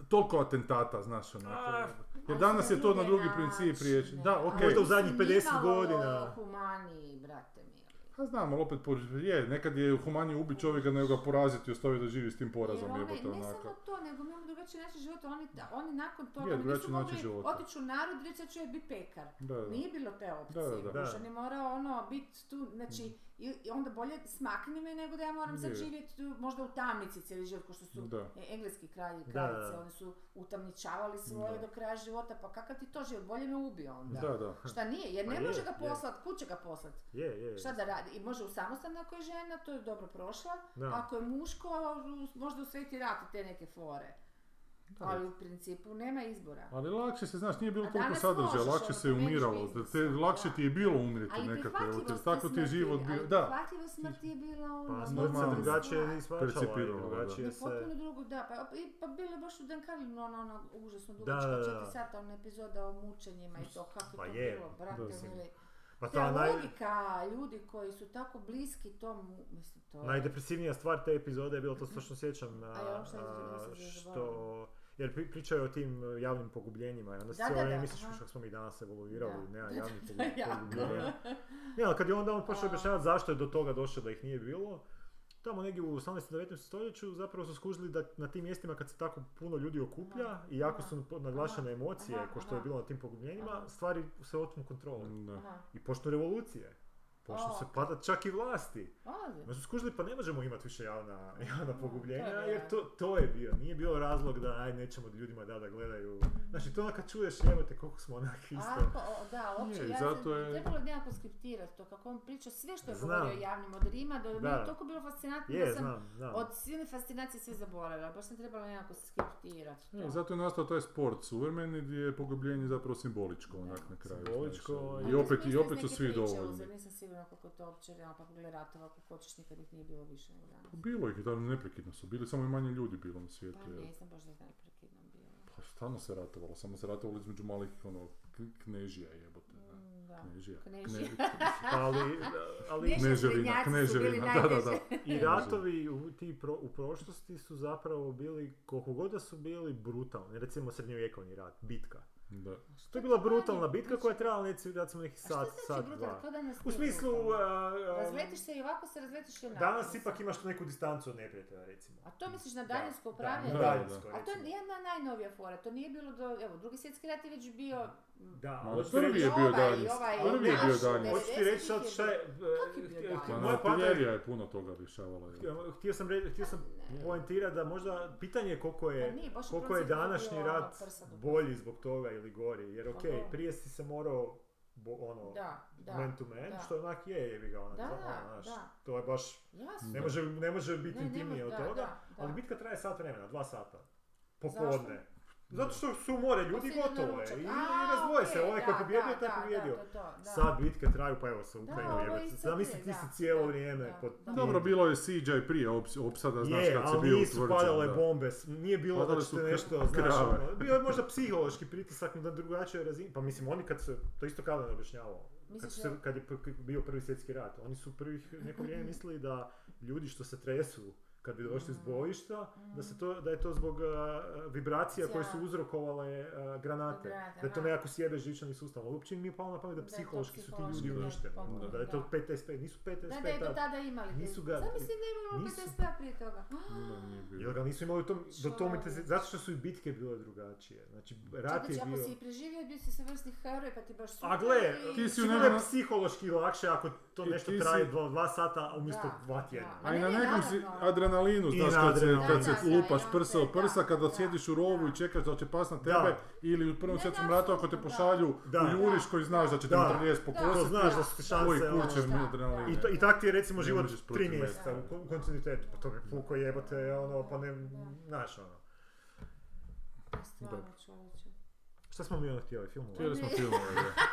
[SPEAKER 2] toliko atentata, znaš,
[SPEAKER 3] A,
[SPEAKER 2] onako. Jer
[SPEAKER 1] ali
[SPEAKER 2] danas
[SPEAKER 1] su
[SPEAKER 2] je to na
[SPEAKER 1] drugi
[SPEAKER 2] drugi
[SPEAKER 1] načini,
[SPEAKER 2] princip riječi. Da,
[SPEAKER 1] ali
[SPEAKER 2] ok.
[SPEAKER 3] Možda u zadnjih
[SPEAKER 1] su nimalo
[SPEAKER 3] 50 godina.
[SPEAKER 1] Humaniji, brate mili.
[SPEAKER 2] Pa znam, ali opet pođe- je, nekad je humanije ubi čovjeka nego ga poraziti i ostavi da živi s tim porazom,
[SPEAKER 1] Jer one,
[SPEAKER 2] jebote,
[SPEAKER 1] Ne
[SPEAKER 2] onako.
[SPEAKER 1] samo to, nego mi imamo drugačiji način života, oni, da- oni nakon toga
[SPEAKER 2] Je,
[SPEAKER 1] oni nisu
[SPEAKER 2] drugačiji
[SPEAKER 1] mogli
[SPEAKER 2] način života.
[SPEAKER 1] otići u narod i reći ja ću ja biti pekar.
[SPEAKER 2] Da, da.
[SPEAKER 1] Nije bilo te opcije,
[SPEAKER 2] Da, da, da.
[SPEAKER 1] kužiš,
[SPEAKER 3] Da.
[SPEAKER 1] on je morao ono biti tu, znači, i, i onda bolje smakni me nego da ja moram
[SPEAKER 2] Je.
[SPEAKER 1] sad živjeti tu, možda u tamnici cijeli život, ko što su
[SPEAKER 2] Da.
[SPEAKER 1] e, engleski kralji i
[SPEAKER 3] Da,
[SPEAKER 1] kraljice,
[SPEAKER 3] da, da.
[SPEAKER 1] oni su utamničavali svoje do
[SPEAKER 2] Da.
[SPEAKER 1] kraja života, pa kakav ti to život, bolje me ubio onda.
[SPEAKER 2] Da, da.
[SPEAKER 1] Šta nije, jer
[SPEAKER 3] Pa
[SPEAKER 1] ne
[SPEAKER 3] je,
[SPEAKER 1] može ga
[SPEAKER 3] je.
[SPEAKER 1] poslat, kud će ga poslat?
[SPEAKER 3] Je, je.
[SPEAKER 1] Šta da radi? I može u samostan ako je žena, to je dobro prošla.
[SPEAKER 3] Da.
[SPEAKER 1] Ako je muško, možda u sveti rat i te neke fore. Ali u principu nema izbora.
[SPEAKER 2] Ali lakše se, znaš, nije bilo
[SPEAKER 1] A
[SPEAKER 2] toliko
[SPEAKER 1] danas
[SPEAKER 2] sadržaja,
[SPEAKER 1] možeš,
[SPEAKER 2] lakše
[SPEAKER 1] ono,
[SPEAKER 2] se
[SPEAKER 1] promijeniš
[SPEAKER 2] umiralo,
[SPEAKER 1] biznis,
[SPEAKER 2] te,
[SPEAKER 1] ono,
[SPEAKER 2] lakše
[SPEAKER 1] da.
[SPEAKER 2] ti je bilo umjeriti
[SPEAKER 1] Ali
[SPEAKER 2] nekako, evo, te,
[SPEAKER 1] prihvatljivost
[SPEAKER 2] tako ti je
[SPEAKER 1] smrti,
[SPEAKER 2] život bio,
[SPEAKER 1] ali
[SPEAKER 2] da,
[SPEAKER 1] prihvatljivost smrti je bila ono...
[SPEAKER 3] Pa smrt se
[SPEAKER 2] normalno.
[SPEAKER 1] normalna
[SPEAKER 3] drugačije
[SPEAKER 1] stvar.
[SPEAKER 3] i shvaćala i
[SPEAKER 2] Percipiralo, da.
[SPEAKER 3] drugačije
[SPEAKER 1] Ne,
[SPEAKER 3] se...
[SPEAKER 1] potpuno drugo, da, pa, op- i- pa bilo je baš u Dan Carlinu ono, ono užasno
[SPEAKER 3] Da,
[SPEAKER 1] dugačka,
[SPEAKER 3] da, da.
[SPEAKER 1] četiri sata ona epizoda o mučenjima i to, kako
[SPEAKER 3] Pa
[SPEAKER 1] je to
[SPEAKER 3] je,
[SPEAKER 1] bilo, brate,
[SPEAKER 2] da, sigurno.
[SPEAKER 1] mili.
[SPEAKER 3] Pa ta
[SPEAKER 1] Ta
[SPEAKER 3] naj,
[SPEAKER 1] logika ljudi koji su tako bliski tom, mislim, to je-
[SPEAKER 3] najdepresivnija stvar te epizode je bilo, to se točno sjećam, na,
[SPEAKER 1] A ja uopće ne sjećam, ja sam
[SPEAKER 3] a,
[SPEAKER 1] zaboravila.
[SPEAKER 3] što... jer pri- pričaju o tim eh, javnim pogubljenjima i onda se
[SPEAKER 1] Da, da,
[SPEAKER 3] cijelo
[SPEAKER 1] da,
[SPEAKER 3] vrijeme misliš
[SPEAKER 1] aha.
[SPEAKER 3] kako smo mi danas evoluirali,
[SPEAKER 1] Da.
[SPEAKER 3] nema
[SPEAKER 1] Da,
[SPEAKER 3] javnih
[SPEAKER 1] da,
[SPEAKER 3] pogu-
[SPEAKER 1] jako. Pa.
[SPEAKER 3] pogubljenja. Ne, ali kad je onda on počeo
[SPEAKER 1] A.
[SPEAKER 3] objašnjavati zašto je do toga došlo da ih nije bilo, tamo negdje u 18. 19. stoljeću zapravo su skužili da na tim mjestima kad se tako puno ljudi okuplja
[SPEAKER 1] Aha,
[SPEAKER 3] i jako
[SPEAKER 1] aha,
[SPEAKER 3] su po- naglašene emocije
[SPEAKER 1] aha,
[SPEAKER 3] ko što je
[SPEAKER 1] aha.
[SPEAKER 3] bilo na tim pogubljenjima,
[SPEAKER 1] Aha.
[SPEAKER 3] stvari se otmu kontroli.
[SPEAKER 2] Da.
[SPEAKER 1] Aha.
[SPEAKER 3] I počnu revolucije. Počnu
[SPEAKER 1] O.
[SPEAKER 3] se padat čak i vlasti.
[SPEAKER 1] Ode.
[SPEAKER 3] Ma su skužili pa ne možemo imati više javna, javna pogubljenja,
[SPEAKER 1] To je
[SPEAKER 3] jer to, to je bio. Nije bio razlog da aj, nećemo ljudima da da gledaju.
[SPEAKER 1] Mm.
[SPEAKER 3] Znači to onda kad čuješ jebote koliko smo onak isto.
[SPEAKER 1] Ako, pa, o, da, uopće,
[SPEAKER 2] Je,
[SPEAKER 1] ja
[SPEAKER 2] zato
[SPEAKER 1] sam,
[SPEAKER 2] je-
[SPEAKER 1] trebalo je nekako skriptirati to, kako on priča sve što je
[SPEAKER 3] Znam.
[SPEAKER 1] govorio o javnim od Rima, da je
[SPEAKER 3] Da.
[SPEAKER 1] meni toliko bilo fascinantno
[SPEAKER 3] Je,
[SPEAKER 1] da sam
[SPEAKER 3] znam, znam.
[SPEAKER 1] od silne fascinacije sve zaboravila, baš sam trebala nekako skriptirati
[SPEAKER 2] E,
[SPEAKER 1] to.
[SPEAKER 2] zato je nastao taj sport suvremeni gdje je pogubljenje zapravo simboličko onak na kraju.
[SPEAKER 3] Simboličko
[SPEAKER 2] znaš, ono.
[SPEAKER 1] A
[SPEAKER 2] I
[SPEAKER 1] to
[SPEAKER 2] opet,
[SPEAKER 1] smo
[SPEAKER 2] i
[SPEAKER 1] isto
[SPEAKER 2] opet
[SPEAKER 1] iz
[SPEAKER 2] su
[SPEAKER 1] neke
[SPEAKER 2] svi
[SPEAKER 1] priče
[SPEAKER 2] dovoljni.
[SPEAKER 1] uzeli, nisam sigurna koliko je to uopće realno, pa pogledaj ratova, koliko hoćeš nikad ih nije bilo više nego danas.
[SPEAKER 2] Bilo ih je tamo neprekidno su bili, samo je manje ljudi bilo na svijetu.
[SPEAKER 1] Pa
[SPEAKER 2] jel?
[SPEAKER 1] ne znam, baš da je najprekidno bilo.
[SPEAKER 2] Pa stalno se ratovalo, samo se ratovalo između malih ono, k- knežija jebote. Da.
[SPEAKER 1] Mm, Da.
[SPEAKER 2] Knežija.
[SPEAKER 1] Knežija.
[SPEAKER 2] Kne-
[SPEAKER 3] Ali, ali
[SPEAKER 1] Nešto
[SPEAKER 2] Kneževina,
[SPEAKER 1] srednjaci su bili
[SPEAKER 2] kneževina, da, da, da.
[SPEAKER 1] najteži.
[SPEAKER 3] I
[SPEAKER 2] Ne
[SPEAKER 3] ratovi u, ti pro- u prošlosti su zapravo bili, koliko god da su bili brutalni, recimo srednjovjekovni rat, bitka.
[SPEAKER 2] da.
[SPEAKER 3] To je bila
[SPEAKER 1] Što
[SPEAKER 3] brutalna
[SPEAKER 1] manje
[SPEAKER 3] bitka
[SPEAKER 1] priča?
[SPEAKER 3] koja je trajala neci- recimo nekih
[SPEAKER 1] A
[SPEAKER 3] sat,
[SPEAKER 1] što
[SPEAKER 3] sat,
[SPEAKER 1] znači brutalno?
[SPEAKER 3] dva.
[SPEAKER 1] To danas
[SPEAKER 3] U
[SPEAKER 1] nije
[SPEAKER 3] smislu,
[SPEAKER 1] brutalno.
[SPEAKER 3] a, a,
[SPEAKER 1] Razletiš se i ovako se razletiš i onako.
[SPEAKER 3] danas
[SPEAKER 1] mislim.
[SPEAKER 3] ipak imaš tu neku distancu od neprijatelja recimo.
[SPEAKER 1] A to misliš na
[SPEAKER 3] Da,
[SPEAKER 1] daljinsko
[SPEAKER 3] Da,
[SPEAKER 1] upravljanje?
[SPEAKER 2] Da,
[SPEAKER 3] daljinsko,
[SPEAKER 1] A to je
[SPEAKER 3] recimo.
[SPEAKER 1] jedna najnovija fora, to nije bilo do, evo, drugi svjetski rat je već bio... m,
[SPEAKER 3] Da, ono,
[SPEAKER 2] Ma,
[SPEAKER 3] ali
[SPEAKER 2] prvi
[SPEAKER 3] hoću
[SPEAKER 1] i
[SPEAKER 2] je
[SPEAKER 3] ti reći-
[SPEAKER 2] bio
[SPEAKER 1] ovaj, i
[SPEAKER 2] daljinski.
[SPEAKER 1] ovaj,
[SPEAKER 2] Prvi je
[SPEAKER 1] naš,
[SPEAKER 2] bio
[SPEAKER 1] u
[SPEAKER 2] daljinski.
[SPEAKER 3] Hoću ti reći
[SPEAKER 1] 90-ih
[SPEAKER 3] sad
[SPEAKER 1] je
[SPEAKER 3] šta je...
[SPEAKER 1] Kak je bio
[SPEAKER 3] htio-
[SPEAKER 2] Ma,
[SPEAKER 1] daljinski?
[SPEAKER 3] Moja poanta je
[SPEAKER 2] artiljerija Pa je puno toga rješavala. jel?
[SPEAKER 3] Htio sam, re, htio sam
[SPEAKER 1] Ne.
[SPEAKER 3] poentirati da možda pitanje je koliko
[SPEAKER 1] Pa
[SPEAKER 3] je,
[SPEAKER 1] nije, baš u
[SPEAKER 3] koliko je
[SPEAKER 1] prosjeku je
[SPEAKER 3] današnji
[SPEAKER 1] bilo
[SPEAKER 3] rat
[SPEAKER 1] prsa do
[SPEAKER 3] bolji zbog toga ili gori. Jer ok,
[SPEAKER 1] Aha.
[SPEAKER 3] prije si se morao bo- ono,
[SPEAKER 1] Da, da.
[SPEAKER 3] man to man,
[SPEAKER 1] da.
[SPEAKER 3] što onak je jebi ga onak,
[SPEAKER 1] Da,
[SPEAKER 3] za-
[SPEAKER 1] da,
[SPEAKER 3] ono, znaš,
[SPEAKER 1] da.
[SPEAKER 3] to je baš,
[SPEAKER 1] Jasno.
[SPEAKER 3] ne može, ne može biti
[SPEAKER 1] Ne, ne
[SPEAKER 3] intimnije od
[SPEAKER 1] može, da,
[SPEAKER 3] toga,
[SPEAKER 1] da, da.
[SPEAKER 3] ali bitka traje sat vremena, dva sata,
[SPEAKER 1] Zašto?
[SPEAKER 3] popodne. Zato što su more ljudi
[SPEAKER 1] Posljednji
[SPEAKER 3] gotovo je
[SPEAKER 1] naručak.
[SPEAKER 3] i,
[SPEAKER 1] A,
[SPEAKER 3] i razvoje se,
[SPEAKER 1] okej,
[SPEAKER 3] onaj koji
[SPEAKER 1] da,
[SPEAKER 3] je pobjedio,
[SPEAKER 1] da,
[SPEAKER 3] taj
[SPEAKER 1] da,
[SPEAKER 3] je pobjedio.
[SPEAKER 1] da, to, to, da.
[SPEAKER 3] Sad bitke traju, pa evo sa Ukrajinom
[SPEAKER 1] ovo je
[SPEAKER 3] jebote.
[SPEAKER 1] isto
[SPEAKER 3] Zamisli
[SPEAKER 1] prije,
[SPEAKER 3] ti
[SPEAKER 1] da,
[SPEAKER 3] si cijelo
[SPEAKER 1] da,
[SPEAKER 3] vrijeme
[SPEAKER 1] da,
[SPEAKER 3] pod
[SPEAKER 1] da.
[SPEAKER 3] tim-
[SPEAKER 2] Dobro, bilo je siđa i prije ops- opsada, znaš
[SPEAKER 3] je,
[SPEAKER 2] kad si
[SPEAKER 3] ali
[SPEAKER 2] bio
[SPEAKER 3] nisu padale
[SPEAKER 2] utvrđen. da.
[SPEAKER 3] bombe, s- nije bilo
[SPEAKER 2] Padale
[SPEAKER 3] da ćete
[SPEAKER 2] su kr-
[SPEAKER 3] nešto, znaš,
[SPEAKER 2] krave.
[SPEAKER 3] ono, bio je možda psihološki pritisak na drugačijoj razini, pa mislim oni kad su, to isto Kalin objašnjavao, kad,
[SPEAKER 1] Misliš
[SPEAKER 3] su se-
[SPEAKER 1] da-
[SPEAKER 3] kad je pr- k- bio prvi svjetski rat, oni su prvih neko vrijeme mislili da ljudi što se tresu kad bi došli iz
[SPEAKER 1] Mm.
[SPEAKER 3] bojišta, da, se to, da je to zbog a, vibracija koje su
[SPEAKER 1] Cija.
[SPEAKER 3] uzrokovale a, granate,
[SPEAKER 1] Granate,
[SPEAKER 3] da to
[SPEAKER 1] aha.
[SPEAKER 3] nekako sjebe živčani sustav, ali uopće mi je palo na pamet da
[SPEAKER 1] Da je to
[SPEAKER 3] psihološki su ti
[SPEAKER 1] psihološki,
[SPEAKER 3] ljudi
[SPEAKER 1] da,
[SPEAKER 3] uništeni,
[SPEAKER 1] potpuno,
[SPEAKER 3] da, je to
[SPEAKER 1] da.
[SPEAKER 3] 5 nisu 5
[SPEAKER 1] Da, da je do tada imali.
[SPEAKER 3] Nisu ga-
[SPEAKER 1] Zamisli da imamo
[SPEAKER 3] nisu-
[SPEAKER 1] PTSP-a prije toga.
[SPEAKER 2] Da, nije bilo.
[SPEAKER 3] Jel ga nisu imali u tom, do tom
[SPEAKER 1] Čovječe.
[SPEAKER 3] intenzi- zato što su i bitke bile drugačije. Znači, rat
[SPEAKER 1] Čekaj,
[SPEAKER 3] je
[SPEAKER 1] ako
[SPEAKER 3] bio...
[SPEAKER 1] si i preživio, bio si svrsni heroj, pa ti baš super.
[SPEAKER 3] A gle,
[SPEAKER 1] i-
[SPEAKER 2] ti si u
[SPEAKER 3] sigurno je
[SPEAKER 2] nekom-
[SPEAKER 3] psihološki lakše ako to
[SPEAKER 2] Ti-
[SPEAKER 3] nešto
[SPEAKER 2] ti si-
[SPEAKER 3] traje dva, dva sata umjesto
[SPEAKER 1] Da,
[SPEAKER 3] dva
[SPEAKER 1] da.
[SPEAKER 3] tjedna.
[SPEAKER 2] A i na
[SPEAKER 1] Ne, ne,
[SPEAKER 2] nekom si
[SPEAKER 1] naravno.
[SPEAKER 2] adrenalinu,
[SPEAKER 3] I
[SPEAKER 2] znaš,
[SPEAKER 3] na
[SPEAKER 2] kad se,
[SPEAKER 3] adrenalinu.
[SPEAKER 2] kad se
[SPEAKER 1] ono. Da, da,
[SPEAKER 2] lupaš
[SPEAKER 1] da,
[SPEAKER 2] prsa
[SPEAKER 1] da,
[SPEAKER 2] od prsa, kad
[SPEAKER 1] da.
[SPEAKER 2] sjediš u rovu i čekaš da će pas na tebe,
[SPEAKER 3] Da.
[SPEAKER 2] ili u prvom
[SPEAKER 1] Ne,
[SPEAKER 2] svjetskom
[SPEAKER 1] da,
[SPEAKER 2] ratu ako te
[SPEAKER 1] apsolutno,
[SPEAKER 2] pošalju
[SPEAKER 3] da.
[SPEAKER 2] u juriš koji znaš da će te
[SPEAKER 3] Da.
[SPEAKER 2] mitraljez
[SPEAKER 3] To
[SPEAKER 2] pokositi,
[SPEAKER 3] znaš da su ti
[SPEAKER 2] koji
[SPEAKER 3] šanse... ono,
[SPEAKER 2] kurče
[SPEAKER 1] Da, da.
[SPEAKER 2] adrenalin.
[SPEAKER 3] I, to, I tak ti je recimo
[SPEAKER 2] Ne
[SPEAKER 3] život
[SPEAKER 2] možeš protiv
[SPEAKER 3] tri
[SPEAKER 2] mene.
[SPEAKER 3] mjeseca u kon- kontinuitetu, pa to bi puko jebote, ono, pa ne, znaš ono.
[SPEAKER 1] Pa stvarno,
[SPEAKER 2] Dobro.
[SPEAKER 1] čovječe.
[SPEAKER 3] Šta smo mi ono htjeli, film?
[SPEAKER 2] Htjeli smo filmove, je.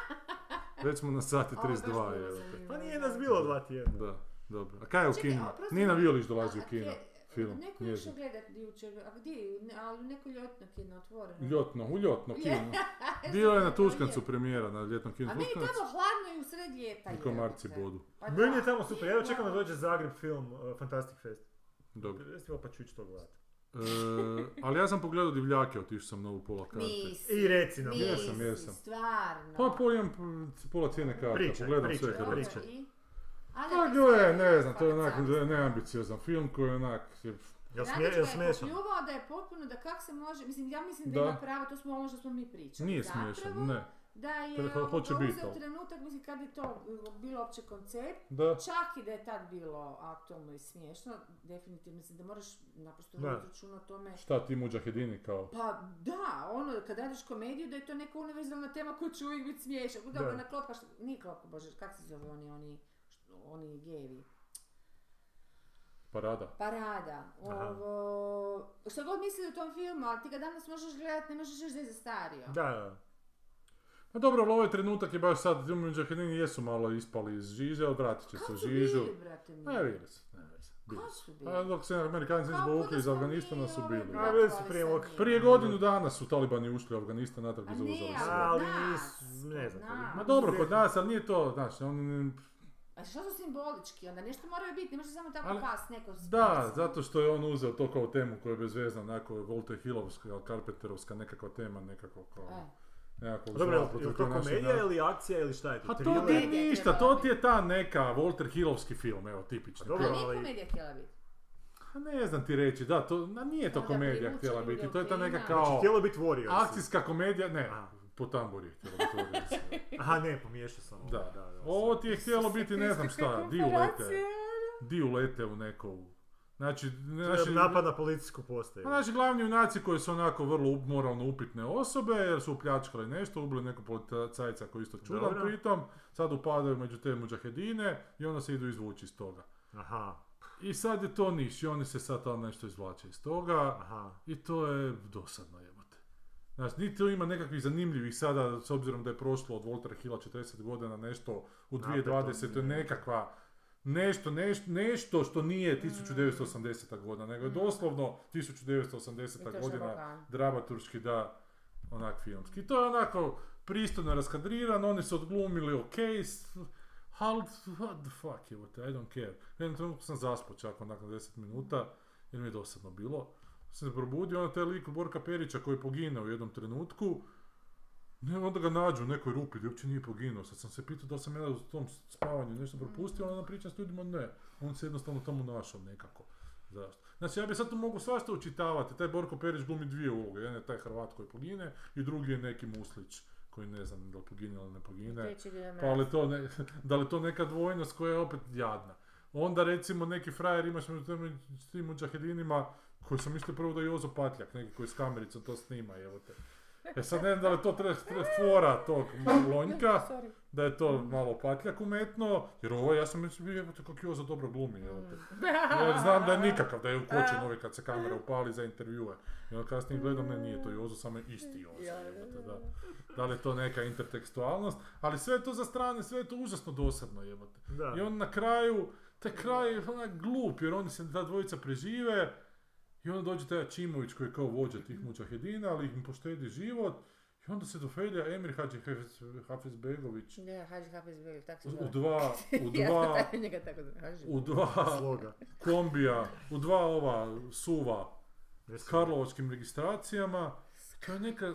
[SPEAKER 2] Već smo na sati
[SPEAKER 1] A ovo je baš
[SPEAKER 2] 32,
[SPEAKER 1] bilo
[SPEAKER 2] je.
[SPEAKER 1] zanimljivo,
[SPEAKER 3] Pa nije
[SPEAKER 1] da.
[SPEAKER 3] nas bilo dva tjedna.
[SPEAKER 2] Da, dobro. A kaj je u
[SPEAKER 1] Čekaj,
[SPEAKER 2] kinima?
[SPEAKER 1] a, oprosti,
[SPEAKER 2] Nina Violić
[SPEAKER 1] A-
[SPEAKER 2] dolazi u
[SPEAKER 1] a
[SPEAKER 2] kino,
[SPEAKER 1] gdje-
[SPEAKER 2] film,
[SPEAKER 1] Neko je
[SPEAKER 2] njezin.
[SPEAKER 1] išao gledat jučer, a gdje? Ne- Ali u neko ljetno kino otvoreno.
[SPEAKER 2] Ljotno, u Ljotno
[SPEAKER 1] Je.
[SPEAKER 2] kino. Bio je na
[SPEAKER 1] To je.
[SPEAKER 2] Tuškancu premijera, na ljetnom kinu
[SPEAKER 1] A meni je
[SPEAKER 2] Tuškanac.
[SPEAKER 1] tamo hladno i u sred ljeta.
[SPEAKER 2] I komarci
[SPEAKER 1] jebote.
[SPEAKER 2] bodu.
[SPEAKER 1] Pa da.
[SPEAKER 3] Meni je tamo super,
[SPEAKER 1] Nije
[SPEAKER 3] evo čekam da
[SPEAKER 1] hladno.
[SPEAKER 3] dođe Zagreb film uh, Fantastic Fest.
[SPEAKER 2] Dobro.
[SPEAKER 3] Festival pa ću ići to gledati.
[SPEAKER 2] E, ali ja sam pogledao divljake, otišao sam na ovu pola karte.
[SPEAKER 1] Nisi.
[SPEAKER 3] I reci nam,
[SPEAKER 1] nisi,
[SPEAKER 2] jesam, jesam.
[SPEAKER 1] Stvarno.
[SPEAKER 2] Pa pojem p- pola cijene karta,
[SPEAKER 3] Pričaj,
[SPEAKER 2] pogledam
[SPEAKER 3] pričaj,
[SPEAKER 2] sve
[SPEAKER 1] Dobro,
[SPEAKER 2] hrvatsko.
[SPEAKER 3] pričaj.
[SPEAKER 1] i? Ali
[SPEAKER 2] Pa
[SPEAKER 1] ti
[SPEAKER 2] gle,
[SPEAKER 1] se-
[SPEAKER 2] ne znam, to je
[SPEAKER 1] pa,
[SPEAKER 2] onak
[SPEAKER 1] sam.
[SPEAKER 2] neambiciozan film koji je onak... je-
[SPEAKER 3] Jel, smije,
[SPEAKER 1] Radić ga je
[SPEAKER 3] jel smiješan?
[SPEAKER 1] popljuvao da je potpuno, da kak se može, mislim, ja mislim da,
[SPEAKER 2] Da.
[SPEAKER 1] ima pravo, to smo ono što smo mi pričali.
[SPEAKER 2] Nije
[SPEAKER 1] Zapravo,
[SPEAKER 2] smiješan, ne.
[SPEAKER 1] Da je
[SPEAKER 2] Treba-
[SPEAKER 1] ovoga,
[SPEAKER 2] hoće biti
[SPEAKER 1] uzeo
[SPEAKER 2] to.
[SPEAKER 1] trenutak, mislim, kad je to e, bilo uopće koncept,
[SPEAKER 2] Da.
[SPEAKER 1] čak i da je tad bilo aktualno i smiješno, definitivno, mislim, da moraš naprosto
[SPEAKER 3] Da.
[SPEAKER 1] voditi računa o tome.
[SPEAKER 2] Šta ti muđahedini kao?
[SPEAKER 1] Pa da, ono, kad radiš komediju, da je to neka univerzalna tema koja će uvijek biti smiješna. Dobro,
[SPEAKER 3] Da.
[SPEAKER 1] na klopaš, nije klopka, bože, kak se zove oni, oni, oni gejevi.
[SPEAKER 2] Parada.
[SPEAKER 1] Parada.
[SPEAKER 3] Aha.
[SPEAKER 1] Ovo, što god mislili o tom filmu, ali ti ga danas možeš gledat, ne možeš još da je zastario.
[SPEAKER 3] Da, da.
[SPEAKER 2] Pa dobro, ali ovaj trenutak je baš sad, muđahedini jesu malo ispali iz žiže, ali vratit će se u
[SPEAKER 1] Kako su
[SPEAKER 2] žižu.
[SPEAKER 1] bili, brate mi?
[SPEAKER 2] Ne, bili su, ne, bili su. bili
[SPEAKER 1] Kako
[SPEAKER 2] su.
[SPEAKER 1] su
[SPEAKER 2] A
[SPEAKER 1] bili?
[SPEAKER 2] dok se Amerikanci nisu
[SPEAKER 1] Kako
[SPEAKER 2] povukli
[SPEAKER 1] da
[SPEAKER 2] iz
[SPEAKER 1] smo mi
[SPEAKER 2] Afganistana su
[SPEAKER 1] ovaj
[SPEAKER 2] bili.
[SPEAKER 1] brakovali
[SPEAKER 3] bili su prije
[SPEAKER 1] sa
[SPEAKER 3] ovog-
[SPEAKER 1] njima?
[SPEAKER 2] Prije godinu dana su Talibani ušli u Afganistan, natrag
[SPEAKER 1] A
[SPEAKER 2] i
[SPEAKER 1] ne,
[SPEAKER 2] zauzeli sve.
[SPEAKER 1] ali
[SPEAKER 3] Ali
[SPEAKER 1] nas,
[SPEAKER 3] nis- ne
[SPEAKER 1] kod
[SPEAKER 3] znam.
[SPEAKER 1] nas.
[SPEAKER 2] Ma dobro, kod nas, ali nije to, znaš, oni ne-
[SPEAKER 1] A što su simbolički, onda nešto moraju biti, ne može samo tako
[SPEAKER 2] Ali-
[SPEAKER 1] pas neko s
[SPEAKER 2] Da,
[SPEAKER 1] pasom.
[SPEAKER 2] zato što je on uzeo to kao temu koja je bezvezna, onako Volte Hillovska, ali Carpenterovska nekakva tema, nekako kao...
[SPEAKER 1] E.
[SPEAKER 2] Nekakvog
[SPEAKER 3] Dobro,
[SPEAKER 2] zla
[SPEAKER 3] je
[SPEAKER 2] protiv
[SPEAKER 3] li
[SPEAKER 2] kojeg
[SPEAKER 3] to
[SPEAKER 2] naši
[SPEAKER 3] komedija
[SPEAKER 2] narod-
[SPEAKER 3] ili akcija ili šta je to?
[SPEAKER 2] Pa to
[SPEAKER 3] Thriller?
[SPEAKER 2] ti je
[SPEAKER 1] Komedija je
[SPEAKER 2] ništa, to
[SPEAKER 1] trebala
[SPEAKER 2] ti je ta neka Walter Hillovski film, evo, tipični.
[SPEAKER 3] Dobro.
[SPEAKER 1] Ali nije
[SPEAKER 3] ali-
[SPEAKER 1] komedija htjela biti.
[SPEAKER 2] A ne znam ti reći, da, to, na, nije to
[SPEAKER 1] Da, da
[SPEAKER 2] komedija
[SPEAKER 1] privuče
[SPEAKER 2] htjela
[SPEAKER 1] ljude
[SPEAKER 2] biti,
[SPEAKER 1] u
[SPEAKER 2] to je ta neka
[SPEAKER 1] kina.
[SPEAKER 2] kao
[SPEAKER 3] Htjelo biti Warriors.
[SPEAKER 2] akcijska komedija, ne,
[SPEAKER 3] Aha.
[SPEAKER 2] po tamburi je htjela biti Warriors.
[SPEAKER 3] Aha, ne, pomiješao sam. ovo,
[SPEAKER 2] Da,
[SPEAKER 3] da, da.
[SPEAKER 2] ovo ti je htjelo biti ne znam šta, di ulete,
[SPEAKER 1] Komparacija.
[SPEAKER 2] di ulete u neko, znači,
[SPEAKER 3] Znači,
[SPEAKER 2] znači,
[SPEAKER 3] napad na policijsku postaju.
[SPEAKER 2] Pa naši glavni junaci koji su onako vrlo up- moralno upitne osobe, jer su upljačkali nešto, ubili nekog policajca koji je isto čudan
[SPEAKER 3] Dobro.
[SPEAKER 2] pritom, sad upadaju među te muđahedine i onda se idu izvući iz toga.
[SPEAKER 3] Aha,
[SPEAKER 2] I sad je to niš i oni se sad tamo nešto izvlače iz toga
[SPEAKER 3] aha.
[SPEAKER 2] i to je dosadno jebote. Znači, niti to ima nekakvih zanimljivih sada, s obzirom da je prošlo od Voltera Hilla 40 godina nešto u
[SPEAKER 3] Napeto,
[SPEAKER 2] 2020.
[SPEAKER 3] ne.
[SPEAKER 2] nekakva Nešto, nešto, nešto što nije 1980. godina, nego je
[SPEAKER 1] Mm.
[SPEAKER 2] doslovno
[SPEAKER 1] I to
[SPEAKER 2] 1980.
[SPEAKER 1] je
[SPEAKER 2] godina
[SPEAKER 1] Šabakan.
[SPEAKER 2] dramaturški da onak filmski. I to je onako pristojno raskadriran, oni su odglumili ok, s- ali what the fuck, evo te, I don't care. U jednom trenutku sam zaspao čak nakon 10 minuta, jer mi je dosadno bilo. Sam se probudio, onda taj lik Borka Perića koji je poginuo u jednom trenutku, ne, onda ga nađu u nekoj rupi gdje uopće nije poginuo. Sad sam se pitao da li sam ja u tom spavanju nešto propustio, onda pričam s ljudima, ne. On se jednostavno tamo našao nekako. Zašto? Znači ja bi sad tu mogu svašta učitavati, taj Borko Perić glumi dvije uloge, jedan je taj Hrvat koji pogine i drugi je neki Muslić koji ne znam da li pogine ili ne pogine.
[SPEAKER 1] Treći dio je
[SPEAKER 2] Pa ali
[SPEAKER 1] mraz.
[SPEAKER 2] to ne, da li to neka dvojnost koja je opet jadna. Onda recimo neki frajer imaš među tem- s tim muđahedinima koji sam mislio prvo da je Jozo Patljak, neki koji s kamericom to snima, evo te. E sad ne znam da li to tre, tre- fora tog Lonjka,
[SPEAKER 1] Sorry. Mm.
[SPEAKER 2] da je to malo Patljak umetno, jer ovo ja sam mislio, evo te kako Jozo dobro glumi, evo
[SPEAKER 1] Mm.
[SPEAKER 2] te. Jer znam da je nikakav, da je ukočen uvijek kad se kamera upali za intervjue. I onda kasnije gledam, ne, nije to Jozo, samo je isti Jozo, jebote, da. Da li je to neka intertekstualnost, ali sve je to za strane, sve je to užasno dosadno, jebote.
[SPEAKER 3] Da.
[SPEAKER 2] I on na kraju, taj kraj je onak glup, jer oni se, ta dvojica prežive, i onda dođe taj Čimović koji je kao vođa tih mučahedina, ali im poštedi život, i onda se dofelja Emir Hadži Hafizbegović
[SPEAKER 1] Ne, Hadži Hafiz bio, tako se
[SPEAKER 2] u
[SPEAKER 1] zove.
[SPEAKER 2] dva, u
[SPEAKER 1] Ja sam
[SPEAKER 2] dva,
[SPEAKER 1] tako njega tako zove, Hadži.
[SPEAKER 2] u dva
[SPEAKER 3] Sloga.
[SPEAKER 2] kombija, u dva ova suva s
[SPEAKER 3] Jesu.
[SPEAKER 2] karlovačkim registracijama, to je neka...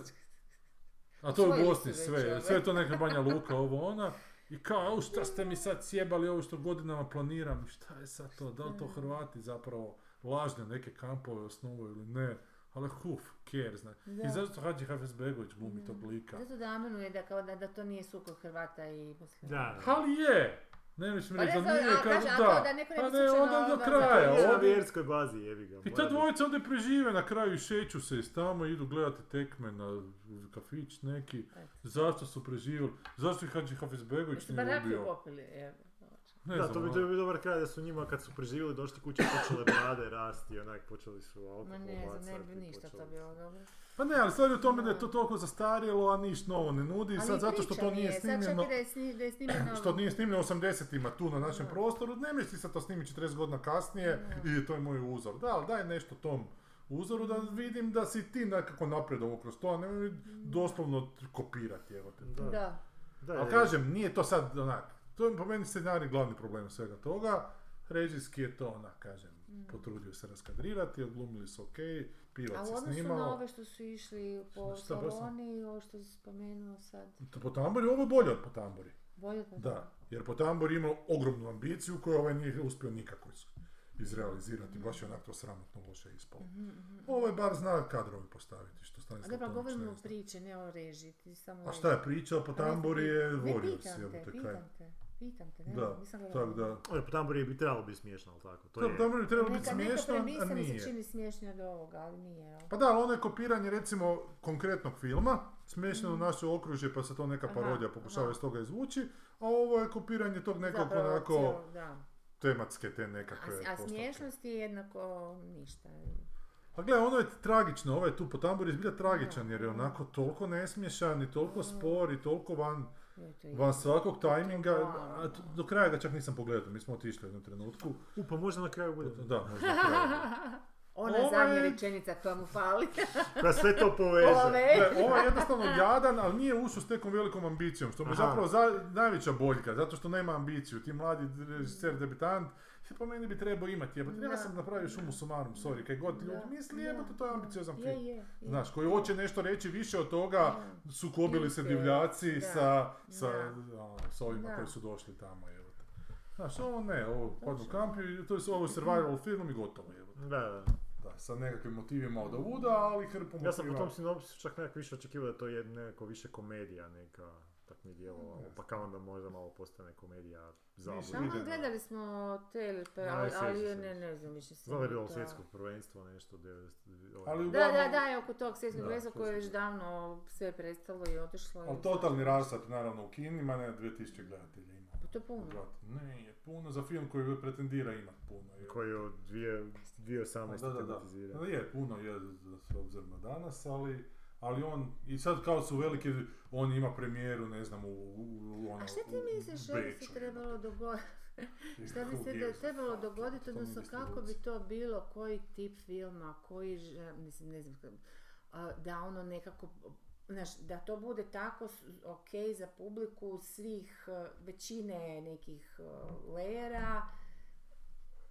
[SPEAKER 2] A to je u
[SPEAKER 1] Osvojili
[SPEAKER 2] Bosni
[SPEAKER 1] su već
[SPEAKER 2] sve,
[SPEAKER 1] ove.
[SPEAKER 2] sve je to neka Banja Luka, ovo ona. I kao, au, šta ste mi sad sjebali ovo što godinama planiram, šta je sad to, da li to Hrvati zapravo lažne neke kampove osnovaju ili ne, ali huf, cares, ne. I
[SPEAKER 1] Da. Mm.
[SPEAKER 2] zašto Hadži Hafizbegović glumi tog lika?
[SPEAKER 1] Zato da amenuje da, kao da, da to nije sukob Hrvata i muslimana.
[SPEAKER 3] Da.
[SPEAKER 2] Ali je! Ne mislim
[SPEAKER 1] Pa ne
[SPEAKER 2] reći da
[SPEAKER 1] znam,
[SPEAKER 2] nije,
[SPEAKER 1] a,
[SPEAKER 2] kažu
[SPEAKER 1] kaže, a to
[SPEAKER 2] da.
[SPEAKER 1] da neko ne
[SPEAKER 2] Pa
[SPEAKER 1] bi
[SPEAKER 2] ne,
[SPEAKER 1] slučajno ono,
[SPEAKER 2] onda do
[SPEAKER 1] da-
[SPEAKER 2] kraja,
[SPEAKER 1] da-
[SPEAKER 3] Je na
[SPEAKER 2] ovdje-
[SPEAKER 3] vjerskoj bazi, jevi ga.
[SPEAKER 2] I
[SPEAKER 3] mora
[SPEAKER 2] ta
[SPEAKER 3] biti.
[SPEAKER 2] dvojica onda prežive na kraju, šeću se iz tamo, idu gledati tekme na kafić neki.
[SPEAKER 1] Eto.
[SPEAKER 2] Zašto su preživjeli? Zašto ih Hadži Hafizbegović
[SPEAKER 1] Jeste
[SPEAKER 2] nije
[SPEAKER 1] bar rakiju
[SPEAKER 2] ubio?
[SPEAKER 1] popili, evo.
[SPEAKER 2] Ne
[SPEAKER 3] Da,
[SPEAKER 2] znam,
[SPEAKER 3] to bi,
[SPEAKER 2] ono.
[SPEAKER 3] to bi bio dobar kraj da su njima kad su preživjeli došli kuće počele brade rasti, onak počeli su alkohol
[SPEAKER 1] Ma ne znam, ne
[SPEAKER 3] bacati,
[SPEAKER 1] bi ništa to
[SPEAKER 3] počeli
[SPEAKER 1] bilo dobro.
[SPEAKER 2] Pa ne, ali stvar je u tome da je to toliko zastarjelo, a niš novo ne nudi. I
[SPEAKER 1] Ali
[SPEAKER 2] sad zato što
[SPEAKER 1] priča
[SPEAKER 2] to
[SPEAKER 1] mi
[SPEAKER 2] nije
[SPEAKER 1] je, Sad
[SPEAKER 2] snimljeno,
[SPEAKER 1] čak i da je, sni, da je snimljeno...
[SPEAKER 2] što nije snimljeno u 80-ima tu na našem
[SPEAKER 1] Da.
[SPEAKER 2] prostoru, ne misli sad to snimi 40 godina kasnije i to je moj uzor. Da, ali daj nešto tom uzoru da vidim da si ti nekako napredovo kroz to, a ne mi doslovno kopirati, evo te.
[SPEAKER 3] Da, da,
[SPEAKER 1] Da.
[SPEAKER 3] da,
[SPEAKER 2] Ali
[SPEAKER 3] je-
[SPEAKER 2] kažem, nije to sad onak, to je po meni scenarij glavni problem svega toga, režijski je to onak, kažem,
[SPEAKER 1] Mm.
[SPEAKER 2] potrudio se raskadrirati, odglumili su ok,
[SPEAKER 1] A
[SPEAKER 2] pivac
[SPEAKER 1] u
[SPEAKER 2] se
[SPEAKER 1] odnosu na
[SPEAKER 2] snimalo.
[SPEAKER 1] ove što su išli po
[SPEAKER 2] Šta baš sam-
[SPEAKER 1] Slavoniji, ovo što si spomenuo sad,
[SPEAKER 2] To Po tambori, ovo je bolje od po tambori.
[SPEAKER 1] bolje pa
[SPEAKER 2] Da, jer po tambori imao ogromnu ambiciju koju ovaj nije uspio nikako iz- izrealizirati, baš je onak to sramotno loše ispalo.
[SPEAKER 1] Mhm,
[SPEAKER 2] Ovo je bar zna kadrove postaviti, što
[SPEAKER 1] Mm. A
[SPEAKER 2] Stanislav
[SPEAKER 1] dobro,
[SPEAKER 2] Tomić ne
[SPEAKER 1] govorimo o
[SPEAKER 2] zna.
[SPEAKER 1] priči, ne o režiji, ti samo...
[SPEAKER 2] A šta je priča, po tambori je
[SPEAKER 1] vorio
[SPEAKER 2] vorio
[SPEAKER 1] pitam te, pitam te, pitam te, ne,
[SPEAKER 2] Da,
[SPEAKER 1] nisam gledala.
[SPEAKER 2] tako da.
[SPEAKER 3] Ovo je po tambori E, pa bi trebalo biti smiješno, ali tako? To
[SPEAKER 2] To
[SPEAKER 3] je.
[SPEAKER 2] tambori bi trebalo biti
[SPEAKER 1] Neka, neka
[SPEAKER 2] smiješno, a
[SPEAKER 1] premisa mi
[SPEAKER 2] nije.
[SPEAKER 1] se čini smješnija od ovoga, ali nije, jel?
[SPEAKER 2] Pa da, ali ono je kopiranje recimo konkretnog filma, smješteno u naše okružje pa se to neka
[SPEAKER 1] Mhm. Aha,
[SPEAKER 2] parodija pokušava
[SPEAKER 1] aha.
[SPEAKER 2] iz toga izvući, a ovo je kopiranje tog nekog
[SPEAKER 1] Zapravo,
[SPEAKER 2] onako e,
[SPEAKER 1] cijelo, da.
[SPEAKER 2] tematske te
[SPEAKER 1] A,
[SPEAKER 2] nekakve
[SPEAKER 1] a
[SPEAKER 2] postavke.
[SPEAKER 1] smiješnost je jednako ništa.
[SPEAKER 2] Pa gle, ono je tragično, ovo je tu po tamburi zbilja tragičan jer je onako toliko nesmješan i toliko
[SPEAKER 1] Mhm.
[SPEAKER 2] spor i toliko van,
[SPEAKER 1] Joj, to je-
[SPEAKER 2] van svakog tajminga,
[SPEAKER 1] Totalno.
[SPEAKER 2] a t- do kraja ga čak nisam pogledao, mi smo otišli u jednom trenutku,
[SPEAKER 3] U, pa možda na kraju bude.
[SPEAKER 2] da, možda na kraju.
[SPEAKER 1] Ona
[SPEAKER 2] Ovo je-
[SPEAKER 1] zadnja rečenica koja mu fali.
[SPEAKER 3] Da sve to poveže.
[SPEAKER 1] Ove.
[SPEAKER 2] Gle, ovo je jednostavno jadan, ali nije ušao s nekom velikom ambicijom, što mu je
[SPEAKER 3] Aha.
[SPEAKER 2] zapravo za- najveća boljka, zato što nema ambiciju. Ti mladi režiser, debitant, je po meni bi trebao imati jebote. Ja
[SPEAKER 1] Da.
[SPEAKER 2] sam napravio šumu sumarum, sorry, kaj god ljudi
[SPEAKER 1] Da,
[SPEAKER 2] misli,
[SPEAKER 1] da.
[SPEAKER 2] jebote, to je ambiciozan
[SPEAKER 1] Je,
[SPEAKER 2] film.
[SPEAKER 1] je, je.
[SPEAKER 2] Znaš, pa, koji hoće nešto reći više od toga, sukobili se
[SPEAKER 1] Nisu,
[SPEAKER 2] divljaci
[SPEAKER 1] da,
[SPEAKER 2] sa, sa,
[SPEAKER 1] da.
[SPEAKER 2] ono, s ovima
[SPEAKER 1] Da. Znači.
[SPEAKER 2] koji su došli tamo, jebote. Znaš, ovo ne, ovo padnu
[SPEAKER 1] Točno.
[SPEAKER 2] kampi, to je ovo je survival film i gotovo, jebote.
[SPEAKER 3] Da, da.
[SPEAKER 2] Da, sa nekakvim motivima od ovuda, ali hrpom
[SPEAKER 3] Ja sam po
[SPEAKER 2] motiva.
[SPEAKER 3] tom sinopsisu čak nekako više očekivao da to je nekako više komedija neka, tak mi je djelovalo,
[SPEAKER 2] Ne
[SPEAKER 3] pa kao onda možda malo postane komedija
[SPEAKER 2] Nisam.
[SPEAKER 3] zabavna.
[SPEAKER 1] Samo
[SPEAKER 2] Idemo.
[SPEAKER 1] gledali smo te, pa,
[SPEAKER 3] Ne,
[SPEAKER 1] ali,
[SPEAKER 3] sjećam
[SPEAKER 1] ali
[SPEAKER 3] se.
[SPEAKER 1] ne, ne znam više se.
[SPEAKER 3] Znam da je bilo
[SPEAKER 1] da.
[SPEAKER 3] svjetsko prvenstvo nešto, 90, ovaj,
[SPEAKER 2] Ali
[SPEAKER 1] Da, da,
[SPEAKER 2] Uglavnom-
[SPEAKER 1] da, je oko tog svjetskog
[SPEAKER 3] Da,
[SPEAKER 1] veza koje je već
[SPEAKER 3] svjetskog.
[SPEAKER 1] davno sve prestalo i otišlo. i-
[SPEAKER 2] Ali totalni rasad, naravno, u kinima, ne, 2000 gledatelja ima.
[SPEAKER 1] Pa to je puno.
[SPEAKER 2] Gledatelj- Ne, je puno za film koji pretendira imat puno. Je.
[SPEAKER 3] koji je od dvije-
[SPEAKER 2] Da,
[SPEAKER 3] 2018.
[SPEAKER 2] da, da.
[SPEAKER 3] tematiziran.
[SPEAKER 2] Da, Je, puno je za- s obzirom na danas, ali, ali on, i sad kao su velike, on ima premijeru, ne znam, u, u, u ono,
[SPEAKER 1] A šta ti
[SPEAKER 2] u- u
[SPEAKER 1] misliš šta bi
[SPEAKER 2] Beču,
[SPEAKER 1] se trebalo dogoditi?
[SPEAKER 2] je.
[SPEAKER 1] Šta bi se
[SPEAKER 2] Who
[SPEAKER 1] da
[SPEAKER 2] gives a
[SPEAKER 1] trebalo
[SPEAKER 2] fuck,
[SPEAKER 1] dogoditi,
[SPEAKER 2] to mi
[SPEAKER 1] odnosno
[SPEAKER 2] niste
[SPEAKER 1] kako bi
[SPEAKER 2] ruci.
[SPEAKER 1] to bilo, koji tip filma, koji, ž- mislim, ne znam, kako- a, da ono nekako, znaš, da to bude tako s- ok za publiku svih, e, većine nekih e, lejera,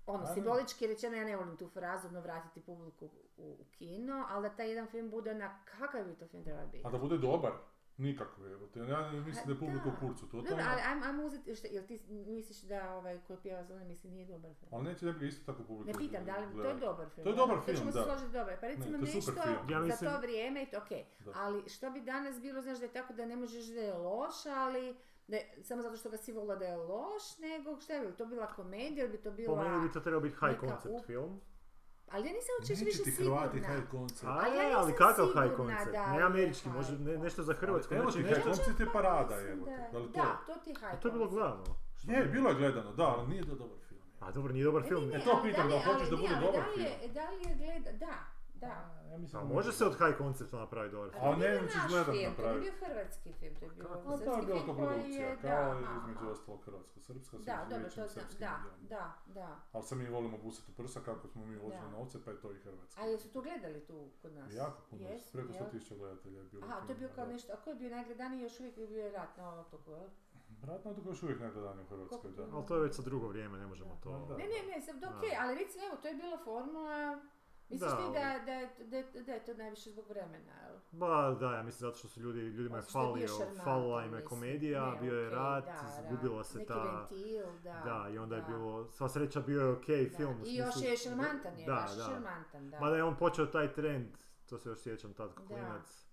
[SPEAKER 1] ono,
[SPEAKER 2] Ajme.
[SPEAKER 1] simbolički rečeno, ja ne volim tu frazu, no vratiti publiku u, u kino, ali da taj jedan film bude na kakav bi to film trebao biti.
[SPEAKER 2] A da bude dobar, nikako je. evo te, Ja ne mislim
[SPEAKER 1] A,
[SPEAKER 2] da je publika
[SPEAKER 1] da.
[SPEAKER 2] u kurcu, to ono,
[SPEAKER 1] Dobro, ali ajmo ajmo uzeti, šta- jel ti misliš da ovaj koji pjeva zone misli nije dobar film?
[SPEAKER 2] Ali neće da bi ga isto tako publika
[SPEAKER 1] Ne pitam, da li, to je
[SPEAKER 2] gledati.
[SPEAKER 1] dobar film.
[SPEAKER 2] To je dobar
[SPEAKER 1] To ćemo
[SPEAKER 2] film,
[SPEAKER 1] se
[SPEAKER 2] da.
[SPEAKER 1] složiti dobro. Pa recimo
[SPEAKER 2] to je
[SPEAKER 1] nešto
[SPEAKER 2] super film.
[SPEAKER 3] Ja
[SPEAKER 1] za
[SPEAKER 3] mislim-
[SPEAKER 1] to vrijeme, i to- ok.
[SPEAKER 2] Da.
[SPEAKER 1] Ali što bi danas bilo, znaš da je tako da ne možeš da je loš, ali da je- samo zato što ga si volila da je loš, nego šta je bilo, to bila komedija ili bi to
[SPEAKER 3] Po
[SPEAKER 1] bila...
[SPEAKER 3] Pa meni bi to trebao biti high
[SPEAKER 1] neka
[SPEAKER 3] concept
[SPEAKER 1] up-
[SPEAKER 3] film.
[SPEAKER 1] Ali ja nisam uopće
[SPEAKER 2] Neće
[SPEAKER 1] više
[SPEAKER 2] ti Hrvati
[SPEAKER 1] sigurna.
[SPEAKER 2] taj koncept.
[SPEAKER 3] A,
[SPEAKER 1] ja
[SPEAKER 3] je,
[SPEAKER 1] nisam
[SPEAKER 3] ali kakav
[SPEAKER 1] sigurna
[SPEAKER 3] high concept?
[SPEAKER 1] da
[SPEAKER 3] Ne
[SPEAKER 1] je
[SPEAKER 3] američki,
[SPEAKER 1] high
[SPEAKER 3] može ne- nešto za Hrvatsku.
[SPEAKER 2] Evo
[SPEAKER 3] znači
[SPEAKER 2] ti
[SPEAKER 3] neka-
[SPEAKER 2] high concept je
[SPEAKER 1] Pa
[SPEAKER 2] parada,
[SPEAKER 1] mislim
[SPEAKER 2] evo te. Da li to
[SPEAKER 1] Da,
[SPEAKER 2] je?
[SPEAKER 1] to ti je high
[SPEAKER 3] A To je bilo
[SPEAKER 1] concept.
[SPEAKER 3] gledano.
[SPEAKER 2] Je, bilo je gledano, da, ali nije to dobar film.
[SPEAKER 3] A dobro, nije dobar
[SPEAKER 1] E,
[SPEAKER 3] film.
[SPEAKER 1] ne,
[SPEAKER 2] E,
[SPEAKER 1] ne,
[SPEAKER 2] to
[SPEAKER 1] ali
[SPEAKER 2] pitam,
[SPEAKER 1] li-
[SPEAKER 2] da li hoćeš
[SPEAKER 1] ali
[SPEAKER 2] da
[SPEAKER 1] ne,
[SPEAKER 2] bude
[SPEAKER 1] ali
[SPEAKER 2] dobar
[SPEAKER 1] da li je- Da li je gleda, da, da.
[SPEAKER 2] Ja mislim
[SPEAKER 3] A
[SPEAKER 2] da
[SPEAKER 3] može se od high concepta napraviti dobar film.
[SPEAKER 2] A
[SPEAKER 1] to nije
[SPEAKER 2] ne,
[SPEAKER 1] bio
[SPEAKER 2] ćeš
[SPEAKER 1] naš
[SPEAKER 2] gledat
[SPEAKER 1] film,
[SPEAKER 2] napravit.
[SPEAKER 1] To je bio hrvatski film, to je bio
[SPEAKER 2] A to je
[SPEAKER 1] srpski
[SPEAKER 2] bila
[SPEAKER 1] film koji
[SPEAKER 2] koprodukcija,
[SPEAKER 1] je-
[SPEAKER 2] kao
[SPEAKER 1] da, aha,
[SPEAKER 2] između
[SPEAKER 1] aha.
[SPEAKER 2] ostalog hrvatsko-srpska, sa
[SPEAKER 1] Da, dobro, to
[SPEAKER 2] Miloševićem,
[SPEAKER 1] znam,
[SPEAKER 2] srpskim
[SPEAKER 3] ono.
[SPEAKER 1] da,
[SPEAKER 2] idiomom.
[SPEAKER 1] da, da.
[SPEAKER 2] Ali se mi volimo busati u prsa kako smo mi uložili
[SPEAKER 1] Da.
[SPEAKER 2] novce, pa je to i hrvatski.
[SPEAKER 1] A jesu tu gledali tu kod nas?
[SPEAKER 2] Jako puno,
[SPEAKER 1] Jesu,
[SPEAKER 2] preko
[SPEAKER 1] jel?
[SPEAKER 2] 100.000 gledatelja je bilo.
[SPEAKER 1] Aha, to je
[SPEAKER 2] filma,
[SPEAKER 1] bio kao
[SPEAKER 2] da.
[SPEAKER 1] nešto, a ko je bio najgledaniji još uvijek je bio rat na otoku, jel?
[SPEAKER 2] Vjerojatno to još uvijek najgledanije u Hrvatskoj,
[SPEAKER 1] Koliko
[SPEAKER 2] da.
[SPEAKER 1] je?
[SPEAKER 3] Ali to je već za drugo vrijeme, ne možemo to...
[SPEAKER 2] Da.
[SPEAKER 1] Ne, ne, ne, sad, ok,
[SPEAKER 3] Da.
[SPEAKER 1] ali recimo, evo, to je bila formula, misliš
[SPEAKER 3] Da,
[SPEAKER 1] ti da,
[SPEAKER 3] ali-
[SPEAKER 1] da, je- da, je- da je to najviše zbog vremena, jel?
[SPEAKER 3] Ba, da, ja mislim zato što su ljudi, ljudima je
[SPEAKER 1] Zato što je bio
[SPEAKER 3] falio,
[SPEAKER 1] šarmantan,
[SPEAKER 3] falila im je
[SPEAKER 1] mislim.
[SPEAKER 3] komedija,
[SPEAKER 1] Ne,
[SPEAKER 3] bio je
[SPEAKER 1] ok,
[SPEAKER 3] rat,
[SPEAKER 1] da,
[SPEAKER 3] izgubila
[SPEAKER 1] rat,
[SPEAKER 3] se
[SPEAKER 1] neki
[SPEAKER 3] ta...
[SPEAKER 1] ventil, da.
[SPEAKER 3] Da, i onda je
[SPEAKER 1] da,
[SPEAKER 3] bilo, sva sreća bio je okej
[SPEAKER 1] da.
[SPEAKER 3] film. u
[SPEAKER 1] I još
[SPEAKER 3] smislu-
[SPEAKER 1] je šarmantan, je
[SPEAKER 3] Da,
[SPEAKER 1] baš
[SPEAKER 3] da.
[SPEAKER 1] šarmantan, da.
[SPEAKER 3] Mada je on počeo taj trend, to se još sjećam tad kao
[SPEAKER 1] Da.
[SPEAKER 3] klinac.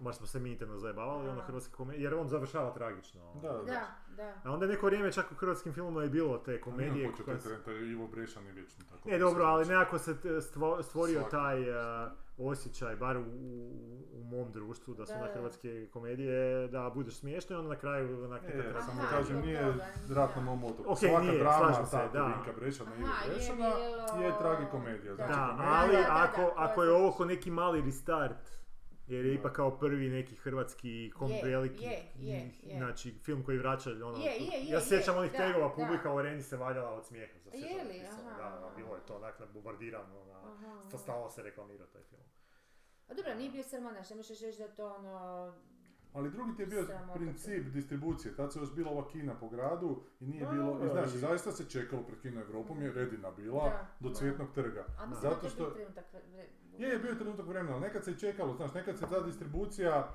[SPEAKER 3] Baš smo se mi interno zajebavali, ono
[SPEAKER 1] Da.
[SPEAKER 3] hrvatske komedije, jer on završava tragično. ono.
[SPEAKER 2] Da, da.
[SPEAKER 1] Da, da.
[SPEAKER 3] A onda je neko vrijeme čak u hrvatskim filmovima je bilo te
[SPEAKER 2] Nije
[SPEAKER 3] komedije.
[SPEAKER 2] počeo
[SPEAKER 3] koje
[SPEAKER 2] taj
[SPEAKER 3] se-
[SPEAKER 2] trend, to je Ivo Brešan je vječno tako.
[SPEAKER 3] Ne, E, dobro, ali nekako se t- stvo- stvorio
[SPEAKER 2] Svaka.
[SPEAKER 3] taj e, osjećaj, bar u, u- u mom društvu, da su
[SPEAKER 1] Da,
[SPEAKER 3] na
[SPEAKER 1] da.
[SPEAKER 3] hrvatske komedije, da budeš smiješno i onda na kraju onak
[SPEAKER 2] Ne,
[SPEAKER 3] neka
[SPEAKER 2] ja samo
[SPEAKER 1] E, Aha,
[SPEAKER 2] kažem,
[SPEAKER 1] zbog
[SPEAKER 2] nije
[SPEAKER 1] toga,
[SPEAKER 2] rat
[SPEAKER 1] da.
[SPEAKER 2] na mom otoku.
[SPEAKER 3] Ok,
[SPEAKER 2] Svaka
[SPEAKER 3] nije, slažem
[SPEAKER 2] drama
[SPEAKER 3] se,
[SPEAKER 2] tako
[SPEAKER 3] da.
[SPEAKER 2] Vinka Brešana i Ivo
[SPEAKER 1] Aha, je
[SPEAKER 2] Brešana je
[SPEAKER 1] bilo-
[SPEAKER 2] tragikomedija.
[SPEAKER 1] Da.
[SPEAKER 2] znači
[SPEAKER 3] Da,
[SPEAKER 2] komedija.
[SPEAKER 3] ali
[SPEAKER 1] da, da,
[SPEAKER 3] ako,
[SPEAKER 1] da,
[SPEAKER 3] ako
[SPEAKER 1] to je
[SPEAKER 3] je ovo
[SPEAKER 1] točno.
[SPEAKER 3] ko neki mali restart, jer je
[SPEAKER 2] Da.
[SPEAKER 3] ipak kao prvi neki hrvatski kom
[SPEAKER 1] Je,
[SPEAKER 3] veliki,
[SPEAKER 1] je, je, je.
[SPEAKER 3] znači film koji vraća ono,
[SPEAKER 1] Je, je, je,
[SPEAKER 3] ja sjećam
[SPEAKER 1] je,
[SPEAKER 3] onih
[SPEAKER 1] da,
[SPEAKER 3] tegova,
[SPEAKER 1] da.
[SPEAKER 3] publika u areni se valjala od smijeha, za
[SPEAKER 1] Je li? Aha,
[SPEAKER 3] da, da,
[SPEAKER 1] aha.
[SPEAKER 3] bilo je to, onak bombardirano, na,
[SPEAKER 1] Aha, aha.
[SPEAKER 3] sta- stalno se reklamira taj film.
[SPEAKER 1] A dobro, nije bio srmonaš, ne možeš reći da je to ono...
[SPEAKER 2] Ali drugi ti je bio
[SPEAKER 1] Sramota
[SPEAKER 2] princip distribucije, tad se još bila ova kina po gradu i nije
[SPEAKER 3] Pa,
[SPEAKER 2] bilo, i
[SPEAKER 3] da,
[SPEAKER 2] znaš,
[SPEAKER 3] i-
[SPEAKER 2] zaista se čekalo pred kino Evropom je redina bila
[SPEAKER 1] Da,
[SPEAKER 2] do
[SPEAKER 1] da.
[SPEAKER 2] cvjetnog trga.
[SPEAKER 1] A mislim da
[SPEAKER 2] Zato
[SPEAKER 1] je to bio
[SPEAKER 2] što,
[SPEAKER 1] trenutak... vre-
[SPEAKER 2] je, je bio je trenutak vremena, ali nekad se i čekalo, znaš, nekad se ta distribucija,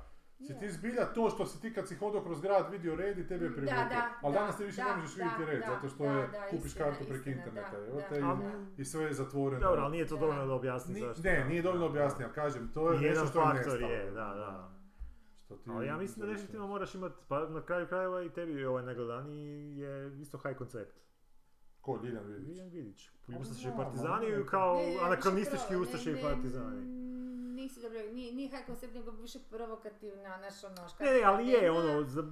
[SPEAKER 2] si
[SPEAKER 1] Je.
[SPEAKER 2] ti zbilja to što si ti kad si hodao kroz grad vidio red i tebe je
[SPEAKER 1] Mm, da,
[SPEAKER 2] privuklo.
[SPEAKER 1] da,
[SPEAKER 2] Ali
[SPEAKER 1] da,
[SPEAKER 2] danas ti više
[SPEAKER 1] da,
[SPEAKER 2] ne možeš
[SPEAKER 1] da,
[SPEAKER 2] vidjeti red,
[SPEAKER 1] da,
[SPEAKER 2] zato što
[SPEAKER 1] da,
[SPEAKER 2] je,
[SPEAKER 1] da,
[SPEAKER 2] kupiš
[SPEAKER 1] istina,
[SPEAKER 2] kartu preko
[SPEAKER 1] istina,
[SPEAKER 2] interneta,
[SPEAKER 1] da,
[SPEAKER 2] evo
[SPEAKER 1] da,
[SPEAKER 2] te i-
[SPEAKER 3] da.
[SPEAKER 2] i sve je zatvoreno.
[SPEAKER 3] Dobro, ali nije to
[SPEAKER 1] Da.
[SPEAKER 3] dovoljno da objasni
[SPEAKER 2] Ni-
[SPEAKER 3] zašto.
[SPEAKER 2] ne, nije dovoljno objasniti, ali kažem, to je
[SPEAKER 3] Jedan
[SPEAKER 2] nešto što je
[SPEAKER 3] faktor
[SPEAKER 2] nestalo.
[SPEAKER 3] je, da, da.
[SPEAKER 2] Što ti
[SPEAKER 3] Ali ja mislim da
[SPEAKER 2] završi-
[SPEAKER 3] definitivno moraš imati, pa na kraju krajeva i tebi ovaj najgledaniji je isto high koncept.
[SPEAKER 2] Ko, Ljiljan Vidić?
[SPEAKER 3] Viljan Vidić. Ustaše i
[SPEAKER 2] znam, ali-
[SPEAKER 3] partizani kao
[SPEAKER 1] Ne, ne, više
[SPEAKER 3] anakronistički
[SPEAKER 1] prvo, ne,
[SPEAKER 3] ustaše i
[SPEAKER 1] ne,
[SPEAKER 3] partizani.
[SPEAKER 1] n- Nisi dobro, nije, nije high concept, nego više provokativna, naš ono... ška-
[SPEAKER 3] Ne, ne, ali je
[SPEAKER 1] tema,
[SPEAKER 3] ono, za-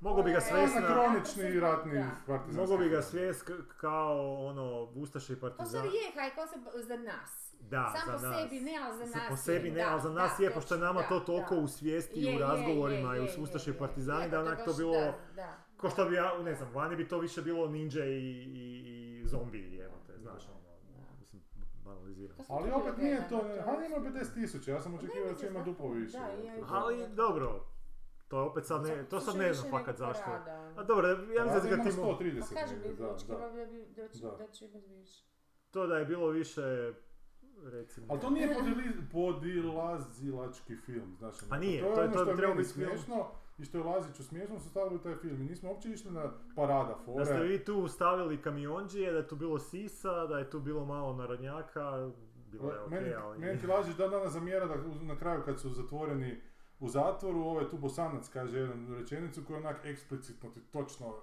[SPEAKER 3] mogao bi ga
[SPEAKER 1] koja je-
[SPEAKER 3] svest na-
[SPEAKER 2] Anakronični ratni
[SPEAKER 1] Da.
[SPEAKER 2] partizanski.
[SPEAKER 3] mogao bi ga
[SPEAKER 2] film.
[SPEAKER 3] svijest k- kao ono, ustaše i
[SPEAKER 1] Pa u stvari
[SPEAKER 3] partizani.
[SPEAKER 1] je high concept za nas.
[SPEAKER 3] Da,
[SPEAKER 1] Sam
[SPEAKER 3] za
[SPEAKER 1] po
[SPEAKER 3] nas.
[SPEAKER 1] sebi ne, ali za nas
[SPEAKER 3] Sa- po
[SPEAKER 1] je,
[SPEAKER 3] sebi ne,
[SPEAKER 1] da,
[SPEAKER 3] ali za
[SPEAKER 1] da,
[SPEAKER 3] nas je, pošto je
[SPEAKER 1] točno,
[SPEAKER 3] nama to
[SPEAKER 1] da,
[SPEAKER 3] toliko
[SPEAKER 1] da.
[SPEAKER 3] u svijesti
[SPEAKER 1] Je,
[SPEAKER 3] i u
[SPEAKER 1] je,
[SPEAKER 3] razgovorima
[SPEAKER 1] je,
[SPEAKER 3] i
[SPEAKER 1] je,
[SPEAKER 3] u ustaše i
[SPEAKER 1] je,
[SPEAKER 3] partizani,
[SPEAKER 1] je,
[SPEAKER 3] da
[SPEAKER 1] pa to
[SPEAKER 3] onak to
[SPEAKER 1] baš-
[SPEAKER 3] bilo,
[SPEAKER 1] da, da,
[SPEAKER 3] ko što
[SPEAKER 1] da,
[SPEAKER 3] bi ja, ne
[SPEAKER 1] da.
[SPEAKER 3] znam, vani bi to više bilo ninja i, i, i zombi, evo te, znaš
[SPEAKER 2] Da.
[SPEAKER 3] ono.
[SPEAKER 1] Da.
[SPEAKER 3] Mislim, banaliziramo.
[SPEAKER 5] Kako smo
[SPEAKER 2] Ali
[SPEAKER 5] to
[SPEAKER 2] opet
[SPEAKER 5] bili
[SPEAKER 2] nije
[SPEAKER 5] gledano,
[SPEAKER 2] to, Hani ima
[SPEAKER 5] isto.
[SPEAKER 2] 50 tisuća, ja sam očekivao da će imati duplo više.
[SPEAKER 1] Pa Da, i ja-
[SPEAKER 3] Ali dobro, to je opet sad ne, to sad ne znam fakat zašto. je. A
[SPEAKER 1] Pa
[SPEAKER 3] dobro, ja mislim da
[SPEAKER 2] Rada
[SPEAKER 3] ga
[SPEAKER 2] ima
[SPEAKER 3] tim,
[SPEAKER 2] 130
[SPEAKER 1] kažem,
[SPEAKER 2] negdje, da, da.
[SPEAKER 1] očekivala Pa bi da, bi- da, će-
[SPEAKER 2] Da.
[SPEAKER 1] da će imati više.
[SPEAKER 3] to da je bilo više, recimo...
[SPEAKER 2] Ali to nije podili- podilazilački film, znači.
[SPEAKER 3] Pa nije,
[SPEAKER 2] to je
[SPEAKER 3] to je-
[SPEAKER 2] ono
[SPEAKER 3] to
[SPEAKER 2] što
[SPEAKER 3] bi
[SPEAKER 2] je
[SPEAKER 3] trebao
[SPEAKER 2] meni
[SPEAKER 3] biti film.
[SPEAKER 2] smiješno i što je Laziću smiješno su stavili u taj film i nismo uopće išli na parada fore.
[SPEAKER 3] Da ste vi tu stavili kamionđije, da je tu bilo sisa, da je tu bilo malo narodnjaka, bilo je okej,
[SPEAKER 2] meni,
[SPEAKER 3] ali...
[SPEAKER 2] meni ti Lazić dan danas zamjera da u- na kraju kad su zatvoreni u zatvoru, ovaj tu bosanac kaže jednu rečenicu koja onak eksplicitno ti točno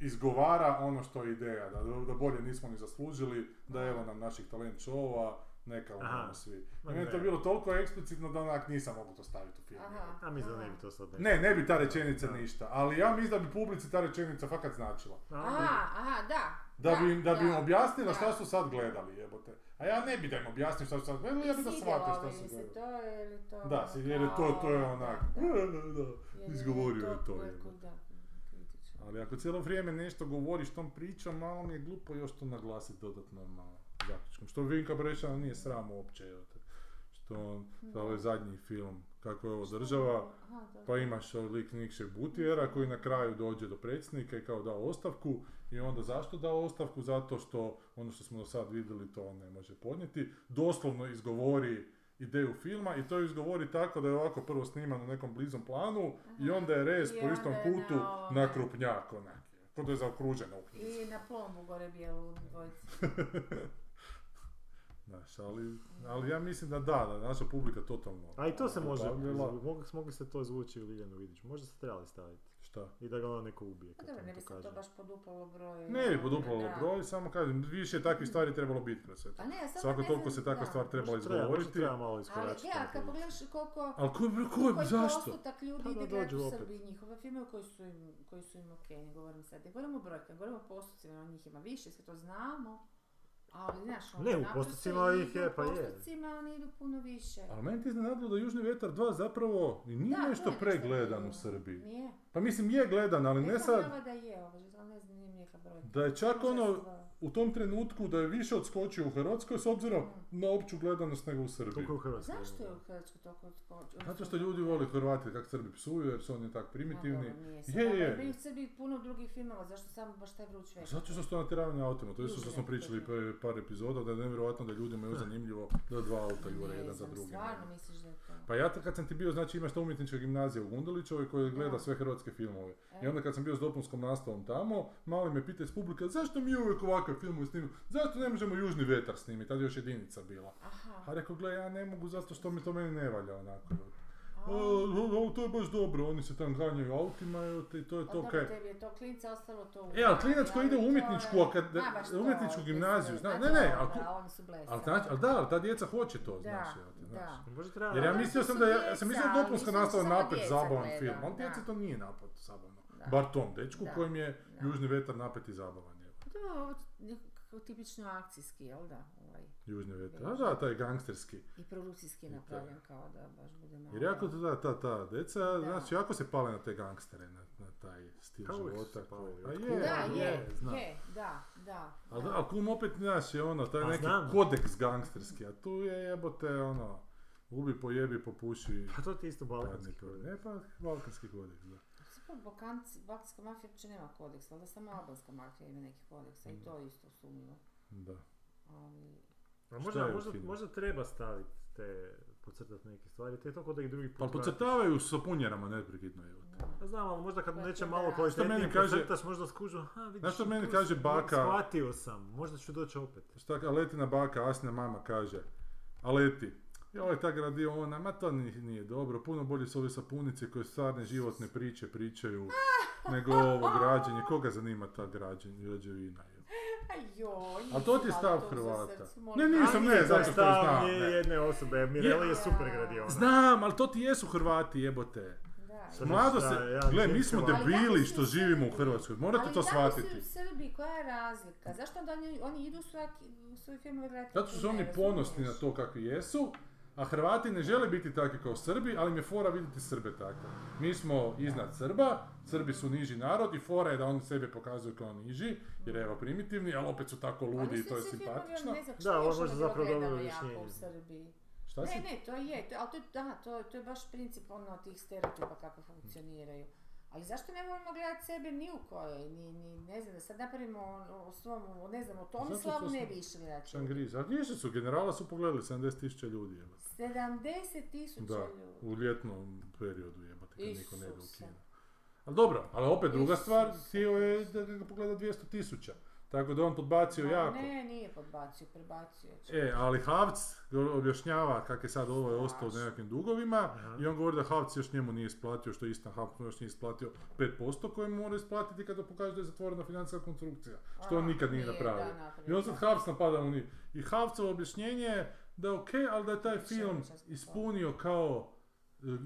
[SPEAKER 2] izgovara ono što je ideja, da, da bolje nismo ni zaslužili, da evo nam naših talent showa, neka
[SPEAKER 3] Aha.
[SPEAKER 2] umremo svi. I
[SPEAKER 3] Ma
[SPEAKER 2] meni je to
[SPEAKER 3] ne.
[SPEAKER 2] bilo toliko eksplicitno da onak nisam mogu to staviti u film.
[SPEAKER 5] Aha,
[SPEAKER 3] Ja mislim da ne
[SPEAKER 5] aha.
[SPEAKER 3] bi to sad
[SPEAKER 2] Ne, ne bi ta rečenica
[SPEAKER 3] Da.
[SPEAKER 2] ništa, ali ja mislim da bi publici ta rečenica fakat značila.
[SPEAKER 5] Aha, aha, da.
[SPEAKER 2] Da bi im, da bi im
[SPEAKER 5] da.
[SPEAKER 2] objasnila šta
[SPEAKER 5] da.
[SPEAKER 2] su sad gledali, jebote. A ja ne bi da im objasnim šta su sad gledali, ja bi da shvate šta su
[SPEAKER 1] gledali.
[SPEAKER 2] gledali.
[SPEAKER 1] To je ili to...
[SPEAKER 2] Da, si- jer je to, to je onak,
[SPEAKER 1] Da, da.
[SPEAKER 2] da,
[SPEAKER 1] Jer je
[SPEAKER 2] izgovorio je to.
[SPEAKER 1] koliko-
[SPEAKER 2] jebote.
[SPEAKER 1] da, kritično.
[SPEAKER 2] Ali ako cijelo vrijeme nešto govoriš tom pričom, malo mi je glupo još to naglasiti dodatno na zaključkom. Što Vinka Brešana nije sram uopće, jebote. Što on, ovaj zadnji film, kako je ovo država,
[SPEAKER 1] Aha, dobro.
[SPEAKER 2] pa imaš lik Nikše Butijera koji na kraju dođe do predsjednika i kao da ostavku i onda zašto da ostavku? Zato što ono što smo do sad vidjeli to on ne može podnijeti. Doslovno izgovori ideju filma i to ju izgovori tako da je ovako prvo sniman u nekom blizom planu i onda je rez
[SPEAKER 1] I
[SPEAKER 2] po
[SPEAKER 1] onda
[SPEAKER 2] istom
[SPEAKER 1] je
[SPEAKER 2] kutu
[SPEAKER 1] na ovome.
[SPEAKER 2] na krupnjak onak. Kod je zaokruženo u knjizi.
[SPEAKER 1] I na plombu gore bijelu dvojicu.
[SPEAKER 2] Znaš, ali, ali ja mislim da da, da je naša publika totalno...
[SPEAKER 3] A i to se može,
[SPEAKER 2] zabavljala.
[SPEAKER 3] mogli, mogli se to izvući u Ljiljanu Vidić, možda se trebali staviti.
[SPEAKER 2] Šta?
[SPEAKER 3] I da ga ona neko ubije,
[SPEAKER 1] Pa
[SPEAKER 3] kad
[SPEAKER 1] dobro, ne
[SPEAKER 3] on
[SPEAKER 1] bi
[SPEAKER 3] to
[SPEAKER 1] se to
[SPEAKER 3] kaže.
[SPEAKER 1] baš poduplalo broj.
[SPEAKER 2] Ne bi poduplalo
[SPEAKER 1] Da.
[SPEAKER 2] broj, samo kažem, više je takvih stvari trebalo biti kroz sve to.
[SPEAKER 1] Pa ne, a sad
[SPEAKER 2] Svako
[SPEAKER 1] ne
[SPEAKER 2] toliko
[SPEAKER 1] znam-
[SPEAKER 2] se takva
[SPEAKER 1] da.
[SPEAKER 2] stvar trebala
[SPEAKER 3] Možda treba, možda
[SPEAKER 2] izgovoriti.
[SPEAKER 3] treba malo
[SPEAKER 1] Ali
[SPEAKER 3] iskoračiti.
[SPEAKER 1] ja,
[SPEAKER 3] na
[SPEAKER 1] kad
[SPEAKER 3] to.
[SPEAKER 1] pogledaš koliko...
[SPEAKER 2] Ali ko, ko,
[SPEAKER 1] koji
[SPEAKER 2] zašto?
[SPEAKER 1] postotak ljudi
[SPEAKER 3] Pa da
[SPEAKER 1] ide gledati
[SPEAKER 3] dođu
[SPEAKER 1] u
[SPEAKER 3] opet.
[SPEAKER 1] Srbiji njihove filmove koji su im, koji su im ok, ne govorim sad, ne govorimo o brojkama, govorimo o postocima, ono, njih ima više, sve to znamo, ali znaš, ono,
[SPEAKER 3] Ne, u
[SPEAKER 1] naprosto
[SPEAKER 3] postocima
[SPEAKER 1] idu
[SPEAKER 3] ih je, pa je.
[SPEAKER 1] U postocima oni idu puno više.
[SPEAKER 2] Ali meni ti iznenadilo da Južni vjetar 2 zapravo i nije
[SPEAKER 1] Da, to je
[SPEAKER 2] nešto
[SPEAKER 1] nešto
[SPEAKER 2] pregledan u
[SPEAKER 1] drugo.
[SPEAKER 2] Srbiji.
[SPEAKER 1] Nije.
[SPEAKER 2] Pa mislim je gledan, ali ne
[SPEAKER 1] Rekla
[SPEAKER 2] sad
[SPEAKER 1] Java da je, ovo, ali ne znam, nije mi rekla brojka.
[SPEAKER 2] da je čak
[SPEAKER 1] Možda se
[SPEAKER 2] ono
[SPEAKER 1] zvala.
[SPEAKER 2] u tom trenutku da je više odskočio u Hrvatskoj s obzirom na opću gledanost nego u Srbiji.
[SPEAKER 3] Koliko je u Hrvatskoj?
[SPEAKER 1] Zašto je u Hrvatskoj toliko odskočio?
[SPEAKER 2] Zato što ljudi vole Hrvate kak Srbi psuju jer su oni tak primitivni. Je,
[SPEAKER 1] Je,
[SPEAKER 2] je. Pa
[SPEAKER 1] je. u Srbiji puno drugih filmova, zašto samo baš taj vruć večer?
[SPEAKER 2] Zato što su natjeravani autima, to je isto što smo pričali pre- par epizoda, da je nevjerojatno da ljudima je zanimljivo da dva auta jure
[SPEAKER 1] Ne
[SPEAKER 2] jedan za
[SPEAKER 1] znam,
[SPEAKER 2] drugim.
[SPEAKER 1] Stvarno misliš da je to?
[SPEAKER 2] Pa ja t- kad sam ti bio, znači imaš to umjetnička gimnazija u Gundelićevoj koja gleda
[SPEAKER 1] Da.
[SPEAKER 2] sve hrvatske filmove. Pa I
[SPEAKER 1] E.
[SPEAKER 2] onda kad sam bio s dopunskom nastavom tamo, mali me pita iz publika, zašto mi uvijek ovakve filmove snimimo, zašto ne možemo Južni vetar snimiti, tad je još jedinica bila.
[SPEAKER 1] Aha.
[SPEAKER 2] A rekao, gle, ja ne mogu zato što mi to meni ne valja onako.
[SPEAKER 1] a.
[SPEAKER 2] "O, o, o, to je baš dobro, oni se tam ganjaju autima evo te- i to je
[SPEAKER 1] A
[SPEAKER 2] to
[SPEAKER 1] dobro,
[SPEAKER 2] kaj.
[SPEAKER 1] tebi je to klinca ostalo to u
[SPEAKER 2] E, ali
[SPEAKER 1] glavi,
[SPEAKER 2] klinac koji ide u
[SPEAKER 1] to je-
[SPEAKER 2] umjetničku akade-
[SPEAKER 1] Ma, baš to,
[SPEAKER 2] umjetničku
[SPEAKER 1] to
[SPEAKER 2] gimnaziju,
[SPEAKER 1] se-
[SPEAKER 2] zna-
[SPEAKER 1] ma
[SPEAKER 2] ne, ne,
[SPEAKER 1] dobro,
[SPEAKER 2] ali tu-
[SPEAKER 1] oni su blesani.
[SPEAKER 2] Ali, znači, ali da, ali ta djeca hoće to,
[SPEAKER 1] Da,
[SPEAKER 2] znaš, jel te, znaš.
[SPEAKER 1] da.
[SPEAKER 3] Možda treba...
[SPEAKER 2] Jer ja
[SPEAKER 1] Da,
[SPEAKER 2] mislio
[SPEAKER 1] to
[SPEAKER 2] sam
[SPEAKER 1] su
[SPEAKER 2] da je, ja
[SPEAKER 1] djeca,
[SPEAKER 2] sam mislio da je dopunska
[SPEAKER 1] mislim da
[SPEAKER 2] nastava
[SPEAKER 1] samo
[SPEAKER 2] napet
[SPEAKER 1] djeca
[SPEAKER 2] zabavan
[SPEAKER 1] gledaju,
[SPEAKER 2] film, ali
[SPEAKER 1] da.
[SPEAKER 2] djeci to nije napad zabavno.
[SPEAKER 1] Da.
[SPEAKER 2] Bar tom dečku
[SPEAKER 1] Da,
[SPEAKER 2] kojem je
[SPEAKER 1] da.
[SPEAKER 2] Južni vetar napet i zabavan. Je.
[SPEAKER 1] Da, ovo nekako tipično akcijski, jel da? Ovaj.
[SPEAKER 2] Južni vetar, a da, taj gangsterski.
[SPEAKER 1] I produkcijski
[SPEAKER 2] to.
[SPEAKER 1] napravljen kao da baš bude malo...
[SPEAKER 2] Jer jako da, ta, ta djeca,
[SPEAKER 1] Da.
[SPEAKER 2] znači jako se pale na te gangstere, na, na taj stil
[SPEAKER 3] Pa uvijek su
[SPEAKER 2] života.
[SPEAKER 3] se pale,
[SPEAKER 2] koji-
[SPEAKER 3] otkud?
[SPEAKER 2] A je,
[SPEAKER 1] Da,
[SPEAKER 2] ali
[SPEAKER 1] je,
[SPEAKER 2] znam.
[SPEAKER 1] je, da, da.
[SPEAKER 2] Ali
[SPEAKER 1] da.
[SPEAKER 2] da, ali kum opet naš je ono, taj
[SPEAKER 3] Pa
[SPEAKER 2] neki
[SPEAKER 3] znam.
[SPEAKER 2] kodeks gangsterski, a tu je jebote ono, ubi, pojebi, popuši.
[SPEAKER 3] Pa to ti je isto
[SPEAKER 2] Balkanski
[SPEAKER 3] balkanski.
[SPEAKER 2] kodeks. Ne, pa balkanski kodeks, da.
[SPEAKER 1] Zapravo Balkanci, balkanska mafija uopće nema kodeks, valjda samo albanska mafija ima neki kodeks, a i to je isto sumnjivo.
[SPEAKER 2] da.
[SPEAKER 1] Ali,
[SPEAKER 3] A
[SPEAKER 2] pa Šta
[SPEAKER 3] možda,
[SPEAKER 2] je
[SPEAKER 3] možda,
[SPEAKER 2] ukinuo?
[SPEAKER 3] možda treba staviti te, pocrtati neke stvari, te tako da ih drugi put
[SPEAKER 2] Pa
[SPEAKER 3] vratiš.
[SPEAKER 2] pocrtavaju sa punjerama neprekidno, jebote.
[SPEAKER 3] Pa znam, ali možda kad
[SPEAKER 1] Pa
[SPEAKER 3] neće
[SPEAKER 1] to
[SPEAKER 3] malo
[SPEAKER 1] da.
[SPEAKER 2] Šta
[SPEAKER 3] kvalitetnije
[SPEAKER 2] meni kaže-
[SPEAKER 3] pocrtaš, možda skužu, aha, vidiš.
[SPEAKER 2] Znaš šta
[SPEAKER 3] i
[SPEAKER 2] meni
[SPEAKER 3] tu
[SPEAKER 2] kaže
[SPEAKER 3] sam,
[SPEAKER 2] baka?
[SPEAKER 3] Shvatio sam, možda ću doći opet.
[SPEAKER 2] Šta ka- Letina baka, Asna mama kaže, Aleti, joj ta gradiona, ma to ni- nije dobro, puno bolje su ove sapunice koje stvarne životne priče pričaju nego ovo građenje, koga zanima ta građenje, građevina. je?"
[SPEAKER 1] a joj,
[SPEAKER 2] A to ti je
[SPEAKER 1] nisi
[SPEAKER 2] stav
[SPEAKER 1] valjda to uzeo
[SPEAKER 2] Hrvata.
[SPEAKER 1] srcu, molim
[SPEAKER 2] Ne,
[SPEAKER 1] te.
[SPEAKER 2] nisam,
[SPEAKER 3] Ali
[SPEAKER 2] ne,
[SPEAKER 3] to
[SPEAKER 2] zato
[SPEAKER 3] je
[SPEAKER 2] što
[SPEAKER 3] stav
[SPEAKER 2] znam.
[SPEAKER 3] nje-
[SPEAKER 2] ne.
[SPEAKER 3] jedne osobe, Mirela je super gradiona.
[SPEAKER 2] Znam, ali to ti jesu Hrvati, jebote.
[SPEAKER 1] Da,
[SPEAKER 3] Sad
[SPEAKER 2] Mlado
[SPEAKER 3] šta,
[SPEAKER 2] se,
[SPEAKER 3] ja
[SPEAKER 2] gle, mi
[SPEAKER 3] mislim
[SPEAKER 2] smo
[SPEAKER 3] ovako.
[SPEAKER 1] Ali
[SPEAKER 2] debili
[SPEAKER 1] da,
[SPEAKER 2] što
[SPEAKER 1] mislim,
[SPEAKER 2] živimo u Hrvatskoj, morate
[SPEAKER 1] Ali
[SPEAKER 2] to
[SPEAKER 1] da,
[SPEAKER 2] shvatiti.
[SPEAKER 1] mislim, u Srbiji, koja je razlika? Zašto onda oni, oni idu u svaki, u svoje filmove gledati?
[SPEAKER 2] Zato što su
[SPEAKER 1] kako
[SPEAKER 2] oni
[SPEAKER 1] ne,
[SPEAKER 2] ponosni na
[SPEAKER 1] razumiješ?
[SPEAKER 2] to kakvi jesu, A Hrvati ne žele biti takvi kao Srbi, ali im je fora vidjeti Srbe takve. Mi smo iznad Srba, Srbi su niži narod i fora je da oni sebe pokazuju kao niži, jer evo primitivni, ali opet su tako ludi i to je
[SPEAKER 1] ono,
[SPEAKER 2] simpatično.
[SPEAKER 3] Da, ovo je možda zapravo dobro
[SPEAKER 1] Jako u
[SPEAKER 3] objašnjenje.
[SPEAKER 1] Srbiji.
[SPEAKER 2] Šta Pa si?
[SPEAKER 1] Ne, ne, to je, to, ali to, je- da, to, to je baš princip ono tih stereotipa kako funkcioniraju. Ali zašto ne volimo gledati sebe ni u kojoj, ni, ni ne znam, da sad napravimo o, o svom, o, ne znam,
[SPEAKER 2] Pa
[SPEAKER 1] o Tomislavu
[SPEAKER 2] smo-
[SPEAKER 1] ne bi išli znači.
[SPEAKER 2] Šangriz. A gdje su? Generala su pogledali 70.000 ljudi, jebote.
[SPEAKER 1] 70 tisuća
[SPEAKER 2] Da,
[SPEAKER 1] ljudi.
[SPEAKER 2] u ljetnom periodu jebate kad niko ne ide u
[SPEAKER 1] Isuse.
[SPEAKER 2] kino. Ali dobro, ali opet druga
[SPEAKER 1] Isuse.
[SPEAKER 2] stvar, htio je da ga pogleda 200 tisuća. Tako da on podbacio
[SPEAKER 1] Ma
[SPEAKER 2] jako.
[SPEAKER 1] Ne, nije podbacio, prebacio. je.
[SPEAKER 2] E, ali Havc objašnjava kak je sad ovo je ostao u
[SPEAKER 1] Strašno.
[SPEAKER 2] nekakvim dugovima
[SPEAKER 3] Aha.
[SPEAKER 2] i on govori da Havc još njemu nije isplatio, što je istina Havc mu još nije isplatio 5% koje mu mora isplatiti kada pokaže da je zatvorena financijska konstrukcija, što on
[SPEAKER 1] A,
[SPEAKER 2] nikad nije
[SPEAKER 1] da,
[SPEAKER 2] napravio. I
[SPEAKER 1] napravio,
[SPEAKER 2] on sad
[SPEAKER 1] da.
[SPEAKER 2] Havc napada u njih. I Havcovo objašnjenje je da je okej, ali da je taj
[SPEAKER 1] Čemu
[SPEAKER 2] film
[SPEAKER 1] sad smo
[SPEAKER 2] ispunio kao...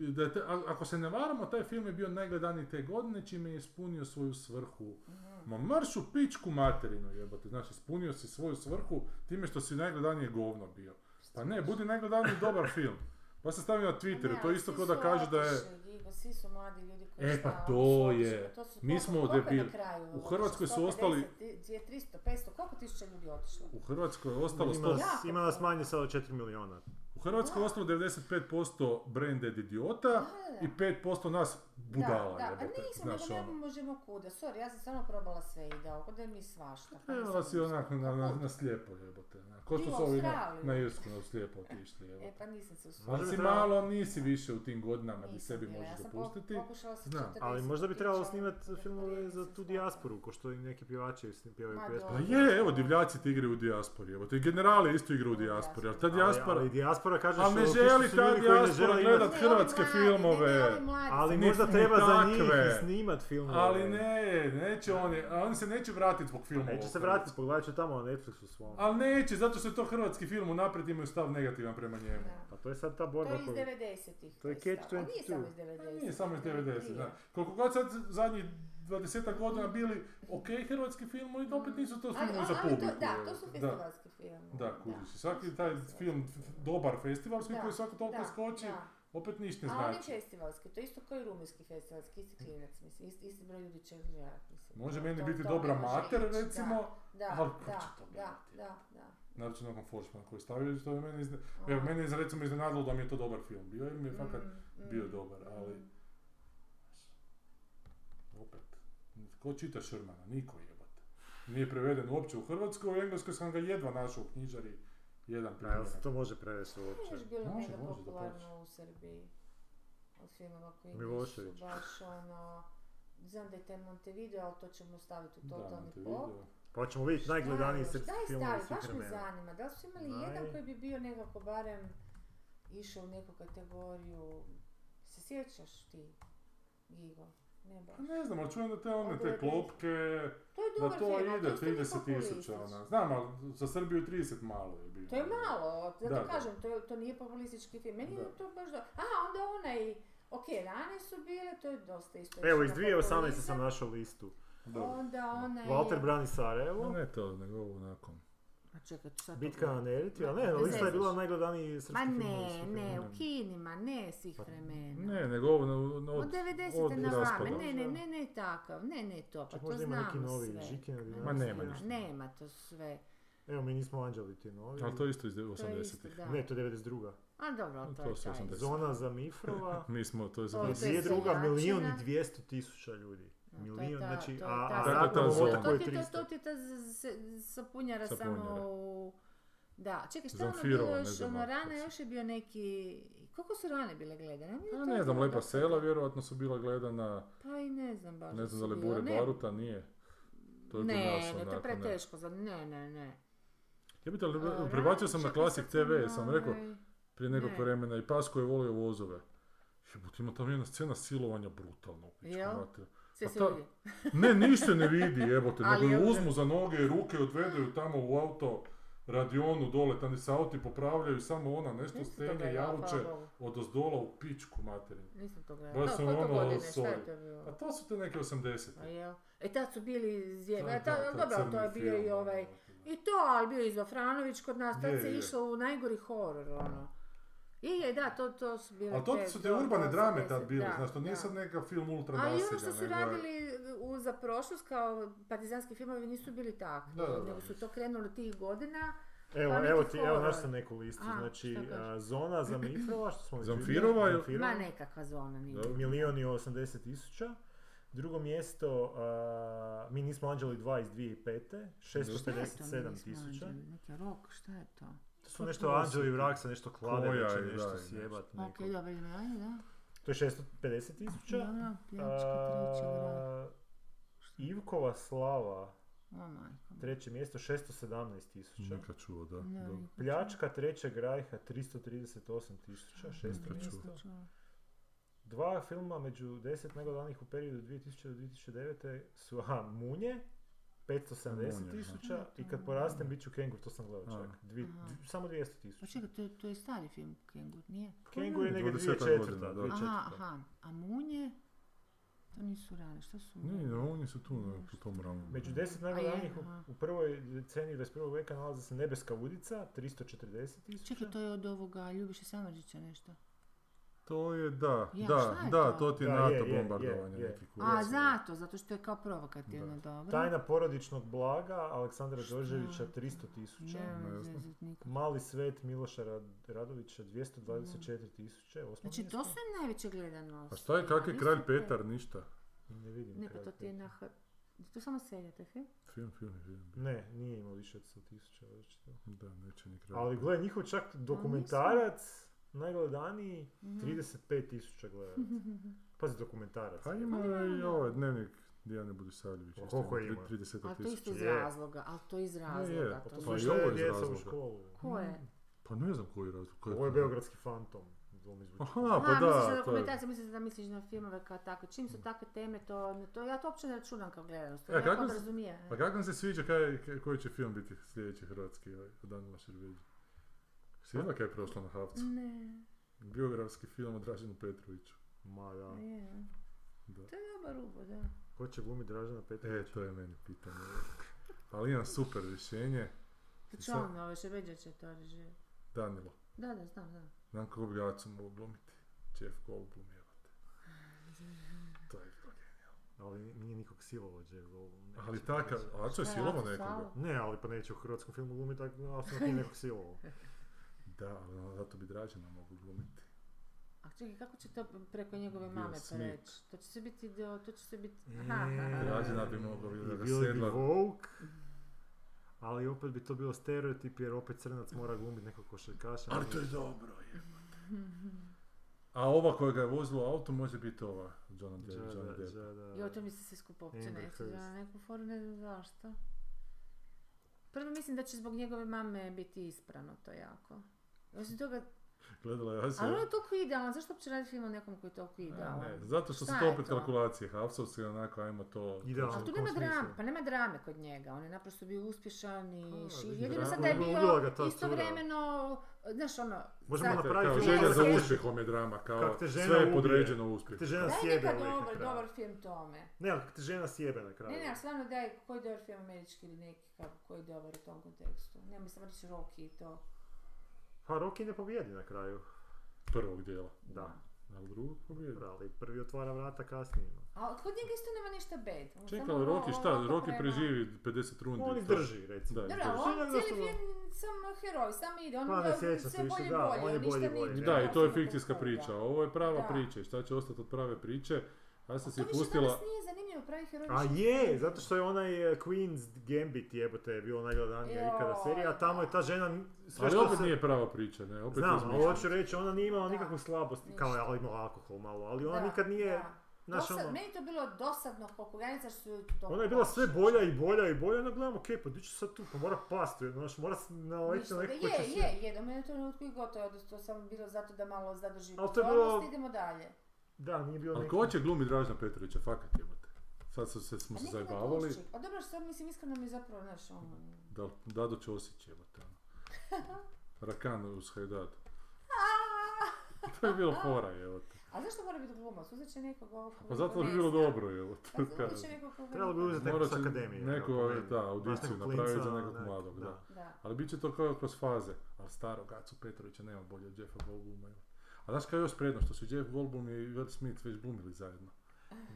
[SPEAKER 2] Da je te- a- ako se ne varamo, taj film je bio najgledaniji te godine, čime je ispunio svoju svrhu.
[SPEAKER 1] Mhm.
[SPEAKER 2] Ma marš u pičku materinu jebote, znači ispunio si svoju svrhu time što si najgledanije govno bio. Pa ne, budi najgledaniji dobar film. Pa se stavi na
[SPEAKER 1] Pa ne,
[SPEAKER 2] Twitteru, to je
[SPEAKER 1] ali
[SPEAKER 2] isto
[SPEAKER 1] svi
[SPEAKER 2] kao
[SPEAKER 1] su
[SPEAKER 2] da kaže da je...
[SPEAKER 1] otišli, Gigo, svi su mladi ljudi koji
[SPEAKER 2] E, pa
[SPEAKER 1] šta,
[SPEAKER 2] to
[SPEAKER 1] oni su otišli,
[SPEAKER 2] je.
[SPEAKER 1] pa to su
[SPEAKER 2] Mi
[SPEAKER 1] koliko-
[SPEAKER 2] smo
[SPEAKER 1] koliko je na
[SPEAKER 2] debili.
[SPEAKER 1] kraju
[SPEAKER 2] U
[SPEAKER 1] otišlo?
[SPEAKER 2] Hrvatskoj su ostali-
[SPEAKER 1] 150, 200, 300, 500, koliko tisuća ljudi je otišlo?
[SPEAKER 2] U Hrvatskoj je ostalo
[SPEAKER 3] Ima,
[SPEAKER 2] 100
[SPEAKER 1] Jako
[SPEAKER 3] ima nas manje sad od 4 miliona.
[SPEAKER 2] U Hrvatskoj je ostalo 95% branded idiota
[SPEAKER 1] Da, da.
[SPEAKER 2] i 5% nas budala
[SPEAKER 1] da, da,
[SPEAKER 2] jebote,
[SPEAKER 1] a nisam,
[SPEAKER 2] znaš
[SPEAKER 1] nego ne
[SPEAKER 2] ono.
[SPEAKER 1] možemo kuda, sorry, ja sam samo probala sve i da, da mi svašta. pa
[SPEAKER 2] Evo
[SPEAKER 1] nisam
[SPEAKER 2] E, vas je
[SPEAKER 1] ništa.
[SPEAKER 2] onako na, na,
[SPEAKER 1] Kako?
[SPEAKER 2] na slijepo jebote. ono. Ko što
[SPEAKER 1] Bilo
[SPEAKER 2] su ovi na,
[SPEAKER 1] Australiju.
[SPEAKER 2] na Irsku na slijepo otišli
[SPEAKER 1] E,
[SPEAKER 2] jebote.
[SPEAKER 1] pa nisam se usudila.
[SPEAKER 2] Ali
[SPEAKER 3] bi
[SPEAKER 2] si
[SPEAKER 3] trebalo-
[SPEAKER 2] malo, nisi više u tim godinama gdje
[SPEAKER 1] nisam
[SPEAKER 2] sebi
[SPEAKER 1] bila,
[SPEAKER 2] možeš
[SPEAKER 1] ja sam po-
[SPEAKER 2] dopustiti.
[SPEAKER 1] pokušala sam
[SPEAKER 2] Znam,
[SPEAKER 1] 40
[SPEAKER 3] Ali možda bi trebalo
[SPEAKER 1] tisuća
[SPEAKER 3] snimati filmove za tu
[SPEAKER 1] referenci,
[SPEAKER 3] dijasporu, ko što i neki pjevači s- pjevaju
[SPEAKER 1] Ma
[SPEAKER 3] pjesme.
[SPEAKER 1] dobro.
[SPEAKER 2] Pa je, evo, divljaci ti igre u dijaspori, evo, te generale isto igre u
[SPEAKER 1] U
[SPEAKER 2] dijaspori, ali ta
[SPEAKER 1] dijaspori.
[SPEAKER 2] Pa dijaspora,
[SPEAKER 3] Ali, ali dijaspora kažeš,
[SPEAKER 2] Ali ne
[SPEAKER 3] otišli su
[SPEAKER 2] želi ta
[SPEAKER 3] ljudi koji ne žele
[SPEAKER 2] dijaspora
[SPEAKER 3] gledat.
[SPEAKER 2] gledat.
[SPEAKER 1] Ne,
[SPEAKER 2] hrvatske
[SPEAKER 1] ovi mladi,
[SPEAKER 2] filmove.
[SPEAKER 1] ne, ne, ovi mladi
[SPEAKER 3] Ali
[SPEAKER 1] su-
[SPEAKER 2] Ne
[SPEAKER 3] možda
[SPEAKER 2] smi
[SPEAKER 3] treba za njih
[SPEAKER 2] takve.
[SPEAKER 3] i snimat filmove.
[SPEAKER 2] ali ne, neće oni, a oni se neće vratiti zbog filmova.
[SPEAKER 3] Neće se
[SPEAKER 2] u
[SPEAKER 3] vratiti, pogledat ću tamo na Netflixu svom.
[SPEAKER 2] Ali neće, zato što je to hrvatski film, unaprijed imaju stav negativan prema njemu.
[SPEAKER 1] Da.
[SPEAKER 3] Pa to je sad ta
[SPEAKER 1] To
[SPEAKER 3] borba
[SPEAKER 1] je iz
[SPEAKER 3] koju-
[SPEAKER 1] 90-ih.
[SPEAKER 3] To je
[SPEAKER 1] taj
[SPEAKER 3] Catch
[SPEAKER 1] stav. A Nije
[SPEAKER 3] 22.
[SPEAKER 1] samo iz
[SPEAKER 2] Pa
[SPEAKER 1] 90-ih.
[SPEAKER 2] Nije samo iz 90,
[SPEAKER 1] prije.
[SPEAKER 2] da. Koliko god sad zadnjih 20 godina bili ok hrvatski filmovi, opet nisu to
[SPEAKER 1] Mm. Ali-
[SPEAKER 2] filmovi
[SPEAKER 1] ali
[SPEAKER 2] za
[SPEAKER 1] to-
[SPEAKER 2] publiku.
[SPEAKER 1] Da,
[SPEAKER 2] jebote.
[SPEAKER 1] to su festivalski filmovi.
[SPEAKER 2] Da, kužiš. I Svaki taj film, f- dobar festivalski
[SPEAKER 1] Da,
[SPEAKER 2] koji svako toliko
[SPEAKER 1] da,
[SPEAKER 2] skoči,
[SPEAKER 1] da.
[SPEAKER 2] opet ništa ne
[SPEAKER 1] A oni
[SPEAKER 2] znači.
[SPEAKER 1] festivalski, to je isto kao i rumunski festivalski, isti klinac, mislim, isti, isti broj ljudi će gledati, mislim.
[SPEAKER 2] Može
[SPEAKER 1] To-
[SPEAKER 2] meni
[SPEAKER 1] to-
[SPEAKER 2] biti
[SPEAKER 1] to
[SPEAKER 2] dobra
[SPEAKER 1] ne može
[SPEAKER 2] mater,
[SPEAKER 1] ići, da,
[SPEAKER 2] recimo,
[SPEAKER 1] Da,
[SPEAKER 2] ali ko
[SPEAKER 1] da,
[SPEAKER 2] će to
[SPEAKER 1] da,
[SPEAKER 2] gledati?
[SPEAKER 1] da, da.
[SPEAKER 2] naročito nakon Foršmana koji stavio, što je meni, izne...
[SPEAKER 1] A.
[SPEAKER 2] Evo, meni je za- recimo iznenadilo da mi je to dobar film bio, jer mi je fakat
[SPEAKER 1] Mm, mm,
[SPEAKER 2] bio dobar, ali
[SPEAKER 1] mm.
[SPEAKER 2] opet, ko čita Šrmana? Niko jebate. Nije preveden uopće u Hrvatskoj, u Engleskoj sam ga jedva našao u knjižari, jedan
[SPEAKER 3] Pa jel
[SPEAKER 2] primjerak.
[SPEAKER 3] se to može prevesti
[SPEAKER 1] To je
[SPEAKER 3] uopće?
[SPEAKER 1] još bilo
[SPEAKER 2] Može,
[SPEAKER 1] mega
[SPEAKER 2] može, da
[SPEAKER 1] popularno u Srbiji. Od filmova koji nisu
[SPEAKER 3] Milošević.
[SPEAKER 1] baš ono... Znam da je taj Montevideo, ali to ćemo staviti u
[SPEAKER 2] Da,
[SPEAKER 1] totalni pop.
[SPEAKER 2] Montevideo.
[SPEAKER 3] Pa hoćemo vidjeti
[SPEAKER 1] Šta
[SPEAKER 3] najgledaniji
[SPEAKER 1] još?
[SPEAKER 3] srpski
[SPEAKER 1] Daj
[SPEAKER 3] film
[SPEAKER 1] stavi,
[SPEAKER 3] svih
[SPEAKER 1] baš me
[SPEAKER 3] vremena.
[SPEAKER 1] zanima. Da li su imali
[SPEAKER 3] Naj-
[SPEAKER 1] jedan koji bi bio nekako barem išao u neku kategoriju... Se sjećaš ti, Gigo? Ne baš.
[SPEAKER 2] Pa ne znam, ali čujem da te one,
[SPEAKER 1] Od
[SPEAKER 2] te
[SPEAKER 1] 90.
[SPEAKER 2] klopke,
[SPEAKER 1] To je
[SPEAKER 2] da
[SPEAKER 1] dobar
[SPEAKER 2] to
[SPEAKER 1] film, Pa ali
[SPEAKER 2] ide,
[SPEAKER 1] isto nije
[SPEAKER 2] 30 tisuća,
[SPEAKER 1] populistički.
[SPEAKER 2] ona. Znam, ali za Srbiju 30 malo je bilo.
[SPEAKER 1] To je malo, zato
[SPEAKER 2] Da, da.
[SPEAKER 1] kažem, to, je- to nije populistički film. Meni
[SPEAKER 2] Da.
[SPEAKER 1] je to baš do... A, onda onaj... Ok, rane su bile, to je dosta isto.
[SPEAKER 3] Evo,
[SPEAKER 1] išlo
[SPEAKER 3] iz
[SPEAKER 1] na
[SPEAKER 3] 2018.
[SPEAKER 1] populizam.
[SPEAKER 3] sam našao listu.
[SPEAKER 2] Dobro.
[SPEAKER 1] Onda onaj...
[SPEAKER 3] Walter brani
[SPEAKER 2] Ma
[SPEAKER 3] Sarajevo,
[SPEAKER 2] Pa Ne to, nego ovo nakon.
[SPEAKER 1] A čekaj, šta to
[SPEAKER 3] Bitka na
[SPEAKER 1] govori?
[SPEAKER 3] Neretvi, a ne,
[SPEAKER 1] Ne
[SPEAKER 3] lista je
[SPEAKER 1] znaš.
[SPEAKER 3] bila najgledaniji srpski
[SPEAKER 1] Ma
[SPEAKER 3] film.
[SPEAKER 1] ne, ne,
[SPEAKER 2] vremena.
[SPEAKER 1] u kinima, ne
[SPEAKER 3] Pa,
[SPEAKER 1] svih vremena.
[SPEAKER 2] Ne, nego ovo na, na,
[SPEAKER 1] Od 90. na
[SPEAKER 2] raspada.
[SPEAKER 1] vame, ne, ne, ne, ne takav, ne, ne to, pa
[SPEAKER 3] Čak
[SPEAKER 1] to
[SPEAKER 3] možda ima
[SPEAKER 1] znamo
[SPEAKER 3] neki novi
[SPEAKER 1] sve.
[SPEAKER 3] Žikina dinastija.
[SPEAKER 2] Ma nema
[SPEAKER 1] Ma
[SPEAKER 2] ništa.
[SPEAKER 1] Nema to sve.
[SPEAKER 3] Evo, mi nismo anđeli ti novi.
[SPEAKER 2] Ali to je isto iz
[SPEAKER 1] To je isto,
[SPEAKER 2] 80-ih.
[SPEAKER 1] da.
[SPEAKER 3] Ne, to je 92.
[SPEAKER 1] A dobro, ali to,
[SPEAKER 2] To
[SPEAKER 1] je
[SPEAKER 2] su
[SPEAKER 1] taj.
[SPEAKER 2] 80.
[SPEAKER 3] Zona za Mifrova.
[SPEAKER 2] Mi smo, to je za
[SPEAKER 1] To je
[SPEAKER 2] nas.
[SPEAKER 1] sve
[SPEAKER 3] Dvije druga,
[SPEAKER 1] seljačina.
[SPEAKER 3] milijun i dvijesto tisuća ljudi.
[SPEAKER 1] No, to je
[SPEAKER 3] Milijun,
[SPEAKER 1] ta-
[SPEAKER 3] znači,
[SPEAKER 1] to je
[SPEAKER 3] a,
[SPEAKER 1] ta zona.
[SPEAKER 3] a
[SPEAKER 1] Pa
[SPEAKER 2] Dakle, ta
[SPEAKER 3] ratno
[SPEAKER 2] zona.
[SPEAKER 3] ovo
[SPEAKER 1] To
[SPEAKER 3] je
[SPEAKER 1] ti je to,
[SPEAKER 3] 300.
[SPEAKER 1] to ti je ta z- z- sapunjara
[SPEAKER 2] Sapunjara.
[SPEAKER 1] samo u... Da, čekaj, šta je ono
[SPEAKER 2] Zamfirova,
[SPEAKER 1] bilo
[SPEAKER 2] ne
[SPEAKER 1] još,
[SPEAKER 2] znam
[SPEAKER 1] ono
[SPEAKER 2] kako
[SPEAKER 1] rane
[SPEAKER 2] se-
[SPEAKER 1] još je bio neki... Koliko su rane bile gledane? Meni je
[SPEAKER 2] Pa
[SPEAKER 1] to
[SPEAKER 2] ne znam,
[SPEAKER 1] bilo
[SPEAKER 2] Lepa
[SPEAKER 1] dosta-
[SPEAKER 2] sela vjerojatno su bila gledana,
[SPEAKER 1] Pa i ne znam baš.
[SPEAKER 2] ne
[SPEAKER 1] da
[SPEAKER 2] znam
[SPEAKER 1] su
[SPEAKER 2] da li
[SPEAKER 1] bile.
[SPEAKER 2] Bure
[SPEAKER 1] Ne,
[SPEAKER 2] Baruta, nije. To je kod
[SPEAKER 1] Ne,
[SPEAKER 2] nas
[SPEAKER 1] ne, to
[SPEAKER 2] onako,
[SPEAKER 1] je
[SPEAKER 2] ne.
[SPEAKER 1] preteško, za ne, ne, ne.
[SPEAKER 2] Jebite, ali
[SPEAKER 1] A,
[SPEAKER 2] prebacio sam na
[SPEAKER 1] čekaj,
[SPEAKER 2] Classic
[SPEAKER 1] sad
[SPEAKER 2] TV,
[SPEAKER 1] sam
[SPEAKER 2] sam rekao
[SPEAKER 1] ovaj-
[SPEAKER 2] prije nekog
[SPEAKER 1] Ne.
[SPEAKER 2] vremena i Pasko je volio vozove. Jebut, ima tamo jedna scena silovanja brutalno. u pičku
[SPEAKER 1] Jel?
[SPEAKER 2] mater.
[SPEAKER 1] Sve
[SPEAKER 2] Pa
[SPEAKER 1] se
[SPEAKER 2] ta-
[SPEAKER 1] vidi.
[SPEAKER 2] Ne, ništa ne vidi, jebote,
[SPEAKER 1] Ali
[SPEAKER 2] nego je
[SPEAKER 1] je
[SPEAKER 2] uzmu za noge i ruke, odvedu tamo u auto radionu dole, tamo se auti popravljaju, i samo ona nešto
[SPEAKER 1] Nisam to
[SPEAKER 2] stenje,
[SPEAKER 1] gledala, hvala
[SPEAKER 2] javuče
[SPEAKER 1] Bogu.
[SPEAKER 2] od ozdola u pičku materinu.
[SPEAKER 1] Nisam to gledala.
[SPEAKER 2] Baš
[SPEAKER 1] Da,
[SPEAKER 2] sam
[SPEAKER 1] koje to
[SPEAKER 2] ono,
[SPEAKER 1] godine, šta
[SPEAKER 2] sorry.
[SPEAKER 1] je to bilo?
[SPEAKER 2] A to su te neke 80.
[SPEAKER 1] A jel? E tad su bili zjevni,
[SPEAKER 2] Da,
[SPEAKER 1] a ta,
[SPEAKER 2] da, taj
[SPEAKER 1] dobro, ali to je
[SPEAKER 2] crni
[SPEAKER 1] bio
[SPEAKER 2] film,
[SPEAKER 1] i
[SPEAKER 2] ono,
[SPEAKER 1] ovaj,
[SPEAKER 2] jebote, da.
[SPEAKER 1] i to, ali bio je i Zafranović kod nas,
[SPEAKER 2] Je,
[SPEAKER 1] tad se
[SPEAKER 2] je.
[SPEAKER 1] išlo u najgori horor, ono. Je, je, da, to, to su bile
[SPEAKER 2] Ali to su te
[SPEAKER 1] do-
[SPEAKER 2] urbane
[SPEAKER 1] do
[SPEAKER 2] drame
[SPEAKER 1] 80,
[SPEAKER 2] tad bile,
[SPEAKER 1] da,
[SPEAKER 2] znaš, to nije
[SPEAKER 1] da.
[SPEAKER 2] sad nekakav film ultra
[SPEAKER 1] Ali
[SPEAKER 2] nasilja,
[SPEAKER 1] ono što su
[SPEAKER 2] nego je-
[SPEAKER 1] radili u, za prošlost kao partizanski filmovi nisu bili takvi,
[SPEAKER 2] Da, da, da,
[SPEAKER 1] nego su
[SPEAKER 2] nisu.
[SPEAKER 1] to krenuli tih godina.
[SPEAKER 3] Evo,
[SPEAKER 1] Pa neki
[SPEAKER 3] evo ti, evo
[SPEAKER 1] horor.
[SPEAKER 3] našao sam neku listu,
[SPEAKER 1] A,
[SPEAKER 3] znači
[SPEAKER 1] šta kažeš?
[SPEAKER 3] a, zona Zamifrova, što smo već
[SPEAKER 2] Zamfirova
[SPEAKER 3] vidjeli,
[SPEAKER 2] ili-
[SPEAKER 3] Zamfirova,
[SPEAKER 1] Ma nekakva zona nije.
[SPEAKER 2] Dobro.
[SPEAKER 3] milion i osamdeset tisuća. Drugo mjesto, a, mi nismo anđeli 2 iz 2005.
[SPEAKER 1] Šta je to,
[SPEAKER 3] 657
[SPEAKER 1] mi nismo
[SPEAKER 3] tisuća.
[SPEAKER 1] anđeli, neki rok, šta je to?
[SPEAKER 3] To su nešto anđeli vraksa, nešto klade,
[SPEAKER 2] Koja
[SPEAKER 3] da će
[SPEAKER 2] je, da,
[SPEAKER 3] nešto
[SPEAKER 2] i
[SPEAKER 3] sjebat.
[SPEAKER 1] Ok,
[SPEAKER 3] Pa neko.
[SPEAKER 1] dobro, ima, ajde, da.
[SPEAKER 3] To je 650 tisuća.
[SPEAKER 1] Dobro, pljačka, priča, grad.
[SPEAKER 3] A, Ivkova slava,
[SPEAKER 1] O majko. moja.
[SPEAKER 3] treće mjesto, 617 tisuća.
[SPEAKER 2] Nikad čuo, da.
[SPEAKER 1] Ne,
[SPEAKER 2] dobro.
[SPEAKER 1] nisam
[SPEAKER 3] Pljačka trećeg rajha 338 tisuća, šesto
[SPEAKER 2] Nikad
[SPEAKER 3] mjesto.
[SPEAKER 2] čuo.
[SPEAKER 1] čula.
[SPEAKER 3] Dva filma među deset najgledanih u periodu 2000 do 2009 su aha, Munje, 570
[SPEAKER 2] Munje,
[SPEAKER 3] tisuća
[SPEAKER 1] aha.
[SPEAKER 3] i kad porastem bit ću Kengur, to sam gledao čak.
[SPEAKER 2] A.
[SPEAKER 3] Dvi,
[SPEAKER 1] Aha.
[SPEAKER 3] dvi- samo 200
[SPEAKER 1] Pa
[SPEAKER 3] tisuća.
[SPEAKER 1] čekaj, to, je- to je stari film Kengur, nije?
[SPEAKER 3] Kengur je
[SPEAKER 2] ne,
[SPEAKER 3] negdje
[SPEAKER 2] 20-ak
[SPEAKER 3] 2004.
[SPEAKER 2] godina, da.
[SPEAKER 1] Aha,
[SPEAKER 3] 2004.
[SPEAKER 1] aha. A Munje? To nisu rane, šta su
[SPEAKER 2] Ne, oni su tu na, po tom rangu.
[SPEAKER 3] Među deset najgledanijih u, u prvoj deceniji 21. vijeka nalazi se Nebeska udica, 340 tisuća.
[SPEAKER 1] Čekaj, to je od ovoga Ljubiše Samardžića nešto.
[SPEAKER 2] To je, da,
[SPEAKER 1] Ja, šta
[SPEAKER 2] da,
[SPEAKER 1] je
[SPEAKER 2] da,
[SPEAKER 1] to?
[SPEAKER 2] to ti je
[SPEAKER 3] Da, je,
[SPEAKER 2] NATO
[SPEAKER 3] je, je,
[SPEAKER 2] bombardovanje
[SPEAKER 3] je.
[SPEAKER 2] neki
[SPEAKER 1] A,
[SPEAKER 2] kurac.
[SPEAKER 1] zato, zato što je kao provokativno, dobro.
[SPEAKER 3] Tajna porodičnog blaga, Aleksandra Đorđevića, 300 tisuća.
[SPEAKER 1] Nemam
[SPEAKER 2] Ne znam.
[SPEAKER 1] veze, nikako.
[SPEAKER 3] Mali svet Miloša Rad- Radovića, 224 tisuće, osmo
[SPEAKER 1] Znači, to su
[SPEAKER 3] mjesto.
[SPEAKER 1] im najveće gledanosti.
[SPEAKER 2] A Pa šta je, kak je
[SPEAKER 1] ali
[SPEAKER 2] kralj
[SPEAKER 1] super.
[SPEAKER 2] Petar, ništa.
[SPEAKER 3] Ne vidim.
[SPEAKER 1] Ne, pa
[SPEAKER 3] kraj
[SPEAKER 1] to ti je
[SPEAKER 3] toga.
[SPEAKER 1] na... H- To je samo serija, to je film?
[SPEAKER 2] Film, film, film.
[SPEAKER 3] Ne, nije imao više od 100 tisuća očito.
[SPEAKER 2] Da, neće ni kralj.
[SPEAKER 3] Ali gle, njihov čak dokumentarac, najgledaniji,
[SPEAKER 1] Mm. Mhm.
[SPEAKER 3] 35 tisuća gledalaca. Pazi, dokumentarac.
[SPEAKER 2] Pa ima i ovaj dnevnik Dijane Budisavljević.
[SPEAKER 3] Pa
[SPEAKER 2] isto
[SPEAKER 3] koliko
[SPEAKER 2] ima
[SPEAKER 3] ima?
[SPEAKER 2] tri- 30
[SPEAKER 1] Ali to isto iz
[SPEAKER 3] Je.
[SPEAKER 1] razloga, ali to iz razloga.
[SPEAKER 3] Pa
[SPEAKER 1] to
[SPEAKER 3] to su
[SPEAKER 2] Pa i
[SPEAKER 3] išle
[SPEAKER 2] ovo je iz
[SPEAKER 3] djeca u
[SPEAKER 2] razloga.
[SPEAKER 3] školu. Mm.
[SPEAKER 1] Ko je?
[SPEAKER 2] Pa ne znam koji razlog. koji
[SPEAKER 3] Ovo je
[SPEAKER 2] to-
[SPEAKER 3] Beogradski fantom. zlo mi zvuči.
[SPEAKER 2] Aha,
[SPEAKER 1] A,
[SPEAKER 2] pa
[SPEAKER 1] misliš na
[SPEAKER 2] da, to je.
[SPEAKER 1] dokumentarce, misliš da misliš na filmove kao tako. Čim su takve teme, to, to ja to uopće ne računam kao gledanost. To
[SPEAKER 2] E,
[SPEAKER 1] ja
[SPEAKER 2] kako-
[SPEAKER 1] podrazumijem.
[SPEAKER 2] Pa kako vam se sviđa kaj, kaj- koji će film biti sljedeći hrvatski ovaj, od Danila Šerbeđa? Si vidjela kaj je prošlo na Havcu?
[SPEAKER 1] Ne,
[SPEAKER 2] Biografski film o Draženu Petroviću.
[SPEAKER 3] Ma da.
[SPEAKER 1] je.
[SPEAKER 2] Da.
[SPEAKER 1] To je dobar uvod, da.
[SPEAKER 3] Ko će glumit Dražena
[SPEAKER 2] E,
[SPEAKER 3] Petrovića?
[SPEAKER 2] to je meni pitanje. Ali imam super rješenje.
[SPEAKER 1] To će
[SPEAKER 2] Sad-
[SPEAKER 1] on, ove Znači, ono, ovaj, Šebeđa će to režirati.
[SPEAKER 2] Danilo,
[SPEAKER 1] Da, da, znam, znam.
[SPEAKER 2] znam kako bi Acu mogao glumiti. Jeff Goldblum, evo te. To je bilo genijalno.
[SPEAKER 3] Ali nije nikog silovo Jeff Goldblum. neće
[SPEAKER 2] Ali takav,
[SPEAKER 3] reći.
[SPEAKER 2] Aco je
[SPEAKER 1] Šta je
[SPEAKER 2] silovo
[SPEAKER 1] Aco
[SPEAKER 2] nekoga.
[SPEAKER 1] Savo?
[SPEAKER 3] Ne, ali pa neće u hrvatskom filmu glumit tako, no, osim ako nije nekog silovo.
[SPEAKER 2] Da, ali ono, zato bi Dražena mogao glumiti.
[SPEAKER 1] A čekaj, kako će to preko njegove
[SPEAKER 2] Bio
[SPEAKER 1] mame to
[SPEAKER 2] Smith.
[SPEAKER 1] reći? To će se biti, do- to će se biti...
[SPEAKER 3] E,
[SPEAKER 1] Aha, aha, aha.
[SPEAKER 2] Dražena bi mogao
[SPEAKER 3] I
[SPEAKER 2] vidjeti da ga
[SPEAKER 3] bili bi
[SPEAKER 2] sedla.
[SPEAKER 3] woke, ali opet bi to bilo stereotip jer opet crnac mora glumit nekog košarkaša.
[SPEAKER 2] Ali to je dobro, jebote. A ova koja ga je vozila u auto može biti ova, John Depp.
[SPEAKER 3] Žada,
[SPEAKER 2] Johnny Depp.
[SPEAKER 3] žada.
[SPEAKER 1] I o to mi se sve skupo uopće
[SPEAKER 3] Amber
[SPEAKER 1] neće
[SPEAKER 3] Heard.
[SPEAKER 1] da neku foru, ne znam zašto. Prvo mislim da će zbog njegove mame biti isprano to jako. Osim toga,
[SPEAKER 2] Gledala ja se...
[SPEAKER 1] ali on je toliko idealan, zašto uopće radi film o nekom koji je toliko
[SPEAKER 2] A,
[SPEAKER 1] idealan?
[SPEAKER 2] ne, zato što su
[SPEAKER 1] ono. Šta
[SPEAKER 2] to
[SPEAKER 1] je
[SPEAKER 2] opet
[SPEAKER 1] to?
[SPEAKER 2] kalkulacije Havsovske, onako, ajmo to... Znači,
[SPEAKER 3] Idealno.
[SPEAKER 1] Ali tu
[SPEAKER 3] u kom
[SPEAKER 1] nema drame,
[SPEAKER 3] smislu?
[SPEAKER 1] pa nema drame kod njega, on je naprosto bio uspješan i
[SPEAKER 3] Pa,
[SPEAKER 1] šir.
[SPEAKER 3] vidi,
[SPEAKER 1] Jedino sad
[SPEAKER 3] drago,
[SPEAKER 1] da je
[SPEAKER 3] ubila ga ta
[SPEAKER 1] bio
[SPEAKER 3] cura.
[SPEAKER 1] istovremeno, znaš ono,
[SPEAKER 3] Možemo
[SPEAKER 1] sad-
[SPEAKER 2] Kao
[SPEAKER 3] napraviti
[SPEAKER 2] kao
[SPEAKER 1] film
[SPEAKER 2] želja
[SPEAKER 1] o
[SPEAKER 2] za
[SPEAKER 1] uspjehu.
[SPEAKER 2] uspjehom je drama, kao
[SPEAKER 3] Kak te žena
[SPEAKER 2] sve je
[SPEAKER 3] ubije.
[SPEAKER 2] podređeno
[SPEAKER 3] Kad
[SPEAKER 2] uspjehu.
[SPEAKER 3] te žena
[SPEAKER 1] Daj
[SPEAKER 3] sjebe
[SPEAKER 1] neka
[SPEAKER 3] uvijek na
[SPEAKER 1] dobar,
[SPEAKER 3] kraju.
[SPEAKER 1] dobar film tome.
[SPEAKER 3] Ne, ali kad te žena sjebe na kraju.
[SPEAKER 1] Ne, ne, ali stvarno daj koji dobar film američki ili neki kako, koji je dobar u tom kontekstu. Nemoj samo reći Rocky i to.
[SPEAKER 3] Pa Rocky ne pobijedi na kraju.
[SPEAKER 2] Prvog dijela.
[SPEAKER 3] Da.
[SPEAKER 2] Ali drugog pobjeda.
[SPEAKER 3] Dobro, Ali prvi otvara vrata kasnije. no.
[SPEAKER 1] A od kod njega isto nema ništa bed. On
[SPEAKER 2] Čekaj,
[SPEAKER 1] samo
[SPEAKER 2] ali
[SPEAKER 1] ovo-
[SPEAKER 2] Rocky šta?
[SPEAKER 1] ovako
[SPEAKER 2] Rocky
[SPEAKER 1] prema-
[SPEAKER 2] preživi 50 rundi.
[SPEAKER 3] On
[SPEAKER 2] to-
[SPEAKER 3] izdrži, recimo.
[SPEAKER 2] Da,
[SPEAKER 1] Dobro,
[SPEAKER 2] izdrži.
[SPEAKER 1] ali
[SPEAKER 3] Željam
[SPEAKER 1] on
[SPEAKER 3] da
[SPEAKER 1] cijeli
[SPEAKER 3] su-
[SPEAKER 1] film samo heroj, samo ide, on
[SPEAKER 3] Pa,
[SPEAKER 1] ga
[SPEAKER 3] ne sjećam se
[SPEAKER 1] sve
[SPEAKER 3] više,
[SPEAKER 1] bolje i
[SPEAKER 3] da,
[SPEAKER 1] bolje,
[SPEAKER 3] on je
[SPEAKER 1] ništa
[SPEAKER 3] bolje i
[SPEAKER 1] nije
[SPEAKER 3] bolje.
[SPEAKER 2] Da, i to je
[SPEAKER 1] posebno
[SPEAKER 2] fikcijska
[SPEAKER 1] posebno.
[SPEAKER 2] priča. Ovo je prava
[SPEAKER 1] Da.
[SPEAKER 2] priča. I šta će ostati od prave priče? Ja sam
[SPEAKER 1] To
[SPEAKER 2] si
[SPEAKER 1] više
[SPEAKER 2] pustila...
[SPEAKER 1] danas nije zanimljivo, pravi heroj.
[SPEAKER 3] A je, zato što je onaj eh, Queen's Gambit jebote je bio najgledanija ikada
[SPEAKER 1] Joj.
[SPEAKER 3] serija, a tamo je ta žena sve
[SPEAKER 2] Ali
[SPEAKER 3] što
[SPEAKER 2] opet
[SPEAKER 3] se...
[SPEAKER 2] nije prava priča, ne? Opet
[SPEAKER 3] Znam, ali
[SPEAKER 2] izmišljeno.
[SPEAKER 3] hoću reći, ona nije imala
[SPEAKER 1] Da.
[SPEAKER 3] nikakvu slabost, kao je, ali imala alkohol malo, ali ona
[SPEAKER 1] Da,
[SPEAKER 3] nikad nije,
[SPEAKER 1] da.
[SPEAKER 3] znaš
[SPEAKER 1] Dosad-
[SPEAKER 3] ono,
[SPEAKER 1] Meni je to bilo dosadno koliko granica što su to...
[SPEAKER 3] ona je bila sve
[SPEAKER 1] pokušali.
[SPEAKER 3] bolja i bolja i bolja, onda gledam, okej, pa di ću sad tu, pa mora pasti, znaš, mora se naletiti
[SPEAKER 1] Ništa,
[SPEAKER 3] na
[SPEAKER 1] da
[SPEAKER 3] neko ko
[SPEAKER 1] je,
[SPEAKER 3] će se...
[SPEAKER 1] je, je, do mene to ne i gotovo, odnosno to samo bilo zato da malo zadržim
[SPEAKER 3] Ali to je bilo-
[SPEAKER 1] pozornost, idemo dalje.
[SPEAKER 3] Da, nije bilo
[SPEAKER 2] Ali
[SPEAKER 3] neko...
[SPEAKER 2] ko hoće glumi Dražna Petrovića, fakat jebote. Sad su se, smo
[SPEAKER 1] A
[SPEAKER 2] se
[SPEAKER 1] nekad
[SPEAKER 2] zajebavali.
[SPEAKER 1] odluči. A dobro, što mislim, iskreno mi je zapravo, znaš, ono,
[SPEAKER 2] Da, Dado Ćosić jebote. ono. Rakan uz Hajdad. To je bilo fora jebote.
[SPEAKER 1] A A zašto mora biti glumac? Uzet će nekog ovog...
[SPEAKER 2] Pa zato bi bilo dobro, jel?
[SPEAKER 1] Pa uzet će nekog koga
[SPEAKER 3] Trebalo bi
[SPEAKER 1] ne zna.
[SPEAKER 3] uzeti nekog
[SPEAKER 2] Morat
[SPEAKER 3] s
[SPEAKER 2] će
[SPEAKER 3] akademije.
[SPEAKER 2] neko,
[SPEAKER 3] evo, po meni.
[SPEAKER 2] da, audiciju
[SPEAKER 3] Nekog
[SPEAKER 2] napraviti za
[SPEAKER 3] klinca,
[SPEAKER 2] nekog
[SPEAKER 3] nek-
[SPEAKER 2] mladog, da.
[SPEAKER 1] Da.
[SPEAKER 2] Ali bit će to kao kroz faze. Ali starog Gacu Petrovića nema bolje od Jeffa Goldbluma. jel? A znaš kao je još prednost, što su Jeff Goldblum i Will Smith već glumili zajedno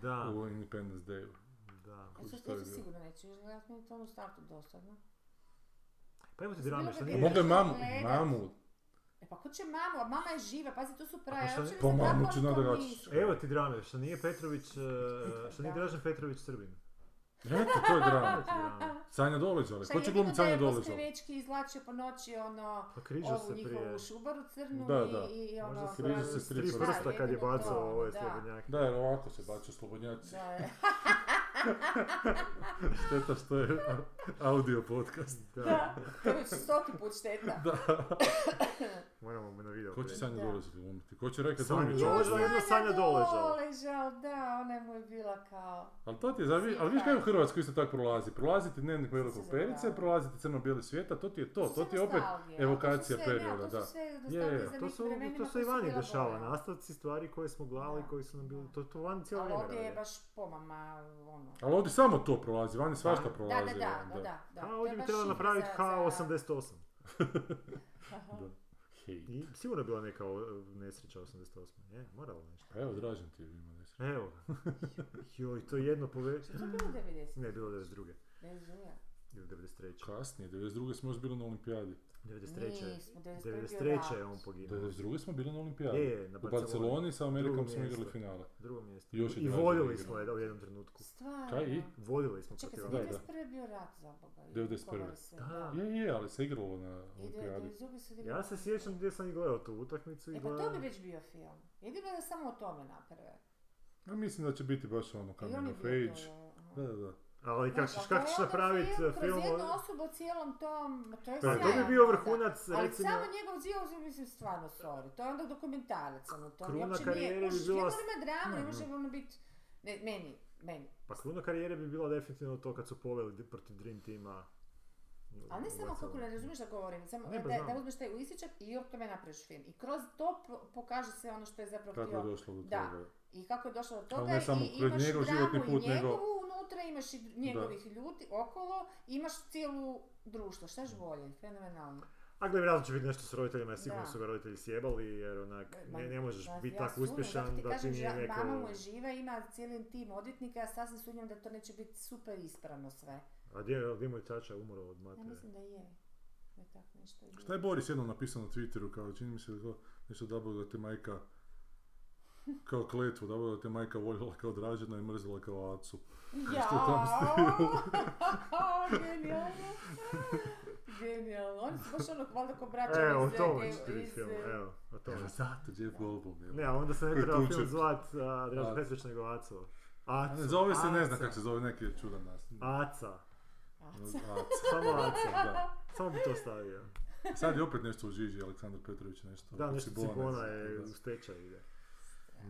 [SPEAKER 3] Da,
[SPEAKER 2] u Independence Dayu.
[SPEAKER 3] da.
[SPEAKER 1] E sad
[SPEAKER 2] Šta je
[SPEAKER 1] ti
[SPEAKER 2] bilo?
[SPEAKER 1] sigurno neću još gledat, meni je to ono u startu dosadno.
[SPEAKER 3] Pa imate
[SPEAKER 1] Bilo
[SPEAKER 3] drame,
[SPEAKER 1] bi
[SPEAKER 3] što
[SPEAKER 1] bilo
[SPEAKER 2] A
[SPEAKER 3] nije...
[SPEAKER 2] mogla je mamu,
[SPEAKER 1] gledat.
[SPEAKER 2] mamu,
[SPEAKER 1] E pa ko će mamu, a mama je živa, pazi tu su pravi, ja
[SPEAKER 3] šta-
[SPEAKER 1] uopće
[SPEAKER 2] Pa
[SPEAKER 1] nisam
[SPEAKER 2] mamu
[SPEAKER 1] kako
[SPEAKER 2] će
[SPEAKER 1] oni to
[SPEAKER 2] nadagačiti.
[SPEAKER 1] misle.
[SPEAKER 3] Evo ti drame, što nije Petrović, eh, što nije
[SPEAKER 1] Da.
[SPEAKER 3] Dražen Petrović Srbin.
[SPEAKER 2] Eto, to je
[SPEAKER 3] Evo
[SPEAKER 2] drama.
[SPEAKER 3] ti drame.
[SPEAKER 2] Sanja Doležale,
[SPEAKER 1] Šta
[SPEAKER 2] ko će glumiti Sanja
[SPEAKER 1] jedino da je
[SPEAKER 2] Doležale?
[SPEAKER 1] poskrivečki izvlačio po noći ono,
[SPEAKER 3] Pa križu
[SPEAKER 1] ovu
[SPEAKER 3] se prije...
[SPEAKER 1] njihovu šubaru crnu
[SPEAKER 2] Da,
[SPEAKER 1] i-
[SPEAKER 2] da.
[SPEAKER 1] i, ono...
[SPEAKER 3] Možda se
[SPEAKER 2] Križu
[SPEAKER 1] pravi-
[SPEAKER 2] se
[SPEAKER 3] križu s tri
[SPEAKER 2] stripove.
[SPEAKER 3] prsta kad je
[SPEAKER 1] Da, jedino
[SPEAKER 3] bacao
[SPEAKER 1] to,
[SPEAKER 3] ovaj
[SPEAKER 1] da.
[SPEAKER 3] slobodnjak.
[SPEAKER 2] Da, jer ovako se bače slobodnjaci.
[SPEAKER 1] Da, je.
[SPEAKER 2] Šteta što je audio podcast.
[SPEAKER 3] Da,
[SPEAKER 1] to je već stoti put šteta.
[SPEAKER 2] Da.
[SPEAKER 3] moramo mu na video.
[SPEAKER 2] Ko će Sanja
[SPEAKER 3] prenijeti.
[SPEAKER 1] Da.
[SPEAKER 2] Doležale glumiti? Ko će rekati
[SPEAKER 3] Sanja
[SPEAKER 2] Sanja
[SPEAKER 3] Doležale.
[SPEAKER 2] Doležale?
[SPEAKER 3] Doležala, jedna Sanja Doležala.
[SPEAKER 1] Doležal, da, ona je mu je bila kao...
[SPEAKER 2] Ali to ti je, zavi- ali vidiš kaj u Hrvatskoj isto tako prolazi. Prolazi ti dnevnik velikog
[SPEAKER 1] se
[SPEAKER 2] perice,
[SPEAKER 1] zaboravili.
[SPEAKER 2] prolazi ti crno-bijeli svijeta, to ti je to. To ti je opet evokacija perioda, da.
[SPEAKER 1] To su sve
[SPEAKER 2] Je, je,
[SPEAKER 1] nostalgije za
[SPEAKER 3] To
[SPEAKER 1] nekim
[SPEAKER 3] su,
[SPEAKER 1] vremenima
[SPEAKER 3] to se i
[SPEAKER 1] koja su
[SPEAKER 3] vani
[SPEAKER 1] bila
[SPEAKER 3] dešava,
[SPEAKER 1] bolja.
[SPEAKER 3] nastavci stvari koje smo gledali,
[SPEAKER 1] Da.
[SPEAKER 3] koji su nam bili, to, to vani cijelo
[SPEAKER 1] Ali
[SPEAKER 3] vrijeme
[SPEAKER 1] ovdje je
[SPEAKER 3] rade.
[SPEAKER 1] baš pomama, ono...
[SPEAKER 2] Ali ovdje samo to prolazi, vani svašta
[SPEAKER 3] Da,
[SPEAKER 1] Da,
[SPEAKER 2] prolazi. ono,
[SPEAKER 1] da, da, da,
[SPEAKER 2] jel,
[SPEAKER 1] da. da.
[SPEAKER 3] A
[SPEAKER 1] To
[SPEAKER 3] ovdje
[SPEAKER 1] je
[SPEAKER 3] bi
[SPEAKER 1] baš
[SPEAKER 3] trebalo
[SPEAKER 1] šik
[SPEAKER 3] napraviti
[SPEAKER 1] za- za-
[SPEAKER 3] K88.
[SPEAKER 1] Aha.
[SPEAKER 2] Da. Hej.
[SPEAKER 3] I sigurno je bila neka o- nesreća 88. Je, moralo nešto.
[SPEAKER 2] Pa evo, dražen ti je ima nešto.
[SPEAKER 3] Evo. Joj, to je jedno poveće.
[SPEAKER 1] Što je to bilo 90?
[SPEAKER 3] Ne, bilo 92.
[SPEAKER 1] Ne znam.
[SPEAKER 3] Ili 93.
[SPEAKER 2] Kasnije, 92. smo još bili na olimpijadi.
[SPEAKER 3] 93.
[SPEAKER 1] Nismo,
[SPEAKER 3] 93. je on poginuo.
[SPEAKER 2] 92. smo bili na olimpijadi.
[SPEAKER 3] Je, je, na
[SPEAKER 2] U Barceloni sa
[SPEAKER 3] Drugo
[SPEAKER 2] Amerikom smo
[SPEAKER 3] mjesto.
[SPEAKER 2] igrali finale.
[SPEAKER 3] Drugo mjesto.
[SPEAKER 2] I još je
[SPEAKER 3] I
[SPEAKER 2] Dražen
[SPEAKER 3] vodili
[SPEAKER 2] igrao.
[SPEAKER 3] smo je da, u jednom trenutku.
[SPEAKER 1] Stvarno.
[SPEAKER 2] Kaj i?
[SPEAKER 3] Vodili smo
[SPEAKER 1] Čekaj,
[SPEAKER 3] protiv
[SPEAKER 1] se
[SPEAKER 2] Da, da.
[SPEAKER 3] Amerike.
[SPEAKER 1] 91. je bio rat za Boga.
[SPEAKER 2] 91..
[SPEAKER 3] Da.
[SPEAKER 1] Da.
[SPEAKER 2] Je, je, ali se igralo na
[SPEAKER 1] I
[SPEAKER 2] olimpijadi.
[SPEAKER 1] 92. su odigrali.
[SPEAKER 3] Ja se sjećam gdje sam i gledao tu utakmicu i
[SPEAKER 1] E pa to bi
[SPEAKER 3] gledao.
[SPEAKER 1] već bio film. Jedino da samo o tome naprave.
[SPEAKER 2] Ja mislim da će biti baš ono
[SPEAKER 1] I on
[SPEAKER 2] coming
[SPEAKER 1] je
[SPEAKER 2] of
[SPEAKER 1] bio
[SPEAKER 2] age.
[SPEAKER 1] to, aha.
[SPEAKER 2] Da, da, da.
[SPEAKER 3] Ali kako
[SPEAKER 1] Znaš,
[SPEAKER 3] ćeš,
[SPEAKER 1] ako
[SPEAKER 3] kak
[SPEAKER 1] je
[SPEAKER 3] ćeš
[SPEAKER 1] onda
[SPEAKER 3] napraviti film,
[SPEAKER 1] Kroz jednu
[SPEAKER 3] o-
[SPEAKER 1] osobu o cijelom tom, ma to je
[SPEAKER 2] Da,
[SPEAKER 3] Pa
[SPEAKER 2] da.
[SPEAKER 1] sjajan.
[SPEAKER 3] to bi bio
[SPEAKER 1] da.
[SPEAKER 3] vrhunac,
[SPEAKER 1] Ali
[SPEAKER 3] recimo...
[SPEAKER 1] samo njegov život, mislim, stvarno, sorry. To je onda dokumentarac, ono, to
[SPEAKER 3] Kruna
[SPEAKER 1] uopće nije,
[SPEAKER 3] karijere bi
[SPEAKER 1] kužiš, film
[SPEAKER 3] bila s-
[SPEAKER 1] ima dramu, ne
[SPEAKER 2] Mhm.
[SPEAKER 1] može ono biti, ne, meni, meni.
[SPEAKER 3] Pa kruna karijere bi bila definitivno to kad su poveli di- protiv Dream Teama.
[SPEAKER 1] Ali ne samo kako ne razumiješ da govorim, samo
[SPEAKER 3] Ne, pa
[SPEAKER 1] da,
[SPEAKER 3] znam.
[SPEAKER 1] da uzmeš taj uisičak i o tome napraviš film. I kroz to po- pokaže se ono što je zapravo
[SPEAKER 2] Kako je
[SPEAKER 1] htio
[SPEAKER 2] došlo do
[SPEAKER 1] Da.
[SPEAKER 2] toga.
[SPEAKER 1] i kako je došlo do
[SPEAKER 2] Ali
[SPEAKER 1] toga
[SPEAKER 2] ne samo
[SPEAKER 1] i
[SPEAKER 2] kroz
[SPEAKER 1] imaš
[SPEAKER 2] njegov
[SPEAKER 1] dramu
[SPEAKER 2] životni put,
[SPEAKER 1] i
[SPEAKER 2] nego-
[SPEAKER 1] njegovu unutra, imaš i dr- njegovih ljudi okolo, imaš cijelu društvo, šta je bolje, fenomenalno.
[SPEAKER 3] A gledaj, vjerojatno će biti nešto s roditeljima, sigurno
[SPEAKER 1] Da.
[SPEAKER 3] su ga roditelji sjebali, jer onak,
[SPEAKER 1] Ma,
[SPEAKER 3] ne, ne možeš
[SPEAKER 1] znaš,
[SPEAKER 3] biti
[SPEAKER 1] ja
[SPEAKER 3] tako
[SPEAKER 1] sumnjam, zato
[SPEAKER 3] uspješan
[SPEAKER 1] ti
[SPEAKER 3] da ti
[SPEAKER 1] kažem,
[SPEAKER 3] nije
[SPEAKER 1] ža-
[SPEAKER 3] neko...
[SPEAKER 1] Mama mu je živa, ima cijeli tim odvjetnika, ja sasvim sumnjam da to neće biti super ispravno sve.
[SPEAKER 3] A gdje je gdje mu je tača umro od
[SPEAKER 1] Ja
[SPEAKER 3] matere?
[SPEAKER 1] mislim da je. Da je tako nešto. je
[SPEAKER 2] Šta je
[SPEAKER 1] bilo.
[SPEAKER 2] Boris jednom napisao na Twitteru, kao čini mi se da to nešto da da te majka kao kletvu, da da te majka voljela kao dražena i mrzila kao acu. Nešto je tamo
[SPEAKER 1] Jao, genijalno. Genijalno. Oni su baš ono, valjda ko braća
[SPEAKER 3] Evo, o
[SPEAKER 1] iz,
[SPEAKER 3] tome
[SPEAKER 1] iz-
[SPEAKER 3] će ti biti
[SPEAKER 1] iz- eh,
[SPEAKER 3] film, evo, o tome.
[SPEAKER 2] Evo, zato Jeff Goldblum. jel?
[SPEAKER 3] Ne, a onda se ne
[SPEAKER 2] Koji
[SPEAKER 3] treba film
[SPEAKER 2] tuček.
[SPEAKER 3] zvat a, Dražen
[SPEAKER 2] Aco.
[SPEAKER 3] Petrović nego Aco.
[SPEAKER 2] A
[SPEAKER 3] Aco.
[SPEAKER 2] ne, zove se, ne
[SPEAKER 3] Aca.
[SPEAKER 2] znam kako se zove, neki je čudan nas.
[SPEAKER 3] Aca.
[SPEAKER 1] Aca.
[SPEAKER 3] Samo Aca.
[SPEAKER 2] da.
[SPEAKER 3] Samo bi to stavio.
[SPEAKER 2] Sad je opet nešto u Žiži, Aleksandar Petrović nešto.
[SPEAKER 3] Da,
[SPEAKER 2] oko
[SPEAKER 3] nešto
[SPEAKER 2] Cibone,
[SPEAKER 3] Cibona
[SPEAKER 2] ne
[SPEAKER 3] je
[SPEAKER 2] znam,
[SPEAKER 3] u stečaju ide.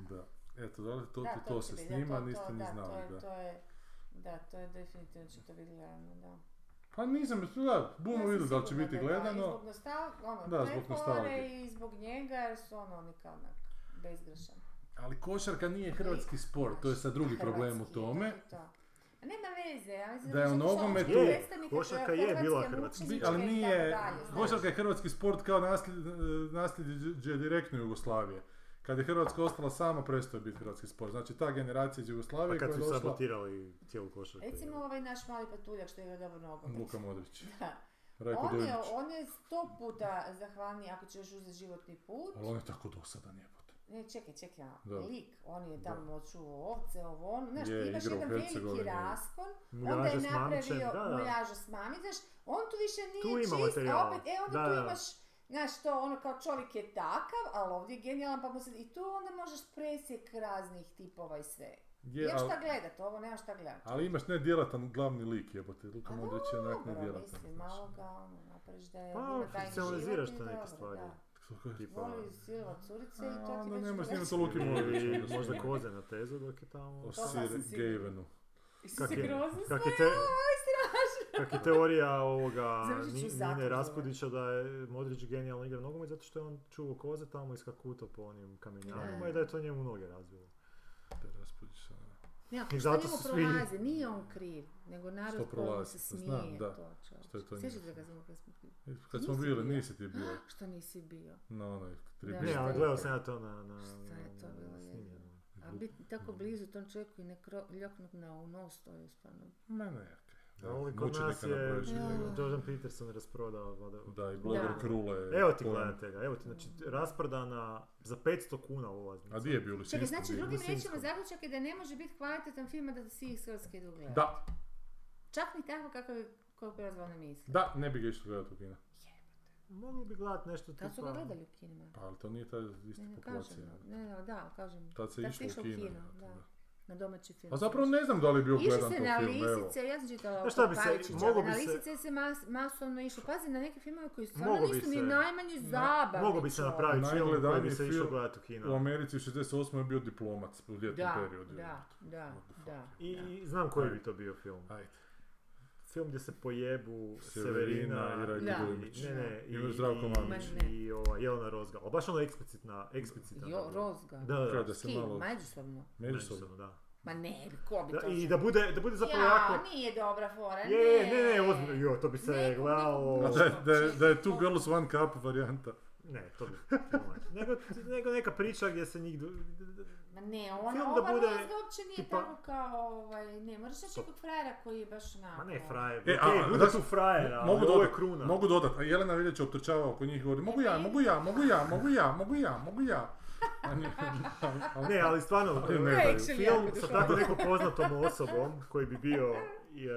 [SPEAKER 2] Da. Da. Eto, da li to,
[SPEAKER 1] Da,
[SPEAKER 2] to, to
[SPEAKER 1] će
[SPEAKER 2] se
[SPEAKER 1] biti,
[SPEAKER 2] snima,
[SPEAKER 1] to- to-
[SPEAKER 2] niste ni
[SPEAKER 1] da, to
[SPEAKER 2] znali.
[SPEAKER 1] je-
[SPEAKER 2] Da.
[SPEAKER 1] To je, da, to je definitivno će to biti gledano, da.
[SPEAKER 2] Pa nisam, da,
[SPEAKER 1] Ja
[SPEAKER 2] budemo
[SPEAKER 1] sam
[SPEAKER 2] vidjeli da li će
[SPEAKER 1] sigurna
[SPEAKER 2] biti
[SPEAKER 1] da, i
[SPEAKER 2] gledano.
[SPEAKER 1] zbog nostal, ono,
[SPEAKER 2] Da, zbog
[SPEAKER 1] prepore
[SPEAKER 2] nostalgije.
[SPEAKER 1] I zbog njega, jer su ono, oni kao onak, bezgrešan.
[SPEAKER 2] Ali košarka nije hrvatski sport, to je sad drugi problem u
[SPEAKER 1] Hrvatski je,
[SPEAKER 2] tome.
[SPEAKER 1] to je to. A nema veze, ja mislim
[SPEAKER 2] Da je u
[SPEAKER 1] zato što
[SPEAKER 2] nogometu-
[SPEAKER 1] ono
[SPEAKER 3] Je,
[SPEAKER 1] predstavnika
[SPEAKER 3] košarka je bila
[SPEAKER 1] Hrvatske,
[SPEAKER 3] hrvatska.
[SPEAKER 1] mučeničke
[SPEAKER 2] Ali
[SPEAKER 1] i tako
[SPEAKER 2] nije,
[SPEAKER 1] dalje, znaš.
[SPEAKER 2] košarka je hrvatski sport kao nasljeđe nasljeđe direktno Jugoslavije. Kad je Hrvatska ostala sama, prestao je biti hrvatski sport. Znači ta generacija iz
[SPEAKER 3] Pa
[SPEAKER 2] Jugoslavije
[SPEAKER 3] kad
[SPEAKER 2] koja je
[SPEAKER 3] su
[SPEAKER 2] došla...
[SPEAKER 3] sabotirali cijelu košarku.
[SPEAKER 1] Recimo ovaj naš mali patuljak što je dobro nogomet.
[SPEAKER 2] Luka Modrić,
[SPEAKER 1] Da.
[SPEAKER 2] Rajko
[SPEAKER 1] On je,
[SPEAKER 2] Dojić.
[SPEAKER 1] on je sto puta zahvalniji ako ćeš uzeti životni put.
[SPEAKER 2] Ali on je tako dosadan jebote.
[SPEAKER 1] Ne, čekaj, čekaj, a,
[SPEAKER 2] Da.
[SPEAKER 1] lik, on je tamo čuvao ovce, ovo, ono, znaš,
[SPEAKER 2] Je,
[SPEAKER 1] ti imaš
[SPEAKER 2] igrao u
[SPEAKER 1] jedan veliki
[SPEAKER 2] Hercegovini.
[SPEAKER 1] raspon, onda
[SPEAKER 3] Muljaže
[SPEAKER 1] je
[SPEAKER 3] s Mamićem,
[SPEAKER 1] napravio
[SPEAKER 3] da, da.
[SPEAKER 1] muljažu s mami, znaš, on tu više
[SPEAKER 3] Tu
[SPEAKER 1] nije
[SPEAKER 3] ima
[SPEAKER 1] čist, a
[SPEAKER 3] materijala.
[SPEAKER 1] opet, e, onda
[SPEAKER 3] Da,
[SPEAKER 1] tu
[SPEAKER 3] da.
[SPEAKER 1] imaš, znaš, to, ono, kao čovjek je takav, ali ovdje je genijalan, pa mu se, i tu onda možeš presjek raznih tipova i sve.
[SPEAKER 2] Je,
[SPEAKER 1] Nemaš
[SPEAKER 2] ali,
[SPEAKER 1] šta gledat, ovo nema šta gledat.
[SPEAKER 2] ali imaš nedjelatan glavni lik jebote. Luka
[SPEAKER 1] A
[SPEAKER 2] Modrić je onak
[SPEAKER 1] Dobro,
[SPEAKER 2] nedjelatan.
[SPEAKER 1] mislim,
[SPEAKER 2] znaš.
[SPEAKER 1] malo ga, ono, napraviš da je,
[SPEAKER 3] Pa,
[SPEAKER 1] ima tajni život
[SPEAKER 3] fikcionaliziraš
[SPEAKER 1] i
[SPEAKER 3] te neke
[SPEAKER 1] dobro,
[SPEAKER 3] stvari.
[SPEAKER 1] da.
[SPEAKER 2] Kako je-
[SPEAKER 3] Tipa, ono.
[SPEAKER 1] Voli silovat curice i
[SPEAKER 2] A,
[SPEAKER 1] to ti
[SPEAKER 2] onda
[SPEAKER 1] već
[SPEAKER 2] nemaš
[SPEAKER 1] drugačije.
[SPEAKER 2] njima to Luki Modrić. onda
[SPEAKER 3] možda
[SPEAKER 2] si-
[SPEAKER 3] koze na tezu dok je tamo.
[SPEAKER 2] O
[SPEAKER 1] To sasvim
[SPEAKER 2] Sir
[SPEAKER 1] sigurno.
[SPEAKER 2] Gavenu.
[SPEAKER 1] Isuse,
[SPEAKER 3] Kak je,
[SPEAKER 1] grozno
[SPEAKER 3] kak
[SPEAKER 1] sve,
[SPEAKER 3] je te,
[SPEAKER 1] oj, strašno.
[SPEAKER 3] Kak je teorija ovoga
[SPEAKER 1] Završit ću
[SPEAKER 3] Ni-
[SPEAKER 1] u zatvoru,
[SPEAKER 3] Nine
[SPEAKER 1] ovaj.
[SPEAKER 3] Raspudića da je Modrić genijalno igra nogomet zato što je on čuo koze tamo iz Kakuto po onim kamenjanima
[SPEAKER 1] Da.
[SPEAKER 3] i da je to njemu noge razbilo.
[SPEAKER 2] Te ono. raspudiš sad.
[SPEAKER 1] Ne, ako
[SPEAKER 3] I
[SPEAKER 1] što
[SPEAKER 3] zato
[SPEAKER 1] njemu
[SPEAKER 3] su svi-
[SPEAKER 1] prolaze, nije on kriv, nego narod
[SPEAKER 2] Što
[SPEAKER 1] kojemu
[SPEAKER 2] prolazi,
[SPEAKER 1] se
[SPEAKER 2] pa
[SPEAKER 1] smije
[SPEAKER 2] znam, da.
[SPEAKER 1] to čovječe.
[SPEAKER 2] Što je to
[SPEAKER 1] Sjećate
[SPEAKER 2] njih.
[SPEAKER 1] ga samo kad smo bili?
[SPEAKER 2] I Kad smo
[SPEAKER 1] Nisi
[SPEAKER 2] bili,
[SPEAKER 1] bio.
[SPEAKER 2] nisi ti bio
[SPEAKER 1] Što nisi bio?
[SPEAKER 2] na onoj
[SPEAKER 1] Da.
[SPEAKER 2] tribini.
[SPEAKER 3] Ne,
[SPEAKER 1] šta
[SPEAKER 3] ali
[SPEAKER 1] je
[SPEAKER 3] gledao
[SPEAKER 1] to?
[SPEAKER 3] sam ja to na, na,
[SPEAKER 1] Šta je to
[SPEAKER 3] na- na
[SPEAKER 1] bilo, je?
[SPEAKER 3] snimljenom.
[SPEAKER 1] A biti tako blizu tom čovjeku i ne kro- ljognut na u nos, to je stvarno...
[SPEAKER 2] Ma nekaj.
[SPEAKER 3] A Ovdje kod nas
[SPEAKER 2] Mučenika
[SPEAKER 3] je
[SPEAKER 2] nabrojiš.
[SPEAKER 1] Ja.
[SPEAKER 3] Jordan Peterson rasprodao valjda.
[SPEAKER 2] Da, i Bloger
[SPEAKER 1] Da.
[SPEAKER 2] Krule.
[SPEAKER 3] Evo ti
[SPEAKER 2] Pojam.
[SPEAKER 3] gledatelja, evo ti, znači rasprodana za 500 kuna ulaznica.
[SPEAKER 2] A di je bio Lisinsko?
[SPEAKER 1] Čekaj, znači
[SPEAKER 2] bio?
[SPEAKER 1] drugim
[SPEAKER 3] Lisinsko.
[SPEAKER 1] riječima zaključak je da ne može biti kvalitetan film, a da si ih Hrvatske idu gledati.
[SPEAKER 2] Da,
[SPEAKER 1] Čak ni tako kako je koliko je razvojna misli.
[SPEAKER 2] da, ne bi ga išli gledati u kina.
[SPEAKER 3] Mogli bi gledat nešto tipa...
[SPEAKER 1] Kad su ga gledali u kinima?
[SPEAKER 2] Pa, ali to nije ta
[SPEAKER 1] Ne,
[SPEAKER 2] ista
[SPEAKER 1] ne,
[SPEAKER 2] populacija.
[SPEAKER 1] kažem. Ne, ne, da, kažem.
[SPEAKER 2] Tad se
[SPEAKER 1] Tad
[SPEAKER 2] išlo u kino. eto,
[SPEAKER 1] da.
[SPEAKER 2] da.
[SPEAKER 1] Na domaći film.
[SPEAKER 2] A zapravo ne znam da li je bio
[SPEAKER 1] Išli
[SPEAKER 2] gledan
[SPEAKER 1] se
[SPEAKER 2] to
[SPEAKER 1] na
[SPEAKER 2] film, evo.
[SPEAKER 1] lisice, ja sam čitala
[SPEAKER 3] Znaš šta bi
[SPEAKER 1] oko
[SPEAKER 3] se-
[SPEAKER 1] Pajičića,
[SPEAKER 3] moglo
[SPEAKER 1] na
[SPEAKER 3] bi se-
[SPEAKER 1] lisice se mas, masovno išlo. Pazi, na neke filmove koji stvarno
[SPEAKER 3] Moglo bi
[SPEAKER 1] nisu ni
[SPEAKER 3] se-
[SPEAKER 1] najmanji zabavni.
[SPEAKER 3] Mogao bi se
[SPEAKER 1] čovječe.
[SPEAKER 3] napraviti film koji bi
[SPEAKER 2] Najgledaniji
[SPEAKER 3] se išao
[SPEAKER 2] film
[SPEAKER 3] gledat u
[SPEAKER 2] U
[SPEAKER 3] kino.
[SPEAKER 2] Americi u 68. je bio diplomac u ljetnom
[SPEAKER 1] Da,
[SPEAKER 2] periodu.
[SPEAKER 1] da, da, da.
[SPEAKER 3] I, i znam koji bi to bio film.
[SPEAKER 2] Ajde.
[SPEAKER 3] Film gdje se pojebu
[SPEAKER 2] Severina
[SPEAKER 3] Severina
[SPEAKER 2] i Rajko
[SPEAKER 1] Da.
[SPEAKER 2] Dulimić.
[SPEAKER 3] Ne, ne,
[SPEAKER 2] I Zdravko Mamić.
[SPEAKER 1] Ma ne.
[SPEAKER 3] i ova Jelena Rozga. Ali baš ono eksplicitna, eksplicitna.
[SPEAKER 1] Jo, rozga.
[SPEAKER 3] Da, da, da.
[SPEAKER 2] Kada
[SPEAKER 1] S
[SPEAKER 2] se
[SPEAKER 1] kim?
[SPEAKER 2] malo...
[SPEAKER 1] Međusobno.
[SPEAKER 2] Međusobno.
[SPEAKER 3] da.
[SPEAKER 1] Ma ne, ko bi
[SPEAKER 3] Da,
[SPEAKER 1] to
[SPEAKER 3] I
[SPEAKER 1] želio?
[SPEAKER 3] da bude, da bude zapravo jako...
[SPEAKER 1] Ja, nije dobra fora,
[SPEAKER 3] Je, ne, ne, ozbiljno, jo, to bi se
[SPEAKER 1] Nekom,
[SPEAKER 3] gledalo...
[SPEAKER 1] nekom
[SPEAKER 2] A da, je- da, je- da je tu
[SPEAKER 1] Ovo.
[SPEAKER 2] Girls One Cup varijanta.
[SPEAKER 3] Ne, to bi... nego, nego neka priča gdje se njih... du-
[SPEAKER 1] Ma ne, ona,
[SPEAKER 3] Film
[SPEAKER 1] ova
[SPEAKER 3] da bude
[SPEAKER 1] Rozga uopće nije
[SPEAKER 3] tipa- Pa-
[SPEAKER 1] tako kao, ovaj, ne, moraš naći nekog frajera koji je baš onako...
[SPEAKER 3] Ma ne, frajer.
[SPEAKER 2] E,
[SPEAKER 3] E,
[SPEAKER 2] a,
[SPEAKER 3] Okej,
[SPEAKER 2] da
[SPEAKER 3] bude
[SPEAKER 2] su-
[SPEAKER 3] tu frajera, ali
[SPEAKER 2] mogu
[SPEAKER 3] ovo je
[SPEAKER 2] dodat,
[SPEAKER 3] kruna.
[SPEAKER 2] Mogu dodat, a Jelena Viljeć je optrčava oko njih i govori mogu ja, mogu ja, mogu ja, mogu ja, mogu ja, mogu ja. A nije-
[SPEAKER 3] Ne, ali stvarno,
[SPEAKER 2] Ali ne
[SPEAKER 3] e,
[SPEAKER 2] daju.
[SPEAKER 3] film sa tako nekom poznatom osobom koji bi bio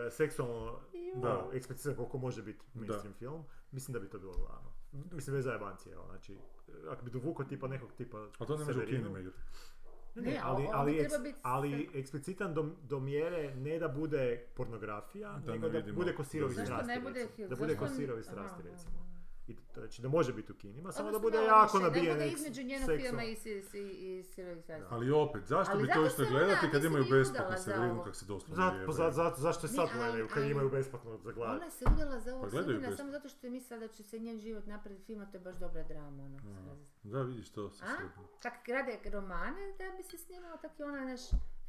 [SPEAKER 3] e, seksualno
[SPEAKER 2] Da.
[SPEAKER 3] da. eksplicitan koliko može biti mainstream film, mislim da bi to bilo glavno. Mislim, bez zajebancije, evo, znači, ako bi dovuko tipa nekog tipa
[SPEAKER 2] A to ne može u
[SPEAKER 3] Severinu-
[SPEAKER 2] kinima igrat.
[SPEAKER 3] Ne, ne,
[SPEAKER 1] Ne,
[SPEAKER 3] ali,
[SPEAKER 1] ovo
[SPEAKER 3] ali,
[SPEAKER 1] bi
[SPEAKER 3] eks-
[SPEAKER 1] trebao biti
[SPEAKER 3] ali eksplicitan do, do mjere ne da bude pornografija,
[SPEAKER 2] Da
[SPEAKER 3] nego
[SPEAKER 2] ne
[SPEAKER 3] da
[SPEAKER 2] vidimo.
[SPEAKER 3] bude ko sirovi
[SPEAKER 2] Zašto
[SPEAKER 3] strasti,
[SPEAKER 1] ne bude
[SPEAKER 3] recimo.
[SPEAKER 1] hil-
[SPEAKER 3] Da bude ko
[SPEAKER 1] zašto-
[SPEAKER 3] sirovi
[SPEAKER 1] aha,
[SPEAKER 3] strasti,
[SPEAKER 1] aha.
[SPEAKER 3] recimo. I, to- znači, da može biti u kinima, samo da
[SPEAKER 1] Odnosno
[SPEAKER 3] bude
[SPEAKER 1] malo
[SPEAKER 3] jako
[SPEAKER 1] više,
[SPEAKER 3] nabijen
[SPEAKER 1] Da bude
[SPEAKER 3] eks-
[SPEAKER 1] između njenog
[SPEAKER 3] seksualno.
[SPEAKER 1] filma i, si, si, i Sirovi sastava.
[SPEAKER 2] Ali opet, zašto
[SPEAKER 1] Ali
[SPEAKER 2] bi to
[SPEAKER 1] zato
[SPEAKER 2] išli
[SPEAKER 1] se ona
[SPEAKER 2] gledati kad
[SPEAKER 1] nisi
[SPEAKER 2] imaju
[SPEAKER 1] ni
[SPEAKER 2] besplatno
[SPEAKER 1] udala za
[SPEAKER 2] Severinu
[SPEAKER 1] ovo.
[SPEAKER 2] kak se doslovno
[SPEAKER 3] Zato,
[SPEAKER 2] jebe.
[SPEAKER 3] pa za- zato, zašto je
[SPEAKER 1] Ne,
[SPEAKER 3] sad
[SPEAKER 1] ali-
[SPEAKER 3] gledaju, kad
[SPEAKER 1] ali-
[SPEAKER 3] imaju besplatno za gledanje.
[SPEAKER 1] Ona se udala za ovo
[SPEAKER 2] Pa gledaju
[SPEAKER 1] Sudina
[SPEAKER 2] bez-
[SPEAKER 1] samo zato što je mislila da će se njen život naprijed filma, to je baš dobra drama.
[SPEAKER 3] Mhm.
[SPEAKER 1] Ono, mm.
[SPEAKER 2] Da, vidiš to se
[SPEAKER 1] A?
[SPEAKER 2] sretno.
[SPEAKER 1] Čak rade romane da bi se snimala, tak i ona naš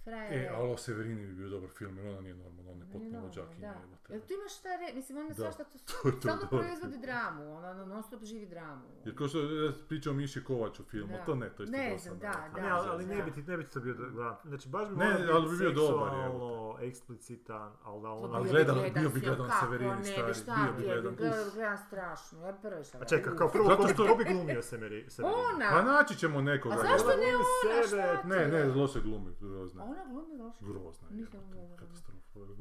[SPEAKER 1] frajer.
[SPEAKER 2] E, ali o Severini bi bio dobar film jer ona nije normalna, ona je potpuno
[SPEAKER 1] Normalno,
[SPEAKER 2] vođakinja.
[SPEAKER 1] da.
[SPEAKER 2] jebote.
[SPEAKER 1] Jel tu imaš šta re... Mislim, ona
[SPEAKER 2] Da.
[SPEAKER 1] svašta to...
[SPEAKER 2] To je to,
[SPEAKER 1] Stalno
[SPEAKER 2] dobro.
[SPEAKER 1] proizvodi dramu, ona ono, non stop živi dramu.
[SPEAKER 2] Jer kao što je pričao Miši Kovač u filmu,
[SPEAKER 1] Da.
[SPEAKER 2] to ne, to je isto
[SPEAKER 1] Ne
[SPEAKER 2] dosadno.
[SPEAKER 1] znam, da,
[SPEAKER 2] To
[SPEAKER 3] A
[SPEAKER 2] je
[SPEAKER 3] Ne,
[SPEAKER 1] da.
[SPEAKER 3] ali, ali ne
[SPEAKER 1] Da.
[SPEAKER 3] bi ti, ne bi ti to bio gledan. Znači, baš bi
[SPEAKER 2] Ne,
[SPEAKER 3] morao biti
[SPEAKER 2] ali bi bio dobar,
[SPEAKER 3] seksualno, eksplicitan, ali da
[SPEAKER 1] To
[SPEAKER 3] ono...
[SPEAKER 1] bio bi
[SPEAKER 2] gledam-
[SPEAKER 1] gledan
[SPEAKER 2] bio bi
[SPEAKER 1] film,
[SPEAKER 2] gledan
[SPEAKER 1] kako
[SPEAKER 2] Severin,
[SPEAKER 1] ne,
[SPEAKER 2] stari,
[SPEAKER 1] bi šta
[SPEAKER 2] bio bi
[SPEAKER 1] bio bi
[SPEAKER 2] gledan,
[SPEAKER 1] gledam- gledam strašno, ja prvi šta
[SPEAKER 3] Pa čekaj,
[SPEAKER 1] gledam.
[SPEAKER 3] kao prvo,
[SPEAKER 2] Zato
[SPEAKER 3] ko bi,
[SPEAKER 2] što-
[SPEAKER 3] ko bi glumio Severi- Severinu?
[SPEAKER 1] Ona!
[SPEAKER 2] Pa naći ćemo nekoga.
[SPEAKER 1] A
[SPEAKER 2] jebote.
[SPEAKER 1] zašto ne
[SPEAKER 3] Glumi
[SPEAKER 1] ona,
[SPEAKER 3] sebe.
[SPEAKER 1] šta ti
[SPEAKER 2] Ne, ne,
[SPEAKER 1] je?
[SPEAKER 2] zlo se glumi,
[SPEAKER 1] A
[SPEAKER 2] grozno. je.
[SPEAKER 1] Ona glumi loše.
[SPEAKER 2] Grozno je,
[SPEAKER 1] Nisam Pa
[SPEAKER 2] jebote,
[SPEAKER 1] gledala.
[SPEAKER 2] katastrofa.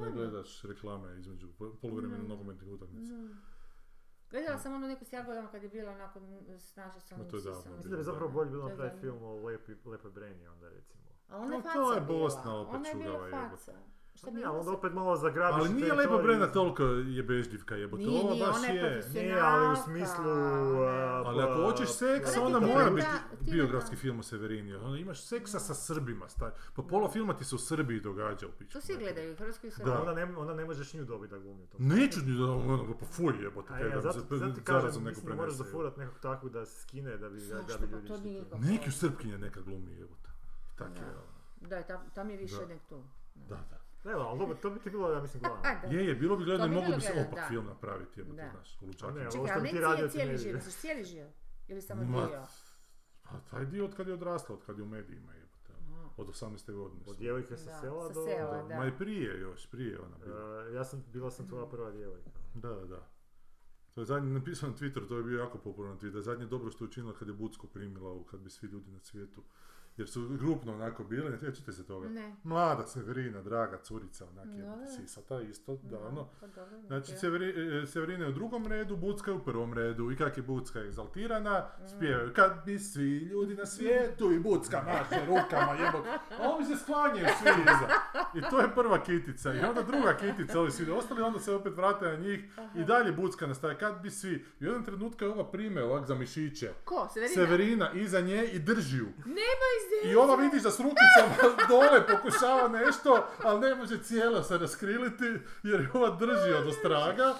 [SPEAKER 2] Ne gledaš reklame između poluvremena nogometnih utakmica.
[SPEAKER 1] Gledala sam onu neku s Jagodom kad je bila onako m, s naša sam
[SPEAKER 2] Ma to je davno bilo.
[SPEAKER 3] Mislim da bi zapravo bolje bilo
[SPEAKER 1] To je
[SPEAKER 3] napraviti
[SPEAKER 1] zadnje.
[SPEAKER 3] film o Lepi, Lepoj Breni onda recimo.
[SPEAKER 1] A ona je
[SPEAKER 2] No, to
[SPEAKER 1] faca
[SPEAKER 2] je
[SPEAKER 1] bila.
[SPEAKER 2] Bosna opet
[SPEAKER 1] Ona je bila
[SPEAKER 2] čugava, jebote.
[SPEAKER 1] faca. Šta bi
[SPEAKER 3] Pa Ne, ali
[SPEAKER 1] ona
[SPEAKER 3] onda
[SPEAKER 1] sad-
[SPEAKER 3] opet malo zagrabiš
[SPEAKER 2] Ali
[SPEAKER 3] u
[SPEAKER 2] nije
[SPEAKER 3] teritoriju.
[SPEAKER 2] lepa Brena toliko jebežljivka jebote,
[SPEAKER 1] Nije,
[SPEAKER 2] ova
[SPEAKER 1] nije,
[SPEAKER 2] baš
[SPEAKER 1] ona je
[SPEAKER 2] je.
[SPEAKER 1] profesionalka.
[SPEAKER 3] Ne, ali u smislu... a,
[SPEAKER 2] Ali ako
[SPEAKER 3] pa-
[SPEAKER 2] hoćeš seks,
[SPEAKER 1] Ali
[SPEAKER 2] onda
[SPEAKER 1] ti
[SPEAKER 2] mora
[SPEAKER 1] da-
[SPEAKER 2] biti
[SPEAKER 1] da, ti
[SPEAKER 2] biografski
[SPEAKER 1] da-
[SPEAKER 2] film o Severini. Onda imaš seksa sa Srbima, stari. Pa pola filma ti se u Srbiji događa u pičku.
[SPEAKER 1] To svi
[SPEAKER 2] materinu.
[SPEAKER 1] gledaju, i Hrvatskoj i
[SPEAKER 3] Pa
[SPEAKER 1] Srbiji.
[SPEAKER 3] Onda ne, onda ne možeš nju dobiti da glumi to.
[SPEAKER 2] Neću ni da ono, pa fuj jebote,
[SPEAKER 3] A
[SPEAKER 2] kaj
[SPEAKER 3] ja,
[SPEAKER 2] da za-
[SPEAKER 3] zato, zato ti
[SPEAKER 2] zarazu
[SPEAKER 3] kažem,
[SPEAKER 2] neko
[SPEAKER 3] mislim da moraš
[SPEAKER 2] prenese.
[SPEAKER 3] zafurat nekog takvog da se skine da bi, ga- da
[SPEAKER 1] Zašto?
[SPEAKER 3] bi
[SPEAKER 1] Pa
[SPEAKER 3] ljudi
[SPEAKER 1] to
[SPEAKER 3] išli
[SPEAKER 1] nije
[SPEAKER 3] tu.
[SPEAKER 1] nikako.
[SPEAKER 2] Neki u Srpkinje nekad glumi jebote. Tak je. ono.
[SPEAKER 1] Da, tam, tam je više
[SPEAKER 2] Da.
[SPEAKER 1] nek tu.
[SPEAKER 2] Da, da.
[SPEAKER 3] Ne, ali dobro, to bi ti bilo, ja mislim, glavno.
[SPEAKER 1] A, da.
[SPEAKER 2] Je, je, bilo bi gledano
[SPEAKER 1] To
[SPEAKER 2] i
[SPEAKER 1] bi
[SPEAKER 2] mogu
[SPEAKER 1] bilo
[SPEAKER 2] bi se
[SPEAKER 1] gledano,
[SPEAKER 2] opak
[SPEAKER 1] da.
[SPEAKER 2] film napraviti, jebote,
[SPEAKER 1] Da.
[SPEAKER 2] znaš, ulučačak.
[SPEAKER 3] A ne, ovo
[SPEAKER 1] Čekaj,
[SPEAKER 3] što
[SPEAKER 1] ali
[SPEAKER 3] bi
[SPEAKER 1] ne
[SPEAKER 3] ti
[SPEAKER 1] cijeli,
[SPEAKER 3] radio ti ne
[SPEAKER 1] cijeli
[SPEAKER 3] bi
[SPEAKER 1] život,
[SPEAKER 3] bilo.
[SPEAKER 1] znači cijeli život. Ili samo
[SPEAKER 2] Ma,
[SPEAKER 1] dio.
[SPEAKER 2] pa taj dio od kad je odrasla, od kad je u medijima jebote. ono. Od 18. godine.
[SPEAKER 3] Od
[SPEAKER 2] su.
[SPEAKER 3] djevojke
[SPEAKER 1] Da,
[SPEAKER 3] sa sela
[SPEAKER 1] sa
[SPEAKER 3] do...
[SPEAKER 1] sela.
[SPEAKER 2] Da,
[SPEAKER 1] Da.
[SPEAKER 2] Ma i prije još, prije ona
[SPEAKER 3] do-
[SPEAKER 2] bila.
[SPEAKER 3] E, ja sam, bila sam
[SPEAKER 1] Mm.
[SPEAKER 3] tvoja prva djevojka.
[SPEAKER 2] Da, da, da. To je zadnje napisano na Twitteru, to je bio jako popularan tweet, da je zadnje dobro što je učinila kad je Bucko primila ovu, kad bi svi ljudi na svijetu, jer su grupno onako bili, ne sjećate se toga?
[SPEAKER 1] Ne.
[SPEAKER 2] Mlada Severina, draga curica, onak
[SPEAKER 1] Da,
[SPEAKER 2] je
[SPEAKER 1] da.
[SPEAKER 2] sisata, isto, davno.
[SPEAKER 1] Pa dobro,
[SPEAKER 2] Znači,
[SPEAKER 1] ok.
[SPEAKER 2] Severi- e, Severina je u drugom redu, Bucka je u prvom redu. I kak je Bucka egzaltirana, spjevaju kad bi svi ljudi na svijetu i Bucka maše rukama jebot. A ovi se sklanjaju svi iza. I to je prva kitica. I onda druga kitica, ovi svi ostali, onda se opet vrate na njih. I dalje Bucka nastaje, kad bi svi. I u jednom trenutku je ova prime ovak za mišiće.
[SPEAKER 1] Ko? Severina?
[SPEAKER 2] Severina iza nje i drži ju.
[SPEAKER 1] Nemoj
[SPEAKER 2] I ona vidiš da s rukicama dole pokušava nešto, ali ne može cijelo se raskriliti jer je ova drži od ostraga.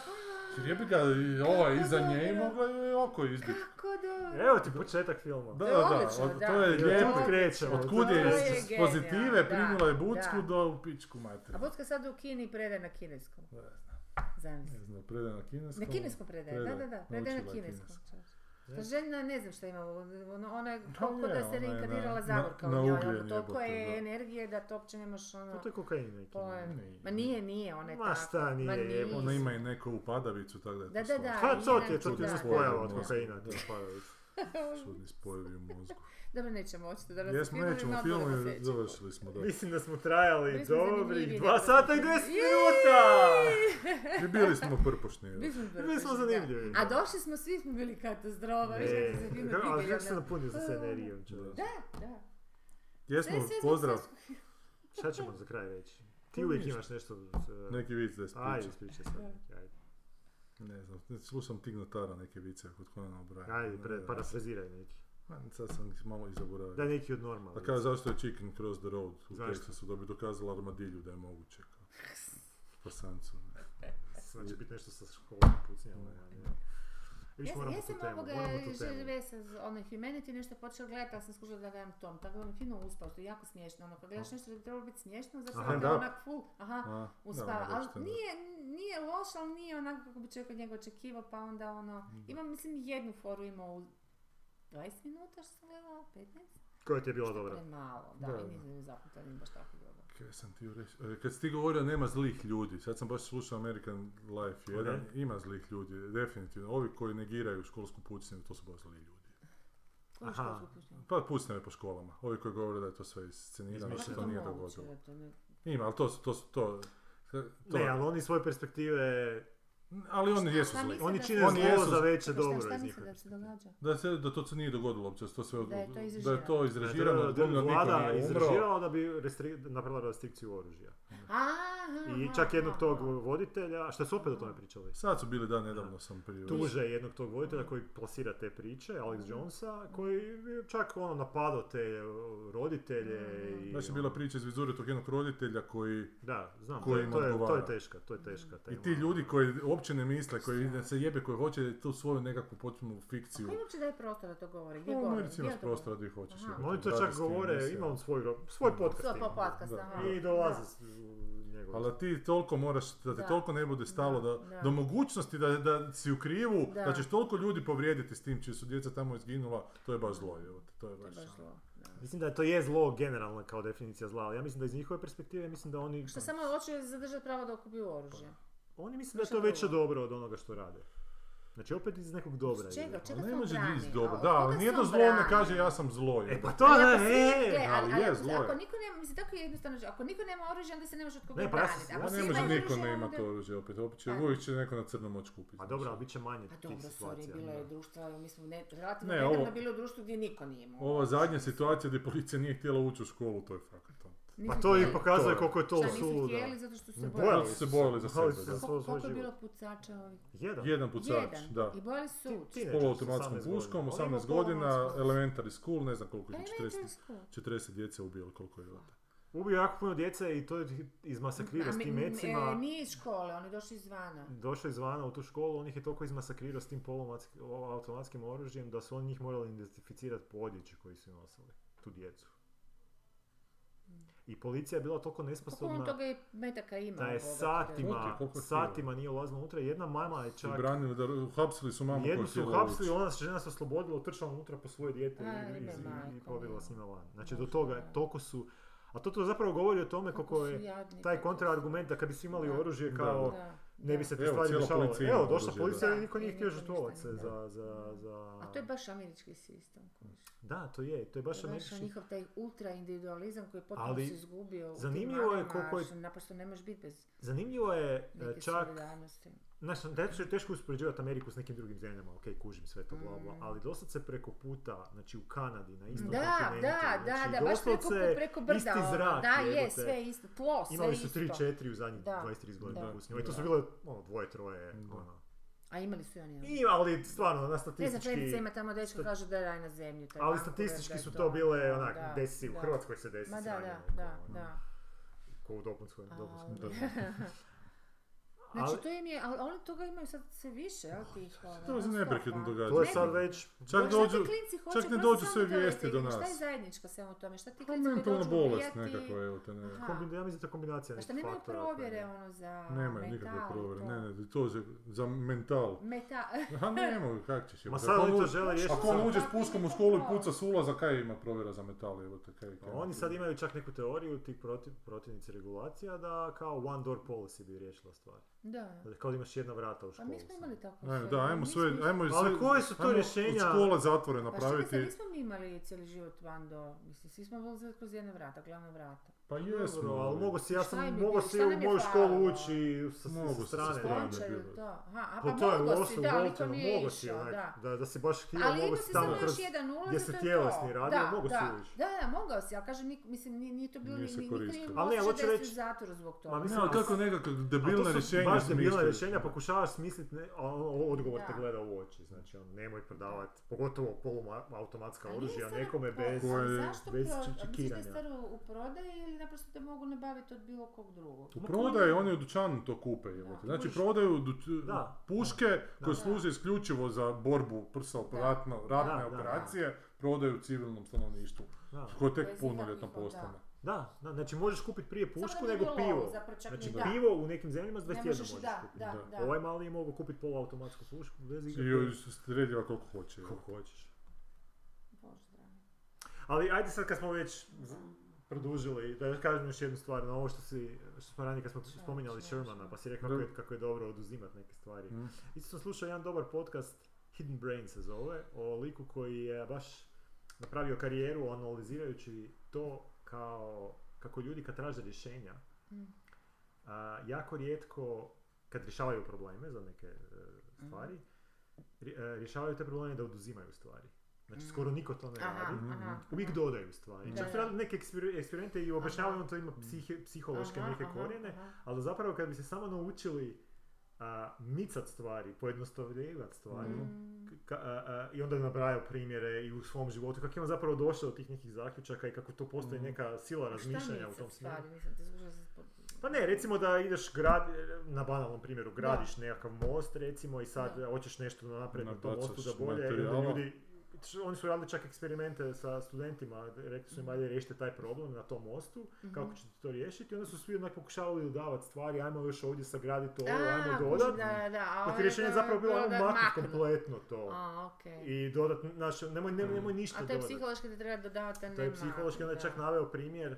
[SPEAKER 2] Jer je bi ga i ova
[SPEAKER 1] Kako
[SPEAKER 2] iza nje i
[SPEAKER 1] dobro.
[SPEAKER 2] mogla je oko izbiti.
[SPEAKER 1] Kako dobro.
[SPEAKER 3] Evo ti početak filma.
[SPEAKER 1] To
[SPEAKER 2] Da, E, da,
[SPEAKER 1] je
[SPEAKER 2] da,
[SPEAKER 1] odlično,
[SPEAKER 2] od-
[SPEAKER 1] da.
[SPEAKER 2] to je
[SPEAKER 1] Da,
[SPEAKER 2] lijepo.
[SPEAKER 1] to-
[SPEAKER 3] krećemo.
[SPEAKER 2] Otkud je
[SPEAKER 1] To je
[SPEAKER 2] iz
[SPEAKER 1] genijalno,
[SPEAKER 2] pozitive
[SPEAKER 1] da,
[SPEAKER 2] primila je bucku
[SPEAKER 1] da.
[SPEAKER 2] do u pičku materiju.
[SPEAKER 1] A Bucka sad u Kini predaje na kineskom.
[SPEAKER 2] Ne znam,
[SPEAKER 1] Zamisli.
[SPEAKER 2] ne znam, predaje na kineskom.
[SPEAKER 1] Na kineskom predaje, da, da, da. Predaje na
[SPEAKER 2] Naučila je
[SPEAKER 1] kineskom.
[SPEAKER 2] kinesko.
[SPEAKER 1] Ta žena, ne znam šta ima, ono, ona je
[SPEAKER 2] Da,
[SPEAKER 1] kao
[SPEAKER 2] je,
[SPEAKER 1] da
[SPEAKER 2] ona
[SPEAKER 1] se
[SPEAKER 2] je na-
[SPEAKER 1] reinkarnirala
[SPEAKER 2] na-
[SPEAKER 1] zagorka u
[SPEAKER 2] na
[SPEAKER 1] njoj,
[SPEAKER 2] ugljen
[SPEAKER 1] ono, toliko
[SPEAKER 2] jebote,
[SPEAKER 1] je
[SPEAKER 2] da.
[SPEAKER 1] energije da to uopće nemaš ono...
[SPEAKER 3] Pa to je kokain neki.
[SPEAKER 1] Pojma.
[SPEAKER 2] Nije.
[SPEAKER 1] Ma nije, nije, ona je
[SPEAKER 3] Ma
[SPEAKER 1] tako.
[SPEAKER 3] šta nije, jebote.
[SPEAKER 2] Ona ima i neku upadavicu, tako da je to
[SPEAKER 1] Da, da,
[SPEAKER 2] slatko.
[SPEAKER 1] da.
[SPEAKER 3] Pa to ti je,
[SPEAKER 1] jedan
[SPEAKER 3] to ti je
[SPEAKER 1] čudan.
[SPEAKER 3] spojava od
[SPEAKER 2] Da.
[SPEAKER 3] kokaina. ti je spojava.
[SPEAKER 2] Čudni spojevi u mozgu.
[SPEAKER 1] Dobro, nećemo očito da nas
[SPEAKER 2] Jesmo, nećemo film i završili smo, da.
[SPEAKER 3] Mislim da smo trajali
[SPEAKER 1] Bili smo
[SPEAKER 3] dobrih
[SPEAKER 1] zanimljivi,
[SPEAKER 3] 2
[SPEAKER 1] nekako
[SPEAKER 3] sata i
[SPEAKER 1] smo-
[SPEAKER 3] 10
[SPEAKER 1] Jej!
[SPEAKER 3] minuta!
[SPEAKER 2] I bili smo prpošni. evo.
[SPEAKER 3] Bili smo zanimljivi.
[SPEAKER 1] A došli smo, svi smo bili katastrofa, viš
[SPEAKER 3] E,
[SPEAKER 1] kako se film
[SPEAKER 3] kako- Ali
[SPEAKER 1] pipe
[SPEAKER 3] kako se napunio za sve
[SPEAKER 1] Da.
[SPEAKER 3] energijom,
[SPEAKER 2] Da.
[SPEAKER 3] čovječe?
[SPEAKER 1] Da,
[SPEAKER 2] Jesmo,
[SPEAKER 1] Sve, sve zbog
[SPEAKER 2] pozdrav.
[SPEAKER 3] Šta ćemo za kraj reći? Ti
[SPEAKER 2] Pa
[SPEAKER 3] uvijek
[SPEAKER 2] ništa.
[SPEAKER 3] imaš nešto... e,
[SPEAKER 2] Neki vic da
[SPEAKER 3] Ajde,
[SPEAKER 2] ispričam.
[SPEAKER 3] ispričaj sad neki, ajde.
[SPEAKER 2] Ne znam, ne- slušam Tig Notara neke vice kod Conan O'Brien.
[SPEAKER 3] Ajde,
[SPEAKER 2] Ne
[SPEAKER 3] pre,
[SPEAKER 2] znam.
[SPEAKER 3] parafraziraj neki.
[SPEAKER 2] Ma, Sad sam ih malo i zaboravio.
[SPEAKER 3] Da neki od
[SPEAKER 2] Pa
[SPEAKER 3] normalnih.
[SPEAKER 2] kaže zašto je Chicken Cross the Road u
[SPEAKER 3] Zašto?
[SPEAKER 2] Teksasu da bi dokazala armadilju da je moguće. kao. Po sancu.
[SPEAKER 3] Sad će biti nešto sa školom pucnjama.
[SPEAKER 2] Ne.
[SPEAKER 3] ne. Viš,
[SPEAKER 1] Ja, sam-
[SPEAKER 3] moramo
[SPEAKER 1] ja
[SPEAKER 3] tu
[SPEAKER 1] sam
[SPEAKER 3] temu,
[SPEAKER 1] ovoga
[SPEAKER 3] moramo tu temu.
[SPEAKER 1] Žervesa, z- ono Humanity nešto počela gledati, ali sam skužila da gledam Tom, tako da mi fino uspao, što je jako smiješno, ono kad gledaš nešto da bi trebalo biti smiješno, zato
[SPEAKER 3] Aha,
[SPEAKER 1] što
[SPEAKER 2] da.
[SPEAKER 1] je onak full, aha,
[SPEAKER 2] A,
[SPEAKER 1] uspava,
[SPEAKER 2] da,
[SPEAKER 1] ali
[SPEAKER 2] uopšte ne.
[SPEAKER 1] nije, nije loš, ali nije onako kako bi čovjek od njega očekivao, pa onda ono, ima mislim jednu foru ima u 20 minuta što sam gledala, 15?
[SPEAKER 3] Koja ti je bila
[SPEAKER 1] Što
[SPEAKER 3] dobra?
[SPEAKER 1] Premalo, da,
[SPEAKER 2] Da,
[SPEAKER 1] da,
[SPEAKER 2] da.
[SPEAKER 1] i nisam zapamtila, nije baš tako dobro.
[SPEAKER 2] Kaj sam ti reći? E, Kad si ti govorio nema zlih ljudi, sad sam baš slušao American Life 1,
[SPEAKER 3] Ok.
[SPEAKER 2] ima zlih ljudi, definitivno. Ovi koji negiraju školsku pucnju, to su baš zli ljudi.
[SPEAKER 1] Koju
[SPEAKER 3] Aha.
[SPEAKER 1] školsku kuću?
[SPEAKER 2] Pa pucnjave po školama, ovi koji govore da je to sve iscenirano, da
[SPEAKER 3] Izmišljeno.
[SPEAKER 1] Kako
[SPEAKER 2] se
[SPEAKER 1] je
[SPEAKER 2] to nije
[SPEAKER 1] moguće
[SPEAKER 2] dogodilo.
[SPEAKER 1] da to ne-
[SPEAKER 2] Ima, ali to su, to su, to... to-
[SPEAKER 3] Ne, ali oni svoje perspektive,
[SPEAKER 2] ali oni
[SPEAKER 1] Šta-
[SPEAKER 2] jesu
[SPEAKER 1] šta
[SPEAKER 2] zli.
[SPEAKER 1] misle da
[SPEAKER 3] oni
[SPEAKER 1] se-
[SPEAKER 3] čine
[SPEAKER 2] Oni
[SPEAKER 3] zlo
[SPEAKER 2] jesu-
[SPEAKER 3] za veće
[SPEAKER 1] Čekaj, šta-
[SPEAKER 3] dobro
[SPEAKER 1] Šta
[SPEAKER 3] iz
[SPEAKER 1] misle
[SPEAKER 3] njihove
[SPEAKER 1] da se
[SPEAKER 3] perspektive.
[SPEAKER 1] događa?
[SPEAKER 2] Da, se, da to se nije dogodilo uopće, da se to sve
[SPEAKER 1] Da je to
[SPEAKER 2] da je to izrežirano,
[SPEAKER 3] Da je
[SPEAKER 2] da,
[SPEAKER 3] to vlada
[SPEAKER 2] niko nije umro.
[SPEAKER 3] izrežirala da bi restri- napravila restrikciju oružja.
[SPEAKER 1] Aha,
[SPEAKER 3] I čak jednog
[SPEAKER 1] aha,
[SPEAKER 3] tog
[SPEAKER 1] aha.
[SPEAKER 3] voditelja, što su opet o tome pričali,
[SPEAKER 2] Sad su bili, da, nedavno sam prije...
[SPEAKER 3] tuže jednog tog voditelja koji plasira te priče,
[SPEAKER 1] Mhm.
[SPEAKER 3] Alex Jonesa, koji je čak ono napadao te roditelje
[SPEAKER 1] Mhm.
[SPEAKER 3] i...
[SPEAKER 2] Baš je Znači, bila
[SPEAKER 3] ono-
[SPEAKER 2] priča iz vizure tog jednog roditelja koji...
[SPEAKER 3] Da, znam, to,
[SPEAKER 2] Koji
[SPEAKER 3] je,
[SPEAKER 2] im
[SPEAKER 3] to, je, to je
[SPEAKER 2] odgovara.
[SPEAKER 3] teška, to je teška tema.
[SPEAKER 2] I ti ljudi koji uopće ne misle, koji se jebe, koji hoće tu svoju nekakvu potpunu fikciju.
[SPEAKER 1] Koji uopće daje prostor da to govori? Gdje
[SPEAKER 2] Pa U
[SPEAKER 1] govori?
[SPEAKER 2] Americi imaš
[SPEAKER 1] Gdje to
[SPEAKER 2] prostora gdje hoćeš.
[SPEAKER 1] Aha.
[SPEAKER 2] jebote,
[SPEAKER 3] Oni to
[SPEAKER 2] radiš
[SPEAKER 3] čak
[SPEAKER 2] ti
[SPEAKER 3] govore,
[SPEAKER 2] emisije.
[SPEAKER 3] ima on svoj, ro- svoj podcast.
[SPEAKER 1] Svoj
[SPEAKER 3] ima.
[SPEAKER 1] pa podcast,
[SPEAKER 2] Da.
[SPEAKER 1] aha.
[SPEAKER 3] I dolaze s- u njegov.
[SPEAKER 2] Ali ti toliko moraš, da ti
[SPEAKER 1] Da.
[SPEAKER 2] toliko ne bude stalo, da,
[SPEAKER 1] Da.
[SPEAKER 2] do mogućnosti da, da si u krivu, da.
[SPEAKER 1] Da.
[SPEAKER 2] ćeš toliko ljudi povrijediti s tim čiji su djeca tamo izginula, to je baš zlo, evo, to je
[SPEAKER 1] Da,
[SPEAKER 2] baš... ono.
[SPEAKER 1] to je baš zlo, da.
[SPEAKER 3] Mislim da to je zlo generalno kao definicija zla, ali ja mislim da iz njihove perspektive mislim da oni...
[SPEAKER 1] Što samo hoće zadržati pravo da okupuju
[SPEAKER 2] Pa
[SPEAKER 1] oružje.
[SPEAKER 3] Oni mislim da je
[SPEAKER 1] Ništa
[SPEAKER 3] to veće
[SPEAKER 1] drugo.
[SPEAKER 3] dobro od onoga što rade. Znači opet iz nekog dobra.
[SPEAKER 1] Iz čega?
[SPEAKER 3] ide.
[SPEAKER 1] Od
[SPEAKER 2] Ali
[SPEAKER 1] čega
[SPEAKER 2] Pa ne
[SPEAKER 1] se on
[SPEAKER 2] može
[SPEAKER 1] brani?
[SPEAKER 2] iz
[SPEAKER 1] A
[SPEAKER 2] dobro,
[SPEAKER 1] od
[SPEAKER 2] da, ali
[SPEAKER 1] koga se
[SPEAKER 2] nijedno
[SPEAKER 1] on
[SPEAKER 2] zlo ne
[SPEAKER 1] brani?
[SPEAKER 2] kaže ja sam zlo,
[SPEAKER 3] E
[SPEAKER 2] jebote.
[SPEAKER 3] pa to
[SPEAKER 1] Ali
[SPEAKER 3] ne,
[SPEAKER 1] ako svi- gle,
[SPEAKER 3] e!
[SPEAKER 1] ali,
[SPEAKER 2] ali
[SPEAKER 1] ali
[SPEAKER 2] je,
[SPEAKER 1] ako-
[SPEAKER 2] zlo je.
[SPEAKER 1] ako niko nema, mislim, tako je jednostavno, ako niko nema oružje, onda se nemaš od koga
[SPEAKER 3] Ne, pa ja sam-
[SPEAKER 1] braniti.
[SPEAKER 3] ja
[SPEAKER 1] Ako svi
[SPEAKER 2] ne može
[SPEAKER 1] imaju
[SPEAKER 2] niko
[SPEAKER 1] oružje,
[SPEAKER 2] ne
[SPEAKER 1] onda-
[SPEAKER 2] imati oružje opet, opće
[SPEAKER 1] Pa-
[SPEAKER 2] uvijek će neko na crno moći kupiti.
[SPEAKER 3] Pa dobro, ali bit će manje
[SPEAKER 1] Pa
[SPEAKER 3] tih
[SPEAKER 1] dobro, sorry,
[SPEAKER 3] situacija.
[SPEAKER 1] bilo je
[SPEAKER 3] da.
[SPEAKER 1] društvo, ali mi smo ne, relativno
[SPEAKER 2] Ne,
[SPEAKER 1] nedavno
[SPEAKER 2] ovo-
[SPEAKER 1] bili u društvu gdje niko nije imao.
[SPEAKER 2] Ova zadnja situacija gdje policija nije htjela ući u školu, to je fakat. ono.
[SPEAKER 3] Pa
[SPEAKER 1] Nisu
[SPEAKER 3] to i
[SPEAKER 1] htjeli.
[SPEAKER 2] To
[SPEAKER 3] pokazuje
[SPEAKER 2] je.
[SPEAKER 3] koliko je to
[SPEAKER 1] Šta, nisu
[SPEAKER 3] suludo.
[SPEAKER 1] htjeli zato što su se
[SPEAKER 3] Ne,
[SPEAKER 1] bojali.
[SPEAKER 2] su se bojali za
[SPEAKER 3] Bojali
[SPEAKER 2] sebe,
[SPEAKER 3] su se
[SPEAKER 2] da.
[SPEAKER 3] svoj- svoj
[SPEAKER 1] Koliko je bilo
[SPEAKER 3] život.
[SPEAKER 1] pucača ovih?
[SPEAKER 3] Jedan.
[SPEAKER 2] Jedan pucač,
[SPEAKER 1] Jedan.
[SPEAKER 2] da.
[SPEAKER 1] I bojali su ući.
[SPEAKER 3] Teenager,
[SPEAKER 2] Poluautomatskom
[SPEAKER 3] 18 godina.
[SPEAKER 2] puškom,
[SPEAKER 3] Oni imaju
[SPEAKER 2] 18 godina,
[SPEAKER 3] poluautomatsku.
[SPEAKER 2] elementary school, ne znam koliko
[SPEAKER 1] Pa
[SPEAKER 2] je,
[SPEAKER 1] je
[SPEAKER 2] 40,
[SPEAKER 1] mentorsko.
[SPEAKER 2] 40 djece ubijali, koliko je. jebote.
[SPEAKER 3] Ubio jako puno djece i to je
[SPEAKER 1] A
[SPEAKER 3] izmasakrirao s
[SPEAKER 1] mi-
[SPEAKER 3] tim
[SPEAKER 1] m- e,
[SPEAKER 3] mecima.
[SPEAKER 1] Nije iz škole, on je došao izvana.
[SPEAKER 3] Došao izvana u tu školu, on ih je toliko izmasakrirao s tim poluautomatskim- automatskim oružjem da su oni njih morali identificirati po odjeći koji su nosili, tu djecu. I policija je bila
[SPEAKER 1] Pa
[SPEAKER 3] toliko
[SPEAKER 1] Kako on
[SPEAKER 3] nesposobna
[SPEAKER 1] toga i metaka ima?
[SPEAKER 3] da
[SPEAKER 1] ovoga,
[SPEAKER 3] je
[SPEAKER 2] Koliko je-
[SPEAKER 3] satima,
[SPEAKER 2] koliko je
[SPEAKER 3] satima nije ulazila unutra. Jedna mama je
[SPEAKER 2] I
[SPEAKER 3] čak
[SPEAKER 2] branili, da uhapsili su mamu
[SPEAKER 3] Jednu
[SPEAKER 2] koja
[SPEAKER 3] su
[SPEAKER 2] je
[SPEAKER 3] uhapsili, ona se žena se oslobodila, otrčala unutra po svoje dijete
[SPEAKER 1] A,
[SPEAKER 3] i, i,
[SPEAKER 1] ime
[SPEAKER 3] i, i
[SPEAKER 1] majko,
[SPEAKER 3] pobjegla
[SPEAKER 1] ja.
[SPEAKER 3] s njima van. Znači do
[SPEAKER 1] Bože,
[SPEAKER 3] toga,
[SPEAKER 1] da.
[SPEAKER 3] toliko su... A to to zapravo govori o tome
[SPEAKER 1] Kako
[SPEAKER 3] kako
[SPEAKER 1] su
[SPEAKER 3] je
[SPEAKER 1] jadni,
[SPEAKER 3] taj
[SPEAKER 1] kako
[SPEAKER 3] kontraargument da kad bi svi imali
[SPEAKER 1] Da.
[SPEAKER 3] oružje
[SPEAKER 2] Da,
[SPEAKER 3] kao
[SPEAKER 1] Da,
[SPEAKER 3] ne
[SPEAKER 1] da.
[SPEAKER 3] bi se te
[SPEAKER 2] Evo,
[SPEAKER 3] stvari
[SPEAKER 2] cijela
[SPEAKER 3] dešavale.
[SPEAKER 2] policija ima
[SPEAKER 3] Evo, došla
[SPEAKER 2] oružje,
[SPEAKER 3] policija
[SPEAKER 1] da.
[SPEAKER 3] i niko nije
[SPEAKER 1] I
[SPEAKER 3] htio
[SPEAKER 1] niko ništa
[SPEAKER 3] žrtvovat se
[SPEAKER 1] nije.
[SPEAKER 3] za... za, za...
[SPEAKER 1] A to je baš američki sistem. kužiš.
[SPEAKER 3] Da, to je, to je baš
[SPEAKER 1] To je baš
[SPEAKER 3] američki...
[SPEAKER 1] njihov taj ultra individualizam koji je potpuno se
[SPEAKER 3] Ali
[SPEAKER 1] izgubio. u tim
[SPEAKER 3] zanimljivo je
[SPEAKER 1] manama,
[SPEAKER 3] koliko je-
[SPEAKER 1] što Naprosto ne možeš biti bez
[SPEAKER 3] Zanimljivo je e,
[SPEAKER 1] neke
[SPEAKER 3] čak...
[SPEAKER 1] solidarnosti.
[SPEAKER 3] Znaš, teško je teško uspoređivati Ameriku s nekim drugim zemljama, ok, kužim sve to, bla, bla, ali dosad se preko puta, znači u Kanadi, na istom
[SPEAKER 1] Mm. Da,
[SPEAKER 3] kontinentu,
[SPEAKER 1] da,
[SPEAKER 3] znači,
[SPEAKER 1] da, da, baš preko,
[SPEAKER 3] doslovce
[SPEAKER 1] preko brda.
[SPEAKER 3] isti
[SPEAKER 1] ono,
[SPEAKER 3] zrak,
[SPEAKER 1] da, je,
[SPEAKER 3] jebote.
[SPEAKER 1] sve isto, tlo, sve
[SPEAKER 3] Imali su
[SPEAKER 1] isto.
[SPEAKER 3] 3-4 u zadnjih
[SPEAKER 1] Da.
[SPEAKER 3] 23
[SPEAKER 1] Da.
[SPEAKER 3] godina
[SPEAKER 2] Da.
[SPEAKER 3] kušnjeva i to su bile ono, dvoje, troje,
[SPEAKER 2] Da.
[SPEAKER 3] ono.
[SPEAKER 1] A imali su i oni. ono.
[SPEAKER 3] I, ali stvarno, na
[SPEAKER 1] Ne znam,
[SPEAKER 3] statistički...
[SPEAKER 1] Fredrica ima tamo dečko,
[SPEAKER 3] sta-
[SPEAKER 1] kaže da je raj na zemlji. taj
[SPEAKER 3] Ali
[SPEAKER 1] Vancouver, da
[SPEAKER 3] statistički
[SPEAKER 1] je
[SPEAKER 3] su to bile
[SPEAKER 1] da,
[SPEAKER 3] onak,
[SPEAKER 1] ono, da,
[SPEAKER 3] desi, u
[SPEAKER 1] da.
[SPEAKER 3] Hrvatskoj se desi
[SPEAKER 1] Ma da,
[SPEAKER 3] sranje,
[SPEAKER 1] da,
[SPEAKER 3] ono,
[SPEAKER 1] da,
[SPEAKER 3] ono,
[SPEAKER 1] da.
[SPEAKER 3] Ko u dopunskom, dopunskom.
[SPEAKER 1] Ali- Znači,
[SPEAKER 3] Ali,
[SPEAKER 1] to im je, ali oni toga imaju sad sve više, jel tih? ono,
[SPEAKER 2] To se
[SPEAKER 1] non-stopa.
[SPEAKER 2] neprekidno događa.
[SPEAKER 3] to je
[SPEAKER 1] Ne,
[SPEAKER 3] sad već...
[SPEAKER 2] Čak
[SPEAKER 1] Znaš, šta ti
[SPEAKER 2] dođu,
[SPEAKER 1] klinci hoće,
[SPEAKER 2] čak ne
[SPEAKER 1] prosto
[SPEAKER 2] dođu
[SPEAKER 1] samo
[SPEAKER 2] sve
[SPEAKER 1] to je
[SPEAKER 2] vijesti do
[SPEAKER 1] tehnika. Šta je
[SPEAKER 2] nas.
[SPEAKER 1] zajednička svemu u tome? Šta ti
[SPEAKER 2] Pa
[SPEAKER 1] klinci koji
[SPEAKER 2] mentalna
[SPEAKER 1] dođu
[SPEAKER 2] bolest
[SPEAKER 1] ubijati-
[SPEAKER 2] nekako, evo te ne.
[SPEAKER 1] Aha.
[SPEAKER 3] Kombi, ja mislim da je
[SPEAKER 1] Pa
[SPEAKER 3] kombinacija nekih
[SPEAKER 1] šta nemaju
[SPEAKER 3] faktora koji-
[SPEAKER 1] provjere ono za
[SPEAKER 2] Nemaju
[SPEAKER 1] metal,
[SPEAKER 2] nikakve provjere,
[SPEAKER 1] to?
[SPEAKER 2] ne, ne, to je za mental.
[SPEAKER 1] Meta...
[SPEAKER 2] Aha, nemoj, kak ćeš pa
[SPEAKER 3] Ma
[SPEAKER 2] jebote.
[SPEAKER 3] sad
[SPEAKER 2] Ako
[SPEAKER 3] oni to
[SPEAKER 2] on-
[SPEAKER 3] žele riješiti.
[SPEAKER 2] Ako on
[SPEAKER 1] Samo
[SPEAKER 2] uđe s
[SPEAKER 1] tako
[SPEAKER 2] puskom u
[SPEAKER 1] neko
[SPEAKER 2] školu i
[SPEAKER 1] kao.
[SPEAKER 2] puca s ulaza, kaj ima provjera za metal, evo te, kaj, kaj.
[SPEAKER 3] Pa Oni sad imaju čak neku teoriju, ti proti, protivnici regulacija, da kao one door policy bi riješila stvar.
[SPEAKER 1] Da.
[SPEAKER 3] Da Kao da imaš jedna vrata u
[SPEAKER 1] Pa
[SPEAKER 3] školu.
[SPEAKER 1] mi smo
[SPEAKER 3] samo.
[SPEAKER 1] imali tako
[SPEAKER 2] Ajmo,
[SPEAKER 1] sve,
[SPEAKER 2] da,
[SPEAKER 1] ono,
[SPEAKER 2] ajmo
[SPEAKER 1] mi
[SPEAKER 2] sve,
[SPEAKER 1] smo-
[SPEAKER 2] ajmo sve...
[SPEAKER 3] Ali koje su to
[SPEAKER 2] ajmo Od
[SPEAKER 3] rješenja?
[SPEAKER 2] škole zatvore
[SPEAKER 1] Pa šta mi sad
[SPEAKER 2] napraviti.
[SPEAKER 1] nismo mi imali cijeli život van do... Mislim, svi smo vozili kroz jedne vrata, glavna vrata.
[SPEAKER 2] Pa
[SPEAKER 3] Dobro,
[SPEAKER 2] jesmo,
[SPEAKER 3] ali mogu si, ja
[SPEAKER 1] Šta
[SPEAKER 3] sam
[SPEAKER 1] im je
[SPEAKER 3] mogao
[SPEAKER 1] bilo?
[SPEAKER 3] si
[SPEAKER 1] Šta
[SPEAKER 3] u
[SPEAKER 1] nam je
[SPEAKER 3] moju školu
[SPEAKER 1] falilo?
[SPEAKER 3] ući sa,
[SPEAKER 2] Mogu
[SPEAKER 3] sa
[SPEAKER 2] sa
[SPEAKER 3] strane.
[SPEAKER 2] strane.
[SPEAKER 3] da.
[SPEAKER 2] bi
[SPEAKER 1] Končaru,
[SPEAKER 2] bilo.
[SPEAKER 1] to. Aha, a
[SPEAKER 3] Pa
[SPEAKER 1] pa,
[SPEAKER 3] to je
[SPEAKER 1] mogo
[SPEAKER 3] loše
[SPEAKER 1] si,
[SPEAKER 3] u
[SPEAKER 1] da, niko
[SPEAKER 3] Voltonu,
[SPEAKER 1] nije
[SPEAKER 3] mogu si
[SPEAKER 1] išao,
[SPEAKER 3] onak,
[SPEAKER 1] da.
[SPEAKER 3] da, da si baš htio,
[SPEAKER 1] Ali
[SPEAKER 3] mogu
[SPEAKER 1] imao
[SPEAKER 3] si
[SPEAKER 1] si
[SPEAKER 3] tamo
[SPEAKER 1] samo
[SPEAKER 3] kroz...
[SPEAKER 1] još jedan ulaz
[SPEAKER 3] gdje
[SPEAKER 1] i to
[SPEAKER 3] se
[SPEAKER 1] je
[SPEAKER 3] tjelesni
[SPEAKER 1] to.
[SPEAKER 3] radio,
[SPEAKER 1] Da,
[SPEAKER 3] mogao si
[SPEAKER 1] da,
[SPEAKER 3] ući.
[SPEAKER 1] Da, da, mogao si, ali kažem, nik- mislim, nije, nije to bilo, ni,
[SPEAKER 2] Nije se
[SPEAKER 1] niko
[SPEAKER 2] koristilo.
[SPEAKER 1] nije
[SPEAKER 3] Ali ne,
[SPEAKER 1] uopće
[SPEAKER 3] hoću
[SPEAKER 1] da je
[SPEAKER 3] reći-
[SPEAKER 1] u zatvoru zbog toga.
[SPEAKER 3] Ma
[SPEAKER 2] Ne,
[SPEAKER 3] mislim,
[SPEAKER 2] ali
[SPEAKER 3] a-
[SPEAKER 2] kako nekako debilne
[SPEAKER 3] A to su
[SPEAKER 2] rješenja
[SPEAKER 3] Baš debilna
[SPEAKER 2] smišljaju.
[SPEAKER 3] rješenja, pa pokušavaš smisliti, ne, a ono, odgovor te
[SPEAKER 1] Da.
[SPEAKER 3] gleda u oči, znači on nemoj prodavati, pogotovo poluautomatska oružja nekome bez...
[SPEAKER 2] Koje-
[SPEAKER 1] koje, zašto
[SPEAKER 3] bez
[SPEAKER 1] bez pro,
[SPEAKER 3] čekiranja.
[SPEAKER 1] Misliš da je stvar u- u prodaji ili naprosto te mogu nabaviti od bilo kog drugog?
[SPEAKER 2] U
[SPEAKER 3] Ma
[SPEAKER 2] prodaji
[SPEAKER 3] ko-
[SPEAKER 2] oni u dućanu to kupe, jebote. Znači
[SPEAKER 3] Možeš-
[SPEAKER 2] prodaju du-
[SPEAKER 3] Da.
[SPEAKER 2] puške koje
[SPEAKER 3] Da.
[SPEAKER 2] služe isključivo za borbu prsa,
[SPEAKER 1] Da.
[SPEAKER 2] ratno, ratne
[SPEAKER 3] Da, da.
[SPEAKER 2] operacije, prodaju civilnom stanovništvu.
[SPEAKER 3] Da,
[SPEAKER 2] Koje tek
[SPEAKER 1] Bez
[SPEAKER 2] punoljetno
[SPEAKER 1] ikakvih,
[SPEAKER 2] postane.
[SPEAKER 3] da, da, znači možeš kupiti prije
[SPEAKER 1] Samo
[SPEAKER 3] pušku
[SPEAKER 1] da bi
[SPEAKER 3] nego
[SPEAKER 1] bilo
[SPEAKER 3] pivo.
[SPEAKER 1] ovo, zapravo čak
[SPEAKER 3] Znači
[SPEAKER 1] ni da.
[SPEAKER 3] pivo u nekim zemljama s
[SPEAKER 1] Ne
[SPEAKER 3] 21 možeš
[SPEAKER 1] možeš, da,
[SPEAKER 3] kupiti.
[SPEAKER 1] da,
[SPEAKER 2] Da.
[SPEAKER 1] da.
[SPEAKER 3] Ovaj mali je mogao kupiti poluautomatsku pušku bez
[SPEAKER 2] I
[SPEAKER 3] ikakve...
[SPEAKER 2] joj, streljiva koliko hoće. jebote.
[SPEAKER 3] Kako hoćeš.
[SPEAKER 1] Bože, dragi.
[SPEAKER 3] Ali ajde sad kad smo već z- produžili, da još kažem još jednu stvar, na ovo što, si, što smo ranije kad smo spominjali
[SPEAKER 1] šta,
[SPEAKER 3] Shermana,
[SPEAKER 1] šta?
[SPEAKER 3] pa si rekao kako je,
[SPEAKER 2] Da.
[SPEAKER 3] kako je dobro oduzimati neke stvari.
[SPEAKER 2] Mm.
[SPEAKER 3] Isto sam slušao jedan dobar podcast, Hidden Brain se zove, o liku koji je baš napravio karijeru analizirajući to kao kako ljudi kad traže rješenja,
[SPEAKER 1] Mm.
[SPEAKER 3] a, jako rijetko kad rješavaju probleme za neke e, stvari, rje- e, rješavaju te probleme da oduzimaju stvari. Znači
[SPEAKER 1] Mm.
[SPEAKER 3] skoro niko to ne
[SPEAKER 1] Aha,
[SPEAKER 3] radi.
[SPEAKER 1] aha.
[SPEAKER 3] Uvijek dodaju stvari.
[SPEAKER 1] Da,
[SPEAKER 3] Čak su
[SPEAKER 1] da.
[SPEAKER 3] radili neke eksper- eksperimente i objašnjavaju da to ima psihi- psihološke
[SPEAKER 1] Aha,
[SPEAKER 3] neke
[SPEAKER 1] aha, Mm.
[SPEAKER 3] korijene,
[SPEAKER 1] aha.
[SPEAKER 3] ali zapravo kad bi se samo naučili a, micat stvari, pojednostavljivati stvari,
[SPEAKER 1] Mm.
[SPEAKER 3] ka- a, a, i onda je nabrajao primjere i u svom životu, kako je on zapravo došao do tih nekih zaključaka i kako to postoji
[SPEAKER 2] Mhm.
[SPEAKER 3] neka sila
[SPEAKER 1] Pa Šta
[SPEAKER 3] razmišljanja u
[SPEAKER 1] micat
[SPEAKER 3] tom smjeru.
[SPEAKER 1] stvari? Nisam te skušala sad pod-
[SPEAKER 3] Pa ne, recimo da ideš grad, na banalnom primjeru, gradiš nekakav most recimo i sad
[SPEAKER 1] Da.
[SPEAKER 3] hoćeš nešto napraviti na tom mostu
[SPEAKER 2] Nabacaš
[SPEAKER 3] da bolje, i onda
[SPEAKER 2] materijala.
[SPEAKER 3] ljudi, š- oni su radili čak eksperimente sa studentima, rekli su im ajde riješite taj problem na tom mostu,
[SPEAKER 1] Mhm.
[SPEAKER 3] kako ćete to riješiti, I onda su svi onak pokušavali dodavati stvari, ajmo još ovdje sagraditi ovo,
[SPEAKER 1] A,
[SPEAKER 3] ajmo
[SPEAKER 1] kužim,
[SPEAKER 3] dodat,
[SPEAKER 1] da, da, a
[SPEAKER 3] dok
[SPEAKER 1] ovaj
[SPEAKER 3] je rješenje
[SPEAKER 1] ga-
[SPEAKER 3] zapravo bilo
[SPEAKER 1] ga-
[SPEAKER 3] ajmo
[SPEAKER 1] ga
[SPEAKER 3] maknuti
[SPEAKER 1] maknut.
[SPEAKER 3] kompletno to.
[SPEAKER 1] A, okej.
[SPEAKER 3] I dodat, znaš, nemoj, nemoj, nemoj ništa
[SPEAKER 1] A to je
[SPEAKER 3] dodat.
[SPEAKER 1] psihološki da treba dodavati, a ne
[SPEAKER 3] To je psihološki, onda je čak
[SPEAKER 1] maknut, da.
[SPEAKER 3] naveo primjer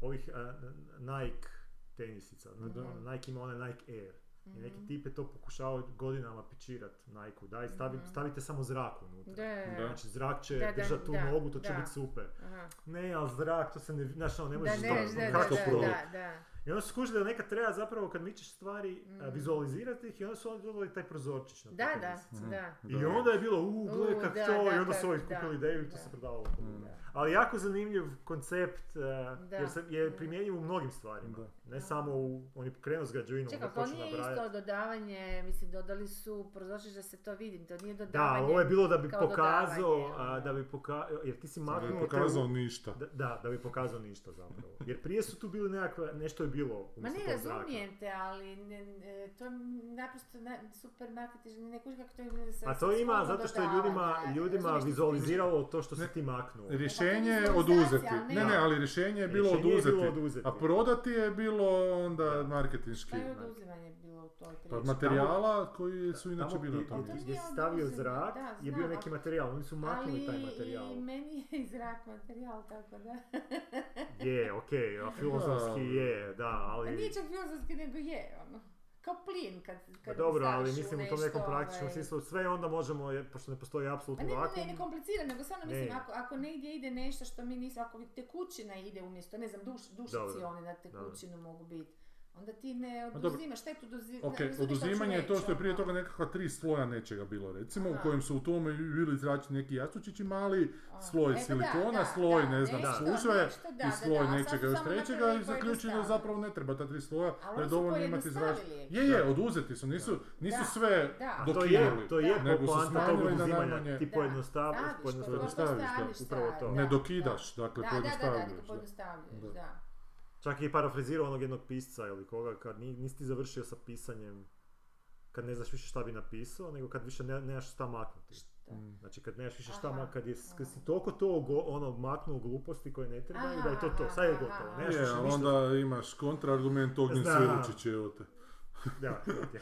[SPEAKER 3] ovih a, Nike tenisica.
[SPEAKER 1] Mhm.
[SPEAKER 3] Nike ima one Nike Air. I neki
[SPEAKER 1] Mhm.
[SPEAKER 3] tip je to pokušao godinama pičirat Nike-u, daj stavi,
[SPEAKER 1] Mhm.
[SPEAKER 3] stavite samo zrak unutra.
[SPEAKER 1] Da, da, da.
[SPEAKER 3] Znači zrak će
[SPEAKER 1] Da, da,
[SPEAKER 3] držati tu
[SPEAKER 1] da,
[SPEAKER 3] nogu, to će
[SPEAKER 1] da.
[SPEAKER 3] biti super.
[SPEAKER 1] Aha.
[SPEAKER 3] Ne, ali zrak, to se ne, znaš, ono, ne
[SPEAKER 1] Da,
[SPEAKER 3] možeš
[SPEAKER 1] ne,
[SPEAKER 3] znati,
[SPEAKER 1] da, da,
[SPEAKER 3] kako
[SPEAKER 1] da,
[SPEAKER 3] to-
[SPEAKER 1] da, da.
[SPEAKER 3] I onda su skužili da nekad treba zapravo kad mičeš stvari, a,
[SPEAKER 1] Mhm.
[SPEAKER 3] vizualizirati ih i onda su oni dodali taj prozorčić na tu
[SPEAKER 1] Da, da,
[SPEAKER 3] tenisicu.
[SPEAKER 2] Mhm.
[SPEAKER 1] da.
[SPEAKER 3] I onda je bilo, u, gle,
[SPEAKER 1] U,
[SPEAKER 3] kak
[SPEAKER 1] da,
[SPEAKER 3] to,
[SPEAKER 1] da,
[SPEAKER 3] i onda su
[SPEAKER 1] kak-
[SPEAKER 3] ovi
[SPEAKER 1] da,
[SPEAKER 3] kupili ideju i to
[SPEAKER 1] da.
[SPEAKER 3] se prodavalo.
[SPEAKER 2] Mm.
[SPEAKER 3] Ali jako zanimljiv koncept, eh, jer se je
[SPEAKER 1] da.
[SPEAKER 3] primjenjiv u mnogim stvarima.
[SPEAKER 2] Da.
[SPEAKER 3] Ne samo u, on je krenuo s građevinom,
[SPEAKER 1] Čekaj,
[SPEAKER 3] onda
[SPEAKER 1] to
[SPEAKER 3] počeo
[SPEAKER 1] nije
[SPEAKER 3] nabrajati.
[SPEAKER 1] isto dodavanje, mislim, dodali su, prozorčiš da se to vidim, to nije
[SPEAKER 3] Da,
[SPEAKER 1] dodavanje.
[SPEAKER 3] ali ovo je bilo da bi
[SPEAKER 1] kao
[SPEAKER 3] pokazao,
[SPEAKER 1] dodavanje,
[SPEAKER 3] a,
[SPEAKER 1] ono.
[SPEAKER 3] da bi pokazao, jer ti si
[SPEAKER 2] Ne bi
[SPEAKER 3] maknuo... te-
[SPEAKER 2] pokazao ništa.
[SPEAKER 3] Da, da, da bi pokazao ništa zapravo. Jer prije su tu bili nekakve, nešto je bilo
[SPEAKER 1] Ma ne
[SPEAKER 3] umjesto tog zraka.
[SPEAKER 1] razumijem te, ali ne, ne, to naprosto na, super marketiž, ne kuži kako to ima sa
[SPEAKER 3] A to ima
[SPEAKER 1] shodno
[SPEAKER 3] zato što je
[SPEAKER 1] dodavanje,
[SPEAKER 3] ljudima,
[SPEAKER 1] ne,
[SPEAKER 3] ljudima
[SPEAKER 1] razumiješ što
[SPEAKER 3] vizualiziralo to što si
[SPEAKER 2] Ne.
[SPEAKER 3] ti maknuo.
[SPEAKER 2] Rješenje je
[SPEAKER 1] Pa to je
[SPEAKER 2] oduzeti.
[SPEAKER 1] vizualizacija, ali
[SPEAKER 2] Ne, ne,
[SPEAKER 3] ne.
[SPEAKER 2] ali rješenje je bilo
[SPEAKER 3] Rješenje je bilo
[SPEAKER 2] oduzeti.
[SPEAKER 3] oduzeti.
[SPEAKER 2] A prodati je bilo
[SPEAKER 3] Da. Znači,
[SPEAKER 2] onda marketinški.
[SPEAKER 1] Pa je oduzimanje bilo u toj priči.
[SPEAKER 2] Pa materijala koji su inače
[SPEAKER 3] Tamo
[SPEAKER 2] bili na
[SPEAKER 3] gdje,
[SPEAKER 2] tom.
[SPEAKER 3] gdje,
[SPEAKER 1] To
[SPEAKER 3] ti- gdje si
[SPEAKER 1] nije
[SPEAKER 3] stavio
[SPEAKER 1] oduzimanje,
[SPEAKER 3] zrak
[SPEAKER 1] da,
[SPEAKER 3] je bio
[SPEAKER 1] znam,
[SPEAKER 3] neki
[SPEAKER 1] ali-
[SPEAKER 3] materijal, oni su maknuli
[SPEAKER 1] ali
[SPEAKER 3] taj materijal.
[SPEAKER 1] i meni je i zrak materijal, tako da.
[SPEAKER 3] Je, okej, a filozofski
[SPEAKER 2] Da.
[SPEAKER 3] je, da,
[SPEAKER 1] Pa
[SPEAKER 3] ali...
[SPEAKER 1] nije čak filozofski, nego je, ono. Kao plin kad,
[SPEAKER 3] Pa
[SPEAKER 1] kad
[SPEAKER 3] dobro,
[SPEAKER 1] staviš
[SPEAKER 3] ali mislim u tom
[SPEAKER 1] nešto,
[SPEAKER 3] nekom praktičnom
[SPEAKER 1] ovaj,
[SPEAKER 3] smislu sve onda možemo, jer, pošto ne postoji
[SPEAKER 1] Ma
[SPEAKER 3] apsolutni
[SPEAKER 1] ne,
[SPEAKER 3] vakum.
[SPEAKER 1] ne, ne kompliciram, nego stvarno
[SPEAKER 3] Ne.
[SPEAKER 1] mislim, ako, ako negdje ide nešto što mi nismo, ako tekućina ide umjesto, ne znam, duš, dušici
[SPEAKER 3] Dobro.
[SPEAKER 1] one na tekućinu mogu biti, Onda ti ne
[SPEAKER 2] dobro.
[SPEAKER 1] oduzimaš, šta je tu dozi- ne,
[SPEAKER 2] Ok,
[SPEAKER 1] razumiješ šta hoću
[SPEAKER 2] oduzimanje je to što je
[SPEAKER 1] reći,
[SPEAKER 2] prije
[SPEAKER 1] ono.
[SPEAKER 2] toga nekakva tri sloja nečega bilo, recimo, u
[SPEAKER 1] Aha.
[SPEAKER 2] kojem su u tome bili zračeni neki jastučići mali,
[SPEAKER 1] Ono,
[SPEAKER 2] sloj
[SPEAKER 1] e, pa
[SPEAKER 2] silikona,
[SPEAKER 1] da,
[SPEAKER 2] sloj,
[SPEAKER 1] da,
[SPEAKER 2] ne znam,
[SPEAKER 1] nešto,
[SPEAKER 2] suše
[SPEAKER 1] nešto, da, da,
[SPEAKER 2] i sloj
[SPEAKER 1] da, a sad
[SPEAKER 2] nečega
[SPEAKER 1] su
[SPEAKER 2] još
[SPEAKER 1] samo
[SPEAKER 2] trećega
[SPEAKER 1] napravili
[SPEAKER 2] i zaključili da
[SPEAKER 1] pojednostavljeno.
[SPEAKER 2] zapravo ne treba ta tri sloja,
[SPEAKER 1] Ali
[SPEAKER 2] da je
[SPEAKER 1] oni su
[SPEAKER 2] dovoljno imati zračni.
[SPEAKER 1] pojednostavili.
[SPEAKER 2] Je, je, oduzeti su, nisu, nisu
[SPEAKER 1] Da,
[SPEAKER 2] sve
[SPEAKER 1] da. A
[SPEAKER 3] A to
[SPEAKER 2] dokinuli.
[SPEAKER 3] je, to je
[SPEAKER 1] Da.
[SPEAKER 2] Nego su
[SPEAKER 3] po poanta tog
[SPEAKER 2] smanjili na
[SPEAKER 3] oduzimanja.
[SPEAKER 2] najmanje.
[SPEAKER 3] Ti
[SPEAKER 1] Da,
[SPEAKER 3] pojednostavljaš,
[SPEAKER 1] staviš,
[SPEAKER 3] pojednostavljaš.
[SPEAKER 2] pojednostaviš, da,
[SPEAKER 1] staviš,
[SPEAKER 3] upravo to.
[SPEAKER 1] da,
[SPEAKER 2] Ne
[SPEAKER 1] da.
[SPEAKER 2] dokidaš, dakle,
[SPEAKER 1] Da, da, da, da, da,
[SPEAKER 2] pojednostavljaš. da.
[SPEAKER 1] pojednostavljuješ,
[SPEAKER 2] Da.
[SPEAKER 1] da.
[SPEAKER 3] Čak je i parafrazirao onog jednog pisca ili koga, kad ni- nisi ti završio sa pisanjem kad ne znaš više šta bi napisao, nego kad više ne, nemaš šta maknuti.
[SPEAKER 1] Da.
[SPEAKER 2] Mm.
[SPEAKER 3] Znači kad nemaš više šta
[SPEAKER 1] Aha,
[SPEAKER 3] maknuti, kad, je, kad si
[SPEAKER 1] aha.
[SPEAKER 3] toliko to ogo- ono, maknuo gluposti koje ne trebaju, da je to to, sad je
[SPEAKER 1] Aha,
[SPEAKER 3] gotovo.
[SPEAKER 1] aha,
[SPEAKER 3] Nemaš
[SPEAKER 2] Je,
[SPEAKER 3] više
[SPEAKER 2] ali
[SPEAKER 3] ništa.
[SPEAKER 2] onda imaš kontraargument Ognjen
[SPEAKER 3] Znam.
[SPEAKER 2] Siručić, evo te.
[SPEAKER 3] Da, to ti je.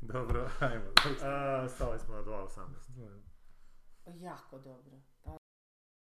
[SPEAKER 2] Dobro, ajmo.
[SPEAKER 3] E, A, stali smo na 2.18.
[SPEAKER 1] Jako dobro. Pa